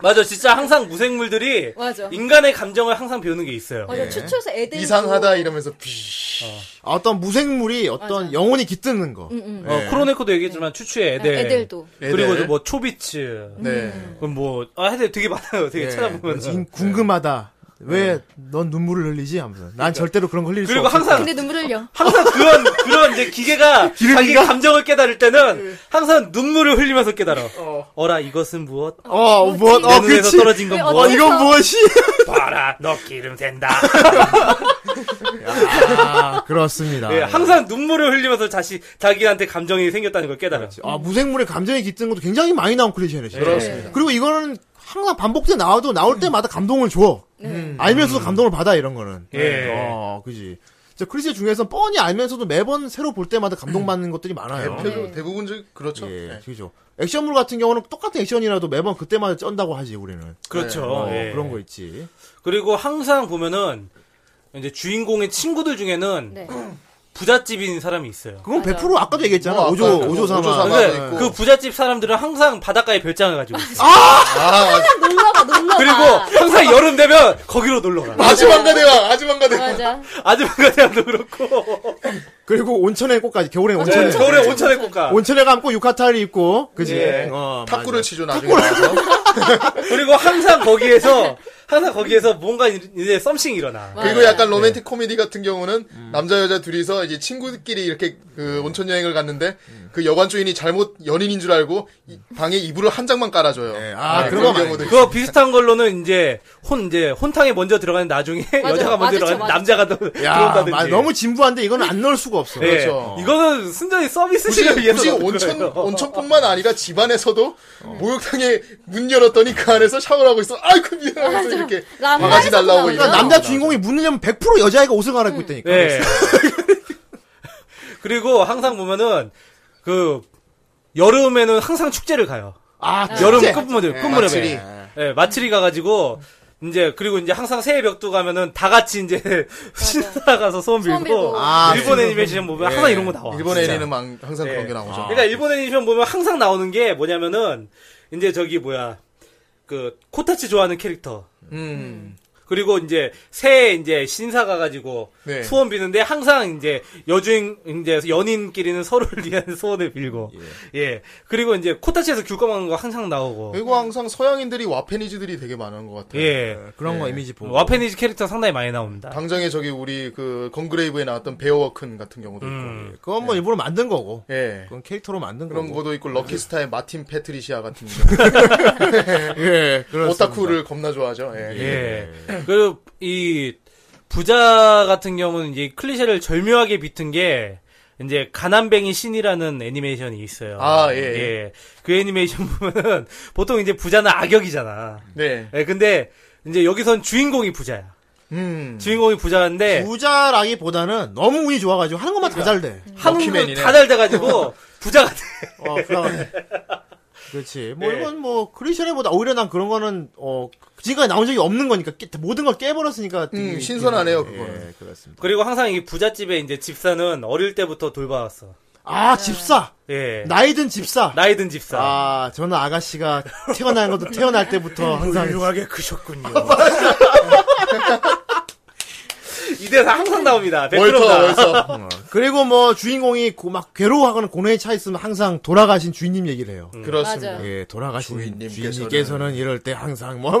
S4: 맞아, 진짜 항상 무생물들이
S8: 맞아.
S4: 인간의 감정을 항상 배우는 게 있어요.
S2: 예.
S8: 맞아, 추추에서 애들
S2: 이상하다 이러면서 비.
S3: 아, 어떤 무생물이 어떤 영혼이 깃드는 거.
S4: 어, 크로네코도 얘기했지만 추추의 애들.
S8: 애들도.
S4: 그리고 뭐 초비츠.
S2: 네. 예.
S4: 그럼 뭐, 아, 애들 되게 많아요. 되게 찾아보면.
S3: 네. 인- 궁금하다. 왜 넌 눈물을 흘리지? 하면서. 난 절대로 그런 거 흘릴 수
S4: 네. 그러니까.
S3: 없어.
S4: 그리고 항상
S8: 근데 눈물을 흘려. 아,
S4: 항상 그런 그런 이제 기계가 자기 감정을 깨달을
S2: 네.
S4: 때는 항상 눈물을 흘리면서 깨달아. 어. 라 이것은 무엇?
S3: 어, 뭐,
S4: 내
S3: 어,
S4: 눈에서
S3: 그치.
S4: 떨어진 건
S3: 어,
S4: 무엇?
S3: 이건 무엇이?
S4: 봐라, 너 기름 된다.
S3: 아, 그렇습니다.
S4: 예, 항상 눈물을 흘리면서 자신 자기한테 감정이 생겼다는 걸 깨달아.
S3: 아, 무생물의 감정이 깃든 것도 굉장히 많이 나온 클리셰네, 진짜.
S2: 그렇습니다.
S3: 그리고 이거는 항상 반복돼 나와도 나올 때마다 감동을 줘. 음. 알면서도 감동을 받아, 이런 거는.
S4: 예.
S3: 어, 그지. 진짜 클리셰 중에서 뻔히 알면서도 매번 새로 볼 때마다 감동받는 것들이 많아요.
S4: 음.
S2: 대표 대부분 저- 그렇죠.
S3: 예,
S2: 네.
S3: 그죠. 액션물 같은 경우는 똑같은 액션이라도 매번 그때마다 쩐다고 하지, 우리는.
S4: 그렇죠.
S3: 어,
S4: 예.
S3: 그런 거 있지.
S4: 그리고 항상 보면은 이제 주인공의 친구들 중에는
S8: 네.
S4: 부잣집인 사람이 있어요.
S3: 그건
S8: 맞아요.
S3: 100% 아까도 얘기했잖아.
S2: 뭐 아까
S3: 오조,
S2: 그거
S3: 오조
S2: 오조
S3: 삼아.
S2: 삼아.
S4: 근데
S2: 있고.
S4: 그 부잣집 사람들은 항상 바닷가에 별장을 가지고 있어.
S2: 아
S8: 놀러가, 놀러가.
S4: 그리고 항상 여름 되면 거기로 놀러 가.
S2: 아즈만가 대왕 아즈만가 대왕.
S8: 맞아.
S4: 아줌마가 대학도 그렇고.
S3: 그리고 온천에 꽃까지, 겨울에 온천에.
S4: 겨울에 네. 온천에 꼭 가.
S3: 온천에 감고 유카타를 입고, 그지.
S4: 예.
S3: 어, 맞아.
S2: 탁구를 치죠 나중에 나와서.
S4: 그리고 항상 거기에서 항상 거기에서 뭔가 이제 썸씽이 일어나.
S2: 그리고 약간
S4: 네.
S2: 로맨틱 코미디 같은 경우는
S4: 음.
S2: 남자 여자 둘이서 이제 친구들끼리 이렇게 그 온천 여행을 갔는데
S4: 음.
S2: 그 여관 주인이 잘못 연인인 줄 알고 이 방에 이불을 한 장만 깔아줘요.
S3: 네, 아, 그런 거 많이
S2: 경우도 있어요.
S4: 그거 그렇죠. 비슷한 걸로는 이제 혼 이제 혼탕에 먼저 들어가는 나중에 여자가 먼저
S6: 맞아,
S4: 들어가는
S6: 맞아.
S4: 남자가 더
S3: 야,
S4: 들어온다든지.
S3: 마- 너무 진부한데 이건 안 넣을 수가 없어.
S4: 네.
S2: 그렇죠.
S4: 이거는 순전히
S2: 굳이,
S4: 서비스를 위해서
S2: 굳이
S4: 넣는
S2: 온천,
S4: 거예요.
S2: 온천뿐만 아니라 집안에서도 목욕탕에 문 열었더니 그 안에서 샤워를 하고 있어. 아이고, 미안해서 이렇게
S6: 람마에서도
S2: 바가지 날라오고
S6: 나오죠.
S2: 이거.
S3: 그러니까 남자 주인공이 묻느냐면 100% 여자애가 옷을 갈아입고 있다니까.
S4: 네. 그리고 항상 보면은 그 여름에는 항상 축제를 가요.
S3: 아,
S4: 여름
S3: 진짜.
S4: 끝무렵
S2: 예,
S4: 끝무렵에
S2: 마츠리.
S4: 예, 마츠리 가가지고 이제 그리고 이제 항상 새해 벽두 가면은 다 같이 이제 신사 가서 소원 빌고,
S6: 소원 빌고.
S3: 아, 어,
S4: 일본
S3: 네.
S4: 애니메이션 보면 항상 이런 거 나와.
S2: 예. 일본
S4: 진짜.
S2: 애니는 망- 항상 그런 게
S3: 아,
S2: 나오죠.
S4: 그러니까 일본 애니메이션 보면 항상 나오는 게 뭐냐면은 이제 저기 뭐야 그 코타치 좋아하는 캐릭터
S2: 음.
S4: 그리고 이제 새해 이제 신사 가가지고
S2: 네.
S4: 소원 비는데 항상 이제 여주인 이제 연인끼리는 서로를 위한 소원을 빌고 예, 그리고 이제 코타치에서 귤 까먹는 거 항상 나오고
S2: 그리고 항상 서양인들이 와페니즈들이 되게 많은 것 같아요. 네.
S4: 예
S3: 그런 어, 뭐. 거 이미지 보고.
S4: 와페니즈 캐릭터 상당히 많이 나옵니다.
S2: 당장에 저기 우리 그 건그레이브에 나왔던 베어워큰 같은 경우도
S4: 음.
S3: 그건 뭐 일부러 만든 거고.
S2: 있고. 예.
S3: 그건 캐릭터로 만든
S2: 네. 그런
S3: 거고.
S2: 것도 있고 럭키스타의 마틴 페트리시아 같은 경우.
S3: 예, 그렇습니다.
S2: 오타쿠를 겁나 좋아하죠. 예.
S4: 예. 그리고 이 부자 같은 경우는 이제 클리셰를 절묘하게 비튼 게 이제 가난뱅이 신이라는 애니메이션이 있어요.
S2: 아, 예.
S4: 그 애니메이션 보면은 보통 이제 부자는 악역이잖아.
S2: 네.
S4: 예, 근데 이제 여기선 주인공이 부자야.
S2: 음.
S4: 주인공이
S2: 네.
S4: 부자인데
S3: 부자라기보다는 너무 운이 좋아가지고 하는 것만
S2: 그러니까.
S3: 다 잘 돼.
S4: 한국은
S2: 럭키맨이네.
S4: 다잘 돼가지고 부자가 돼.
S3: 어, 불안하네. 그렇지. 뭐
S4: 네.
S3: 이건 뭐 크리셔네보다 오히려 난 그런 거는 어 지금까지 나온 적이 없는 거니까 깨- 모든 걸 깨버렸으니까. 되게
S2: 음, 신선하네요,
S3: 예,
S2: 그거는.
S3: 그렇습니다.
S4: 그리고 항상 이 부잣집에 이제 집사는 어릴 때부터 돌봐왔어.
S3: 아 집사
S2: 네.
S4: 예.
S3: 나이든 집사.
S4: 나이든 집사.
S3: 아 저는 아가씨가 태어난 것도 태어날 때부터 항상
S4: 훌륭하게 크셨군요. 이 대사 항상 나옵니다.
S2: 월터
S4: 네, 백그룹다.
S2: 월터.
S3: 그리고 뭐 주인공이 고- 막 괴로워하거나 고뇌에 차 있으면 항상 돌아가신 주인님 얘기를 해요.
S2: 그렇습니다.
S6: 맞아요.
S3: 예, 돌아가신
S2: 음. 주인님께서는-
S3: 주인님께서는 이럴 때 항상 뭐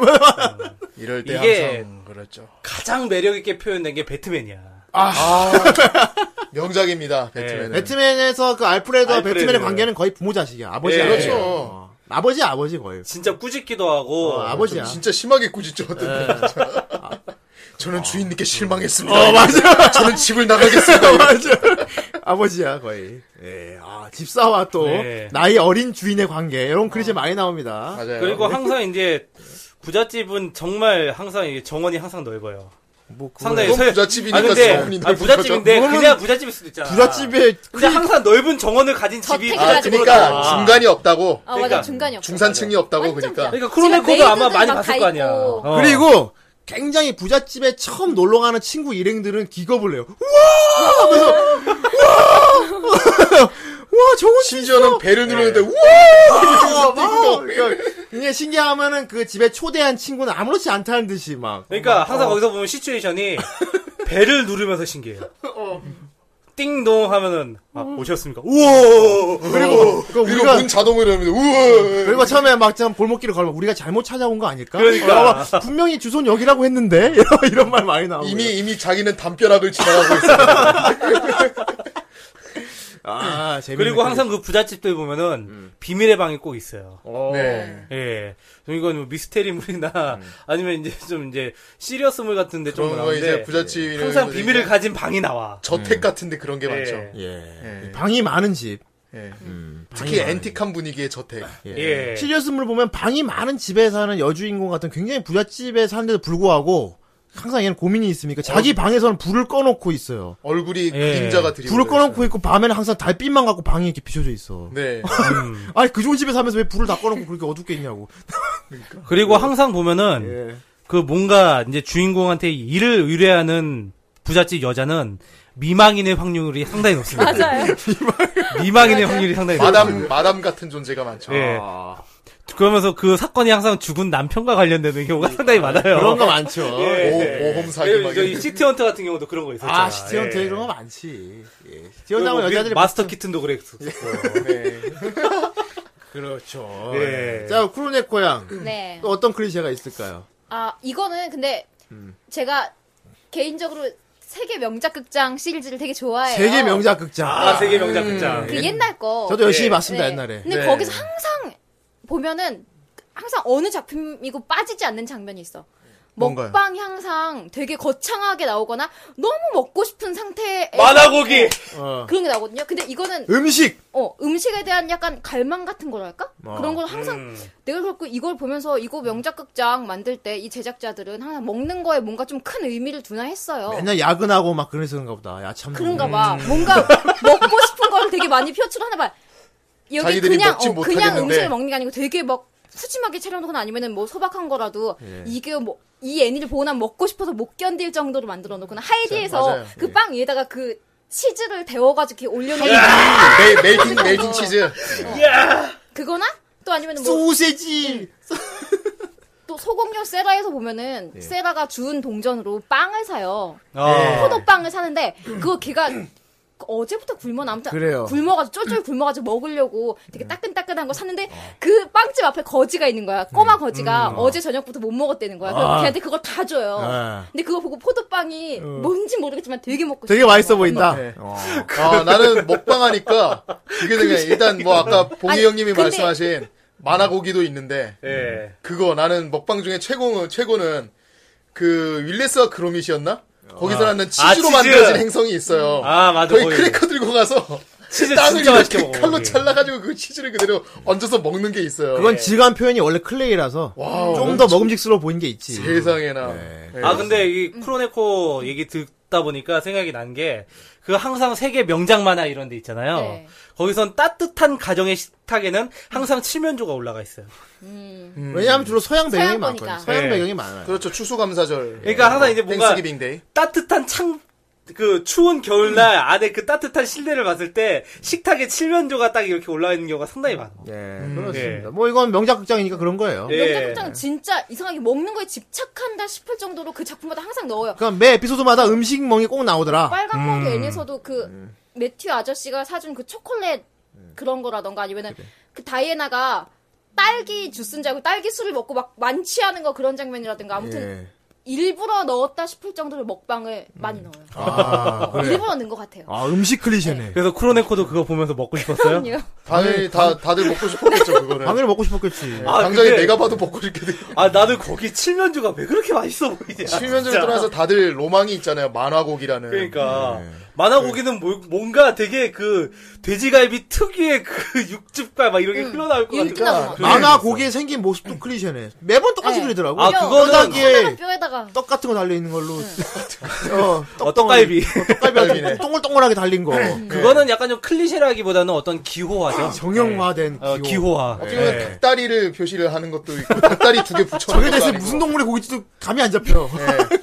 S2: 이럴 때
S4: 이게-
S2: 항상 그렇죠.
S4: 가장 매력있게 표현된 게 배트맨이야.
S2: 명작입니다. 배트맨은.
S3: 배트맨에서 그 알프레드와
S4: 알프레드.
S3: 배트맨의 관계는 거의 부모 자식이야. 아버지.
S4: 예,
S3: 아버지.
S2: 그렇죠.
S3: 어, 아버지 아버지 거의.
S4: 진짜 꾸짖기도 하고.
S3: 어, 아버지야.
S2: 진짜 심하게 꾸짖죠. 어떤 때. 저는 주인님께 실망했습니다.
S3: 어, 맞아.
S2: 저는 집을 나가겠습니다.
S3: 맞아. 아버지야 거의. 예. 아, 집사와 또
S4: 네.
S3: 나이 어린 주인의 관계 이런 글이 제 많이 나옵니다.
S2: 맞아요. 네.
S4: 그리고 항상 이제 부잣집은 정말 항상 이게 정원이 항상 넓어요.
S3: 뭐 그거는-
S4: 상당히
S2: 그건
S4: 서-
S2: 부잣집이니까
S4: 아니, 근데-
S2: 정원이
S4: 아니, 부잣집인데
S3: 거죠.
S4: 그냥 부잣집일 수도 있잖아.
S3: 부잣집에
S4: 근데 항상 넓은 정원을 가진 집이
S6: 저택이라든가.
S2: 아, 그러니까
S4: 나와.
S2: 중간이 없다고.
S6: 아
S4: 그러니까
S6: 맞아 중간이 없어.
S2: 중산층이 없다고
S6: 완전
S2: 그러니까.
S4: 그러니까 크로네코도
S6: 지금
S4: 아마 많이
S6: 메이드들
S4: 봤을
S6: 막
S4: 거
S6: 다
S4: 아니야.
S6: 있고.
S4: 어.
S3: 그리고 굉장히 부잣집에 처음 놀러 가는 친구 일행들은 기겁을 해요. 우와! 하면서 우와! 와, 정원
S2: 심지어는 배를 누르는데 우와!
S3: 어, 막, 그러니까 이게 신기하면은 그 집에 초대한 친구는 아무렇지 않다는 듯이 막.
S4: 그러니까
S2: 어.
S4: 항상 거기서 보면 시츄에이션이 배를 누르면서 신기해요.
S2: 어.
S4: 띵동 하면은 아, 오셨습니까? 우와
S3: 그리고, 그
S2: 그리고
S3: 우리가, 어,
S2: 문 자동으로 열면 우와!
S3: 그리고 처음에 막참 볼목길을 걸면 우리가 잘못 찾아온 거 아닐까?
S4: 그러니까.
S3: 어, 막 분명히 주소는 여기라고 했는데? 이런, 이런 말 많이 나오고.
S2: 이미 이미 자기는 담벼락을 지나가고 있어.
S3: 아, 재밌네.
S4: 그리고 항상 그 부잣집들 보면은 비밀의 방이 꼭 있어요.
S2: 네.
S4: 예, 좀 이건 뭐 미스테리물이나 아니면 이제 좀 이제 시리어스물 같은데 좀
S2: 그런 거
S4: 나오는데
S2: 뭐 이제 부잣집
S4: 항상
S2: 이런
S4: 비밀을
S2: 거
S4: 가진 방이 나와.
S2: 저택 같은데 그런 게 많죠.
S3: 예.
S2: 예.
S3: 방이 많은 집.
S2: 예. 특히 앤틱한 분위기의 저택.
S4: 예.
S3: 시리어스물 보면 방이 많은 집에 사는 여주인공 같은 굉장히 부잣집에 사는데도 불구하고 항상 얘는 고민이 있으니까
S4: 어.
S3: 자기 방에서는 불을 꺼놓고 있어요.
S2: 얼굴이
S4: 예.
S2: 그림자가 들이.
S3: 불을 꺼놓고 있고 밤에는 항상 달빛만 갖고 방에 이렇게 비춰져 있어.
S2: 네.
S4: 음.
S3: 아니 그 좋은 집에 사면서 왜 불을 다 꺼놓고 그렇게 어둡게 있냐고.
S4: 그리고 항상 보면은 그 뭔가 이제 주인공한테 일을 의뢰하는 부잣집 여자는 미망인의 확률이 상당히 높습니다.
S6: 맞아요.
S4: 미망인의 확률이 상당히
S2: 마담 마담 같은 존재가 많죠. 아,
S4: 예. 그러면서 그 사건이 항상 죽은 남편과 관련되는 경우가 상당히 많아요.
S3: 그런 거 많죠.
S4: 예.
S2: 오, 오험 사기 막 이런.
S4: 시티헌터 같은 경우도 그런 거 있었잖아.
S3: 아 시티언트 그런 거 많지. 예. 시티언트 하면 여자들이
S4: 여자들이 예. 마스터 키튼도 그랬었고.
S3: 그렇죠.
S4: 예.
S3: 자 쿠로네코 양
S4: 그렇죠.
S6: 네.
S8: 네.
S3: 또 어떤 클리셰가 있을까요?
S8: 아 이거는 근데 제가 개인적으로 세계 명작 극장 시리즈를 되게 좋아해요.
S3: 세계 명작 극장.
S4: 아, 세계 명작
S6: 음.
S4: 극장.
S8: 그 옛날 거.
S3: 저도 열심히
S4: 예.
S3: 봤습니다
S8: 네.
S3: 옛날에.
S8: 근데
S4: 네.
S8: 거기서 항상 보면은 항상 어느 작품이고 빠지지 않는 장면이 있어.
S2: 뭔가요?
S8: 먹방이 항상 되게 거창하게 나오거나 너무 먹고 싶은 상태에
S4: 만화고기! 예.
S3: 어.
S8: 그런 게 나오거든요. 근데 이거는
S3: 음식.
S8: 어, 음식에 대한 약간 갈망 같은 거랄까?
S3: 어.
S8: 그런 걸 항상
S4: 음.
S8: 내가 그렇고 이걸 보면서 이거 명작극장 만들 때 이 제작자들은 항상 먹는 거에 뭔가 좀 큰 의미를 두나 했어요.
S3: 맨날 야근하고 막 그러는가 보다. 야 참. 음.
S8: 그런가 봐.
S2: 음.
S8: 뭔가 먹고 싶은 걸 되게 많이 표출하나 봐. 여기
S2: 자기들이
S8: 그냥
S2: 먹진
S8: 어, 그냥
S2: 못하겠는데.
S8: 음식을 먹는 게 아니고 되게 막 푸짐하게 차려놓거나 아니면은 뭐 소박한 거라도
S2: 예.
S8: 이게 뭐 이 애니를 보고 난 먹고 싶어서 못 견딜 정도로 만들어 놓거나 하이디에서
S2: 맞아요. 예.
S8: 그 빵 위에다가 그 치즈를 데워가지고 이렇게 올려놓는
S3: 음.
S2: 메, 메이킹 메이킹 치즈.
S8: 어. 그거나 또 아니면 뭐
S3: 소세지.
S8: 또 소공녀 세라에서
S2: 예.
S8: 보면은 세라가 주운 동전으로 빵을 사요.
S3: 네.
S4: 아.
S8: 포도빵을 사는데 그거 걔가 어제부터 굶어 아무튼
S3: 그래요. 음.
S8: 굶어가지고 쫄쫄 굶어가지고 먹으려고 되게 따끈따끈한 거 샀는데
S3: 어.
S8: 그 빵집 앞에 거지가 있는 거야. 꼬마 거지가 어제 저녁부터 못 먹었다는 거야. 그래서
S3: 음. 아.
S8: 걔한테 그걸 다 줘요.
S3: 아.
S8: 근데 그거 보고 포도빵이 뭔지 모르겠지만 되게
S3: 음.
S8: 먹고
S3: 되게
S8: 싶은
S3: 맛있어
S8: 거야.
S3: 보인다.
S2: 네.
S3: 어.
S2: 아, 나는 먹방하니까 그게 되게 일단 뭐 아까 봉희
S8: 아니,
S2: 형님이
S8: 근데-
S2: 말씀하신 만화고기도 있는데
S4: 예.
S2: 그거 나는 먹방 중에 최고 최고는 그 윌레스와 그로밋이었나? 거기서 나는
S4: 아,
S2: 치즈로
S4: 치즈.
S2: 만들어진 행성이 있어요.
S4: 아, 맞아.
S2: 거의
S4: 거의.
S2: 크래커 들고 가서
S4: 치즈
S2: 땅을
S4: 진짜 맛있게
S2: 이렇게
S4: 먹어.
S2: 칼로
S4: 거기.
S2: 잘라가지고 그 치즈를 그대로 얹어서 먹는 게 있어요.
S4: 네.
S3: 그건 질감 표현이 원래 클레이라서
S2: 와우.
S3: 좀 더 먹음직스러워 보이는 게 있지.
S2: 세상에나.
S3: 네.
S2: 예.
S4: 아, 근데 이 크로네코 얘기 듣다 보니까 생각이 난 게, 그 항상 세계 명작 만화 이런 데 있잖아요.
S8: 네.
S4: 거기선 따뜻한 가정의 식탁에는 항상 칠면조가 올라가 있어요.
S2: 음.
S3: 왜냐하면 주로 서양 배경이
S8: 서양
S3: 많거든요.
S8: 거니까.
S3: 서양
S4: 네.
S3: 배경이 많아요.
S2: 그렇죠. 추수감사절.
S4: 그러니까 항상 이제 뭔가-
S2: 땡스기빙데이.
S4: 따뜻한 창, 그 추운 겨울날 안에 그 따뜻한 실내를 봤을 때 식탁에 칠면조가 딱 이렇게 올라와 있는 경우가 상당히 많아.
S3: 예, 그렇습니다.
S4: 예.
S3: 뭐 이건 명작 극장이니까 그런 거예요.
S4: 예.
S8: 명작극장은 진짜 이상하게 먹는 거에 집착한다 싶을 정도로 그 작품마다 항상 넣어요.
S3: 그러니까 매 에피소드마다 음식멍이 꼭 나오더라.
S8: 빨간 머리 애니에서도 그 매튜 아저씨가 사준 그 초콜릿 그런 거라던가 아니면은 그 다이애나가 딸기 주스인 줄 알고 딸기 술을 먹고 막 만취하는 거 그런 장면이라든가 아무튼
S3: 예.
S8: 일부러 넣었다 싶을 정도로 먹방을 많이 넣어요.
S3: 아,
S8: 어,
S3: 그래.
S8: 일부러 넣은 것 같아요.
S3: 아, 음식 클리셰네.
S4: 그래서 크로네코도 그거 보면서 먹고 싶었어요?
S8: 그럼요.
S4: 네.
S2: 당연히 다, 다들 먹고 싶었겠죠, 그거는.
S3: 당연히 먹고 싶었겠지.
S4: 아,
S2: 당장에
S4: 근데-
S2: 내가 봐도 먹고 싶게 돼.
S4: 아, 나는 거기 칠면조가 왜 그렇게 맛있어 보이냐.
S2: 칠면조를
S4: 진짜.
S2: 떠나서 다들 로망이 있잖아요. 만화곡이라는.
S4: 그러니까
S3: 네,
S4: 만화고기는 뭐- 뭔가 되게 그 돼지갈비 특유의 그 육즙과 막 이런 게 흘러나올 것 같은
S8: 윤기나고
S4: 그게
S3: 그러니까 만화
S4: 있었어.
S3: 고기에 생긴 모습도 클리셰네. 매번 똑같이
S8: 네.
S3: 그리더라고.
S4: 아, 그거는-
S3: 뼈다귀에
S8: 뼈다가 뼈에다가
S3: 떡 같은 거 달려 있는 걸로. 어,
S4: 어, 떡갈비
S3: 떡갈비 동글동글하게 달린 거.
S4: 그거는 약간 좀 클리셰라기보다는 어떤 기호화죠
S3: 아, 정형화된
S4: 어,
S3: 기호. 네.
S4: 기호화
S2: 어떻게 보면 그
S4: 예.
S2: 닭다리를 표시를 하는 것도 있고, 닭다리 두 개 붙여놓은
S3: 저게
S2: 것도
S3: 대체
S2: 아니고.
S3: 무슨 동물의 고깃집도 감이 안 잡혀.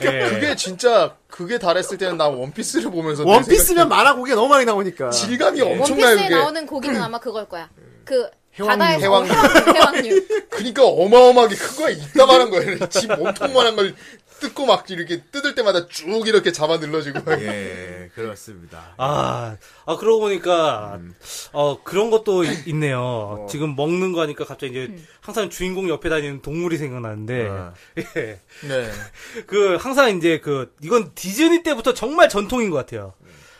S4: 예.
S2: 그게 진짜, 그게 달했을 때는 나 원피스를 보면서. 내
S3: 원피스면 만화 고기에 너무 많이 나오니까.
S4: 아,
S2: 생각-
S4: 예.
S2: 질감이 엄청나요,
S8: 원피스에
S2: 그게.
S8: 나오는 고기는 아마 그걸 거야. 그
S3: 해왕류.
S8: 바다에서
S2: 해왕류.
S8: 해왕류. 해왕류.
S2: 그니까 그러니까 어마어마하게 큰 거야, 이따만한 거야. 집 몸통만한 걸 뜯고 막 이렇게 뜯을 때마다 쭉 이렇게 잡아 늘러지고.
S3: 예, 그렇습니다.
S4: 아, 아 그러고 보니까
S3: 음.
S4: 어 그런 것도 이-
S3: 어.
S4: 있네요. 지금 먹는 거 하니까 갑자기 이제 항상 주인공 옆에 다니는 동물이 생각나는데
S3: 어.
S4: 예.
S2: 네.
S4: 그 항상 이제 그 이건 디즈니 때부터 정말 전통인 것 같아요.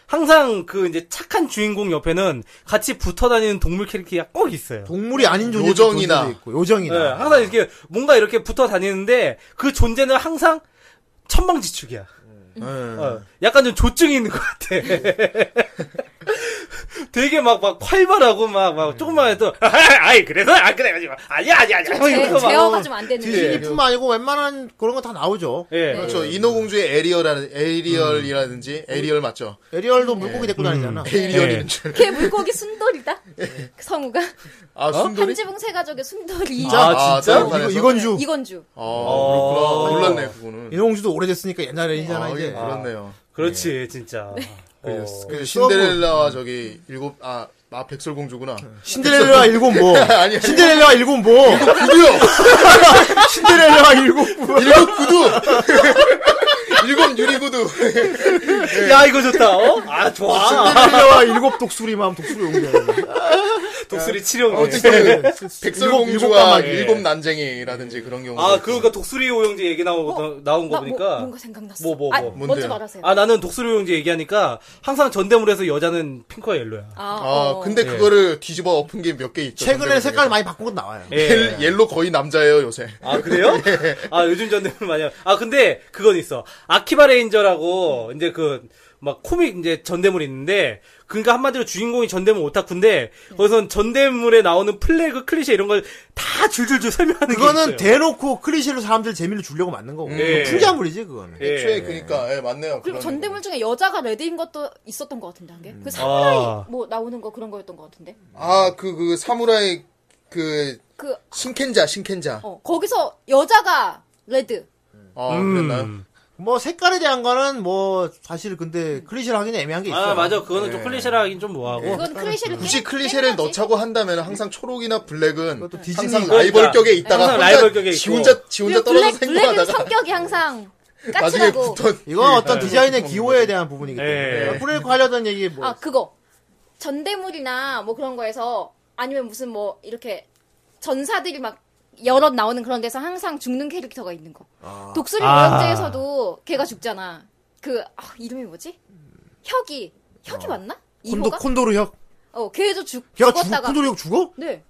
S4: 항상 그 이제 착한 주인공 옆에는 같이 붙어 다니는 동물 캐릭터가 꼭 있어요.
S3: 동물이 아닌 존재
S2: 요정이나.
S3: 있고 요정이나.
S4: 예, 항상 이렇게 뭔가 이렇게 붙어 다니는데 그 존재는 항상 천방지축이야. 어, 약간 좀 조증이 있는 것 같아. 되게 막, 막, 활발하고, 막, 막, 조금만 해도, 음. 아이, 그래서, 아, 그래, 가지고 아니야, 아니야, 아니야. 막
S8: 네, 제,
S4: 이러면서 막,
S8: 제어가 좀 안 되는 데
S3: 디즈니 품 아니고 웬만한 그런 거 다 나오죠.
S4: 예.
S8: 네.
S2: 그렇죠. 인어공주의 에리얼이라는, 에리얼이라든지,
S4: 음.
S2: 에리얼 맞죠?
S3: 에리얼도 물고기 데리고 다니잖아.
S4: 네. 예.
S2: 에리얼인 줄.
S8: 걔 물고기 순돌이다. 그 성우가
S4: 어?
S2: 아, 순돌이?
S8: 한지붕 세 가족의 순돌이
S2: 아, 진짜?
S3: 이거, 이건주.
S8: 이건주.
S2: 아,
S4: 어.
S2: 그렇구나. 몰랐네, 그거는.
S3: 인어공주도 오래됐으니까 옛날 애니잖아,
S2: 아,
S3: 이제.
S2: 예, 그렇네요.
S4: 그렇지, 진짜. 어.
S2: 그
S3: 서브-
S2: 신데렐라와 저기 일곱 아, 아 백설공주구나.
S3: 네. 신데렐라 일곱 뭐.
S2: 아니, 아니.
S3: 신데렐라 일곱 뭐.
S2: 구두요.
S3: 신데렐라 일곱 뭐.
S2: 일곱 구두. 일곱 유리구두.
S4: 야 이거 좋다. 어? 아 좋아.
S3: 신데렐라와 일곱 독수리 마음 독수리 용병.
S4: 독수리 치룡.
S3: 네. 일곱
S2: 백설공주와
S3: 까마귀.
S2: 일곱 난쟁이라든지 그런 경우.
S4: 아 그러니까 독수리 오영지 얘기 나오고 나온 거
S8: 나
S4: 보니까.
S8: 뭐, 뭔가 생각났어.
S4: 뭐, 뭐,
S8: 아,
S4: 뭐.
S8: 먼저
S2: 뭔데요?
S8: 말하세요.
S4: 아 나는 독수리 오영지 얘기하니까 항상 전대물에서 여자는 핑크와 옐로야.
S8: 아,
S2: 아,
S8: 어.
S2: 근데
S4: 예.
S2: 그거를 뒤집어 엎은 게 몇 개 있죠.
S3: 네. 최근에
S2: 전대문 중에서.
S3: 색깔 많이 바꾼 건 나와요.
S4: 예.
S2: 옐, 옐로 거의 남자예요 요새.
S4: 아 그래요? 아 요즘 전대물 많이. 하- 아 근데 그건 있어. 아키바 레인저라고 이제 그. 막 코믹 이제 전대물이 있는데 그러니까 한마디로 주인공이 전대물 오타쿠인데
S8: 네.
S4: 거기선 전대물에 나오는 플래그 클리셰 이런 걸 다 줄줄줄 설명하는 게
S3: 그거는
S4: 있어요.
S3: 대놓고 클리셰로 사람들 재미를 주려고 만든 거고.
S4: 예.
S3: 풍자물이지 그거는.
S4: 예.
S2: 애초에 그니까 예, 맞네요. 음. 그런
S8: 그리고 전대물
S2: 경우.
S8: 중에 여자가 레드인 것도 있었던 것 같은데 한 개. 그 사나이
S4: 아.
S8: 뭐 나오는 거 그런 거였던 것 같은데.
S2: 아, 그, 그, 사무라이, 그,
S8: 그
S2: 신켄자, 신켄자.
S8: 어, 거기서 여자가 레드.
S2: 어, 그랬나요?
S4: 음.
S3: 뭐 색깔에 대한 거는 뭐 사실 근데 클리셰를 하기는 애매한 게 예. 있어.
S4: 아 맞아 그거는 좀 클리셰라 하긴 좀 뭐하고
S8: 그건 클리셰를
S2: 어, 굳이
S8: 뺀-
S2: 클리셰를
S8: 뺀 거지.
S2: 넣자고 한다면 항상 초록이나 블랙은
S3: 그것도 디즈니
S2: 항상
S3: 거니까. 그러니까.
S2: 라이벌격에 있다가
S4: 항상
S2: 혼자
S4: 라이벌격에
S2: 지
S4: 있고.
S2: 혼자 지 혼자
S8: 그리고
S2: 떨어져
S8: 블랙 블랙은
S2: 생존하다가
S8: 성격이 항상
S2: 나중에
S8: 까칠하고.
S2: 붙던
S3: 이건 어떤
S4: 예.
S3: 디자인의 기호에 대한 부분이기 때문에. 그러니까
S4: 예.
S3: 뿌릴 거 하려던 얘기 뭐.
S8: 아 그거 전대물이나 뭐 그런 거에서 아니면 무슨 뭐 이렇게 전사들이 막 여럿 나오는 그런 데서 항상 죽는 캐릭터가 있는 거. 독수리
S4: 아.
S8: 모형제에서도 걔가 죽잖아. 그 아, 이름이 뭐지? 혁이 혁이
S2: 어.
S8: 맞나?
S3: 콘도
S8: 이호가?
S3: 콘도르 혁.
S8: 어 걔도 죽
S3: 야, 죽,
S8: 죽었다가
S3: 콘도르 혁 죽어?
S8: 네.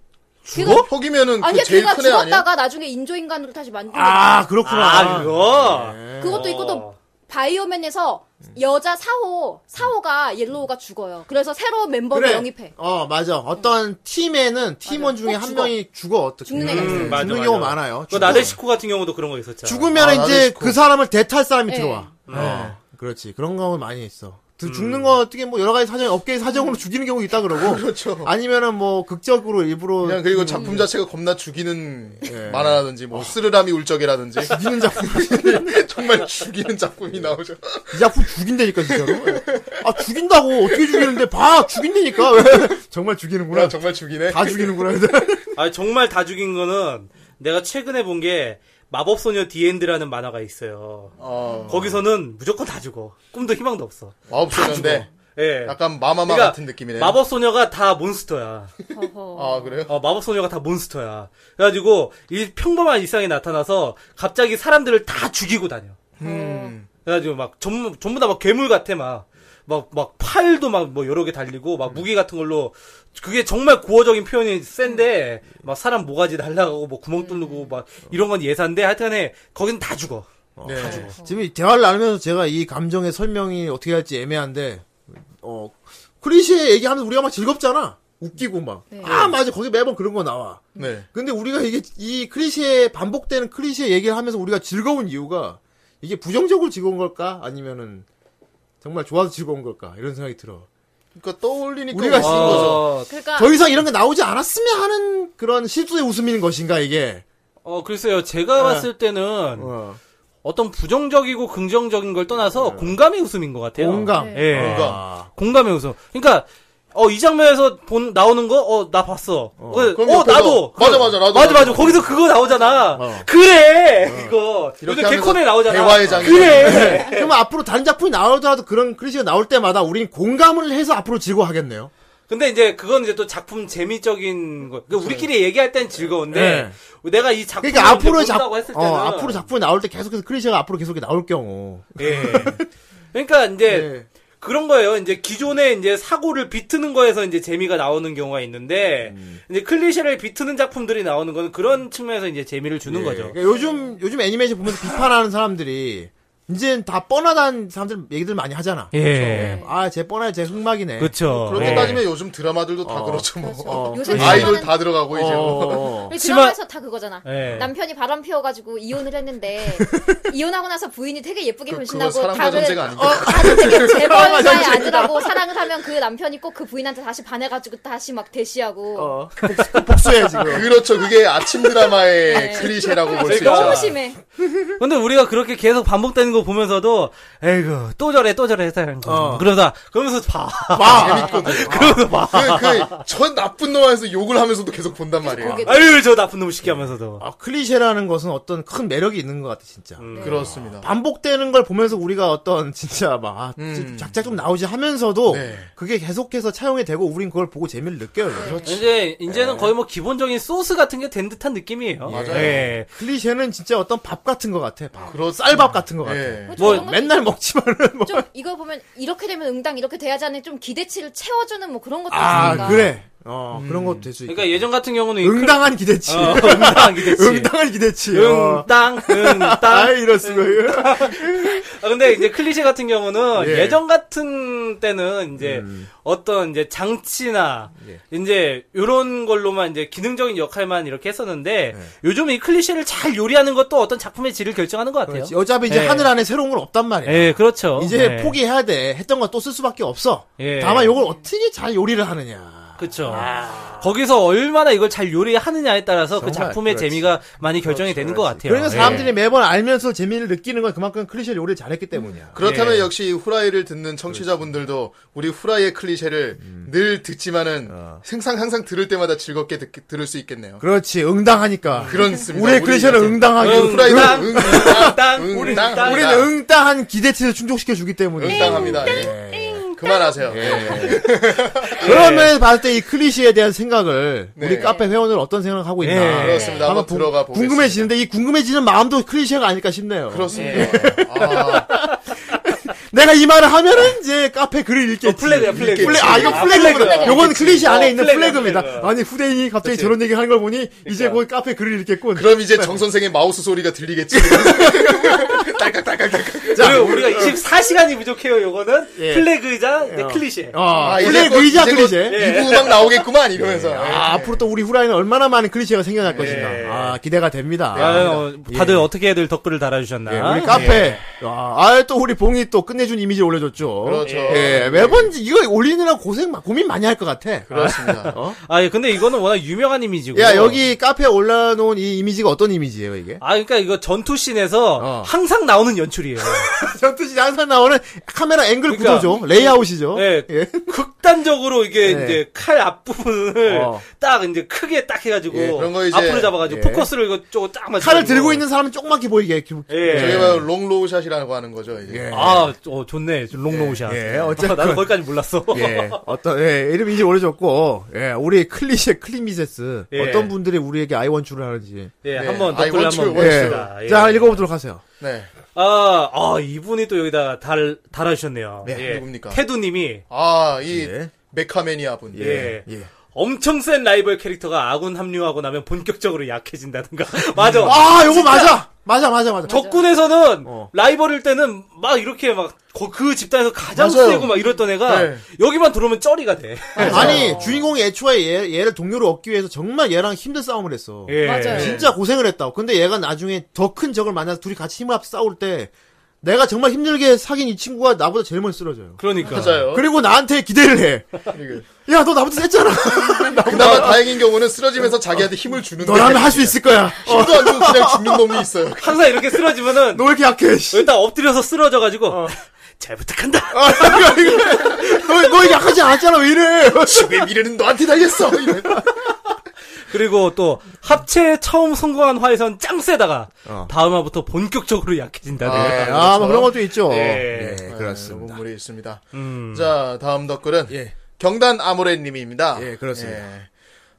S2: 죽어? 혁이면은
S8: 아니야
S2: 그 제일
S8: 걔가
S2: 큰 애 아니야?
S8: 죽었다가 나중에 인조 인간으로 다시 만든 거.
S3: 아, 그렇구나.
S4: 아 그거 어.
S8: 그것도 있고 또 바이오맨에서 여자 4호 4호가 옐로우가 죽어요. 그래서 새로운 멤버를
S3: 그래.
S8: 영입해.
S3: 어, 맞아. 어떤 팀에는 팀원
S8: 맞아.
S3: 중에
S8: 꼭
S3: 한
S8: 죽어.
S3: 명이 죽어, 어떻게.
S8: 죽는 애가 있어요.
S3: 죽는
S4: 음, 맞아, 맞아.
S3: 경우 많아요.
S4: 그
S3: 죽어.
S4: 나데시코 같은 경우도 그런 거 있었잖아 네.
S3: 죽으면
S2: 아,
S3: 이제
S2: 나데시코.
S3: 그 사람을 대탈 사람이
S8: 예.
S3: 들어와. 어, 그렇지. 그런 경우 많이 있어. 그
S4: 음.
S3: 죽는 거 어떻게 뭐 여러 가지 사정, 업계의 사정으로 죽이는 경우 있다 그러고.
S2: 그렇죠.
S3: 아니면은 뭐 극적으로 일부러
S2: 그냥 그리고 작품 자체가 겁나 죽이는 만화라든지 뭐 쓰르라미 울적이라든지
S3: 예. 아. 죽이는 아. 작품.
S2: 정말 죽이는 작품이 나오죠.
S3: 이 작품 죽인다니까 진짜로. 아 죽인다고 어떻게 죽이는데 봐 죽인다니까. 정말 죽이는구나.
S2: 뭐라 정말 죽이네.
S3: 다 죽이는구나. 얘들.
S4: 아 정말 다 죽인 거는 내가 최근에 본 게 마법소녀 디엔드라는 만화가 있어요
S2: 어,
S4: 거기서는 무조건 다 죽어 꿈도 희망도 없어
S2: 마법소녀인데
S4: 예
S2: 약간 마마마
S4: 그러니까
S2: 같은 느낌이네. 요
S4: 마법소녀가 다 몬스터야
S2: 아 그래요?
S4: 어, 마법소녀가 다 몬스터야 그래가지고 이 평범한 일상에 나타나서 갑자기 사람들을 다 죽이고 다녀
S2: 음.
S4: 그래가지고 막 전부 전부 다 막 괴물 같아 막. 막, 막, 팔도 막, 뭐, 여러 개 달리고, 막, 무기 같은 걸로, 그게 정말 고어적인 표현이 센데, 막, 사람 모가지 날라가고, 뭐, 구멍 뚫고, 막, 이런 건 예사인데, 하여튼간에, 거긴 다 죽어.
S2: 네.
S3: 지금 이 대화를 나누면서 제가 이 감정의 설명이 어떻게 할지 애매한데 어 크리시의 얘기하면서 우리가 막 즐겁잖아. 웃기고 막. 아 맞아 거기 매번 그런 거 나와.
S2: 네.
S3: 근데 우리가 이게 이 크리시에 반복되는 크리시에 얘기를 하면서 우리가 즐거운 이유가 이게 부정적으로 즐거운 걸까 아니면은 정말 좋아서 즐거운 걸까 이런 생각이 들어.
S2: 그러니까 떠올리니까
S3: 우리가
S2: 웃는
S3: 쓴 거죠.
S4: 어,
S8: 그러니까
S3: 더 이상 이런 게 나오지 않았으면 하는 그런 실수의 웃음인 것인가 이게.
S4: 어, 글쎄요. 제가 봤을 때는,
S3: 어.
S4: 어떤 부정적이고 긍정적인 걸 떠나서, 공감의 웃음인 것 같아요.
S3: 공감.
S4: 네. 예.
S3: 공감.
S4: 공감의 웃음. 그러니까, 어, 이 장면에서 본, 나오는 거, 어, 나 봤어. 어,
S2: 그럼
S4: 어,
S2: 옆에서,
S4: 나도.
S2: 맞아, 맞아, 나도,
S4: 맞아, 맞아.
S2: 나도.
S4: 거기서 그거 나오잖아.
S3: 어.
S4: 그래! 이거.
S2: 이렇게
S4: 요즘 개콘에
S2: 하면서
S4: 나오잖아.
S2: 대화의 장이
S4: 그래!
S3: 그러면 앞으로 다른 작품이 나오더라도 그런 크리시가 나올 때마다 우린 공감을 해서 앞으로 즐거워하겠네요.
S4: 근데 이제 그건 이제 또 작품 재미적인 거. 그러니까 우리끼리 얘기할 땐 즐거운데,
S2: 예.
S4: 내가 이 작품.
S3: 그러니까 앞으로 작
S4: 본다고 했을
S3: 어,
S4: 때는.
S3: 앞으로 작품이 나올 때 계속해서 크리시가 앞으로 계속 나올 경우.
S4: 예. 그러니까 이제,
S3: 예.
S4: 그런 거예요. 이제 기존에 이제 사고를 비트는 거에서 이제 재미가 나오는 경우가 있는데
S2: 음.
S4: 이제 클리셰를 비트는 작품들이 나오는 거는 그런 측면에서 이제 재미를 주는
S3: 예.
S4: 거죠.
S3: 그러니까 요즘 요즘 애니메이션 보면서 비판하는 사람들이 이제 다 뻔하다는 사람들 얘기들 많이 하잖아.
S4: 예.
S3: 아, 쟤 뻔해, 쟤 흑막이네.
S4: 그렇죠.
S2: 그렇게
S4: 예.
S2: 따지면 요즘 드라마들도 다 그렇죠 뭐.
S3: 어,
S8: 요새
S3: 그렇지.
S2: 아이돌
S8: 드라마는-
S2: 다 들어가고 이제 뭐.
S3: 어,
S8: 우리
S4: 치마-
S8: 드라마에서 다 그거잖아.
S3: 네.
S4: 예.
S8: 남편이 바람 피워가지고 이혼을 했는데 이혼하고 나서 부인이 되게 예쁘게
S2: 그-
S8: 변신하고
S2: 그거 사랑과 전쟁 아닌가?
S8: 다들 되게 재벌사의 아들하고 사랑을 하면 그 남편이 꼭 그 부인한테 다시 반해가지고 다시 막 대시하고
S3: 어. 복수해, 지금.
S2: 그렇죠. 그게 아침 드라마의
S8: 네.
S2: 클리셰라고 볼 수
S4: 그러니까.
S2: 있죠.
S8: 너무 심해.
S4: 근데 우리가 그렇게 계속 반복되는 거 그거 보면서도 에이구 또 저래 또 저래 해서 하는 거. 그러다 그러면서 봐.
S2: 아, 재밌거든. 그, 그, 저 나쁜 놈에서 욕을 하면서도 계속 본단 말이에요.
S8: 보게
S4: 아유 저 나쁜 놈 시키 하면서도.
S3: 아, 클리셰라는 것은 어떤 큰 매력이 있는 것 같아, 진짜.
S4: 음.
S2: 그렇습니다.
S3: 반복되는 걸 보면서 우리가 어떤 진짜 막 아,
S2: 음.
S3: 좀 작작 좀 나오지 하면서도
S2: 네.
S3: 그게 계속해서 차용이 되고 우린 그걸 보고 재미를 느껴요.
S2: 그렇죠.
S3: 그렇죠. 그렇지.
S4: 이제 이제는 거의 뭐 기본적인 소스 같은 게 된 듯한 느낌이에요.
S2: 예. 맞아요.
S4: 예.
S3: 클리셰는 진짜 어떤 밥 같은 것 같아. 밥.
S2: 그렇-
S3: 쌀밥 같은 것 같아.
S2: 예.
S4: 뭐,
S8: 저런 것도
S3: 맨날 먹지만은 뭐.
S8: 좀 이걸 보면 이렇게 되면 응당 이렇게 돼야지 하는 좀 기대치를 채워주는 뭐 그런 것도 있으니까
S3: 아 그래. 어 그런
S2: 음.
S3: 것도 될수 있.
S4: 그러니까 예전 같은 경우는 이 클-
S3: 응당한 기대치.
S4: 어, 응당 기대치.
S3: 응당한 기대치. 어.
S4: 응당 응당.
S3: 아 이럴 수가.
S4: 아, 근데 이제 클리셰 같은 경우는
S3: 예. 음.
S4: 예. 전 같은 때는 이제 어떤 이제 장치나
S3: 예.
S4: 이제 요런 걸로만 이제 기능적인 역할만 이렇게 했었는데
S3: 예.
S4: 요즘 이 클리셰를 잘 요리하는 것도 어떤 작품의 질을 결정하는 것 같아요.
S3: 그렇지. 어차피 이제
S4: 예.
S3: 하늘 안에 새로운 건 없단 말이야.
S4: 예, 그렇죠.
S3: 그렇죠. 이제
S4: 예.
S3: 포기해야 돼. 했던 거 또 쓸 수밖에 없어.
S4: 예.
S3: 다만 요걸 어떻게 잘 요리를 하느냐.
S4: 그렇죠. 거기서 얼마나 이걸 잘 요리하느냐에 따라서 그
S3: 아. 정말,
S4: 작품의
S3: 그렇지.
S4: 재미가 많이 결정이 되는 것 같아요.
S3: 그러니까 사람들이
S4: 예.
S3: 매번 알면서 재미를 느끼는 건 그만큼 클리셰 요리를 잘했기 때문이야.
S2: 그렇다면
S4: 예.
S2: 역시 이 후라이를 듣는 청취자분들도 우리 후라이의 클리셰를 늘 듣지만은 항상 항상 들을 때마다 즐겁게 듣, 들을 수 있겠네요.
S3: 그렇지. 응당하니까.
S2: 음. 그렇습니다.
S3: 우리의
S2: 우리
S3: 클리셰는
S2: 이제
S3: 응당하기.
S4: 응,
S2: 후라이는
S4: 응당,
S2: 응,
S4: 응당,
S2: 응,
S4: 우리
S2: 응당,
S4: 응당.
S2: 우리
S3: 우리는 응당한 기대치를 충족시켜 주기 때문에.
S2: 응당합니다. 예. 그만하세요. 예.
S3: 그런 면에서 봤을 때 이 클리셰에 대한 생각을
S2: 네.
S3: 우리 카페 회원들 어떤 생각을 하고 있나.
S4: 예.
S2: 그렇습니다. 한번
S3: 궁-
S2: 들어가 보겠습니다.
S3: 궁금해지는데 이 궁금해지는 마음도 클리셰가 아닐까 싶네요.
S2: 그렇습니다. 아,
S3: 내가 이 말을 하면은 이제 카페 글을 읽겠지.
S4: 어, 플래그야, 플래그.
S3: 플래- 아 이거
S4: 아,
S3: 플래그.
S4: 플래그야.
S3: 요건 클리셰 안에
S4: 어,
S3: 있는
S4: 플래그야,
S3: 플래그입니다.
S2: 예.
S4: 플래그.
S3: 아니 후대인이 갑자기 저런 얘기 하는 걸 보니
S2: 그러니까.
S3: 이제 곧 카페 글을 읽겠군.
S2: 그럼 이제 정 선생의 마우스 소리가 들리겠지. 딸깍딸깍딸깍.
S4: 그리고 우리가 24시간이 부족해요. 요거는
S3: 예.
S4: 플래그이자 이제 클리셰.
S3: 아,
S2: 아, 이제 곧-
S3: 플래그 의자
S2: 이제 곧 예.
S3: 클리셰.
S2: 이부 음악 나오겠구만 이러면서.
S3: 아, 앞으로 또 우리 후라이는 얼마나 많은 클리셰가
S2: 예.
S3: 생겨날 것인가. 아, 기대가 됩니다.
S4: 아유,
S3: 예.
S4: 다들 어떻게들 댓글을 달아주셨나.
S3: 예, 우리 카페. 아, 아, 또 우리 봉이 또 끝내준 이미지 올려줬죠.
S2: 그렇죠.
S3: 예, 매번 이거 올리느라 고생, 마- 고민 많이 할 것 같아. 어?
S2: 그렇습니다.
S4: 아, 예, 근데 이거는 워낙 유명한 이미지고.
S3: 야, 여기 카페에 올라놓은 이 이미지가 어떤 이미지예요, 이게?
S4: 아, 그러니까 이거 전투씬에서
S3: 어.
S4: 항상 나오는 연출이에요.
S2: 아,
S3: 전투시 항상 나오는 카메라 앵글
S4: 그러니까
S3: 구조죠. 레이아웃이죠.
S4: 예.
S3: 예.
S4: 극단적으로 이게
S3: 네.
S4: 이제 칼 앞부분을
S3: 어.
S4: 딱 이제 크게 딱 해가지고
S2: 예, 그런 거 이제-
S4: 앞으로 잡아가지고
S3: 예.
S4: 포커스를 이거 쪼딱 맞춰.
S3: 칼을 들고 있는 사람은 조그맣게 보이게. 이렇게.
S4: 예.
S2: 저게 바로 롱로우샷이라고 하는 거죠. 이제.
S4: 아, 어, 좋네. 롱롱샷.
S3: 예, 어쨌건.
S4: 나는 거기까지 몰랐어.
S3: 예, 어떤, 예, 이름 이제 올려줬고, 예, 우리 클리셰, 클리미세스.
S4: 예.
S3: 어떤 분들이 우리에게 아이원추를 하는지.
S4: 예,
S2: 네.
S4: 한번
S2: 아이,
S4: 댓글
S2: 원추,
S4: 한번
S2: 원추.
S4: 봅시다.
S3: 예.
S4: 예.
S3: 자, 읽어보도록 하세요.
S2: 네.
S4: 아, 아, 이분이 또 여기다 달, 달아주셨네요. 예.
S2: 네, 누굽니까?
S4: 태두님이,
S2: 아, 이
S3: 예.
S2: 메카메니아 분. 네.
S4: 예.
S3: 예.
S4: 엄청 센 라이벌 캐릭터가 아군 합류하고 나면 본격적으로 약해진다든가. 맞아.
S3: 아, 요거 맞아! 맞아, 맞아, 맞아.
S4: 적군에서는
S3: 어.
S4: 라이벌일 때는 막 이렇게 막 그 집단에서 가장
S2: 맞아요.
S4: 세고 막 이랬던 애가
S2: 네.
S4: 여기만 들어오면 쩌리가 돼.
S3: 아니, 주인공이 애초에 얘, 얘를 동료로 얻기 위해서 정말 얘랑 힘든 싸움을 했어.
S4: 예.
S8: 맞아요.
S3: 진짜 고생을 했다고. 근데 얘가 나중에 더 큰 적을 만나서 둘이 같이 힘을 합쳐 싸울 때, 내가 정말 힘들게 사귄 이 친구가 나보다 제일 먼저 쓰러져요.
S4: 그러니까.
S2: 맞아요.
S3: 그리고 나한테 기대를 해. 야, 너 나보다 셌잖아.
S2: 그나마 다행인 경우는 쓰러지면서 자기한테 힘을 주는데
S3: 어. 너라면 할 수 있을 거야.
S2: 힘도 안 주고 그냥 죽는 놈이 있어요.
S4: 항상 이렇게 쓰러지면은
S3: 너 왜 이렇게 약해, 씨.
S4: 일단 엎드려서 쓰러져가지고 잘 부탁한다.
S3: 아, 이거, 이거. 너, 너 이게 약하지 않았잖아, 왜 이래.
S2: 죽의 미래는 너한테 달렸어. 이런.
S4: 그리고 또 합체에 처음 성공한 화에선 짱 세다가
S3: 어.
S4: 다음 화부터 본격적으로 약해진다든가.
S2: 아,
S3: 아, 뭐 그런 것도 있죠.
S4: 그렇죠. 예.
S3: 예,
S2: 네, 요건 물이 있습니다.
S4: 음.
S2: 자, 다음 댓글은
S3: 예.
S2: 경단 아모레님입니다.
S3: 예, 그렇습니다.
S2: 예.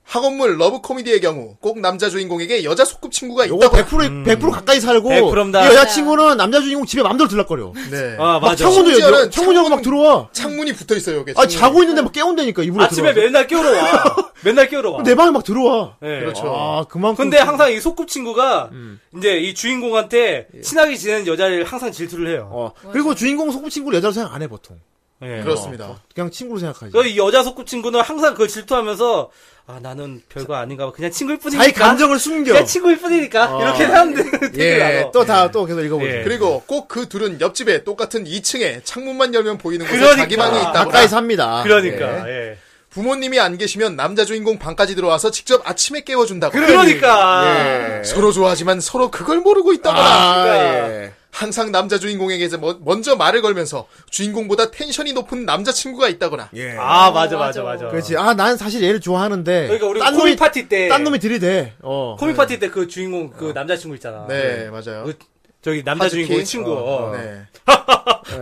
S2: 학원물 러브 코미디의 경우 꼭 남자 주인공에게 여자 소꿉친구가
S3: 요거
S2: 있다고.
S3: 100%
S4: 음.
S3: 100% 가까이 살고
S4: 100% 다.
S3: 이 여자친구는 남자 주인공 집에 맘대로 들락거려.
S2: 네.
S3: 막
S4: 아, 맞아.
S3: 창문도
S2: 심지어는
S3: 열고 창문 열고 막
S2: 창문-
S3: 들어와.
S2: 창문이 붙어 있어요, 여기.
S3: 아 자고 있는데 막 깨운다니까 이불에
S4: 아침에
S3: 들어와서.
S4: 맨날 깨우러 와. 맨날 깨우러 와.
S3: 내 방에 막 들어와.
S4: 예.
S2: 그렇죠.
S3: 아 그만큼.
S4: 근데 항상 이 소꿉친구가
S3: 음.
S4: 이제 이 주인공한테
S3: 예.
S4: 친하게 지내는 여자를 항상 질투를 해요.
S3: 어 그리고 주인공 소꿉친구 여자로 생각 안 해 보통.
S4: 예.
S2: 그렇습니다.
S3: 그냥 친구로 생각하지.
S4: 그래서 이 여자 소꿉친구는 항상 그걸 질투하면서 아 나는 별거 아닌가 봐. 그냥 친구일 뿐이니까.
S3: 자기 감정을 숨겨.
S4: 그냥 친구일 뿐이니까.
S3: 어.
S4: 이렇게 사람들은
S3: 예.
S4: 예.
S3: 또 다 또 계속 읽어보죠.
S4: 예.
S3: 네.
S2: 그리고 꼭 그 둘은 옆집에 똑같은 2층에 창문만 열면 보이는 곳에
S4: 그러니까.
S2: 자기 방이 있다고.
S3: 가까이 삽니다.
S4: 그러니까.
S3: 네.
S4: 예.
S2: 부모님이 안 계시면 남자 주인공 방까지 들어와서 직접 아침에 네. 깨워준다고.
S4: 그러니까.
S3: 예.
S2: 서로 좋아하지만 서로 그걸 모르고 있다거나
S3: 아, 예.
S2: 항상 남자 주인공에게 이제 먼- 먼저 말을 걸면서 주인공보다 텐션이 높은 남자친구가 있다거나
S3: 예.
S4: 아 맞아 맞아 맞아.
S3: 그렇지. 아, 난 사실 얘를 좋아하는데.
S4: 그러니까 우리
S3: 딴
S4: 코믹
S3: 놈이,
S4: 파티 때
S3: 딴 놈이 어. 들이대. 어.
S4: 코믹 파티 때 그 주인공 그 남자친구 있잖아.
S2: 네, 맞아요.
S4: 그- 저기 남자
S2: 하즈키?
S4: 주인공 친구.
S2: 어,
S4: 어.
S2: 네.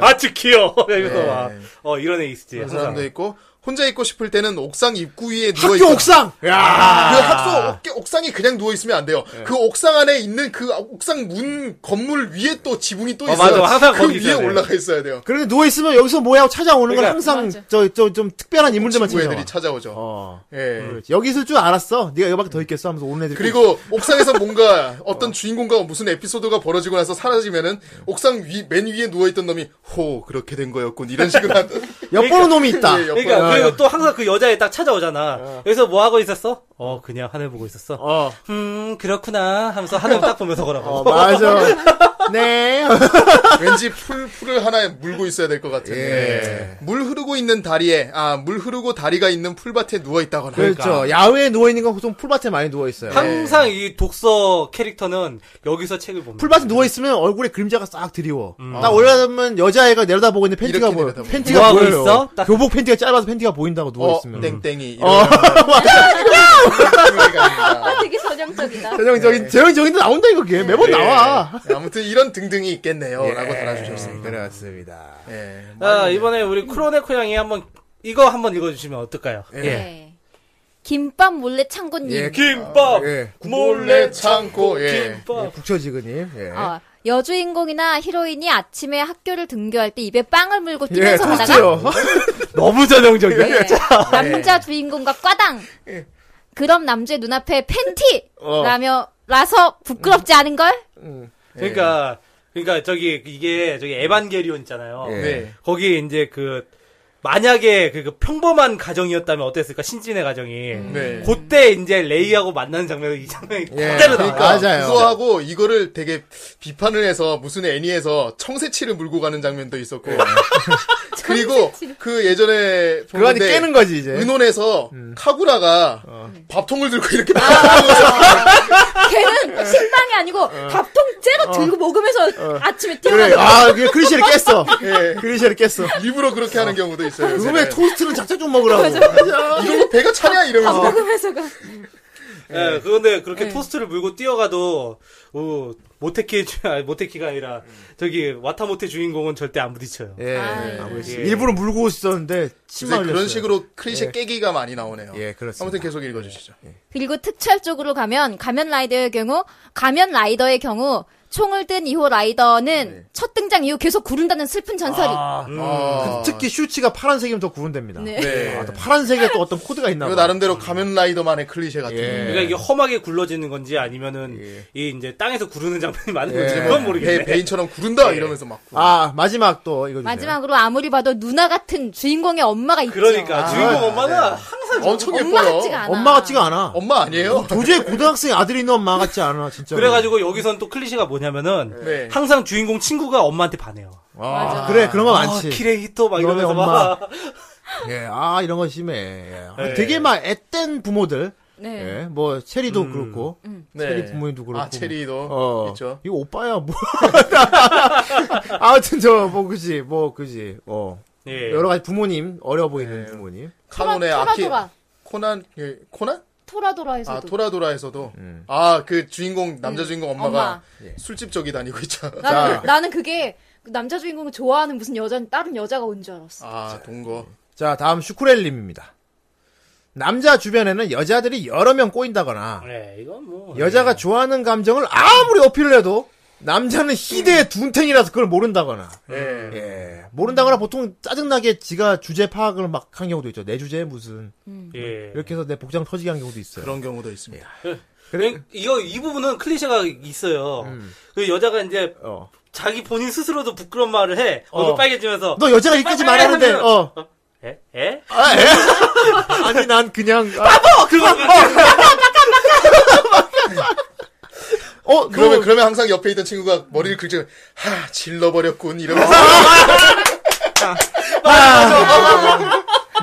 S4: 아츠키요. 이러면서
S2: 네.
S4: 막, 어 이런 애 있지.
S2: 그런
S4: 항상.
S2: 사람도 있고 혼자 있고 싶을 때는 옥상 입구 위에 누워
S3: 학교
S2: 있고
S3: 옥상!
S4: 아.
S3: 야
S2: 그 학교 옥- 옥상이 그냥 누워 있으면 안 돼요.
S4: 네.
S2: 그 옥상 안에 있는 그 옥상 문 건물 위에 또 지붕이 또
S4: 어,
S2: 있어요.
S4: 맞아. 항상
S2: 그
S4: 거기
S2: 위에
S4: 있어야 돼.
S2: 올라가 있어야 돼요.
S3: 그런데 누워있으면 여기서 뭐야 하고 찾아오는
S4: 그러니까- 그
S3: 건 항상 저, 저, 좀 특별한 인물들만
S2: 친구
S3: 찾아와.
S2: 애들이 찾아오죠.
S3: 어.
S2: 예.
S4: 음.
S3: 그렇지. 여기 있을 줄 알았어. 네가 여기밖에 더 있겠어 하면서 오는 애들.
S2: 그리고 옥상에서 뭔가 어떤 주인공과 무슨 에피소드가 벌어지고 나서 사라지면은 옥상 위, 맨 위에 누워있던 놈이 호, 그렇게 된 거였군. 이런 식으로 한.
S3: 엿보는 놈이 있다. 어,
S2: 예, 옆에
S4: 그러니까
S2: 아,
S4: 그리고 또 항상 그 여자애 딱 찾아오잖아. 여기서 뭐 하고 있었어? 어 그냥 하늘 보고 있었어.
S3: 어.
S4: 음 그렇구나 하면서 하늘 딱 보면서 걸어가.
S3: 어, 맞아. 네.
S4: 그러니까.
S2: 왠지 풀, 풀을 하나에 물고 있어야 될 것 같은. 예. 물 흐르고 있는 다리에, 아, 물 흐르고 다리가 있는 풀밭에 누워있다거나. 어,
S3: 그렇죠. 야외에 누워있는 건 보통 풀밭에 많이 누워있어요. 네.
S4: 항상 이 독서 캐릭터는 여기서 책을 봅니다.
S3: 풀밭에 누워있으면 얼굴에 그림자가 싹 드리워.
S4: 음.
S3: 딱 올라가면 여자애가 내려다보고 있는 팬티가
S2: 이렇게
S3: 보여.
S2: 내려다보고.
S3: 팬티가
S4: 뭐하고
S3: 보여요.
S4: 있어? 딱-
S3: 교복 팬티가 짧아서 팬티가 보인다고
S2: 어,
S3: 누워있으면.
S2: 땡땡이. 이런 뭐
S3: 어.
S2: 소리가 납니다.
S8: 되게 서정적이다.
S3: 전형적인,
S2: 네.
S3: 전형적인데 나온다, 이거 걔. 매번 어, 나와. 예.
S2: 예. 아무튼 이런 등등이 있겠네요. 라고 달아주셨습니다.
S3: 그렇습니다.
S2: 예.
S4: 자, 아, 이번에 우리 크로네코 양이 한번 이거 한번 읽어주시면 어떨까요? 예.
S8: 네. 김밥 몰래 창고님.
S3: 예,
S4: 김밥
S3: 예.
S2: 몰래 참고, 예.
S4: 김밥
S3: 국초지근님. 예.
S8: 어, 여주인공이나 히로인이 아침에 학교를 등교할 때 입에 빵을 물고 뛰면서 가다가
S3: 예, 토스트요. 너무 전형적이야.
S8: 예, 남자 주인공과 꽈당.
S3: 예.
S8: 그럼 남자의 눈앞에 팬티!
S3: 어.
S8: 라며 라서 부끄럽지
S3: 음.
S8: 않은 걸?
S4: 그러니까 그러니까 저기 이게 저기 에반게리온 있잖아요.
S3: 예.
S2: 네.
S4: 거기 이제 그 만약에 그, 그 평범한 가정이었다면 어땠을까 신진의 가정이.
S2: 네.
S4: 그때 이제 레이하고 만나는 장면이 이 장면이
S3: 예.
S4: 그대로 나와.
S3: 그러니까 맞아요.
S2: 그거 하고 이거를 되게 비판을 해서 무슨 애니에서 청새치를 물고 가는 장면도 있었고 그리고 그 예전에
S3: 네. 그거 아니
S2: 보는데
S3: 깨는 거지, 음. 어. 이제.
S2: 은혼에서 카구라가 밥통을 들고 이렇게
S3: 아,
S2: 막
S3: 어.
S8: 걔는 식빵이 아니고 밥통째로 들고 먹으면서 아침에
S3: 그래.
S8: 뛰어나는 거
S3: 아, 그게 크리셰를 깼어.
S2: 예.
S3: 크리셰를 깼어.
S2: 일부러 그렇게 하는 경우도 있어요. 요새는.
S3: 그왜 아, 토스트는 작작 좀 먹으라고.
S2: 이걸로 배가 차냐 이러면서
S8: 먹으면서 가.
S4: 예, 그런데 그렇게 토스트를 물고 뛰어가도 어, 모테키 주- 아니, 모테키가 아니라 저기 와타모테 주인공은 절대 안 부딪혀요.
S3: 예.
S8: 아,
S3: 아버지.
S4: 예.
S3: 일부러 물고 있었는데
S2: 이제
S3: 침마 흘렸어요.
S2: 그런 식으로 크리셰 깨기가 많이 나오네요.
S3: 예, 그렇습니다. 예.
S2: 아무튼 계속 읽어주시죠.
S8: 그리고 특촬 쪽으로 가면 가면 라이더의 경우 가면 라이더의 경우 총을 든 2호 라이더는 첫 등장 이후 계속 구른다는 슬픈 전설이
S3: 아,
S4: 음.
S2: 아,
S3: 특히 슈츠가 파란색이면 더 구분됩니다.
S8: 네.
S2: 네.
S3: 아, 또 파란색에 또 어떤 코드가 있나
S2: 이거
S3: 봐.
S2: 나름대로 가면 라이더만의 클리셰 같은.
S3: 예.
S4: 그러니까 이게 험하게 굴러지는 건지 아니면은 이 이제 땅에서 구르는 장면이 많은 건지
S3: 예.
S4: 그건
S2: 예. 배,
S4: 모르겠네.
S2: 배인처럼 구른다 이러면서 막.
S3: 아, 마지막 또 이거 주세요.
S8: 마지막으로 아무리 봐도 누나 같은 주인공의 엄마가 있죠.
S4: 그러니까
S2: 아,
S4: 주인공 엄마는 항상
S2: 엄청
S8: 엄마
S2: 예뻐요.
S8: 같지가 않아.
S3: 엄마 같지가 않아.
S2: 엄마 아니에요?
S3: 도저히 고등학생 아들이 있는 엄마 같지 않아, 진짜.
S4: 그래가지고 여기선 또 클리셰가 뭐냐면은
S2: 네.
S4: 항상 주인공 친구가 엄마한테 반해요.
S3: 아, 그래, 그런 거 많지.
S4: 아, 키레히토 막
S3: 너네
S4: 이러면서
S3: 엄마.
S4: 막
S3: 예, 아, 이런 건 심해. 예.
S2: 네.
S4: 예.
S3: 되게 막 앳된 부모들.
S8: 네. 음.
S3: 예, 뭐, 체리도 그렇고. 체리 부모님도 그렇고.
S2: 음. 아, 체리도 그렇죠.
S3: 어,
S2: 있죠.
S3: 이거 오빠야, 뭐. 아무튼 저, 뭐, 그지, 뭐, 그지. 어.
S4: 예.
S3: 여러 가지 부모님, 어려 보이는
S2: 네.
S3: 부모님.
S2: 카논의
S8: 토라-
S2: 아키
S8: 토라도라.
S2: 코난 예, 코난?
S8: 토라도라에서도.
S2: 아,
S8: 음.
S2: 토라도라에서도
S3: 음.
S2: 아, 그 주인공 남자 주인공 엄마가
S3: 예.
S2: 술집 저기 다니고 있잖아.
S8: 나는, 나는 그게 그 남자 주인공을 좋아하는 무슨 여자 다른 여자가 온 줄 알았어.
S2: 아, 동거.
S3: 자, 다음 슈크렐님입니다. 남자 주변에는 여자들이 여러 명 꼬인다거나,
S4: 예, 이건 뭐
S3: 여자가 좋아하는 감정을 아무리 어필을 해도, 남자는 희대의 둔탱이라서 그걸 모른다거나,
S2: 예.
S3: 예. 모른다거나 보통 짜증나게 지가 주제 파악을 막 한 경우도 있죠. 내 주제 무슨.
S4: 예.
S3: 이렇게 해서 내 복장 터지게 한 경우도 있어요.
S2: 그런 경우도 있습니다.
S3: 예.
S4: 그래- 이거 이 부분은 클리셰가 있어요. 그 여자가 이제
S3: 음. 어.
S4: 자기 본인 스스로도 부끄러운 말을 해 얼굴
S3: 어.
S4: 빨개지면서 예?
S3: 너 여자가 이끄지
S4: 빨리
S3: 말하는데,
S4: 하면-
S3: 어.
S4: 에? 에?
S3: 아, 에? 아니, 난 그냥. 바보! 그거,
S4: 뭐.
S3: 어. 어,
S2: 그러면
S3: 그러면,
S2: 그러면 항상 옆에 있던 친구가 머리를 긁지 하, 질러 버렸군 이러면서
S3: 예?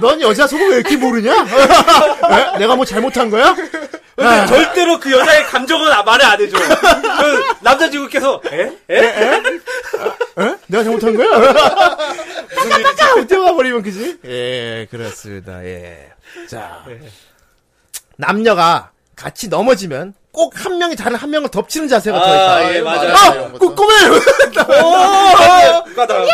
S3: 넌 여자 속을 왜 이렇게 모르냐? 에? 내가 뭐 잘못한 거야?
S4: 근데 절대로 그 여자의 감정은 아- 말을 안 해줘. 그 남자 친구께서 예? 에? 에?
S3: 내가 잘못한 거야? 무슨 일이지? 뛰어가 버리면 그지? 예, 그렇습니다. 예. 자, 남녀가 같이 넘어지면 꼭 한 명이 다른 한 명을 덮치는 자세가 더 있다.
S4: 아, 예, 맞아요.
S3: 아, 꼬, 꼬매!
S4: 오!
S3: 어,
S4: 까다. 그러니까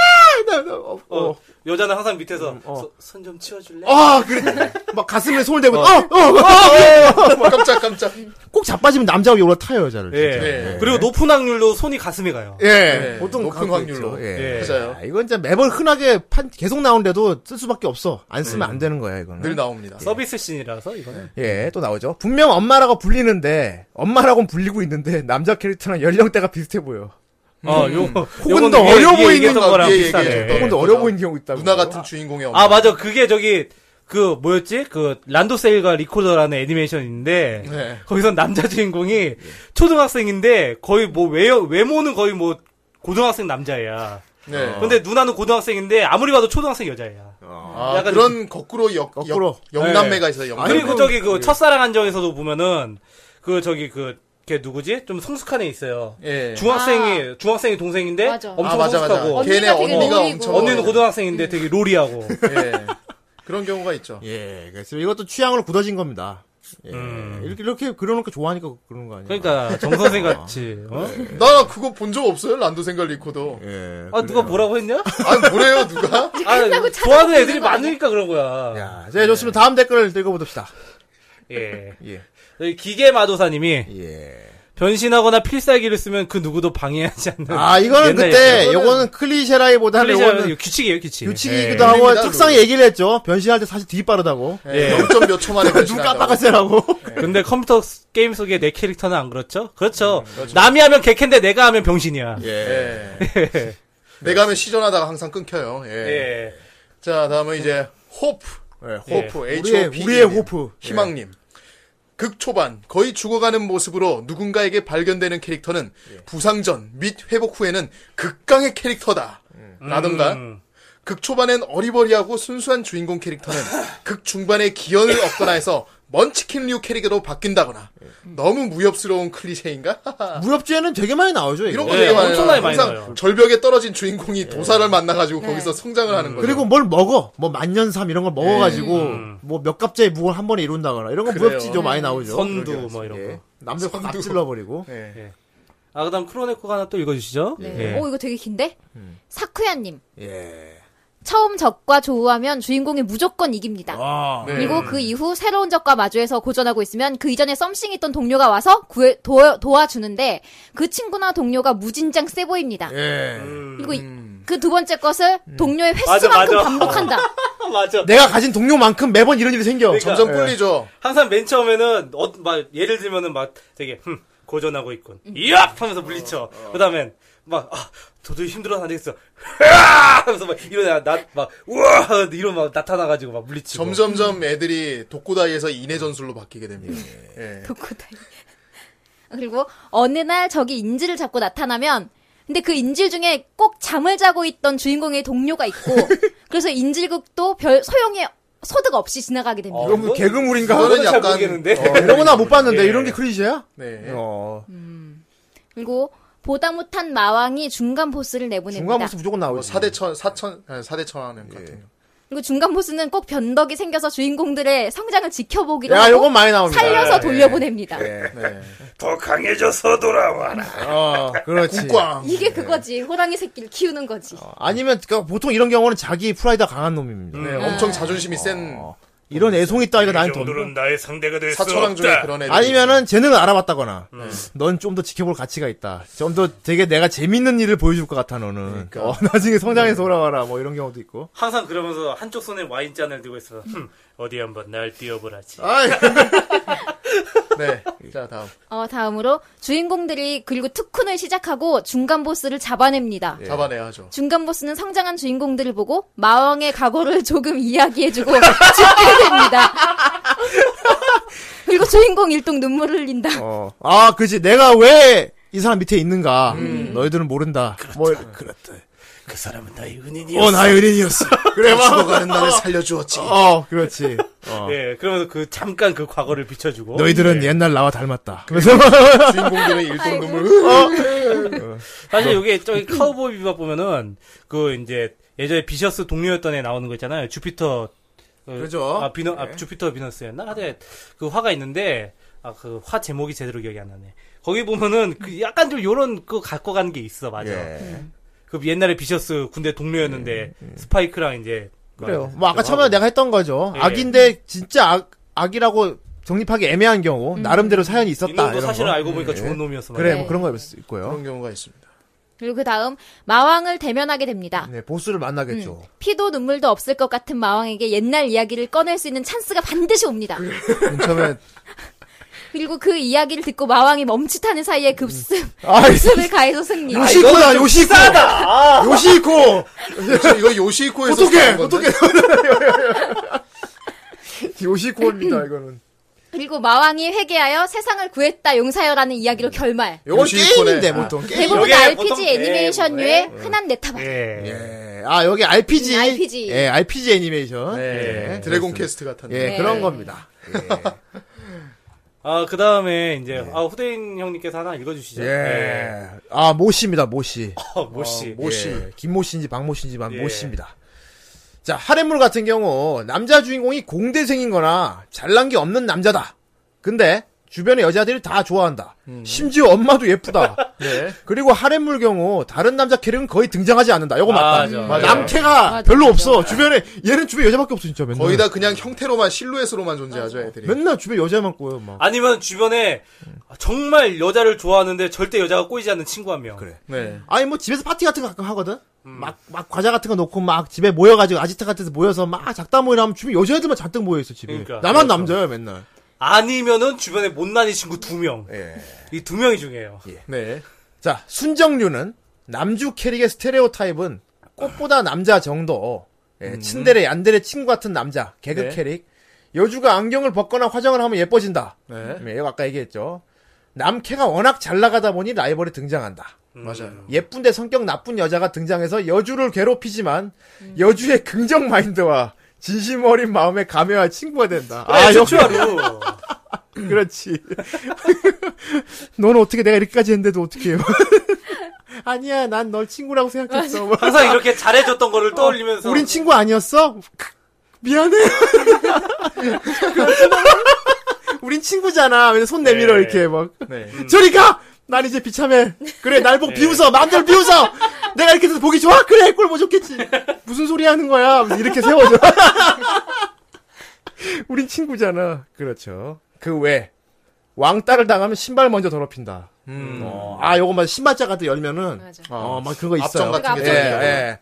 S4: 어, 여자는 항상 밑에서
S3: 음,
S4: 손 좀 치워줄래?
S3: 아, 그래. 막 가슴에 손을 대고, 어, 어, 어,
S4: 아, 예!
S3: 뭐-
S2: 깜짝 깜짝.
S3: 꼭 자빠지면 남자가 올라타요, 여자를.
S4: 예.
S3: 진짜.
S2: 예.
S4: 그리고 높은 확률로 손이 가슴에 가요.
S3: 예.
S2: 예,
S3: 보통
S2: 높은
S3: 그런 거
S2: 확률로.
S3: 있죠. 예.
S4: 예.
S2: 맞아요.
S3: 아, 이건 진짜 매번 흔하게 판, 계속 나오는데도 쓸 수밖에 없어. 안
S4: 예.
S3: 쓰면 안 되는 거야, 이거는.
S2: 늘 나옵니다.
S4: 서비스 씬이라서 이거는.
S3: 예, 또 나오죠. 분명 엄마라고 불리는데, 엄마라고는 불리고 있는데, 남자 캐릭터랑 연령대가 비슷해 보여.
S4: 어, 요,
S3: 혹은
S4: 요거는
S3: 더
S4: 위에-
S3: 어려
S4: 위에
S3: 보이는
S4: 얘기했던
S3: 거,
S4: 거랑
S2: 위에
S4: 비슷하네.
S2: 얘기했던
S4: 예.
S3: 혹은 더
S2: 예.
S3: 어려 보이는 경우 있다고.
S2: 누나 같은 주인공의 엄마.
S4: 아, 맞아. 그게 저기, 그, 뭐였지? 그, 란도세일과 리코더라는 애니메이션이 있는데,
S2: 네.
S4: 거기서 남자 주인공이 초등학생인데, 거의 뭐, 외, 외모는 거의 뭐, 고등학생 남자애야.
S2: 네.
S3: 아.
S4: 근데 누나는 고등학생인데, 아무리 봐도 초등학생 여자애야.
S2: 아,
S4: 약간
S2: 그런 거꾸로 역,
S3: 거꾸로. 네.
S2: 역, 영남매가 있어요. 영남매.
S4: 그리고 저기 그, 첫사랑 한정에서도 보면은, 그, 저기 그, 걔 누구지? 좀 성숙한 애 있어요.
S2: 예.
S4: 중학생이, 중학생이 동생인데,
S8: 아. 맞아.
S4: 엄청
S2: 아, 맞아, 맞아.
S4: 성숙하고,
S2: 걔네
S8: 언니가 되게
S2: 언니가
S8: 놀이고.
S2: 엄청.
S4: 언니는 고등학생인데 되게 롤이하고.
S2: 예. 그런 경우가 있죠.
S3: 예, 그래서 이것도 취향으로 굳어진 겁니다. 예.
S4: 음.
S3: 이렇게, 이렇게 그려놓으니까 좋아하니까 그런 거 아니야.
S4: 그러니까, 정선생 같이, 어?
S2: 나 그거 본 적 없어요. 란도 생각 리코더.
S3: 예.
S4: 아, 누가 뭐라고 했냐?
S2: 아, 뭐래요, 누가?
S4: 아, 좋아하는 애들이 많으니까 그런 거야.
S3: 야, 자, 예, 좋습니다. 다음 댓글을 읽어봅시다.
S4: 예.
S3: 예.
S4: 여기 기계 마도사님이
S3: 예.
S4: 변신하거나 필살기를 쓰면 그 누구도 방해하지 않는.
S3: 아, 이거는
S4: 옛날
S3: 그때,
S4: 얘기야.
S3: 요거는 클리셰라기보다는
S4: 클리셰라는
S3: 요거는
S4: 규칙이에요, 규칙.
S3: 규칙이기도
S2: 예.
S3: 하고
S2: 룰입니다,
S3: 책상에
S2: 룰.
S3: 얘기를 했죠. 변신할 때 사실 뒤 빠르다고.
S2: 예. 0. 몇 초 만에
S3: 눈
S2: 변신한다고.
S3: 깜빡하세라고.
S4: 근데 컴퓨터 스- 게임 속에 내 캐릭터는 안 그렇죠? 그렇죠. 남이 하면 개캔데 내가 하면 병신이야. 예.
S2: 예. 내가 하면 시전하다가 항상 끊겨요. 예. 자, 다음은 이제 호프. 호프.
S3: 예.
S2: H O P.
S3: 우리의- 우리의 호프.
S2: 희망님. 극 초반 거의 죽어가는 모습으로 누군가에게 발견되는 캐릭터는
S3: 예.
S2: 부상 전 및 회복 후에는 극강의 캐릭터다. 라던가
S4: 음.
S2: 극 초반엔 어리버리하고 순수한 주인공 캐릭터는 극 중반에 기연을 얻거나 해서 먼치킨류 캐릭터로 바뀐다거나
S3: 예.
S2: 너무 무협스러운 클리셰인가?
S3: 무협주에는 되게 많이 나오죠. 이거.
S2: 이런 거
S4: 예,
S2: 되게 많아요.
S4: 엄청나게 많이
S2: 항상
S4: 나와요.
S2: 절벽에 떨어진 주인공이 도사를 만나가지고 거기서 성장을 하는 거죠.
S3: 예. 음. 그리고 뭘 먹어. 뭐 만년삼 이런 걸 먹어가지고 뭐 몇 갑자의 무을 한 번에 이룬다거나 이런 건
S2: 음. 그래요.
S3: 무협지 좀 많이 나오죠.
S4: 선두 뭐 이런
S3: 예.
S4: 거.
S3: 남들 확
S2: 선두.
S3: 앞질러버리고.
S2: 예.
S4: 아, 그다음 크로네코가 하나 또 읽어 주시죠. 예.
S8: 네. 오 이거 되게 긴데? 사쿠야님
S3: 예.
S8: 처음 적과 조우하면 주인공이 무조건 이깁니다.
S4: 아.
S2: 네.
S8: 그리고 그 이후 새로운 적과 마주해서 고전하고 있으면 그 이전에 썸씽 있던 동료가 와서 구해, 도, 도와주는데 그 친구나 동료가 무진장 세 보입니다.
S3: 예.
S8: 그리고 그 두 번째 것을 동료의
S4: 맞아,
S8: 횟수만큼
S4: 맞아.
S8: 반복한다.
S4: 맞아.
S3: 내가 가진 동료만큼 매번 이런 일이 생겨.
S2: 점점 풀리죠.
S4: 항상 맨 처음에는 어, 막 예를 들면은 막 되게 흠, 고전하고 있군. 이압 하면서
S3: 어,
S4: 물리쳐. 그다음엔 막 아, 도저히 힘들어서 안 되겠어. 으아! 하면서 막 이런 나막 우와 이런 막 나타나 가지고 막 물리치고.
S2: 점점점 애들이 독고다이에서 인해 전술로 바뀌게 됩니다. 예.
S8: 독고다이. 그리고 어느 날 저기 인질을 잡고 나타나면 근데 그 인질 중에 꼭 잠을 자고 있던 주인공의 동료가 있고 그래서 인질극도 별 소용이 소득 없이 지나가게 됩니다.
S4: 어,
S3: 이건 개그물인가?
S2: 그거는
S4: 그거는 잘
S2: 약간-
S4: 모르겠는데.
S3: 어, 이런 거나 못 봤는데
S4: 예.
S3: 이런 게 클리셰야?
S2: 네.
S3: 어.
S8: 그리고 보다 못한 마왕이 중간 보스를 내보냅니다.
S3: 중간 모습 무조건
S2: 뭐
S3: 나오지.
S2: 사대천 사천 예, 사대천하는 같은
S8: 그리고 중간 보스는 꼭 변덕이 생겨서 주인공들의 성장을 지켜보기로
S3: 야,
S8: 하고
S3: 요건 많이 나옵니다.
S8: 살려서
S3: 예.
S8: 돌려보냅니다.
S3: 예.
S2: 경우. 네.
S4: 더 강해져서 돌아와라.
S3: 어, 그렇지.
S2: 국광.
S3: 예.
S8: 이게 그거지 호랑이 새끼를 키우는 거지.
S3: 아니면 그러니까 보통 이런 경우는 자기 프라이드가 강한 놈입니다.
S2: 네, 엄청 자존심이 센
S3: 어. 이런 애송이 따위가 그 나한테 없는.
S4: 오늘은 나의 상대가 될 수
S2: 사천왕 중에
S4: 없다.
S2: 그런 애들.
S3: 아니면은 재능을 알아봤다거나, 넌 좀 더 지켜볼 가치가 있다. 좀 더 되게 내가 재밌는 일을 보여줄 것 같아 너는.
S2: 그러니까.
S3: 어, 나중에 성장해서 돌아와라 뭐 이런 경우도 있고.
S4: 항상 그러면서 한쪽 손에 와인잔을 들고 있어. 흠, 어디 한번 날 뛰어보라지.
S2: 아이. 네. 자 다음.
S8: 어, 다음으로 주인공들이 그리고 특훈을 시작하고 중간 보스를 잡아냅니다.
S3: 예.
S2: 잡아내야죠.
S8: 중간 보스는 성장한 주인공들을 보고 마왕의 과거를 조금 이야기해주고 죽게 됩니다. 그리고 주인공 일동 눈물을 흘린다.
S3: 어, 아 그지 내가 왜 이 사람 밑에 있는가? 너희들은 모른다. 뭐 그렇다.
S4: 그 사람은 나의
S3: 어
S4: 은인이었어.
S3: 나의 은인이었어. 그래 막.
S2: 죽어가는 나를 살려주었지.
S3: 어 그렇지. 어.
S4: 예, 그러면서 그 잠깐 그 과거를 비춰주고.
S3: 너희들은
S4: 예.
S3: 옛날 나와 닮았다. 그래서
S2: 주인공들의 일동 눈물.
S3: 어.
S4: 사실 이게 저기 카우보이 비밥 보면은 그 이제 예전에 비셔스 동료였던 애 나오는 거 있잖아요. 주피터 그,
S2: 그죠.
S4: 아, 비너, 아,
S2: 예.
S4: 주피터 비너스였나? 하여튼 그 화가 있는데 아, 그 화 제목이 제대로 기억이 안 나네. 거기 보면은 그 약간 좀 요런 그 갖고 간 게 있어. 맞아.
S2: 예.
S4: 그 옛날에 비셔스 군대 동료였는데
S3: 예.
S4: 스파이크랑 이제
S3: 그래요.
S4: 막
S3: 뭐 아까 처음에 내가 했던 거죠.
S4: 예.
S3: 악인데 진짜 악, 악이라고 정립하기 애매한 경우 나름대로 사연이 뭐 있었다.
S4: 이놈도
S3: 이런
S4: 사실은
S3: 거. 네.
S4: 알고 보니까 좋은 네. 놈이었어.
S3: 그래,
S4: 맞아.
S3: 뭐 그런 거 있고요.
S2: 그런 경우가 있습니다.
S6: 그리고 그 다음 마왕을 대면하게 됩니다.
S3: 네, 보스를 만나겠죠.
S6: 피도 눈물도 없을 것 같은 마왕에게 옛날 이야기를 꺼낼 수 있는 찬스가 반드시 옵니다.
S3: 맨 처음에 아,
S6: 그리고 그 이야기를 듣고 마왕이 멈칫하는 사이에 그 급습,
S3: 음. 아이
S6: 급습을 가해서 승리.
S3: 요시코다 아. 요시코 요시코
S2: 그렇죠, 이거 요시코에서
S3: 어떻게
S2: 사온 건데.
S3: 어떻게 요시코입니다 이거는.
S6: 그리고 마왕이 회개하여 세상을 구했다 용사여라는 이야기로 결말.
S3: 요건
S2: 요시코네.
S3: 게임인데
S2: 아.
S3: 음. 예, 보통 게임.
S6: 대부분
S4: 이게
S6: RPG
S4: 보통-
S6: 애니메이션류의
S4: 예,
S6: 흔한 네타바.
S4: 예.
S3: 예. 아 여기 RPG.
S6: 음, RPG.
S3: 예, RPG 애니메이션.
S2: 예.
S3: 예,
S2: 드래곤
S3: 그렇습니다.
S2: 퀘스트 같은.
S3: 예,
S6: 네.
S3: 그런 겁니다.
S4: 아, 그 다음에 이제 아, 후대인 형님께서 하나 읽어주시죠.
S3: 예. 아, 모씨입니다, 모씨.
S4: 어, 모씨.
S2: 모씨.
S3: 예, 김모씨인지 박모씨인지만
S4: 예.
S3: 모씨입니다. 자, 하렘물 같은 경우, 남자 주인공이 공대생인 거나 잘난 게 없는 남자다. 근데, 주변의 여자들이 다 좋아한다. 심지어 엄마도 예쁘다. 그리고 하렘물 경우, 다른 남자 캐릭은 거의 등장하지 않는다. 이거 맞다.
S4: 맞아.
S3: 맞아. 남캐가 별로 없어. 주변에, 얘는 주변 여자밖에 없어, 진짜. 맨날.
S2: 거의 다 그냥 형태로만 실루엣으로만 존재하죠
S3: 음.
S2: 애들이.
S3: 맨날 주변 여자만 꼬여, 막.
S4: 아니면 주변에 정말 여자를 좋아하는데 절대 여자가 꼬이지 않는 친구 한 명.
S3: 그래.
S2: 네.
S3: 아니 뭐 집에서 파티 같은 거 가끔 하거든. 막 막 과자 같은 거 놓고 막 집에 모여가지고 아지트 같은 데서 모여서 막 작다 뭐 모이라 하면 주변 여자애들만 잔뜩 모여 있어 집에.
S4: 그러니까.
S3: 나만
S4: 그렇죠.
S3: 남자야 맨날.
S4: 아니면은 주변에 못난이 친구 두 명.
S3: 예.
S4: 이 두 명이 중요해요.
S2: 네.
S3: 자 순정류는 남주 캐릭의 스테레오 타입은 꽃보다 남자 정도.
S4: 음.
S3: 예, 츤데레 얀데레 친구 같은 남자 개그
S2: 네.
S3: 캐릭. 여주가 안경을 벗거나 화장을 하면 예뻐진다.
S2: 네.
S3: 예, 이거 아까 얘기했죠. 남캐가 워낙 잘 나가다 보니 라이벌이 등장한다.
S4: 음.
S2: 맞아요.
S3: 예쁜데 성격 나쁜 여자가 등장해서 여주를 괴롭히지만 여주의 긍정 마인드와 진심 어린 마음에 감회할 친구가 된다. 아, 역시
S4: 추가로
S3: 그렇지. 너는 어떻게 내가 이렇게까지 했는데도 어떻게 해? 아니야, 난 널 친구라고 생각했어. 막,
S4: 항상 이렇게 잘해줬던 거를 떠올리면서
S3: 어, 우린 친구 아니었어? 크, 미안해. 우린 친구잖아. 왜손 내밀어
S4: 네. 네.
S3: 이렇게 막.
S2: 네.
S3: 저리 가! 난 이제 비참해. 그래, 날 보고 비웃어. 마음대로 비웃어! 내가 이렇게 해서 보기 좋아? 그래, 꼴보 뭐 좋겠지. 무슨 소리 하는 거야? 하면서 이렇게 세워줘. 우린 친구잖아. 그렇죠. 그 외. 왕따를 당하면 신발 먼저 더럽힌다.
S2: 음.
S3: 어, 아, 요거 막 신발장 같은 데 열면은. 어, 막 그거 있어요.
S2: 앞정 같은 게
S3: 예, 예.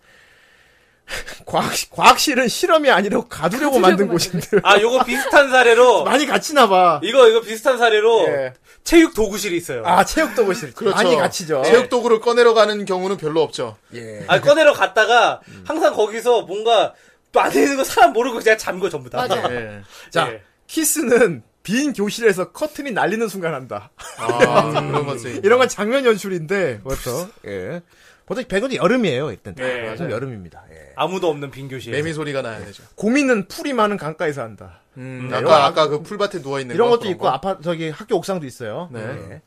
S3: 과학, 과학실은 실험이 아니라 가두려고 만든 곳인데.
S4: 아 요거 비슷한 사례로
S3: 많이 갇히나 봐.
S4: 이거 이거 비슷한 사례로
S3: 예.
S4: 체육 도구실이 있어요. 아,
S3: 아, 체육도 보실. 그
S2: 그렇죠.
S3: 많이 갇히죠.
S2: 체육 도구를 꺼내러 가는 경우는 별로 없죠.
S3: 예. 음.
S4: 꺼내러 갔다가 항상 거기서 뭔가 또 안에 있는 거 사람 모르고 그냥 잠궈 전부 다.
S6: 맞아.
S2: 예.
S3: 자,
S4: 예.
S3: 키스는 빈 교실에서 커튼이 날리는 순간 한다.
S2: 아, 그런 것들.
S3: 음. 이런 건 장면 연출인데, 그렇죠. 예. 보통 배경이 여름이에요, 일단. 다.
S4: 네,
S3: 보통 여름입니다. 예.
S4: 아무도 없는 빈 교실.
S2: 매미 소리가 나야 되죠.
S3: 고민은 풀이 많은 강가에서 한다.
S2: 음, 아까 아까 그 풀밭에 누워 있는
S3: 이런 것도 있고, 아파, 저기 학교 옥상도 있어요.
S2: 네.
S3: 예.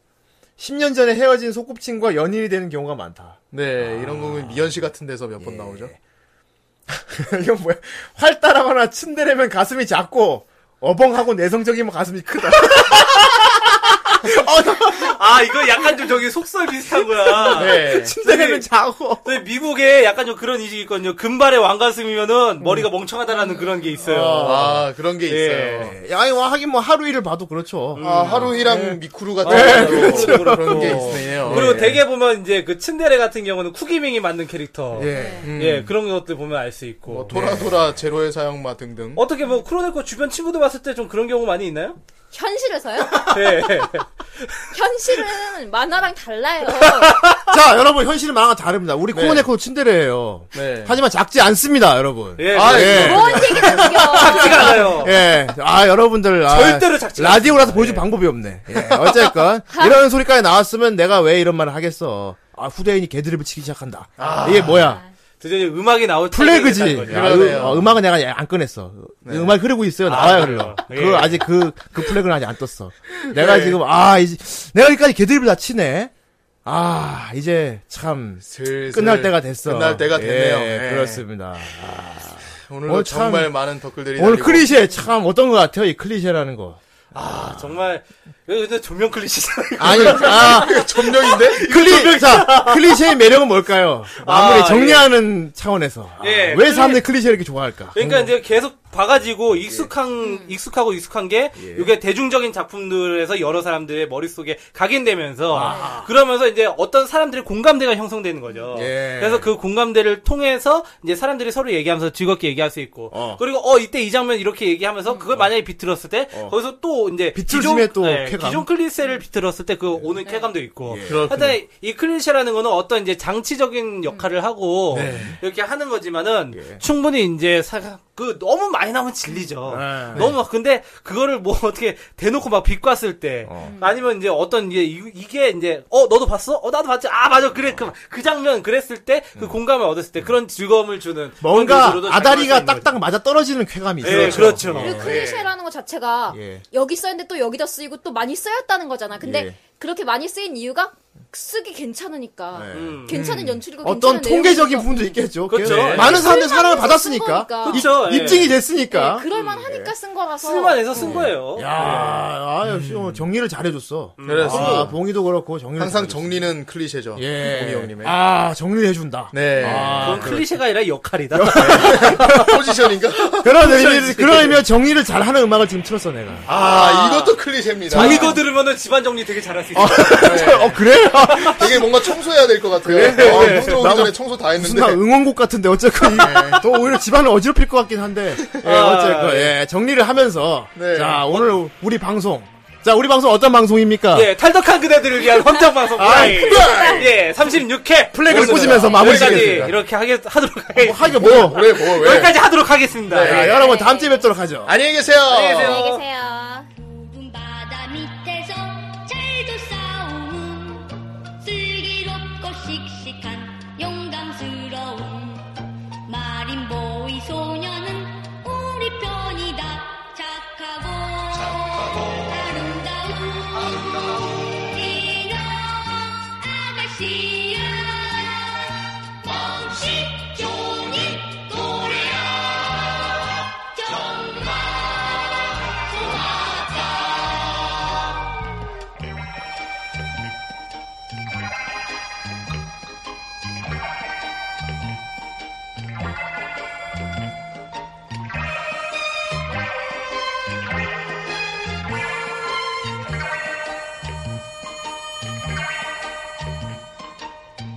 S3: 10년 전에 헤어진 소꿉친구가 연인이 되는 경우가 많다.
S2: 네, 이런 거는 미연시 같은 데서 몇 번 나오죠.
S3: 이건 뭐야? 활달하거나 츤데레면 가슴이 작고, 어벙하고 내성적이면 가슴이 크다. 어,
S4: 아 이거 약간 좀 저기 속설 비슷한 거야.
S2: 네.
S3: 츤데레면 작고.
S4: 근데 미국에 약간 좀 그런 인식이 있거든요. 금발의 왕가슴이면은 머리가 멍청하다라는 그런 게 있어요.
S2: 아, 그런 게 있어요.
S3: 예, 아니, 뭐, 하긴 뭐, 하루 일을 봐도 그렇죠.
S2: 아, 하루이랑 미쿠루 같은
S4: 네,
S2: 거
S4: 그렇죠.
S2: 그런 게
S4: 그렇고.
S2: 있네요. 예.
S4: 그리고 대개 보면 이제 그 츤데레 같은 경우는 쿠기밍이 만든 캐릭터. 예.
S3: 예.
S2: 음.
S4: 그런 것들 보면 알 수 있고.
S2: 뭐 토라토라 제로의 사용마 등등.
S4: 어떻게 뭐 크로네코 주변 친구들 봤을 때 좀 그런 경우 많이 있나요?
S6: 현실에서요?
S4: 네.
S6: 현실은 만화랑 달라요.
S3: 음. 자, 여러분, 현실은 만화가 다릅니다. 우리 코모네코 침대래요.
S2: 네.
S3: 하지만 작지 않습니다, 여러분.
S4: 예,
S3: 아,
S4: 네.
S3: 예.
S6: 뭔 얘기를 웃겨.
S4: 작지가 않아요.
S3: 예. 아, 여러분들. 아,
S4: 절대로 작지가
S3: 라디오라서 보여줄 방법이 없네. 예. 어쨌건, 이런 소리까지 나왔으면 내가 왜 이런 말을 하겠어. 아, 후대인이 개드립을 치기 시작한다. 이게 뭐야.
S4: 드디어 이제 음악이 나올
S3: 플래그지.
S4: 타이밍이 됐다는
S3: 야,
S4: 거죠.
S2: 아. 그러네요. 네.
S3: 음, 악은 내가 안 꺼냈어. 음악 흐르고 있어요. 나와요,
S4: 아,
S3: 흘러.
S4: 예.
S3: 그 아직 그, 그 플래그는 아직 안 떴어. 내가
S2: 예.
S3: 지금, 아, 이제, 내가 여기까지 개드립을 다 치네? 아, 이제, 참,
S2: 슬슬
S3: 끝날 때가 됐어.
S2: 끝날 때가 됐네요.
S3: 예,
S2: 예. 어,
S3: 그렇습니다. 아,
S2: 오늘도
S3: 오늘 참-
S2: 정말 많은 댓글들이
S3: 오늘
S2: 달리고
S3: 클리셰, 참, 어떤 것 같아요? 이 클리셰라는 거.
S4: 아, 정말 이거 근데 조명 클리시잖아요.
S3: 아니, 아,
S2: 점령인데
S3: 클리, 자, 클리셰의 매력은 뭘까요? 아무리
S4: 아,
S3: 정리하는 차원에서. 아,
S4: 예,
S3: 왜
S4: 클리-
S3: 사람들이 클리셰를 이렇게 좋아할까?
S4: 그러니까 이제 계속 봐가지고 익숙한 익숙하고 익숙한 게 이게 대중적인 작품들에서 여러 사람들의 머릿속에 각인되면서 그러면서 이제 어떤 사람들의 공감대가 형성되는 거죠.
S3: 예.
S4: 그래서 그 공감대를 통해서 이제 사람들이 서로 얘기하면서 즐겁게 얘기할 수 있고
S3: 어.
S4: 그리고 어 이때 이 장면 이렇게 얘기하면서 그걸 만약에 비틀었을 때 거기서 또 이제
S3: 비틀어주면
S4: 기존-
S3: 또
S4: 예,
S3: 쾌감. 예.
S4: 기존 클리셰를 비틀었을 때 그 오는 쾌감도 있고
S2: 네. 그렇군요. 음.
S4: 하여튼 이 클리셰라는 거는 어떤 이제 장치적인 역할을 하고
S3: 네.
S4: 이렇게 하는 거지만은
S3: 예.
S4: 충분히 이제 사, 그 너무 많이 나오면 질리죠.
S3: 네.
S4: 너무 막 근데 그거를 뭐 어떻게 대놓고 막 비꼬았을 때
S3: 어.
S2: 음.
S4: 아니면 이제 어떤 이제 이- 이게 이제 어 너도 봤어? 어 나도 봤지. 아 맞아 그래 그, 그 장면 그랬을 때 그 공감을 얻었을 때 그런 즐거움을 주는
S3: 음. 뭔가
S4: 그런 요소로도 잘
S3: 아다리가
S4: 만드는 거죠.
S3: 딱딱 맞아 떨어지는 쾌감이 있어요.
S4: 예, 그렇죠.
S8: 그리고 클리셰라는 것 자체가
S3: 예.
S8: 여기 써있는데 또 여기다 쓰이고 또 많이 쓰였다는 거잖아. 근데
S3: 예.
S8: 그렇게 많이 쓰인 이유가 쓰기 괜찮으니까.
S4: 음.
S8: 괜찮은 연출이고
S3: 네. 어떤
S8: 괜찮은
S3: 통계적인
S8: 내용이고.
S3: 부분도 있겠죠.
S4: 그렇죠.
S3: 꽤. 많은 사람들이 사랑을 받았으니까.
S8: 거니까.
S4: 그렇죠.
S3: 입-
S4: 예.
S3: 입증이
S8: 네,
S3: 됐으니까.
S8: 그럴만
S3: 예.
S8: 하니까 쓴 거라서.
S6: 어.
S4: 쓸만해서
S2: 네.
S4: 쓴 거예요.
S3: 야,
S8: 그렇죠.
S3: 아, 역시 오늘 정리를 잘해줬어.
S2: 그렇습니다.
S3: 아, 봉이도 그렇고 정리.
S2: 항상 정리는 클리셰죠.
S3: 예.
S2: 봉이 형님의
S3: 아, 정리해준다.
S2: 네
S3: 아,
S4: 그건 클리셰가 아니라 역할이다.
S2: 포지션인가?
S3: 그런 의미, 그런 의미로 정리를 잘하는 음악을 지금 틀었어 내가.
S2: 아, 이것도 클리셰입니다. 네.
S4: 아, 이거 들으면은 집안 정리 되게 잘할 수 있어.
S2: 아, 예.
S3: 어 그래?
S2: 되게 뭔가 청소해야 될 것 같아요.
S4: 네.
S2: 아,
S3: 그래.
S2: 형 들어오기
S3: 나도-
S2: 전에 청소 다
S3: 무슨
S2: 했는데. 네.
S3: 나 응원곡 같은데 어쨌건 이- 또 오히려 집안을 어지럽힐 것 같긴 한데 예,
S4: 아,
S3: 어쨌건 예, 정리를 하면서
S2: 네.
S3: 자 오늘 우리 방송 자 우리 방송 어떤 방송입니까?
S4: 예, 탈덕한 그대들을 위한 헌정 방송 프라이. 예, 36회
S3: 플래그를
S4: 오늘은
S3: 꽂으면서 마무리
S4: 여기까지
S3: 짓겠습니다.
S4: 이렇게 하겠, 하도록 하겠습니다.
S3: 하기가 네, 아, 뭐?
S2: 왜, 뭐, 왜?
S4: 여기까지 하도록 하겠습니다.
S3: 자,
S4: 예.
S3: 여러분 다음 주에 뵙도록 하죠.
S2: 안녕히 계세요.
S4: 안녕히 계세요.
S6: 안녕히 계세요.
S7: 좁은 바다 밑에서 잘도 싸우는 슬기롭고 씩씩한 용감스러운 마린보이 소녀는 우리 편이다 착하고, 아름다운, 이런 아가씨야 멋이 종일 노래야 정말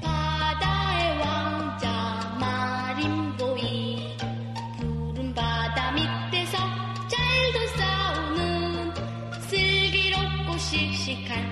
S7: 바다의 왕자 마린보이 푸른 바다 밑에서 잘도 싸우는 슬기롭고 씩씩한